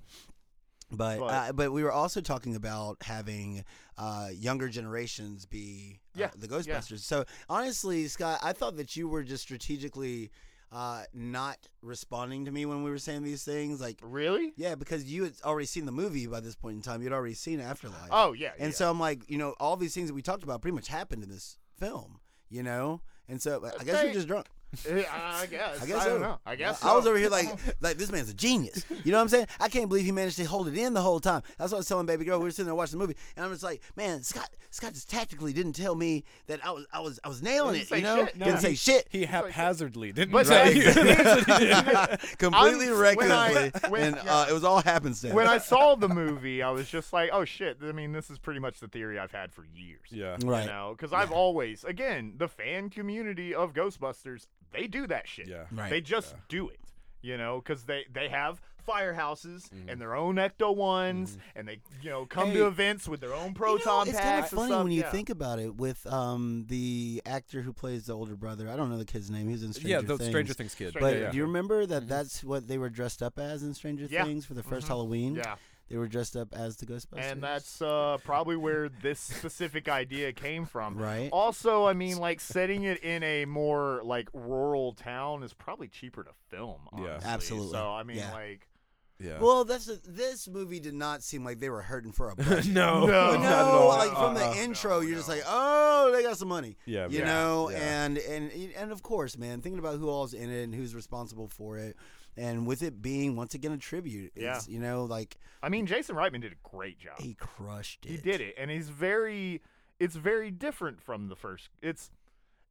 Speaker 2: But
Speaker 3: But-
Speaker 2: but, uh, but we were also talking about having uh, younger generations be uh,
Speaker 3: Yeah,
Speaker 2: the Ghostbusters. So honestly, Scott, I thought that you were just strategically uh, not responding to me when we were saying these things. Like
Speaker 3: really.
Speaker 2: yeah, because you had already seen the movie by this point in time. You'd already seen Afterlife.
Speaker 3: Oh yeah,
Speaker 2: And
Speaker 3: yeah.
Speaker 2: so I'm like, you know, all these things that we talked about pretty much happened in this film, you know? And so I guess
Speaker 3: say-
Speaker 2: you're just drunk.
Speaker 3: Uh, I guess
Speaker 2: I guess
Speaker 3: I
Speaker 2: so.
Speaker 3: don't know. I guess
Speaker 2: I was
Speaker 3: so.
Speaker 2: over here like, like this man's a genius. You know what I'm saying? I can't believe he managed to hold it in the whole time. That's what I was telling baby girl. We were sitting there watching the movie, and I'm just like, man, Scott, Scott just tactically didn't tell me that I was, I was, I was nailing
Speaker 3: Didn't
Speaker 2: it.
Speaker 3: say
Speaker 2: You know,
Speaker 3: shit. No,
Speaker 2: didn't
Speaker 1: he-
Speaker 2: say shit.
Speaker 1: He haphazardly didn't
Speaker 3: But
Speaker 1: tell
Speaker 3: that-
Speaker 1: you.
Speaker 2: Completely
Speaker 3: I'm- when I-
Speaker 2: recklessly,
Speaker 3: when-
Speaker 2: and
Speaker 3: yeah.
Speaker 2: uh, it was all happenstance.
Speaker 3: when I saw the movie, I was just like, oh shit. I mean, this is pretty much the theory I've had for years.
Speaker 1: yeah.
Speaker 2: right,
Speaker 3: You know, because I've always, again, the fan community of Ghostbusters, they do that shit.
Speaker 1: Yeah.
Speaker 2: Right.
Speaker 3: They just do it. You know, because they they have firehouses
Speaker 1: Mm-hmm.
Speaker 3: and their own ecto ones, and they you know come
Speaker 1: Hey.
Speaker 3: to events with their own
Speaker 2: You know,
Speaker 3: proton
Speaker 2: it's kind of
Speaker 3: packs. and
Speaker 2: funny
Speaker 3: stuff,
Speaker 2: when you
Speaker 3: yeah.
Speaker 2: think about it with um, the actor who plays the older brother. I don't know the kid's name. He was in Stranger
Speaker 1: Yeah, the
Speaker 2: Things.
Speaker 1: Stranger Things kid.
Speaker 3: Stranger
Speaker 2: But
Speaker 1: yeah,
Speaker 2: do you remember that that's what they were dressed up as in Stranger
Speaker 3: Yeah. Mm-hmm.
Speaker 2: Things for the 1st Halloween?
Speaker 3: Yeah.
Speaker 2: They were dressed up as the Ghostbusters.
Speaker 3: and that's uh, probably where this specific idea came from.
Speaker 2: Right.
Speaker 3: Also, I mean, like setting it in a more like rural town is probably cheaper to film.
Speaker 1: Yeah.
Speaker 3: Honestly.
Speaker 2: Absolutely.
Speaker 3: So I mean,
Speaker 2: Yeah.
Speaker 3: like,
Speaker 1: yeah. Yeah.
Speaker 2: Well, that's the- this movie did not seem like they were hurting for a budget.
Speaker 1: no,
Speaker 3: No.
Speaker 1: not
Speaker 2: no,
Speaker 1: at all.
Speaker 2: like from the
Speaker 1: Uh-uh.
Speaker 2: intro,
Speaker 3: No,
Speaker 2: you're just
Speaker 3: no.
Speaker 2: like, oh, they got some money.
Speaker 1: Yeah,
Speaker 2: you
Speaker 1: yeah,
Speaker 2: know,
Speaker 1: yeah.
Speaker 2: and and and of course, man, thinking about who all's in it and who's responsible for it, and with it being once again a tribute,
Speaker 3: Yeah.
Speaker 2: it's, you know, like
Speaker 3: I mean, Jason Reitman did a great job.
Speaker 2: he crushed it.
Speaker 3: He did it, and he's very. It's very different from the first. It's.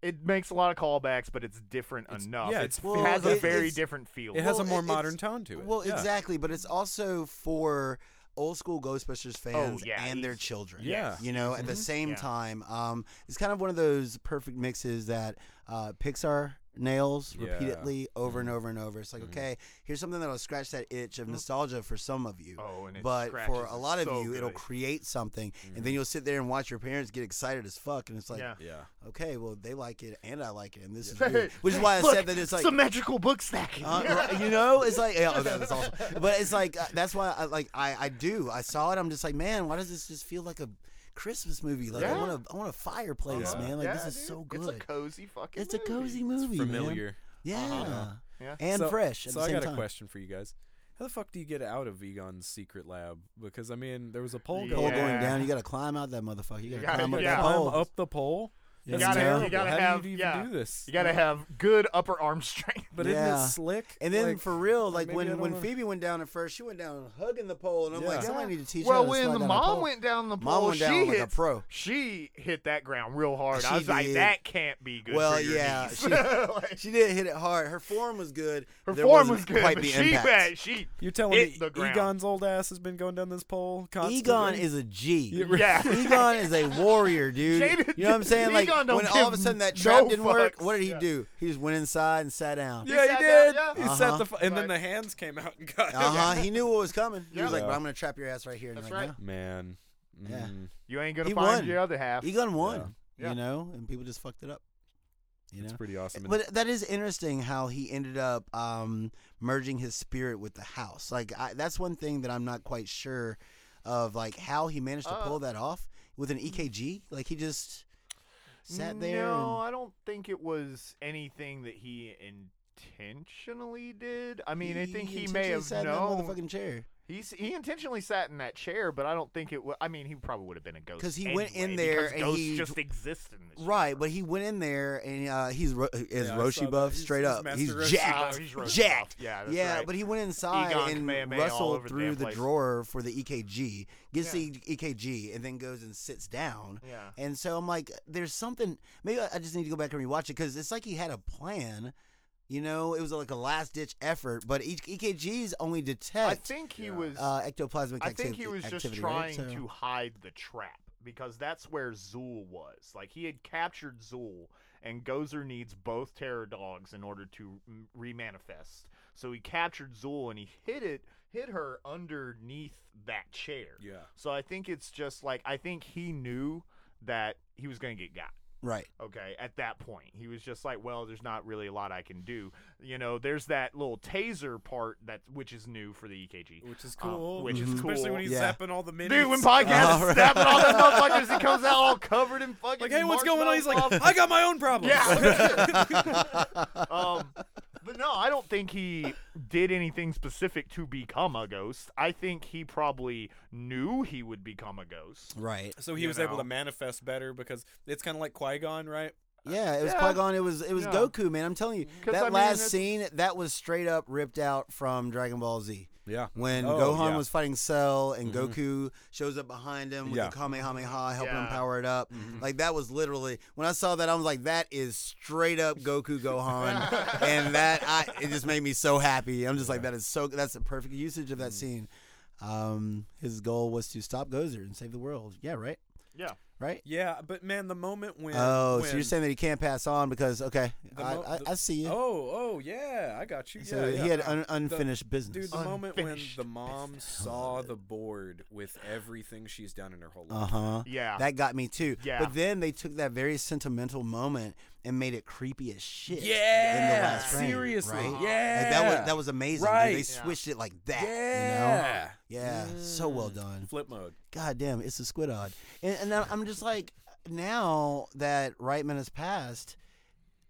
Speaker 3: It makes a lot of callbacks, but it's different enough.
Speaker 1: yeah,
Speaker 3: It
Speaker 1: it's
Speaker 2: Well,
Speaker 3: has a
Speaker 2: it-
Speaker 3: very
Speaker 2: it's-
Speaker 3: different feel.
Speaker 1: It has a
Speaker 2: Well,
Speaker 1: more
Speaker 2: it-
Speaker 1: modern
Speaker 2: it's-
Speaker 1: tone to it.
Speaker 2: Well,
Speaker 1: yeah.
Speaker 2: exactly, but it's also for old school Ghostbusters fans
Speaker 3: Oh, yeah,
Speaker 2: and their
Speaker 3: easy.
Speaker 2: children.
Speaker 1: Yeah.
Speaker 2: you know, at the same
Speaker 3: Yeah.
Speaker 2: time, um, it's kind of one of those perfect mixes that uh, Pixar nails
Speaker 1: Yeah. Mm-hmm.
Speaker 2: repeatedly over
Speaker 3: Mm-hmm.
Speaker 2: and over and over. It's like, okay, here's something that'll scratch that itch of nostalgia for some of you.
Speaker 3: Mm. Oh, and it
Speaker 2: but for
Speaker 3: scratches
Speaker 2: a
Speaker 3: it
Speaker 2: lot of
Speaker 3: so
Speaker 2: you, it'll
Speaker 3: good.
Speaker 2: create something, and
Speaker 1: Mm-hmm.
Speaker 2: then you'll sit there and watch your parents get excited as fuck, and it's like,
Speaker 3: Yeah.
Speaker 1: Yeah.
Speaker 2: okay, well, they like it, and I like it, and this is weird. Which is why I
Speaker 3: Look,
Speaker 2: said that it's like
Speaker 3: symmetrical book stacking.
Speaker 2: uh, right, you know, it's like yeah, oh, that- that's awesome. But it's like uh, that's why I like I I do. I saw it. I'm just like, man, why does this just feel like a Christmas movie? Like I
Speaker 3: Yeah.
Speaker 2: want a I want a fireplace,
Speaker 1: Uh-huh.
Speaker 2: man. Like
Speaker 3: Yeah,
Speaker 2: this is
Speaker 3: dude.
Speaker 2: so good.
Speaker 3: It's a cozy fucking.
Speaker 2: It's a cozy
Speaker 3: movie. Uh-huh.
Speaker 2: movie, man.
Speaker 1: Familiar.
Speaker 2: Yeah,
Speaker 3: Yeah.
Speaker 2: and
Speaker 1: So-
Speaker 2: fresh at
Speaker 1: So
Speaker 2: the
Speaker 1: I
Speaker 2: same
Speaker 1: got
Speaker 2: time.
Speaker 1: a question for you guys. How the fuck do you get out of Egon's secret lab? Because I mean, there was a pole
Speaker 3: Yeah.
Speaker 2: Pole
Speaker 1: going.
Speaker 2: going
Speaker 3: Yeah.
Speaker 2: down. You got to climb out that motherfucker. You got to
Speaker 3: gotta-
Speaker 2: climb up
Speaker 3: yeah.
Speaker 2: that
Speaker 1: Climb
Speaker 2: pole.
Speaker 1: up the pole.
Speaker 3: You
Speaker 2: That's
Speaker 3: gotta,
Speaker 2: terrible.
Speaker 3: you gotta
Speaker 1: How
Speaker 3: have,
Speaker 1: do you even
Speaker 3: yeah,
Speaker 1: do this?
Speaker 3: you gotta have good upper arm strength.
Speaker 1: But isn't
Speaker 2: Yeah.
Speaker 1: it slick?
Speaker 2: And then
Speaker 1: Like,
Speaker 2: for real,
Speaker 1: or
Speaker 2: like
Speaker 1: maybe I
Speaker 2: when
Speaker 1: don't
Speaker 2: when
Speaker 1: know.
Speaker 2: Phoebe went down at first, she went down hugging the pole, and I'm
Speaker 1: Yeah.
Speaker 2: like, somebody need to teach
Speaker 3: well,
Speaker 2: her.
Speaker 3: when the mom went down the pole,
Speaker 2: Mom went
Speaker 3: she
Speaker 2: down like
Speaker 3: hit
Speaker 2: a pro.
Speaker 3: She hit that ground real hard. I
Speaker 2: She
Speaker 3: was like,
Speaker 2: did.
Speaker 3: that can't be good.
Speaker 2: Well,
Speaker 3: for your
Speaker 2: yeah,
Speaker 3: knees."
Speaker 2: she-
Speaker 3: Like,
Speaker 2: she did hit it hard. Her form was good.
Speaker 3: her
Speaker 2: There
Speaker 3: form
Speaker 2: wasn't
Speaker 3: was good,
Speaker 2: Quite
Speaker 3: but
Speaker 2: the
Speaker 3: she
Speaker 2: impact.
Speaker 3: bad. She
Speaker 1: You're telling
Speaker 3: hit
Speaker 1: me
Speaker 3: the ground.
Speaker 1: Egon's old ass has been going down this pole constantly.
Speaker 2: Egon is a G.
Speaker 1: Yeah,
Speaker 3: yeah.
Speaker 2: Egon is a warrior, dude.
Speaker 3: Jaden-
Speaker 2: you know what I'm saying? Like
Speaker 3: Egon don't
Speaker 2: when all of a
Speaker 3: give
Speaker 2: sudden that
Speaker 3: no
Speaker 2: trap didn't work,
Speaker 3: fucks.
Speaker 2: what did he
Speaker 3: Yeah.
Speaker 2: do? He just went inside and sat down.
Speaker 1: Yeah, he
Speaker 3: sat
Speaker 1: did.
Speaker 3: down, yeah.
Speaker 1: He sat
Speaker 2: Uh-huh.
Speaker 1: the f- and then
Speaker 3: Right.
Speaker 1: the hands came out and got him.
Speaker 2: Uh huh. He knew what was coming. He was
Speaker 1: Yeah.
Speaker 2: like, "But I'm gonna trap your ass right here and
Speaker 3: That's
Speaker 2: right,
Speaker 3: right.
Speaker 1: Man.
Speaker 2: Yeah.
Speaker 1: Mm.
Speaker 3: you ain't gonna
Speaker 2: He
Speaker 3: find
Speaker 2: won.
Speaker 3: your other half.
Speaker 2: now." Egon won.
Speaker 3: Yeah.
Speaker 2: You know, and people just fucked it up. You know.
Speaker 1: It's pretty awesome. And
Speaker 2: But that is interesting how he ended up um, merging his spirit with the house. Like I, that's one thing that I'm not quite sure of, like how he managed to
Speaker 3: Uh,
Speaker 2: pull that off with an EKG. Like he just sat there.
Speaker 3: No,
Speaker 2: and-
Speaker 3: I don't think it was anything that he intentionally did. I mean, I think he,
Speaker 2: intentionally
Speaker 3: may have
Speaker 2: sat in that
Speaker 3: known.
Speaker 2: motherfucking chair
Speaker 3: He's, he intentionally sat in that chair, but I don't think it was. I mean, he probably would have been a ghost.
Speaker 2: 'Cause he went in
Speaker 3: anyway,
Speaker 2: there
Speaker 3: because
Speaker 2: and
Speaker 3: ghosts
Speaker 2: he-
Speaker 3: just exist in this.
Speaker 2: right
Speaker 3: universe.
Speaker 2: but he went in there and uh, he's ro- is
Speaker 1: Yeah, I saw
Speaker 2: roshi
Speaker 1: that.
Speaker 2: buff
Speaker 1: He's-
Speaker 2: straight
Speaker 1: he's
Speaker 2: up
Speaker 1: Master
Speaker 2: he's
Speaker 1: Roshi
Speaker 2: jacked
Speaker 1: buff.
Speaker 3: he's roasted
Speaker 2: jacked
Speaker 3: off. Yeah, that's
Speaker 2: yeah
Speaker 3: right.
Speaker 2: but he went inside
Speaker 3: Egon
Speaker 2: and
Speaker 3: Kamehameha all
Speaker 2: rustled
Speaker 3: over the
Speaker 2: through
Speaker 3: damn
Speaker 2: the
Speaker 3: place.
Speaker 2: drawer for the ekg gets
Speaker 3: Yeah.
Speaker 2: the ekg and then goes and sits down
Speaker 3: yeah.
Speaker 2: And so I'm like, there's something. Maybe I I just need to go back and rewatch it because it's like he had a plan. You know, it was like a last ditch effort, but each EKGs only detect
Speaker 3: I think he was.
Speaker 2: uh, ectoplasmic
Speaker 3: I think he
Speaker 2: activi-
Speaker 3: was just
Speaker 2: activity, right?
Speaker 3: trying
Speaker 2: So-
Speaker 3: to hide the trap because that's where Zool was. Like he had captured Zool, and Gozer needs both terror dogs in order to m- remanifest. So he captured Zool and he hid it, hid her underneath that chair.
Speaker 1: yeah.
Speaker 3: So I think it's just like I think he knew that he was gonna get got.
Speaker 2: Right.
Speaker 3: Okay, at that point, he was just like, "Well, there's not really a lot I can do." You know, there's that little taser part that which is new for the EKG.
Speaker 1: Which is
Speaker 3: Uh,
Speaker 1: cool.
Speaker 3: which is
Speaker 1: especially
Speaker 3: cool.
Speaker 1: when he's
Speaker 2: Mm-hmm. Yeah. Uh-huh.
Speaker 1: zapping all the minis.
Speaker 3: Dude, when podcast
Speaker 2: Alright.
Speaker 3: is snapping all them motherfuckers, he comes out all covered in fucking.
Speaker 1: like, hey, what's going on? He's like,
Speaker 3: marshmallow
Speaker 1: I got my own problems.
Speaker 3: puff. um, but no, I don't think he did anything specific to become a ghost. I think he probably knew he would become a ghost.
Speaker 2: Right.
Speaker 1: so he
Speaker 3: You
Speaker 1: was able
Speaker 3: know.
Speaker 1: to manifest better because it's kind of like Qui Gon, right?
Speaker 2: Yeah, it was
Speaker 3: Yeah.
Speaker 2: Qui Gon. It was it was
Speaker 3: Yeah.
Speaker 2: Goku, man. I'm telling you,
Speaker 3: 'Cause, I
Speaker 2: that
Speaker 3: mean,
Speaker 2: last
Speaker 3: it's-
Speaker 2: scene that was straight up ripped out from Dragon Ball Z.
Speaker 1: Yeah.
Speaker 2: When
Speaker 1: Oh,
Speaker 2: Gohan
Speaker 1: yeah.
Speaker 2: was fighting Cell and
Speaker 1: Mhm.
Speaker 2: Goku shows up behind him with
Speaker 1: Yeah. Mm-hmm.
Speaker 2: the Kamehameha, helping him
Speaker 3: Yeah.
Speaker 2: power it up. Like that was literally when I saw that, I was like, that is straight up Goku Gohan, and that I it just made me so happy. I'm just like, that is so that's the perfect usage
Speaker 1: Mm.
Speaker 2: of that scene. Um, his goal was to stop Gozer and save the world. Yeah, right,
Speaker 3: Yeah.
Speaker 2: right.
Speaker 1: Yeah, but man, the moment when
Speaker 2: Oh, so
Speaker 1: when-
Speaker 2: you're saying that he can't pass on because okay,
Speaker 1: The
Speaker 2: I,
Speaker 1: mo-
Speaker 2: I,
Speaker 1: the-
Speaker 2: I see you.
Speaker 1: Oh, oh, yeah, I got you.
Speaker 2: so
Speaker 1: yeah, yeah.
Speaker 2: he had un- unfinished business.
Speaker 1: Dude, the moment when
Speaker 3: Unfinished
Speaker 1: the mom saw the board with everything she's done in her whole
Speaker 2: uh
Speaker 1: life.
Speaker 2: huh.
Speaker 3: Yeah.
Speaker 2: That got me too.
Speaker 3: Yeah.
Speaker 2: But then they took that very sentimental moment and made it creepy as shit.
Speaker 1: Yeah,
Speaker 2: In the last frame,
Speaker 1: seriously.
Speaker 2: right?
Speaker 1: Yeah,
Speaker 2: Like, that was that was amazing. dude.
Speaker 1: Right.
Speaker 2: They
Speaker 1: Yeah.
Speaker 2: switched it like that.
Speaker 1: Yeah.
Speaker 2: You know? Yeah. So well
Speaker 1: Mm.
Speaker 2: done.
Speaker 1: flip mode.
Speaker 2: God damn, it's a squid odd. And, and now I'm just like, now that Reitman has passed,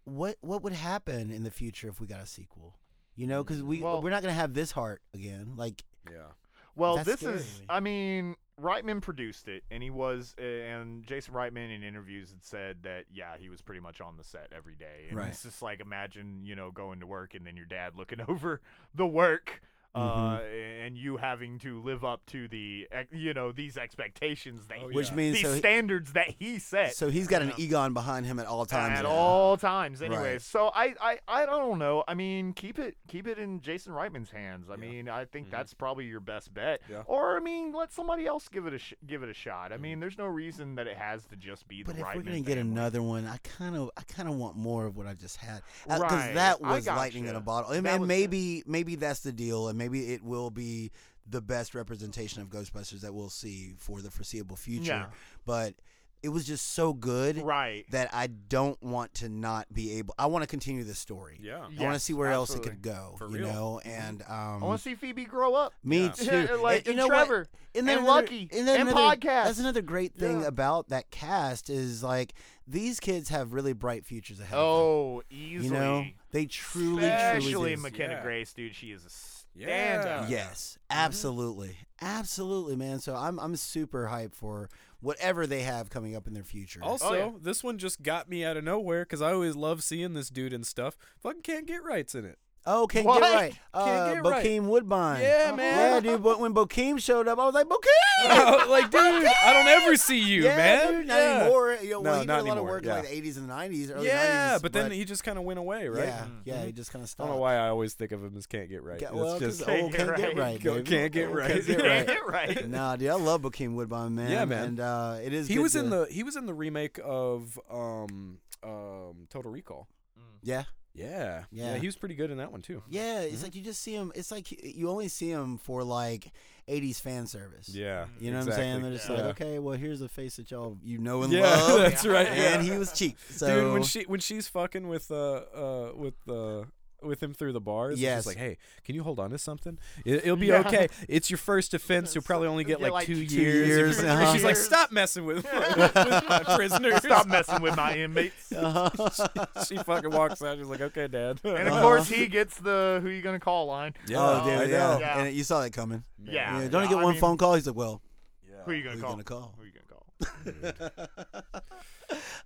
Speaker 2: what what would happen in the future if we got a sequel? You know, because we
Speaker 3: Well-
Speaker 2: we're not gonna have this heart again. Like,
Speaker 1: Yeah,
Speaker 3: Well,
Speaker 2: That's
Speaker 3: this
Speaker 2: scary
Speaker 3: is.
Speaker 2: to me.
Speaker 3: I mean, Reitman produced it, and he was. And Jason Reitman in interviews had said that yeah, he was pretty much on the set every day. And
Speaker 2: Right.
Speaker 3: It's just like imagine you know going to work and then your dad looking over the work. Uh,
Speaker 2: Mm-hmm.
Speaker 3: and you having to live up to the, ex- you know, these expectations that,
Speaker 1: Oh,
Speaker 3: he-
Speaker 2: which
Speaker 1: Yeah.
Speaker 2: means
Speaker 3: these
Speaker 2: so
Speaker 3: standards that he set.
Speaker 2: so he's got an Egon behind him at all times.
Speaker 3: at
Speaker 2: now.
Speaker 3: all times anyway
Speaker 2: Right.
Speaker 3: so I, I i don't know i mean keep it keep it in jason reitman's hands i
Speaker 1: Yeah.
Speaker 3: mean i think
Speaker 2: Mm-hmm.
Speaker 1: Mhm.
Speaker 3: that's probably your best bet
Speaker 1: Yeah.
Speaker 3: or i mean let somebody else give it a sh- give it a shot i mean there's no reason that it has to just be the
Speaker 2: Mm-hmm. But if
Speaker 3: reitman
Speaker 2: we're gonna get
Speaker 3: family.
Speaker 2: another one, I kind of, I kind of want more of what I just had, because
Speaker 3: Right.
Speaker 2: that
Speaker 3: I
Speaker 2: was lightning in
Speaker 3: gotcha.
Speaker 2: a bottle. And,
Speaker 3: That
Speaker 2: and
Speaker 3: was-
Speaker 2: maybe, maybe that's the deal, and maybe it will be the best representation of Ghostbusters that we'll see for the foreseeable future.
Speaker 3: Yeah.
Speaker 2: But it was just so good
Speaker 3: right
Speaker 2: that I don't want to not be able. I want to continue this story.
Speaker 1: yeah.
Speaker 2: I want to
Speaker 3: Yes,
Speaker 2: see where else it
Speaker 3: absolutely. Mm-hmm.
Speaker 2: could go.
Speaker 1: For
Speaker 2: you
Speaker 1: real.
Speaker 2: know, and um,
Speaker 3: i want to see phoebe grow up
Speaker 2: me
Speaker 1: Yeah.
Speaker 2: too.
Speaker 3: like
Speaker 2: you
Speaker 3: and
Speaker 2: know what?
Speaker 3: trevor and
Speaker 2: another-
Speaker 3: Lucky,
Speaker 2: then
Speaker 3: and
Speaker 2: another-
Speaker 3: podcast.
Speaker 2: That's another great thing
Speaker 3: Yeah.
Speaker 2: about that cast is like these kids have really bright futures ahead. of
Speaker 3: oh
Speaker 2: them.
Speaker 3: easily
Speaker 2: you know, they truly,
Speaker 3: especially
Speaker 2: truly do.
Speaker 3: mckenna
Speaker 1: Yeah.
Speaker 3: grace dude she is a
Speaker 1: Yeah.
Speaker 2: Yes,
Speaker 1: Mm-hmm.
Speaker 2: absolutely, absolutely, man. So I'm I'm super hyped for whatever they have coming up in their future.
Speaker 1: Also,
Speaker 3: Oh, yeah.
Speaker 1: this one just got me out of nowhere because I always love seeing this dude and stuff. Fucking can't get rights in it.
Speaker 2: oh, can't
Speaker 3: What?
Speaker 2: get right. uh,
Speaker 1: Can't get right.
Speaker 2: Bokeem Woodbine.
Speaker 1: Yeah, man.
Speaker 2: Yeah, dude. But when Bokeem showed up, I was like, Bokeem.
Speaker 1: like, dude, I don't ever see you,
Speaker 2: yeah,
Speaker 1: man.
Speaker 2: Dude, not
Speaker 1: yeah,
Speaker 2: anymore. You know,
Speaker 1: No,
Speaker 2: well, he did a
Speaker 1: not
Speaker 2: lot of
Speaker 1: anymore,
Speaker 2: work
Speaker 1: yeah.
Speaker 2: in like the 80s and the 90s, early
Speaker 1: yeah
Speaker 2: 90s.
Speaker 1: but then he just kind of went away, right?
Speaker 3: Mm.
Speaker 1: Mm-hmm.
Speaker 2: Yeah, yeah, he just kind of
Speaker 1: I
Speaker 2: stopped.
Speaker 1: don't know why I always think of him as can't get right.
Speaker 2: Ca-
Speaker 1: That's
Speaker 2: well,
Speaker 1: just
Speaker 2: 'cause old can't get right.
Speaker 1: Go-
Speaker 2: baby.
Speaker 1: can't get
Speaker 2: Old
Speaker 1: right.
Speaker 2: Can't get
Speaker 3: Right.
Speaker 2: right.
Speaker 3: right.
Speaker 2: nah, dude, I love Bokeem Woodbine, man.
Speaker 1: Yeah, man.
Speaker 2: And uh, it is.
Speaker 1: he
Speaker 2: good
Speaker 1: was in
Speaker 2: to-
Speaker 1: the he was in the remake of um um Total Recall.
Speaker 2: Yeah,
Speaker 1: Yeah.
Speaker 2: Yeah.
Speaker 1: he was pretty good in that one too.
Speaker 2: yeah. It's like you just see him. It's like you only see him for like '80s fan service.
Speaker 1: Yeah.
Speaker 2: You
Speaker 1: exactly.
Speaker 2: know what I'm saying? They're just like,
Speaker 1: Yeah.
Speaker 2: okay, well, here's a face that y'all you know and
Speaker 1: Yeah,
Speaker 2: love.
Speaker 1: that's right.
Speaker 2: And he was cheap. So
Speaker 1: Dude, when she when she's fucking with uh uh with uh with him through the bars, it's
Speaker 2: Yes.
Speaker 1: just like, hey, can you hold on to something? It, will be
Speaker 3: Yeah.
Speaker 1: okay. It's your first offense. You'll probably only get
Speaker 3: Yeah,
Speaker 1: like,
Speaker 3: like
Speaker 1: two,
Speaker 3: two
Speaker 1: years.
Speaker 2: years,
Speaker 1: And
Speaker 2: uh-huh.
Speaker 1: She's like, stop messing with, with my prisoners.
Speaker 3: Stop messing with my inmates.
Speaker 2: Oh,
Speaker 1: she fucking walks out. She's like, okay, dad.
Speaker 3: And of course, he gets the who you gonna call line.
Speaker 1: Yeah.
Speaker 2: oh,
Speaker 3: I
Speaker 2: dude, yeah.
Speaker 3: know. Yeah.
Speaker 2: And you saw that coming.
Speaker 3: Yeah.
Speaker 2: Yeah, don't
Speaker 3: yeah,
Speaker 2: he get
Speaker 3: I
Speaker 2: one
Speaker 3: mean,
Speaker 2: phone call? He's like, well,
Speaker 3: Who you
Speaker 2: who
Speaker 3: gonna
Speaker 2: you
Speaker 3: call?
Speaker 2: gonna call?
Speaker 3: Who you gonna call?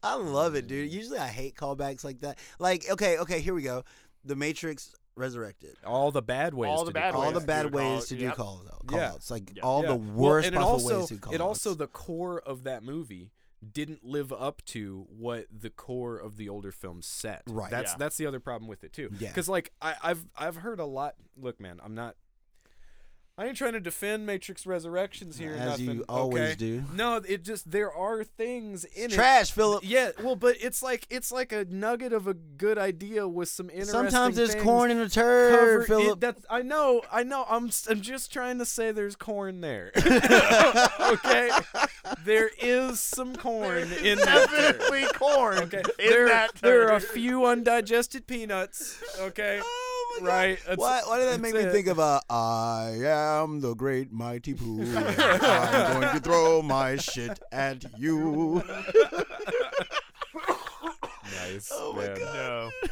Speaker 2: I love it, dude. Usually I hate callbacks like that. Like, okay, okay, here we go. The Matrix Resurrected.
Speaker 1: all the bad ways.
Speaker 3: All
Speaker 1: to
Speaker 3: the
Speaker 1: do
Speaker 3: bad
Speaker 1: crime.
Speaker 2: all the
Speaker 3: ways
Speaker 2: bad
Speaker 3: to do call-
Speaker 2: ways to do
Speaker 3: yep.
Speaker 2: call, call
Speaker 1: Yeah.
Speaker 2: outs. Like
Speaker 3: Yeah.
Speaker 2: all
Speaker 1: Yeah.
Speaker 2: the
Speaker 1: Well,
Speaker 2: worst
Speaker 1: and it
Speaker 2: possible
Speaker 1: also,
Speaker 2: ways to do call
Speaker 1: It also
Speaker 2: outs.
Speaker 1: the core of that movie didn't live up to what the core of the older film set.
Speaker 2: Right.
Speaker 1: That's
Speaker 3: Yeah.
Speaker 1: that's the other problem with it too.
Speaker 2: Yeah.
Speaker 1: Because like I, I've I've heard a lot. Look, man, I'm not. I ain't trying to defend Matrix Resurrections here. or
Speaker 2: As you
Speaker 1: nothing,
Speaker 2: always
Speaker 1: okay?
Speaker 2: do.
Speaker 1: No, it just there are things in it.
Speaker 2: trash, Philip.
Speaker 1: Yeah, well, but it's like it's like a nugget of a good idea with some interesting.
Speaker 2: Sometimes there's
Speaker 1: things
Speaker 2: corn in a
Speaker 1: cover
Speaker 2: turd,
Speaker 1: it,
Speaker 2: Philip.
Speaker 1: that's I know, I know. I'm s- I'm just trying to say there's corn there. okay, there is some corn in that. turd.
Speaker 3: Definitely corn.
Speaker 1: Okay,
Speaker 3: In
Speaker 1: there
Speaker 3: that
Speaker 1: there are a
Speaker 3: turd.
Speaker 1: few undigested peanuts. Okay,
Speaker 2: Oh my God.
Speaker 1: right. that's-
Speaker 2: Why, why did that make me
Speaker 1: that's it.
Speaker 2: think of uh, I am the great mighty Pooh. I'm going to throw my shit at you.
Speaker 1: Nice.
Speaker 2: Oh my
Speaker 1: man.
Speaker 2: God.
Speaker 3: No.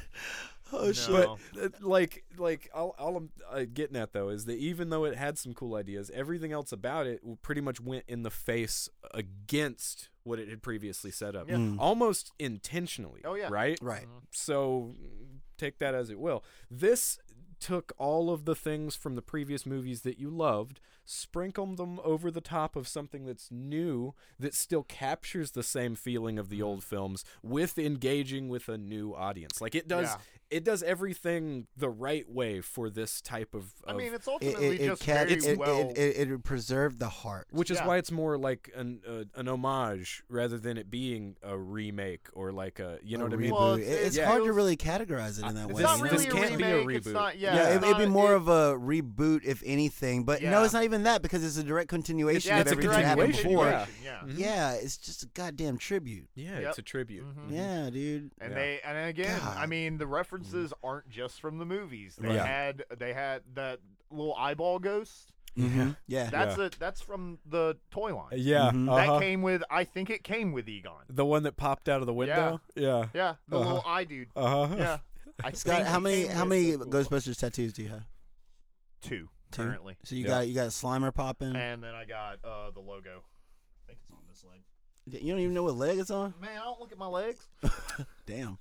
Speaker 2: Oh,
Speaker 3: No.
Speaker 2: shit.
Speaker 1: But uh, like, like all, all I'm uh, getting at though is that even though it had some cool ideas, everything else about it w- pretty much went in the face against what it had previously set up,
Speaker 3: Yeah.
Speaker 1: almost intentionally.
Speaker 3: Oh, yeah.
Speaker 1: right,
Speaker 2: Right.
Speaker 1: so mm, take that as it will. This took all of the things from the previous movies that you loved, sprinkled them over the top of something that's new that still captures the same feeling of the
Speaker 3: Mm-hmm.
Speaker 1: old films with engaging with a new audience. Like it does
Speaker 3: Yeah.
Speaker 1: it does everything the right way for this type of,
Speaker 3: I
Speaker 1: of-
Speaker 3: mean, it's
Speaker 2: It,
Speaker 3: ultimately
Speaker 2: it, it,
Speaker 3: just
Speaker 2: ca-
Speaker 3: very
Speaker 2: it, it,
Speaker 3: well.
Speaker 2: it, it, it preserved the heart.
Speaker 1: which is
Speaker 3: yeah.
Speaker 1: why it's more like an uh, an homage rather than it being a remake or like a you know
Speaker 2: A
Speaker 1: what I
Speaker 2: reboot.
Speaker 1: mean?
Speaker 3: Well,
Speaker 2: It-
Speaker 3: it's-
Speaker 2: it's
Speaker 1: it
Speaker 2: hard to
Speaker 3: feels-
Speaker 2: really categorize it in that
Speaker 1: It's
Speaker 2: way.
Speaker 3: it's not
Speaker 1: this-
Speaker 2: you
Speaker 3: really
Speaker 1: this
Speaker 3: a
Speaker 1: can't
Speaker 3: remake.
Speaker 1: be a
Speaker 3: It's
Speaker 1: reboot.
Speaker 3: not, yeah,
Speaker 2: Yeah,
Speaker 3: it's
Speaker 2: it, would be
Speaker 3: not-
Speaker 2: more
Speaker 3: it-
Speaker 2: of a reboot, if anything. But no,
Speaker 3: Yeah.
Speaker 2: it's not even that because it's a direct continuation
Speaker 3: yeah,
Speaker 2: of
Speaker 1: it's a
Speaker 2: everything that happened
Speaker 1: continuation,
Speaker 2: before.
Speaker 1: yeah.
Speaker 3: Yeah.
Speaker 1: Mhm.
Speaker 2: Yeah, it's just a goddamn tribute.
Speaker 1: Yeah,
Speaker 3: Yep.
Speaker 1: it's a tribute.
Speaker 3: Mhm.
Speaker 2: Yeah, dude.
Speaker 3: And
Speaker 1: Yeah.
Speaker 3: they and again, I
Speaker 2: God. Mm-hmm.
Speaker 3: mean, the references aren't just from the movies. They
Speaker 2: Right.
Speaker 3: had they had that little eyeball ghost.
Speaker 1: Mm-hmm.
Speaker 2: Mhm. Yeah.
Speaker 3: That's a that's from the toy line.
Speaker 1: Yeah,
Speaker 2: Mhm.
Speaker 1: uh-huh.
Speaker 3: That came with I think it came with Egon.
Speaker 1: the one that popped out of the window. Yeah.
Speaker 3: Yeah, the
Speaker 1: Uh-huh.
Speaker 3: little eye dude.
Speaker 1: Uh huh.
Speaker 3: Yeah. I
Speaker 2: Scott,
Speaker 3: think
Speaker 2: how
Speaker 3: it
Speaker 2: many
Speaker 3: came
Speaker 2: how
Speaker 3: with-
Speaker 2: many Ghostbusters tattoos do you have?
Speaker 3: Two,
Speaker 2: Two?
Speaker 3: currently.
Speaker 2: So you
Speaker 1: Yeah.
Speaker 2: got you got Slimer popping.
Speaker 3: And then I got uh, the logo. I think it's on this leg.
Speaker 2: You don't even know what leg it's on.
Speaker 3: Man, I don't look at my legs.
Speaker 2: Damn.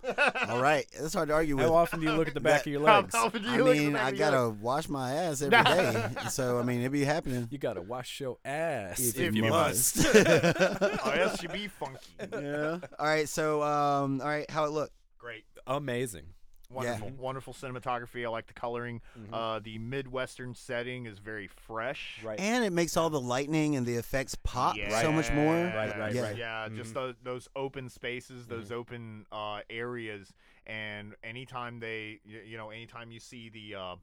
Speaker 2: All right, that's hard to argue with.
Speaker 1: How often do you look at the back
Speaker 2: That-
Speaker 1: of your
Speaker 3: How-
Speaker 1: legs?
Speaker 3: how often do
Speaker 2: I
Speaker 3: you look at
Speaker 2: mean,
Speaker 3: the back
Speaker 2: I
Speaker 3: of your
Speaker 2: gotta
Speaker 3: leg?
Speaker 2: wash my ass every day, so I mean, it be happening.
Speaker 1: You gotta wash your ass
Speaker 2: If
Speaker 1: if,
Speaker 2: you
Speaker 1: you must.
Speaker 3: Oh, that should be funky.
Speaker 2: yeah. All right. So, um, all right, how it look?
Speaker 3: Great.
Speaker 1: Amazing.
Speaker 3: Wonderful, wonderful cinematography. I like the coloring.
Speaker 2: Mm-hmm.
Speaker 3: Uh, the midwestern setting is very fresh.
Speaker 1: Right.
Speaker 2: And it makes all the lightning and the effects pop
Speaker 3: Yeah.
Speaker 2: so much more.
Speaker 1: Right, right,
Speaker 2: yeah.
Speaker 1: right. Mm-hmm.
Speaker 3: Yeah, just tho- those open spaces, those open uh, areas, and anytime they, y- you know, anytime you see the, uh,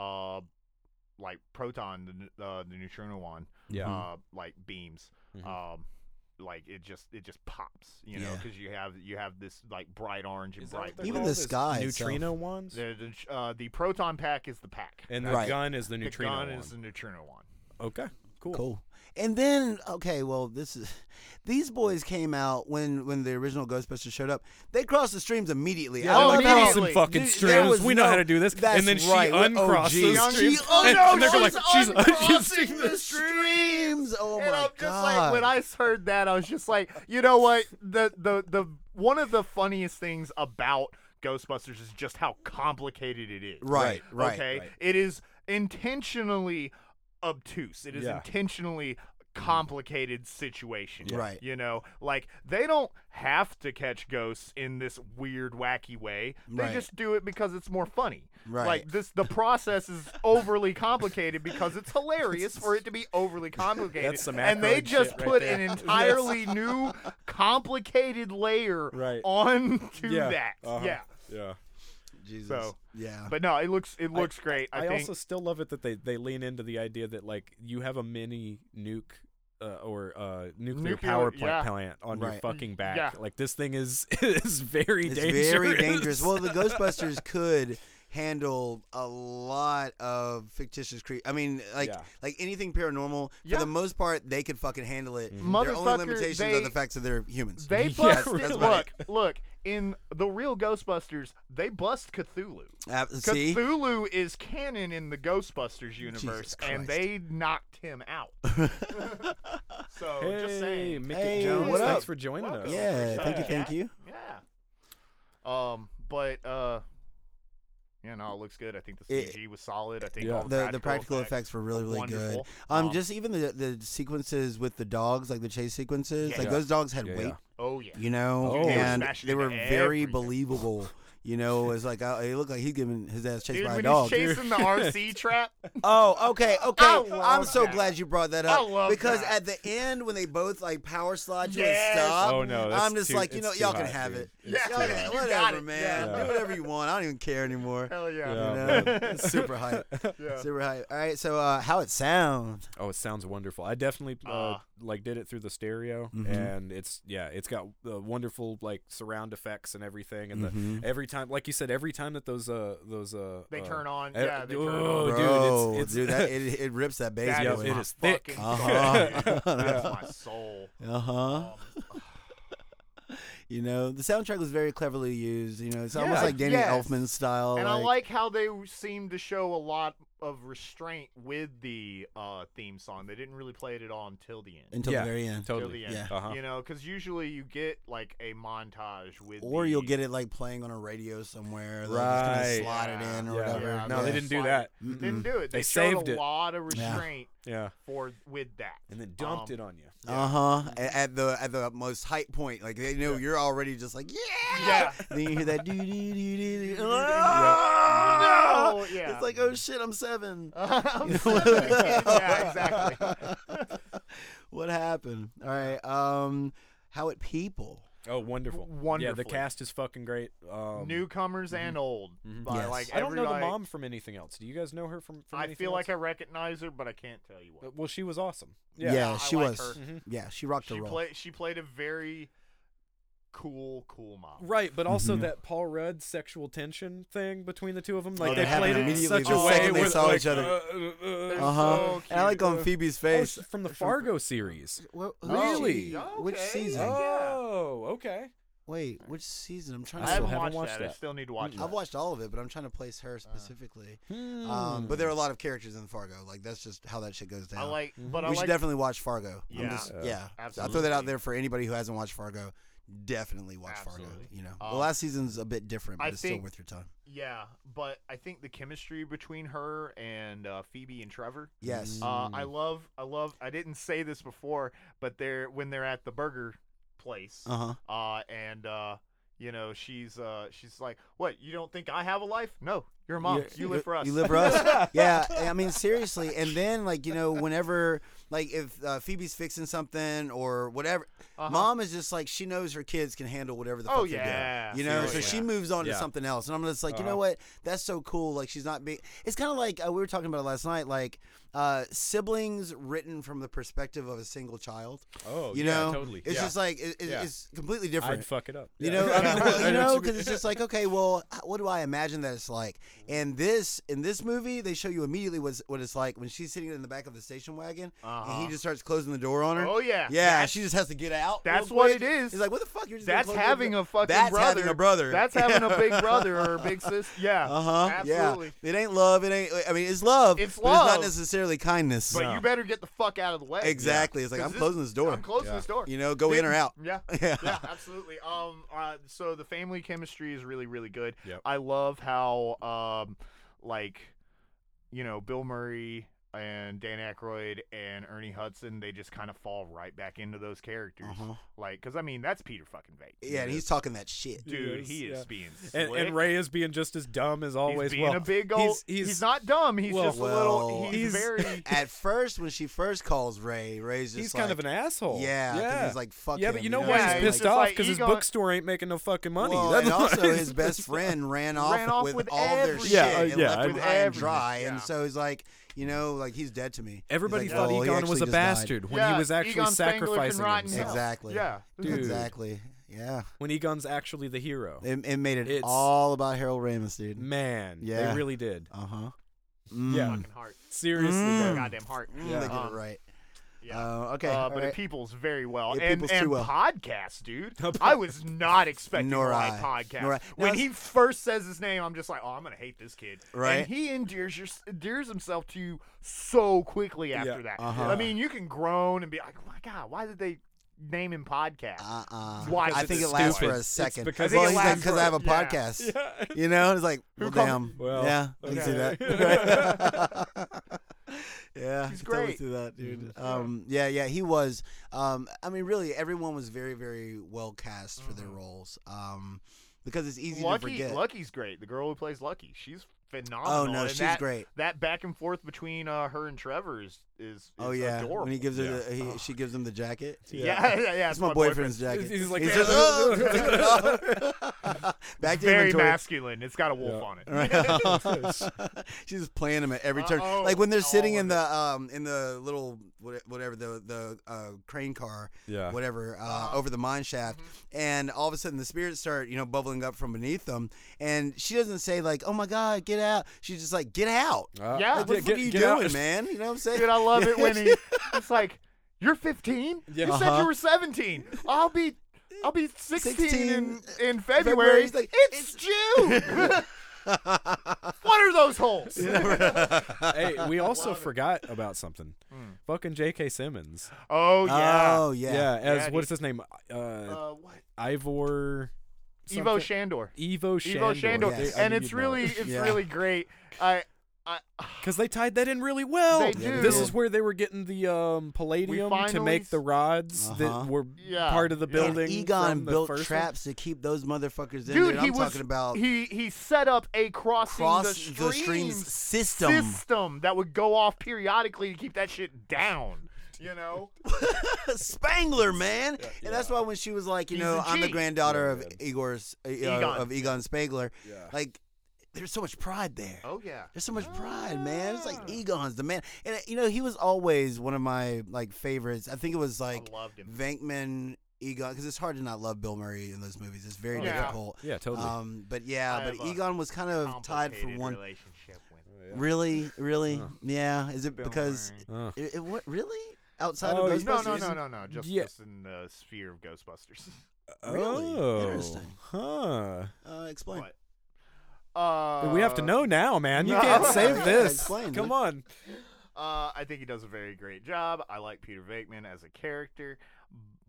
Speaker 3: uh, like proton, the nu- uh, the neutrino one,
Speaker 1: Yeah.
Speaker 2: Mm-hmm.
Speaker 3: uh, like beams,
Speaker 1: Mhm.
Speaker 3: um, like it just it just pops, you know,
Speaker 2: Yeah.
Speaker 3: because you have you have this like bright orange and bright.
Speaker 2: they're Even
Speaker 3: blue.
Speaker 2: the sky itself.
Speaker 1: Neutrino wands?
Speaker 3: the the, ch- uh, the proton pack is the pack.
Speaker 1: And the
Speaker 2: Right.
Speaker 1: gun is the
Speaker 3: the
Speaker 1: neutrino
Speaker 3: gun
Speaker 1: wand.
Speaker 3: is the neutrino one.
Speaker 1: Okay. Cool.
Speaker 2: Cool. And then okay, well this is these boys came out when when the original Ghostbusters showed up. They crossed the streams immediately.
Speaker 1: Yeah, Oh, they're
Speaker 2: I love
Speaker 1: like,
Speaker 2: how-
Speaker 1: crossing
Speaker 3: immediately.
Speaker 1: fucking
Speaker 2: Dude, there
Speaker 1: streams.
Speaker 2: was
Speaker 1: We know
Speaker 2: no-
Speaker 1: how to do this.
Speaker 2: that's
Speaker 1: And then she
Speaker 2: right, we're
Speaker 1: uncrossed the
Speaker 2: OGs.
Speaker 1: streams.
Speaker 2: She-
Speaker 3: oh
Speaker 1: and,
Speaker 3: no,
Speaker 1: and they're
Speaker 3: she's
Speaker 1: like, she's
Speaker 3: uncrossing
Speaker 1: uncrossing
Speaker 3: the
Speaker 1: the
Speaker 2: streams. Oh my
Speaker 3: and I'm
Speaker 2: god!
Speaker 3: just like when I heard that, I was just like, you know what? The the the one of the funniest things about Ghostbusters is just how complicated it is.
Speaker 2: Right, right,
Speaker 3: Okay.
Speaker 1: right.
Speaker 3: It is intentionally obtuse. It is
Speaker 1: Yeah.
Speaker 3: intentionally complicated situation.
Speaker 2: Yeah. Right.
Speaker 3: You know, like they don't have to catch ghosts in this weird wacky way. They
Speaker 2: Right.
Speaker 3: just do it because it's more funny.
Speaker 2: Right.
Speaker 3: Like this the process is overly complicated because it's hilarious for it to be overly complicated
Speaker 1: That's some
Speaker 3: and they
Speaker 1: Aykroyd
Speaker 3: just
Speaker 1: shit right
Speaker 3: put
Speaker 1: there.
Speaker 3: an entirely new complicated layer
Speaker 1: Right.
Speaker 3: on to
Speaker 1: Yeah.
Speaker 3: that
Speaker 1: Uh-huh.
Speaker 3: yeah
Speaker 1: Yeah.
Speaker 2: Jesus.
Speaker 3: so-
Speaker 2: yeah.
Speaker 3: but no it looks it
Speaker 1: I-
Speaker 3: looks great i,
Speaker 1: I,
Speaker 3: think
Speaker 1: also still love it that they, they lean into the idea that like you have a mini nuke uh, or uh, nuclear,
Speaker 3: Nuclear-
Speaker 1: power plant,
Speaker 3: yeah. Mm-hmm.
Speaker 1: plant on your
Speaker 2: Right.
Speaker 1: fucking back.
Speaker 3: yeah.
Speaker 1: Like this thing is is very
Speaker 2: it's
Speaker 1: dangerous.
Speaker 2: very dangerous. Well, the Ghostbusters could handle a lot of fictitious cre I mean, like
Speaker 1: Yeah.
Speaker 2: like anything paranormal. For
Speaker 3: Yeah. Mm-hmm.
Speaker 2: the most part, they could fucking handle it. Their only
Speaker 3: Motherfucker,
Speaker 2: limitations are
Speaker 3: they-
Speaker 2: the fact that they're humans.
Speaker 3: they
Speaker 1: Yeah,
Speaker 3: bust
Speaker 1: really.
Speaker 3: look look in the real ghostbusters they bust cthulhu
Speaker 2: Uh, see,
Speaker 3: Cthulhu is canon in the Ghostbusters universe,
Speaker 2: Jesus
Speaker 3: and
Speaker 2: Christ.
Speaker 3: they knocked him out. so just
Speaker 1: Hey,
Speaker 3: saying,
Speaker 1: Mickey
Speaker 2: Hey,
Speaker 1: Jones,
Speaker 2: what
Speaker 1: thanks
Speaker 2: up?
Speaker 1: for joining us.
Speaker 3: Welcome.
Speaker 2: yeah.
Speaker 3: Yeah.
Speaker 2: Thank you, thank you.
Speaker 3: yeah. Um, but uh, yeah, no, it looks good. I think the
Speaker 2: It-
Speaker 3: CG was solid. I think
Speaker 1: Yeah.
Speaker 3: all
Speaker 2: The the practical effects were really really good.
Speaker 3: wonderful.
Speaker 2: Um, just even the the sequences with the dogs, like the chase sequences,
Speaker 3: Yeah.
Speaker 2: like
Speaker 1: Yeah.
Speaker 2: those dogs had
Speaker 1: Yeah,
Speaker 2: weight,
Speaker 1: yeah.
Speaker 3: oh yeah,
Speaker 2: you know,
Speaker 1: Oh. They were
Speaker 2: and
Speaker 3: smashing
Speaker 2: they were
Speaker 3: into
Speaker 2: very
Speaker 3: everything.
Speaker 2: believable. You know, it's like uh, it looked like he's giving his ass chased
Speaker 3: dude,
Speaker 2: by a
Speaker 3: when
Speaker 2: dog.
Speaker 3: he's chasing the RC trap,
Speaker 2: Oh, okay, okay.
Speaker 3: I love
Speaker 2: I'm so
Speaker 3: that.
Speaker 2: glad you brought that
Speaker 3: I
Speaker 2: up
Speaker 3: love
Speaker 2: because
Speaker 3: that.
Speaker 2: at the end when they both like power slide you
Speaker 3: Yes.
Speaker 2: and stop,
Speaker 1: Oh no, that's
Speaker 2: I'm just
Speaker 1: too-
Speaker 2: like, you
Speaker 1: it's
Speaker 2: know,
Speaker 1: too
Speaker 2: y'all can
Speaker 1: hot,
Speaker 2: have
Speaker 1: dude.
Speaker 2: it.
Speaker 1: It's
Speaker 3: Yeah.
Speaker 1: too
Speaker 2: Y'all
Speaker 1: hot.
Speaker 2: can have
Speaker 3: You got
Speaker 2: whatever,
Speaker 3: it.
Speaker 2: man.
Speaker 1: Yeah.
Speaker 2: Do whatever you want. I don't even care anymore.
Speaker 3: hell yeah,
Speaker 1: Yeah.
Speaker 2: You know?
Speaker 3: man.
Speaker 2: Super hype.
Speaker 3: Yeah.
Speaker 2: Super hype. All right, so uh, how it sound?
Speaker 1: Oh, it sounds wonderful. I definitely uh,
Speaker 3: Uh.
Speaker 1: like did it through the stereo,
Speaker 2: Mhm.
Speaker 1: and it's yeah, it's got uh, wonderful like surround effects and everything. And
Speaker 2: Mhm.
Speaker 1: the, every time, like you said, every time that those uh those uh
Speaker 3: they
Speaker 1: uh,
Speaker 3: turn on.
Speaker 1: uh,
Speaker 3: yeah, they turn
Speaker 1: oh, dude,
Speaker 3: on.
Speaker 1: it's-
Speaker 2: Bro,
Speaker 1: it's-
Speaker 2: dude, that it, it rips that bass.
Speaker 3: That
Speaker 1: yo,
Speaker 3: is
Speaker 1: it
Speaker 3: my
Speaker 1: is thick.
Speaker 3: fucking
Speaker 2: Uh-huh.
Speaker 3: jam. That's
Speaker 2: Yeah.
Speaker 3: my soul.
Speaker 2: Uh huh.
Speaker 1: Oh,
Speaker 3: Um,
Speaker 2: You know, the soundtrack was very cleverly used. You know, it's almost
Speaker 3: Yeah,
Speaker 2: like Danny
Speaker 3: yes.
Speaker 2: Elfman style. like,
Speaker 3: and I like how they seem to show a lot of restraint with the uh, theme song. They didn't really play it at all until the end.
Speaker 2: until
Speaker 1: Yeah.
Speaker 2: the very end.
Speaker 3: Till
Speaker 1: totally.
Speaker 3: the end.
Speaker 1: Yeah. Uh-huh.
Speaker 3: You know, because usually you get like a montage with,
Speaker 2: Or you'll
Speaker 3: the-
Speaker 2: get it like playing on a radio somewhere. They'll
Speaker 1: Right.
Speaker 2: Just kinda slot it in or
Speaker 1: Yeah.
Speaker 2: whatever.
Speaker 3: Yeah,
Speaker 1: No, they
Speaker 3: yeah.
Speaker 1: didn't do
Speaker 3: Slide
Speaker 1: that.
Speaker 2: Mm-mm.
Speaker 3: Didn't do it.
Speaker 1: They
Speaker 3: They, showed
Speaker 1: saved
Speaker 3: a
Speaker 1: it.
Speaker 3: lot of
Speaker 2: Yeah.
Speaker 3: restraint
Speaker 1: Yeah,
Speaker 3: for with that.
Speaker 1: and then dumped
Speaker 3: Um,
Speaker 1: it on you.
Speaker 2: Uh huh. At the at the most height point, like they know you're already just like yeah.
Speaker 3: Yeah.
Speaker 2: Then you hear that doo doo doo doo doo.
Speaker 3: Yeah.
Speaker 2: Ah!
Speaker 3: No, yeah.
Speaker 2: It's like oh shit, I'm seven.
Speaker 3: I'm sorry. yeah, exactly.
Speaker 2: what happened? All right. Um, how it people.
Speaker 1: Oh, wonderful. Yeah, the
Speaker 3: Wonderfully.
Speaker 1: cast is fucking great. Um, Mm-hmm.
Speaker 3: Newcomers and old. By,
Speaker 2: Yes.
Speaker 3: like,
Speaker 1: I don't know the
Speaker 3: everybody-
Speaker 1: mom from anything else. Do you guys know her from? from
Speaker 3: I
Speaker 1: anything
Speaker 3: feel like I
Speaker 1: else?
Speaker 3: recognize her, but I can't tell you what.
Speaker 1: Uh, Well, she was awesome.
Speaker 2: Yeah,
Speaker 1: Yeah.
Speaker 3: I
Speaker 2: she
Speaker 3: like
Speaker 2: was.
Speaker 3: her. Mm-hmm.
Speaker 1: Mhm.
Speaker 2: Yeah, she rocked
Speaker 3: She
Speaker 2: her role.
Speaker 3: played. She played a very cool, cool mom.
Speaker 1: Right, but also
Speaker 2: Mhm.
Speaker 1: that Paul Rudd sexual tension thing between the two of them,
Speaker 2: Oh,
Speaker 1: like
Speaker 2: that
Speaker 1: they
Speaker 2: happened
Speaker 1: played it in
Speaker 2: immediately
Speaker 1: such a
Speaker 2: the
Speaker 1: way
Speaker 2: second they
Speaker 1: where
Speaker 2: saw
Speaker 1: like,
Speaker 2: each other.
Speaker 1: uh, uh, uh,
Speaker 2: Uh huh.
Speaker 3: So
Speaker 2: and I like on
Speaker 3: cute.
Speaker 2: Phoebe's
Speaker 1: oh,
Speaker 2: face.
Speaker 1: she's from the Fargo series.
Speaker 2: Wh- who
Speaker 1: Oh,
Speaker 2: is she?
Speaker 1: really?
Speaker 2: Which
Speaker 3: Okay.
Speaker 2: season?
Speaker 3: Yeah.
Speaker 1: Oh, okay.
Speaker 2: Wait, which season? I'm trying
Speaker 1: I
Speaker 2: to.
Speaker 3: I,
Speaker 1: still
Speaker 3: haven't
Speaker 1: haven't
Speaker 3: watched,
Speaker 1: watched
Speaker 3: that. I
Speaker 1: that.
Speaker 3: still need to watch.
Speaker 2: I've
Speaker 3: that.
Speaker 2: watched all of it, but I'm trying to place
Speaker 3: Uh.
Speaker 2: her specifically.
Speaker 1: Hmm.
Speaker 2: Um, but there are a lot of characters in Fargo. Like that's just how that shit goes down.
Speaker 3: I like,
Speaker 1: Mhm.
Speaker 3: but
Speaker 2: we
Speaker 3: I
Speaker 2: should
Speaker 3: like.
Speaker 2: definitely watch Fargo. I'm
Speaker 3: Yeah.
Speaker 2: just,
Speaker 1: Yeah.
Speaker 2: yeah. So I throw
Speaker 3: Absolutely.
Speaker 2: that out there for anybody who hasn't watched Fargo. Definitely watch Fargo.
Speaker 3: Absolutely.
Speaker 2: You know, the
Speaker 3: Um,
Speaker 2: last season's a bit different, but
Speaker 3: I
Speaker 2: it's still
Speaker 3: think-
Speaker 2: worth your time.
Speaker 3: Yeah, but I think the chemistry between her and uh, Phoebe and Trevor.
Speaker 2: Yes.
Speaker 3: Uh, I
Speaker 1: Mm.
Speaker 3: love, I love. I didn't say this before, but they're when they're at the burger place,
Speaker 2: Uh huh.
Speaker 3: uh, and uh, you know she's uh, she's like, "What? You don't think I have a life? No, you're a mom.
Speaker 2: You're-
Speaker 3: you live for us.
Speaker 2: You live for us. yeah, I mean seriously. And then like you know, whenever like if uh, Phoebe's fixing something or whatever,
Speaker 3: Uh-huh.
Speaker 2: mom is just like she knows her kids can handle whatever the fuck
Speaker 3: Oh,
Speaker 2: they're doing,
Speaker 3: yeah.
Speaker 2: You know, so
Speaker 1: Seriously.
Speaker 2: she moves on to
Speaker 1: Yeah.
Speaker 2: something else. And I'm just like, you know
Speaker 1: Uh-huh.
Speaker 2: what? That's so cool. Like she's not being. It's kind of like uh, we were talking about it last night. Like uh, siblings written from the perspective of a single child.
Speaker 1: Oh,
Speaker 2: You
Speaker 1: yeah,
Speaker 2: know,
Speaker 1: totally.
Speaker 2: It's
Speaker 1: yeah.
Speaker 2: just like it, it-
Speaker 1: Yeah.
Speaker 2: it's completely different.
Speaker 1: I'd fuck it up.
Speaker 2: You
Speaker 1: Yeah.
Speaker 2: know, I mean, well,
Speaker 1: I
Speaker 2: you
Speaker 1: what
Speaker 2: know,
Speaker 1: mean.
Speaker 2: because it's just like, okay, well, h- what do I imagine that it's like? And this, in this movie, they show you immediately what's, what it's like when she's sitting in the back of the station wagon, and
Speaker 3: Uh-huh.
Speaker 2: he just starts closing the door on her.
Speaker 3: Oh yeah.
Speaker 2: yeah,
Speaker 3: That's-
Speaker 2: she just has to get out.
Speaker 3: that's
Speaker 2: real
Speaker 3: what
Speaker 2: quick.
Speaker 3: it is.
Speaker 2: He's like, what the fuck? You're just gonna
Speaker 3: That's
Speaker 2: close the
Speaker 3: having
Speaker 2: door?"
Speaker 3: a fucking
Speaker 2: That's
Speaker 3: brother.
Speaker 2: having a brother.
Speaker 3: That's having a big brother or a big sister. Yeah.
Speaker 2: Uh huh. Yeah.
Speaker 3: Absolutely.
Speaker 2: It ain't love. It ain't. I mean, it's love.
Speaker 3: It's
Speaker 2: But it's
Speaker 3: love.
Speaker 2: not necessarily kindness.
Speaker 3: But
Speaker 1: No.
Speaker 3: you better get the fuck out of the way.
Speaker 2: Exactly. It's like
Speaker 3: 'Cause
Speaker 2: I'm closing this door.
Speaker 3: I'm closing
Speaker 1: Yeah.
Speaker 3: this door.
Speaker 2: You know, go in or out.
Speaker 3: Yeah.
Speaker 2: Yeah.
Speaker 3: yeah, absolutely. Um, uh, so the family chemistry is really, really good.
Speaker 1: Yep.
Speaker 3: I love how, um, like, you know, Bill Murray and Dan Aykroyd and Ernie Hudson, they just kind of fall right back into those characters.
Speaker 2: Uh-huh.
Speaker 3: Like, because I mean, that's Peter fucking Vake.
Speaker 2: Yeah, and he's talking that shit.
Speaker 3: Dude,
Speaker 1: Yes,
Speaker 3: he is
Speaker 1: yeah.
Speaker 3: being slick.
Speaker 1: And, and Ray is being just as dumb as always.
Speaker 3: he's being
Speaker 1: well,
Speaker 3: a big old.
Speaker 1: He's, he's,
Speaker 3: not dumb. He's
Speaker 1: well,
Speaker 3: just a little.
Speaker 2: well,
Speaker 1: he's-
Speaker 3: He's, very.
Speaker 2: At first, when she first calls Ray, Ray's just
Speaker 1: he's kind of
Speaker 2: like,
Speaker 1: an asshole.
Speaker 2: yeah, 'cause
Speaker 1: yeah.
Speaker 2: he's like fuck.
Speaker 1: yeah,
Speaker 2: him,
Speaker 1: but you know
Speaker 3: know?
Speaker 1: why
Speaker 3: Yeah,
Speaker 1: he's
Speaker 3: he's
Speaker 1: pissed
Speaker 3: just
Speaker 1: off?
Speaker 3: like,
Speaker 1: Because
Speaker 3: he
Speaker 1: his
Speaker 3: gonna-
Speaker 1: bookstore ain't making no fucking money.
Speaker 2: Well,
Speaker 1: That's
Speaker 2: and
Speaker 1: why
Speaker 2: also
Speaker 1: he's
Speaker 2: his
Speaker 1: just-
Speaker 2: best friend ran off,
Speaker 3: Ran off
Speaker 2: with,
Speaker 3: with
Speaker 2: all their
Speaker 3: everything.
Speaker 2: shit
Speaker 1: Yeah,
Speaker 2: and
Speaker 1: yeah,
Speaker 2: left
Speaker 1: I-
Speaker 2: him
Speaker 1: With
Speaker 2: high and
Speaker 3: everything,
Speaker 2: dry,
Speaker 3: yeah.
Speaker 2: and so he's like, you know, like he's dead to me. He's
Speaker 1: Everybody
Speaker 2: like,
Speaker 1: thought
Speaker 2: well, he
Speaker 1: Egon
Speaker 2: actually
Speaker 1: was a
Speaker 2: just died.
Speaker 1: bastard when
Speaker 3: Yeah,
Speaker 1: he was actually
Speaker 3: Egon Spengler can
Speaker 1: sacrificing
Speaker 3: rot in
Speaker 1: himself.
Speaker 3: hell.
Speaker 2: Exactly.
Speaker 3: Yeah.
Speaker 1: Dude.
Speaker 2: Exactly. Yeah.
Speaker 1: When Egon's actually the hero.
Speaker 2: It, it made it
Speaker 1: It's-
Speaker 2: all about Harold Ramis,
Speaker 3: Mm.
Speaker 2: dude. Mm.
Speaker 1: Man,
Speaker 2: Yeah.
Speaker 1: they really did.
Speaker 2: Uh huh.
Speaker 1: Yeah.
Speaker 3: Fucking heart.
Speaker 1: Seriously,
Speaker 2: Mm.
Speaker 1: though.
Speaker 3: Goddamn heart.
Speaker 1: Yeah.
Speaker 2: They get it
Speaker 3: Um,
Speaker 2: right.
Speaker 3: yeah.
Speaker 2: Uh, okay.
Speaker 3: uh,
Speaker 2: all
Speaker 3: but
Speaker 2: right.
Speaker 3: it peoples very well.
Speaker 2: It
Speaker 3: and
Speaker 2: peoples
Speaker 3: and
Speaker 2: too well.
Speaker 3: podcasts, dude. I was not expecting
Speaker 2: Nor
Speaker 3: my
Speaker 2: I.
Speaker 3: podcast.
Speaker 2: Nor I.
Speaker 3: When
Speaker 2: Now,
Speaker 3: he first says his name, I'm just like, oh, I'm gonna hate this kid.
Speaker 2: Right.
Speaker 3: And he endears your, endears himself to you so quickly after that.
Speaker 2: Uh-huh.
Speaker 3: I mean, you can groan and be like, oh my god, why did they name him podcast?
Speaker 2: Uh-uh.
Speaker 3: Why?
Speaker 2: I
Speaker 3: Because
Speaker 2: think it
Speaker 3: it's
Speaker 2: lasts
Speaker 1: stupid.
Speaker 2: for a
Speaker 1: It's
Speaker 2: second.
Speaker 1: because
Speaker 3: I think
Speaker 2: well,
Speaker 3: it
Speaker 2: he's like,
Speaker 3: lasts
Speaker 2: because
Speaker 3: for-
Speaker 2: I have a
Speaker 3: yeah.
Speaker 2: podcast.
Speaker 1: Yeah.
Speaker 2: You know, it's like, well,
Speaker 3: called-
Speaker 2: damn.
Speaker 1: Well,
Speaker 2: yeah, I can see
Speaker 1: okay.
Speaker 2: that. Right. yeah,
Speaker 3: He's
Speaker 2: I can Totally
Speaker 3: great.
Speaker 2: see that, dude. Um, yeah, yeah, he was. Um, I mean, really, everyone was very, very well cast for their roles. Um, because it's easy to
Speaker 3: Mm. Lucky,
Speaker 2: forget.
Speaker 3: Lucky's great. The girl who plays Lucky, she's phenomenal.
Speaker 2: oh no,
Speaker 3: and
Speaker 2: she's
Speaker 3: that-
Speaker 2: great.
Speaker 3: That back and forth between uh, her and Trevor is is, is
Speaker 2: Oh yeah,
Speaker 3: adorable. Uh-huh.
Speaker 2: when he gives her,
Speaker 1: Yeah. Oh.
Speaker 2: the, he, she gives him the jacket.
Speaker 3: yeah, yeah, yeah,
Speaker 2: That's my boyfriend's jacket.
Speaker 1: He's like,
Speaker 2: just, "Oh, take it off." back to
Speaker 3: "Oh." very
Speaker 2: inventory.
Speaker 3: masculine. It's got a wolf
Speaker 1: Yeah.
Speaker 3: on it.
Speaker 2: Right. She's just playing them at every turn.
Speaker 3: Uh-oh. Oh,
Speaker 2: Like when they're
Speaker 3: All
Speaker 2: sitting
Speaker 3: of
Speaker 2: in
Speaker 3: it.
Speaker 2: the um in the little what- whatever the the uh, crane car
Speaker 1: Yeah.
Speaker 2: whatever uh,
Speaker 3: Uh-huh.
Speaker 2: over the mine shaft,
Speaker 3: Mm-hmm.
Speaker 2: and all of a sudden the spirits start you know bubbling up from beneath them, and she doesn't say like oh my god get out. She's just like get out.
Speaker 1: Uh,
Speaker 3: Yeah.
Speaker 2: Like, what the fuck
Speaker 1: get-
Speaker 2: are you
Speaker 1: get out.
Speaker 2: doing, man? You know what I'm saying?
Speaker 3: Dude, I love it when he. It's like you're 15.
Speaker 1: Yeah.
Speaker 3: You said
Speaker 2: Uh-huh.
Speaker 3: you were 17. I'll be, I'll be 16,
Speaker 2: 16,
Speaker 3: in, in
Speaker 2: February.
Speaker 3: February.
Speaker 2: He's like,
Speaker 3: it's June. what are those holes?
Speaker 1: hey, we also forgot about something. Fucking J.K. Simmons.
Speaker 3: Oh yeah.
Speaker 2: Oh yeah.
Speaker 1: Yeah, as
Speaker 3: Yeah,
Speaker 1: what's his name? Uh,
Speaker 3: uh, what?
Speaker 1: Ivor.
Speaker 3: Evo
Speaker 1: something-
Speaker 3: Shandor.
Speaker 1: Evo Shandor.
Speaker 3: Evo Shandor.
Speaker 2: Yes.
Speaker 1: They- I
Speaker 3: And
Speaker 1: knew
Speaker 3: it's
Speaker 1: you'd know
Speaker 3: really,
Speaker 1: it.
Speaker 3: it's
Speaker 2: Yeah.
Speaker 3: really great. I, I.
Speaker 1: Because they tied that in really well.
Speaker 3: They
Speaker 2: Yeah, they
Speaker 1: This
Speaker 2: did.
Speaker 1: is where they were getting the um, palladium to
Speaker 3: finally
Speaker 1: make the rods
Speaker 2: Uh-huh.
Speaker 1: that were
Speaker 3: Yeah,
Speaker 1: part of the
Speaker 3: yeah. And
Speaker 1: building.
Speaker 2: And Egon
Speaker 1: from the
Speaker 2: built
Speaker 1: first one.
Speaker 2: traps to keep those motherfuckers in.
Speaker 3: Dude,
Speaker 2: there.
Speaker 3: he
Speaker 2: I'm
Speaker 3: was
Speaker 2: talking about
Speaker 3: he he set up a crossing
Speaker 2: cross
Speaker 3: the streams,
Speaker 2: streams system.
Speaker 3: system. that would go off periodically to keep that shit down. You know,
Speaker 2: Spangler, man. And that's why when she was like, you
Speaker 3: He's
Speaker 2: know,
Speaker 3: a
Speaker 2: I'm the
Speaker 3: G.
Speaker 2: granddaughter
Speaker 1: Yeah,
Speaker 2: of
Speaker 1: man.
Speaker 2: Igor's uh,
Speaker 3: Egon.
Speaker 2: of Egon Spangler,
Speaker 1: Yeah.
Speaker 2: like there's so much pride there.
Speaker 3: oh Ah. yeah,
Speaker 2: There's so much pride, man. It's like
Speaker 3: Yeah.
Speaker 2: Egon's the man. And uh, you know, he was always one of my like favorites. I think it was like
Speaker 3: I loved him.
Speaker 2: Venkman, Egon cuz it's hard to not love Bill Murray in those movies. It's very
Speaker 3: Oh, yeah.
Speaker 2: difficult.
Speaker 1: Yeah, totally.
Speaker 2: Um, but yeah,
Speaker 3: I
Speaker 2: but
Speaker 3: have a
Speaker 2: Egon was kind of tied for
Speaker 3: Complicated
Speaker 2: one.
Speaker 3: relationship with
Speaker 2: Really, really,
Speaker 1: Huh.
Speaker 2: yeah. Is it
Speaker 3: Bill
Speaker 2: because
Speaker 3: Murray.
Speaker 1: Uh,
Speaker 2: it, it, what really outside
Speaker 1: Oh,
Speaker 2: of
Speaker 1: he's-
Speaker 2: Ghostbusters?
Speaker 3: No, no, no, no, no. Just,
Speaker 1: Yeah.
Speaker 3: just in the sphere of Ghostbusters.
Speaker 2: Really?
Speaker 1: Oh,
Speaker 2: Interesting.
Speaker 1: Huh.
Speaker 2: Uh, explain.
Speaker 3: But, uh,
Speaker 1: we have to know now, man. You
Speaker 3: no.
Speaker 1: can't
Speaker 2: Yeah,
Speaker 1: save this.
Speaker 2: explain,
Speaker 1: Come
Speaker 2: dude.
Speaker 1: on.
Speaker 3: Uh, I think he does a very great job. I like Peter Venkman as a character.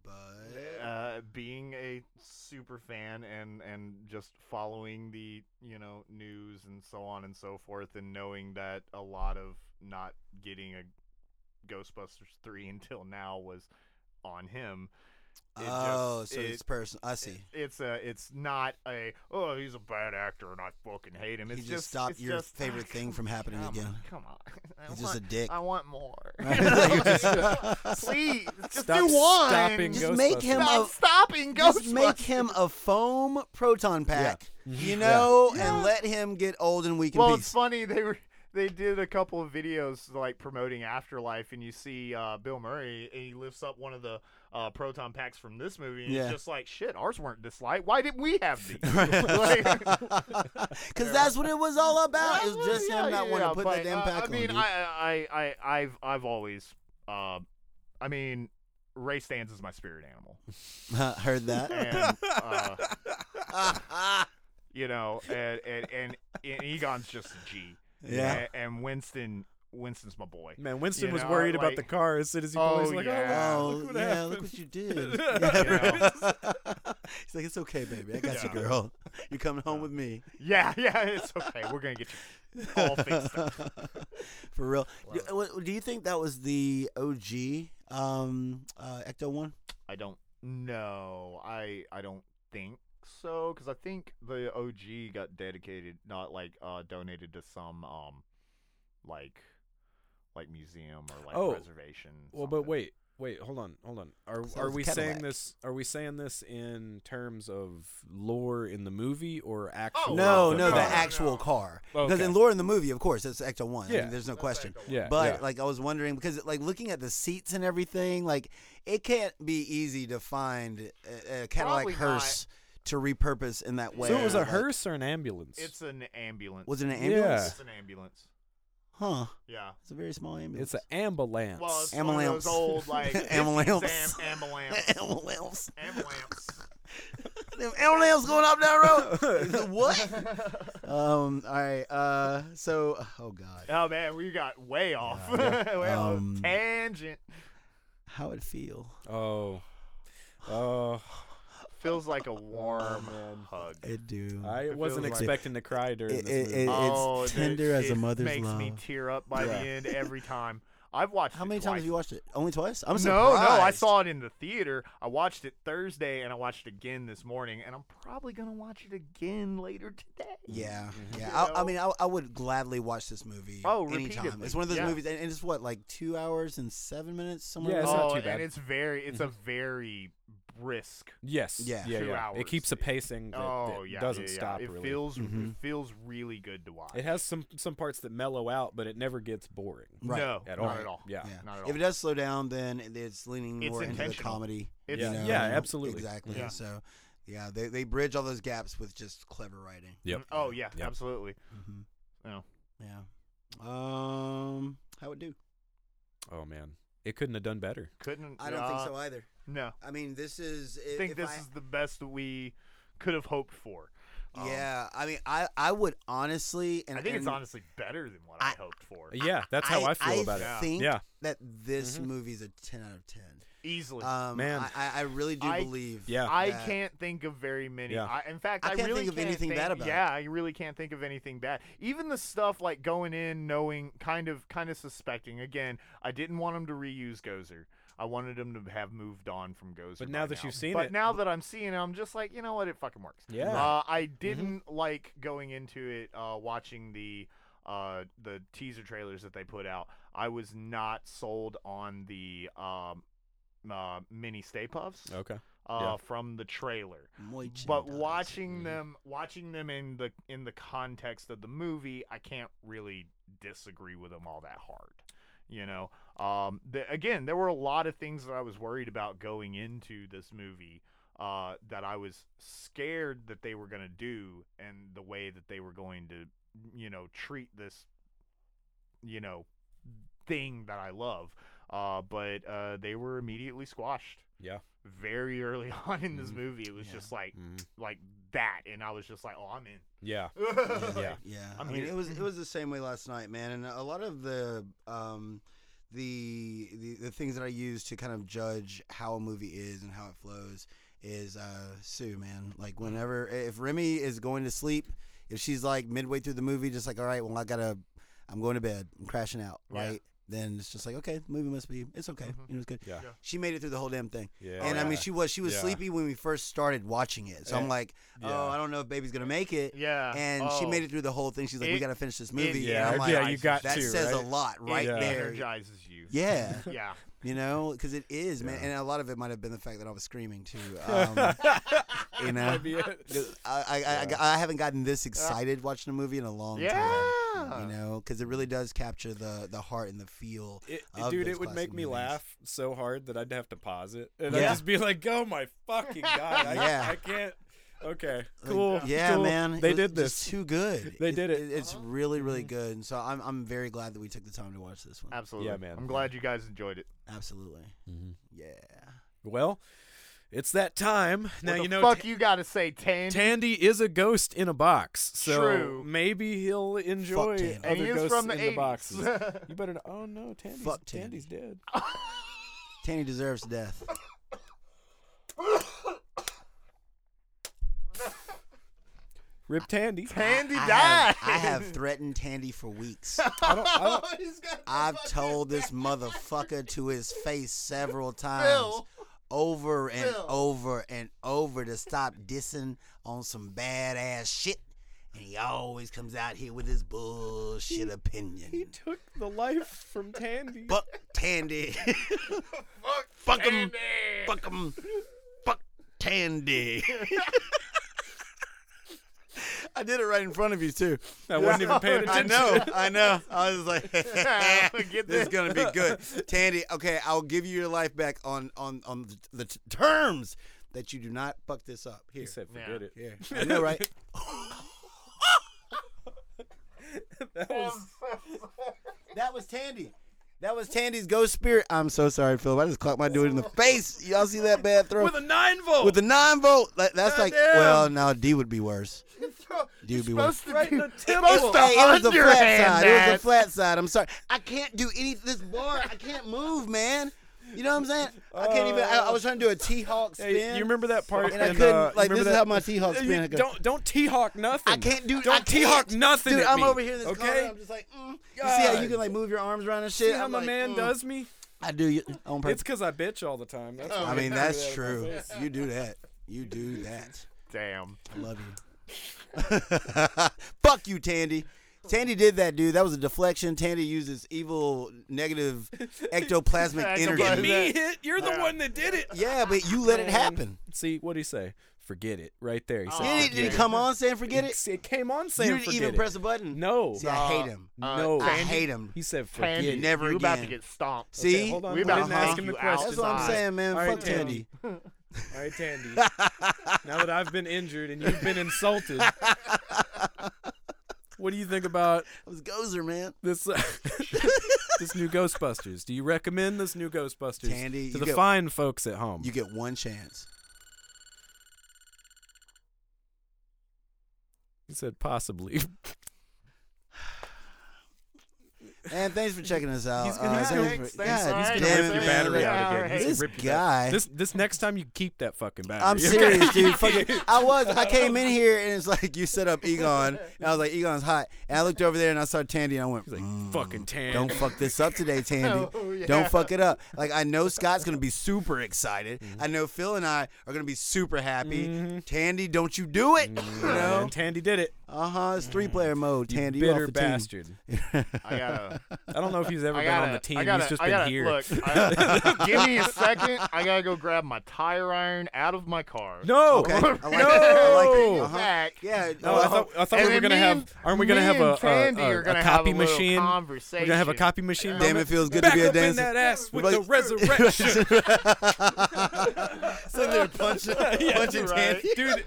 Speaker 2: But
Speaker 3: uh, being a super fan and and just following the you know news and so on and so forth and knowing that a lot of not getting a Ghostbusters three until now was on him. it just-
Speaker 2: oh, so
Speaker 3: it-
Speaker 2: it's personal. I see.
Speaker 3: it- it's a it's not a oh he's a bad actor and I fucking hate him.
Speaker 2: He
Speaker 3: It's
Speaker 2: just stopped
Speaker 3: it's
Speaker 2: your
Speaker 3: just,
Speaker 2: favorite thing from happening
Speaker 3: come
Speaker 2: again.
Speaker 3: On, come on, I
Speaker 2: He's just
Speaker 3: want,
Speaker 2: a dick.
Speaker 3: I want more.
Speaker 2: just
Speaker 3: Please, just
Speaker 1: Stop
Speaker 3: do one.
Speaker 1: stopping
Speaker 2: Just
Speaker 1: Ghostbusters.
Speaker 2: make him
Speaker 3: Stop
Speaker 2: a-
Speaker 3: stopping Ghostbusters.
Speaker 2: make him a foam proton pack,
Speaker 1: Mhm.
Speaker 2: you
Speaker 1: Yeah.
Speaker 2: know,
Speaker 3: Yeah.
Speaker 2: and let him get old and weak in
Speaker 3: well, it's
Speaker 2: peace.
Speaker 3: funny they were they did a couple of videos like promoting Afterlife, and you see uh, Bill Murray, and he lifts up one of the uh, proton packs from this movie, and
Speaker 2: Yeah.
Speaker 3: it's just like, shit, ours weren't this light. Why didn't we have these? like,
Speaker 2: Because that's what it was all about. It was just
Speaker 3: yeah,
Speaker 2: him not
Speaker 3: yeah,
Speaker 2: wanting to put
Speaker 3: but,
Speaker 2: that damn
Speaker 3: uh,
Speaker 2: pack
Speaker 3: I mean,
Speaker 2: on. dude.
Speaker 3: I, I, I, I've, I've always uh, I mean, Ray Stans is my spirit animal,
Speaker 2: Heard that?
Speaker 3: and uh, you know, and and, and and Egon's just a G.
Speaker 2: Yeah.
Speaker 3: A- and Winston, Winston's my boy.
Speaker 1: Man, Winston
Speaker 3: You
Speaker 1: was
Speaker 3: know,
Speaker 1: worried about
Speaker 3: like-
Speaker 1: the car as soon as he
Speaker 3: Oh,
Speaker 1: pulled. He's like,
Speaker 3: yeah.
Speaker 1: oh,
Speaker 2: oh,
Speaker 1: look what
Speaker 2: yeah,
Speaker 1: happened.
Speaker 2: look what you did. Yeah,
Speaker 3: Yeah.
Speaker 2: right. He's like, it's okay, baby. I got you,
Speaker 3: Yeah.
Speaker 2: girl. You're coming home with me.
Speaker 3: Yeah, yeah, it's okay. We're gonna get you all fixed up.
Speaker 2: For real. Do,
Speaker 3: Love
Speaker 2: what- do you think that was the OG um, uh, Ecto one?
Speaker 3: I don't know. I I don't think so because I think the OG got dedicated, not like uh donated to some um like like museum or like
Speaker 1: Oh.
Speaker 3: reservation.
Speaker 1: Well, but
Speaker 3: something.
Speaker 1: wait, wait, hold on, hold on. Are
Speaker 2: So
Speaker 1: are
Speaker 2: it's
Speaker 1: we
Speaker 2: Cadillac.
Speaker 1: saying this? Are we saying this in terms of lore in the movie or actual?
Speaker 2: No,
Speaker 3: the
Speaker 2: no, the
Speaker 3: car.
Speaker 2: actual
Speaker 3: No.
Speaker 2: car.
Speaker 1: Okay.
Speaker 2: Because in lore in the movie, of course, it's Ecto one. I
Speaker 1: Yeah.
Speaker 2: mean, there's no
Speaker 3: That's
Speaker 2: question.
Speaker 3: like the-
Speaker 1: Yeah,
Speaker 2: But
Speaker 1: yeah.
Speaker 2: like I was wondering because like looking at the seats and everything, like it can't be easy to find a, a Cadillac
Speaker 3: Probably
Speaker 2: hearse to repurpose in that way.
Speaker 1: so it was a
Speaker 2: Like,
Speaker 1: hearse or an ambulance?
Speaker 3: It's an ambulance.
Speaker 2: Was it an ambulance?
Speaker 3: It's an ambulance.
Speaker 2: Huh.
Speaker 3: Yeah.
Speaker 2: It's a very small ambulance.
Speaker 1: It's an ambulance.
Speaker 3: Well, it's one of
Speaker 2: Ambulance.
Speaker 3: those old like
Speaker 2: Ambulance.
Speaker 3: Am- ambulance.
Speaker 2: ambulance.
Speaker 3: ambulance.
Speaker 2: Them ambulance going up that road. what? Um. All right. Uh. So. Oh God.
Speaker 3: Oh man, we got way off. way
Speaker 2: Um,
Speaker 3: off tangent.
Speaker 2: How it feel?
Speaker 1: oh, oh,
Speaker 3: Feels like a warm hug.
Speaker 2: Oh, It do.
Speaker 1: I
Speaker 3: It
Speaker 1: wasn't
Speaker 3: feels like-
Speaker 1: expecting to cry during
Speaker 2: It-
Speaker 1: this
Speaker 2: it-
Speaker 1: movie.
Speaker 2: it-
Speaker 3: oh, dude,
Speaker 2: tender as a
Speaker 3: it
Speaker 2: mother's
Speaker 3: makes me
Speaker 2: love.
Speaker 3: tear up by the
Speaker 2: Yeah.
Speaker 3: end every time. I've watched.
Speaker 2: How
Speaker 3: it
Speaker 2: many times
Speaker 3: twice.
Speaker 2: have you watched it? Only twice. I'm
Speaker 3: no,
Speaker 2: surprised.
Speaker 3: no. I saw it in the theater. I watched it Thursday, and I watched it again this morning, and I'm probably gonna watch it again later today.
Speaker 2: Yeah,
Speaker 1: Mm-hmm.
Speaker 2: yeah.
Speaker 3: You
Speaker 2: I, I
Speaker 3: know?
Speaker 2: mean, I, I would gladly watch this movie.
Speaker 3: Oh,
Speaker 2: anytime.
Speaker 3: repeatedly,
Speaker 2: It's one of those
Speaker 3: yeah.
Speaker 2: movies, and, and it's what like two hours and seven minutes somewhere.
Speaker 1: Yeah,
Speaker 2: around
Speaker 1: it's
Speaker 3: oh,
Speaker 1: not too bad. Mm-hmm.
Speaker 3: and it's very, it's a very brisk.
Speaker 1: yes.
Speaker 2: Yeah.
Speaker 1: Yeah.
Speaker 3: Two
Speaker 1: yeah.
Speaker 3: hours.
Speaker 1: It keeps a pacing that,
Speaker 3: oh
Speaker 1: that
Speaker 3: yeah,
Speaker 1: doesn't
Speaker 3: yeah, yeah.
Speaker 1: stop.
Speaker 3: It
Speaker 1: really.
Speaker 3: feels, it
Speaker 2: Mhm.
Speaker 3: feels really good to watch.
Speaker 1: It has some some parts that mellow out, but it never gets boring
Speaker 2: Right.
Speaker 3: Oh, No,
Speaker 1: at all.
Speaker 3: not at all.
Speaker 1: Yeah.
Speaker 2: Yeah.
Speaker 3: Not at
Speaker 2: If
Speaker 3: all.
Speaker 2: it does slow down, then it- it's leaning
Speaker 3: It's
Speaker 2: more into the
Speaker 3: intentional.
Speaker 2: comedy.
Speaker 3: It's-
Speaker 2: you
Speaker 1: Yeah.
Speaker 2: know,
Speaker 1: Yeah,
Speaker 2: and-
Speaker 1: absolutely.
Speaker 2: Exactly.
Speaker 3: Yeah.
Speaker 2: So, yeah, they, they bridge all those gaps with just clever writing.
Speaker 1: Yep.
Speaker 3: Oh yeah,
Speaker 1: Yep.
Speaker 3: absolutely.
Speaker 2: Mm-hmm.
Speaker 3: Yeah.
Speaker 2: Yeah. Um, how would do?
Speaker 1: Oh man, it couldn't have done better.
Speaker 3: Couldn't.
Speaker 2: I don't think
Speaker 3: uh,
Speaker 2: so either.
Speaker 3: No.
Speaker 2: I mean, this is.
Speaker 3: I
Speaker 2: i-
Speaker 3: think
Speaker 2: if
Speaker 3: this
Speaker 2: I-
Speaker 3: is the best that we could have hoped for. Um,
Speaker 2: Yeah, I mean, I I would honestly, and
Speaker 3: I think it's
Speaker 2: and
Speaker 3: honestly better than what I,
Speaker 2: I-
Speaker 3: hoped for.
Speaker 1: Yeah, that's how I, feel about
Speaker 3: Yeah.
Speaker 1: it.
Speaker 2: think
Speaker 1: Yeah.
Speaker 2: that this
Speaker 1: Mhm.
Speaker 2: movie's a ten out of ten.
Speaker 3: Easily.
Speaker 2: Um,
Speaker 1: Man.
Speaker 2: I- I, I really do
Speaker 3: I-
Speaker 2: believe.
Speaker 1: Yeah.
Speaker 3: I
Speaker 2: that-
Speaker 3: can't think of very many.
Speaker 1: Yeah.
Speaker 3: I, in fact,
Speaker 2: I
Speaker 3: I,
Speaker 2: can't
Speaker 3: really
Speaker 2: think of
Speaker 3: can't
Speaker 2: anything
Speaker 3: think-
Speaker 2: bad about it.
Speaker 3: Yeah, I really can't think of anything bad. Even the stuff like going in, knowing, kind of, kind of suspecting. Again, I didn't want him to reuse Gozer. I wanted him to have moved on from Gozer.
Speaker 1: But
Speaker 3: by
Speaker 1: now that you've seen
Speaker 3: but
Speaker 1: it-
Speaker 3: now that I'm seeing it, I'm just like, you know what? It fucking works.
Speaker 1: Yeah. Mm-hmm.
Speaker 3: Uh, I didn't like going into it, uh, watching the. Uh, the teaser trailers that they put out, I was not sold on the um, uh, mini Stay Puffs
Speaker 1: Okay.
Speaker 3: uh,
Speaker 1: Yeah.
Speaker 3: from the trailer
Speaker 2: Moichin
Speaker 3: but
Speaker 2: does.
Speaker 3: watching
Speaker 1: Mhm.
Speaker 3: them watching them in the in the context of the movie i can't really disagree with them all that hard you know um the, again there were a lot of things that i was worried about going into this movie uh that i was scared that they were going to do and the way that they were going to you know treat this you know thing that i love uh but uh they were immediately squashed
Speaker 1: Yeah.
Speaker 3: very early on in this
Speaker 2: Mhm.
Speaker 3: movie it was
Speaker 2: Yeah.
Speaker 3: just like
Speaker 1: Mhm.
Speaker 2: Mm-hmm.
Speaker 3: like that, and I was just like, "Oh, I'm in."
Speaker 1: Yeah.
Speaker 2: Yeah,
Speaker 1: Yeah. mm-hmm.
Speaker 2: yeah. i
Speaker 3: I'm
Speaker 2: mean,
Speaker 3: here.
Speaker 2: it was it was the same way last night, man. And a lot of the um, the the, the things that I use to kind of judge how a movie is and how it flows is uh, Sue, man. Like
Speaker 1: Mm-hmm.
Speaker 2: whenever if Remy is going to sleep, if she's like midway through the movie, just like, all right, well, I gotta, I'm going to bed, I'm crashing out,
Speaker 3: Yeah.
Speaker 2: right? Then it's just like, okay, the movie must be, it's okay,
Speaker 3: Mhm.
Speaker 2: you know, it's good.
Speaker 1: Mm-hmm. Yeah.
Speaker 3: Yeah.
Speaker 2: She made it through the whole damn thing.
Speaker 1: Yeah.
Speaker 2: and I mean,
Speaker 1: yeah.
Speaker 2: she was she was
Speaker 1: Yeah.
Speaker 2: sleepy when we first started watching it. So I'm
Speaker 1: Eh,
Speaker 2: like, oh,
Speaker 1: yeah.
Speaker 2: I don't know if baby's gonna make it.
Speaker 3: Yeah, Oh.
Speaker 2: And she made it throrough the whole thing. She's like, we
Speaker 3: It-
Speaker 2: gotta finish this movie.
Speaker 1: yeah,
Speaker 2: and I'm like,
Speaker 1: yeah, you got
Speaker 2: that
Speaker 1: to,
Speaker 2: says
Speaker 1: right?
Speaker 2: a lot right
Speaker 1: Yeah.
Speaker 2: there.
Speaker 3: energizes you.
Speaker 2: Yeah,
Speaker 3: yeah.
Speaker 2: you know, because it is, man.
Speaker 1: Yeah.
Speaker 2: And a lot of it might have been the fact that I was screaming too. Um, you know,
Speaker 1: Might be it.
Speaker 2: 'Cause I, I, I, I haven't gotten this excited watching a movie in a long
Speaker 3: Yeah.
Speaker 2: time. You know, because it really does capture the the heart and the feel.
Speaker 1: It-
Speaker 2: of
Speaker 1: dude,
Speaker 2: those
Speaker 1: it would
Speaker 2: classic
Speaker 1: make me
Speaker 2: movies.
Speaker 1: laugh so hard that I'd have to pause it, and
Speaker 2: Yeah.
Speaker 1: I'd just be like, "Oh my fucking god, I,
Speaker 2: Yeah.
Speaker 1: I can't, Okay.
Speaker 2: Like,
Speaker 1: Cool.
Speaker 2: yeah,
Speaker 1: cool.
Speaker 2: man.
Speaker 1: They
Speaker 2: it was
Speaker 1: did
Speaker 2: just
Speaker 1: this.
Speaker 2: too good.
Speaker 1: They did it.
Speaker 2: It's really,
Speaker 3: Mm-hmm.
Speaker 2: really good. And so I'm, I'm very glad that we took the time to watch this one.
Speaker 3: Absolutely.
Speaker 1: Yeah, man.
Speaker 3: I'm glad you guys enjoyed it.
Speaker 2: Absolutely.
Speaker 1: Mhm.
Speaker 2: Yeah.
Speaker 1: Well, it's that time. now
Speaker 3: what the
Speaker 1: you know
Speaker 3: fuck
Speaker 1: Ta-
Speaker 3: you gotta say, Tandy.
Speaker 1: Tandy is a ghost in a box. So
Speaker 3: True.
Speaker 1: maybe he'll enjoy
Speaker 2: Tandy.
Speaker 1: other
Speaker 3: and he is
Speaker 1: ghosts
Speaker 3: from the
Speaker 1: in
Speaker 3: 80s.
Speaker 1: the boxes. you better not. Oh no, Tandy's,
Speaker 2: Fuck Tandy.
Speaker 1: Tandy's dead.
Speaker 2: Tanny deserves death.
Speaker 1: Rip Tandy.
Speaker 3: Tandy
Speaker 2: I
Speaker 3: died.
Speaker 2: have,
Speaker 3: Oh,
Speaker 2: I have threatened Tandy for weeks.
Speaker 1: I don't, I don't,
Speaker 3: He's got
Speaker 2: I've told this motherfucker to his face several times.
Speaker 3: Phil.
Speaker 2: Over and
Speaker 3: Phil.
Speaker 2: over and over to stop dissing on some badass shit. And he always comes out here with his bullshit
Speaker 1: he
Speaker 2: opinion.
Speaker 1: took the life from Tandy.
Speaker 2: Fuck Tandy. Fuck him. Fuck him. Fuck Tandy. I did it right in front of you, too.
Speaker 1: I wasn't even paying
Speaker 3: I
Speaker 1: attention.
Speaker 2: I know. I was like,
Speaker 3: Get
Speaker 2: this is
Speaker 3: this.
Speaker 2: gonna be good, Tandy. Okay, I'll give you your life back on on on the, the t- terms that you do not fuck this up. Here,
Speaker 1: He said, "Forget it."
Speaker 2: here. I know, right?
Speaker 1: That was
Speaker 2: that was Tandy. That was Tandy's ghost spirit. I'm so sorry, Phil. I just clocked my dude in the face. Y'all see that bad throw
Speaker 1: with a nine volt.
Speaker 2: with the nine volt? That- That's like,
Speaker 1: Goddamn.
Speaker 2: well, no, D would be worse. D would be worse.
Speaker 3: Supposed to
Speaker 1: right in
Speaker 3: do-
Speaker 1: the temple.
Speaker 3: Supposed to
Speaker 2: Hey, it was a flat
Speaker 3: underhand
Speaker 2: side. It was a
Speaker 3: that.
Speaker 2: flat side. I'm sorry. I can't do any this bar. I can't move, man. You know what I'm saying? I can't even. I, I was trying to do a T-Hawk spin.
Speaker 1: Hey, you remember that part?
Speaker 2: And I
Speaker 1: in,
Speaker 2: couldn't.
Speaker 1: uh,
Speaker 2: like
Speaker 1: remember
Speaker 2: this is
Speaker 1: that-
Speaker 2: how my T-Hawk
Speaker 1: You
Speaker 2: spin. I, could-
Speaker 1: don't don't t-hawk nothing.
Speaker 2: I can't do. I
Speaker 1: Don't
Speaker 2: can't.
Speaker 1: t-hawk nothing.
Speaker 2: Dude,
Speaker 1: at
Speaker 2: I'm
Speaker 1: me,
Speaker 2: over here in this corner,
Speaker 1: okay.
Speaker 2: I'm just like, mm. you see how you
Speaker 1: God.
Speaker 2: can like move your arms around and
Speaker 1: See
Speaker 2: shit.
Speaker 1: how
Speaker 2: I'm
Speaker 1: my
Speaker 2: like,
Speaker 1: man
Speaker 2: mm.
Speaker 1: does me?
Speaker 2: I do you on purpose.
Speaker 1: It's because I bitch all the time. That's why
Speaker 2: I
Speaker 1: they
Speaker 2: mean,
Speaker 1: do
Speaker 2: that's
Speaker 1: that with my
Speaker 2: true.
Speaker 1: face.
Speaker 2: You do that. You do that.
Speaker 3: Damn.
Speaker 2: I love you. Fuck you, Tandy. Tandy did that, dude. That was a deflection. Tandy used his evil, negative, ectoplasmic
Speaker 1: Get
Speaker 3: Ectoplasm.
Speaker 2: energy.
Speaker 1: me hit. You're the one that did it.
Speaker 2: Yeah, but you let it happen.
Speaker 1: See what would he say? Forget it. Right there. He said,
Speaker 3: Oh,
Speaker 2: Did he, did he
Speaker 1: "Forget
Speaker 2: come on saying forget it?
Speaker 1: It It came on saying
Speaker 2: you didn't
Speaker 1: forget
Speaker 2: even
Speaker 1: it.
Speaker 2: press a button.
Speaker 1: No.
Speaker 2: See, I hate him.
Speaker 3: Uh,
Speaker 1: No.
Speaker 2: I
Speaker 3: Tandy-
Speaker 2: hate him.
Speaker 1: He said forget
Speaker 3: Tandy,
Speaker 1: it.
Speaker 2: never
Speaker 3: you about to
Speaker 2: again.
Speaker 3: get stomped.
Speaker 2: See?
Speaker 1: Okay, hold on.
Speaker 3: We
Speaker 1: I
Speaker 3: about
Speaker 1: didn't
Speaker 2: to
Speaker 1: ask
Speaker 2: knock
Speaker 1: him the
Speaker 3: you out
Speaker 1: question.
Speaker 2: That's what I'm
Speaker 3: Fine.
Speaker 2: saying, man.
Speaker 1: All right,
Speaker 2: Fuck Tandy.
Speaker 1: Tandy. All right, Tandy. now that I've been injured and you've been insulted, what do you think about
Speaker 2: I was Gozer, man.
Speaker 1: this uh, this new Ghostbusters? Do you recommend this new Ghostbusters
Speaker 2: Tandy,
Speaker 1: to
Speaker 2: you
Speaker 1: the
Speaker 2: get-
Speaker 1: fine folks at home?
Speaker 2: You get one chance.
Speaker 1: He said possibly.
Speaker 2: And thanks for checking us out.
Speaker 1: He's gonna-
Speaker 2: Uh,
Speaker 1: thanks, thanks.
Speaker 2: for- God
Speaker 1: He's
Speaker 3: Alright,
Speaker 1: gonna
Speaker 2: damn
Speaker 1: rip
Speaker 2: it,
Speaker 1: your
Speaker 2: man.
Speaker 1: battery out
Speaker 3: Yeah,
Speaker 1: again. He's
Speaker 2: This
Speaker 1: gonna rip your battery.
Speaker 2: guy.
Speaker 1: This this next time you keep that fucking battery.
Speaker 2: I'm
Speaker 1: okay?
Speaker 2: serious, dude. Fucking, I was. I came in here and it's like you set up Egon, and I was like, Egon's hot. And I looked over there and I saw Tandy, and I went,
Speaker 1: He's like
Speaker 2: "Mm,
Speaker 1: fucking Tandy.
Speaker 2: Don't fuck this up today, Tandy.
Speaker 3: Oh, yeah.
Speaker 2: Don't fuck it up. Like I know Scott's gonna be super excited.
Speaker 1: Mm-hmm.
Speaker 2: I know Phil and I are gonna be super happy. Tandy, don't you do it. You know.
Speaker 1: And Tandy did it.
Speaker 2: Uh huh. It's three player mode.
Speaker 1: Mm-hmm. You
Speaker 2: Tandy,
Speaker 1: bitter
Speaker 2: off the team.
Speaker 1: bastard.
Speaker 3: I gotta.
Speaker 1: I don't know if he's ever
Speaker 3: I
Speaker 1: been
Speaker 3: gotta,
Speaker 1: on the team.
Speaker 3: I gotta,
Speaker 1: he's just
Speaker 3: I
Speaker 1: been
Speaker 3: gotta,
Speaker 1: here.
Speaker 3: Look, I, give me a second. I gotta go grab my tire iron out of my car.
Speaker 1: No.
Speaker 2: Oh, Okay. I like
Speaker 1: no.
Speaker 2: it. I like it.
Speaker 3: Go
Speaker 2: Uh-huh.
Speaker 3: back.
Speaker 2: Yeah.
Speaker 1: No, I thought, I thought we
Speaker 3: And
Speaker 1: were
Speaker 3: then
Speaker 1: gonna
Speaker 3: me
Speaker 1: have.
Speaker 3: and-
Speaker 1: aren't we gonna
Speaker 3: me
Speaker 1: have
Speaker 3: and
Speaker 1: a,
Speaker 3: Tandy
Speaker 1: a,
Speaker 3: are
Speaker 1: a,
Speaker 3: gonna
Speaker 1: a
Speaker 3: have a
Speaker 1: copy
Speaker 3: little
Speaker 1: machine? We're
Speaker 3: conversation.
Speaker 1: gonna have a copy machine.
Speaker 2: Damn,
Speaker 1: moment?
Speaker 2: it feels good
Speaker 1: Back
Speaker 2: to be a
Speaker 1: up in
Speaker 2: dancer.
Speaker 1: that ass with
Speaker 2: Like-
Speaker 1: the resurrection,
Speaker 2: Sitting there punching, punching
Speaker 3: right.
Speaker 2: Tandy.
Speaker 1: dude.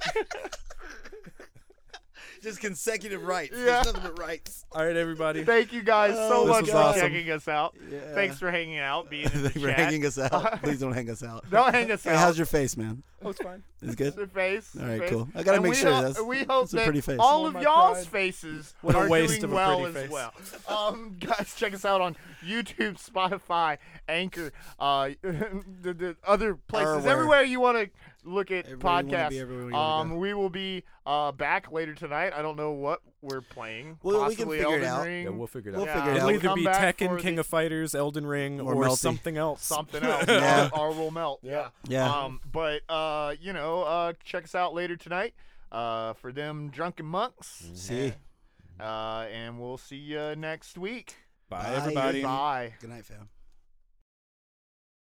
Speaker 2: Just consecutive rights.
Speaker 3: Yeah.
Speaker 2: There's nothing but rights.
Speaker 1: All right, everybody.
Speaker 3: Thank you guys
Speaker 2: Oh,
Speaker 3: so
Speaker 1: This
Speaker 3: much
Speaker 1: was
Speaker 3: for
Speaker 1: awesome.
Speaker 3: checking us out.
Speaker 2: Yeah.
Speaker 3: Thanks for hanging out, being in the
Speaker 2: Thanks for
Speaker 3: chat.
Speaker 2: hanging us out. Please don't hang us out.
Speaker 3: Don't hang us
Speaker 2: Hey,
Speaker 3: out.
Speaker 2: how's your face, man?
Speaker 1: Oh, it's fine.
Speaker 2: Is it good?
Speaker 3: Your face.
Speaker 2: All right,
Speaker 3: face.
Speaker 2: cool. I gotta
Speaker 3: And
Speaker 2: make
Speaker 3: we
Speaker 2: sure
Speaker 3: hope-
Speaker 2: that's-
Speaker 3: we hope
Speaker 2: that's a
Speaker 3: that
Speaker 2: pretty face.
Speaker 1: More
Speaker 3: all of
Speaker 1: my
Speaker 3: y'all's
Speaker 1: pride.
Speaker 3: faces
Speaker 1: What a
Speaker 3: are
Speaker 1: waste
Speaker 3: doing
Speaker 1: of a
Speaker 3: well
Speaker 1: pretty
Speaker 3: as
Speaker 1: face.
Speaker 3: well. Um, guys, check us out on YouTube, Spotify, Anchor, uh, the, the other places,
Speaker 2: Everywhere.
Speaker 3: everywhere you want to look at
Speaker 2: Everywhere you wanna be, everywhere
Speaker 3: podcasts.
Speaker 2: you wanna
Speaker 3: um, we will be uh back later tonight. I don't know what we're playing.
Speaker 2: Well, we can
Speaker 3: Possibly
Speaker 2: figure it
Speaker 3: Elden
Speaker 2: out.
Speaker 1: Yeah,
Speaker 3: Ring,
Speaker 1: we'll figure it
Speaker 2: We'll
Speaker 1: out.
Speaker 2: figure it
Speaker 1: It'll
Speaker 2: out.
Speaker 1: either
Speaker 3: Come
Speaker 1: be
Speaker 3: back
Speaker 1: Tekken,
Speaker 3: for
Speaker 1: King
Speaker 3: the-
Speaker 1: of Fighters, Elden Ring,
Speaker 2: Or
Speaker 1: or,
Speaker 2: Melty.
Speaker 1: something else.
Speaker 3: something else.
Speaker 2: Yeah.
Speaker 3: Or, or will melt. Yeah.
Speaker 2: Yeah.
Speaker 3: Um, but uh, you know, uh, check us out later tonight. Uh, for them drunken monks.
Speaker 2: See.
Speaker 3: Mm-hmm. Uh, and we'll see you next week.
Speaker 1: Bye,
Speaker 2: Bye,
Speaker 1: everybody.
Speaker 2: everybody.
Speaker 3: Bye.
Speaker 2: Good night, fam.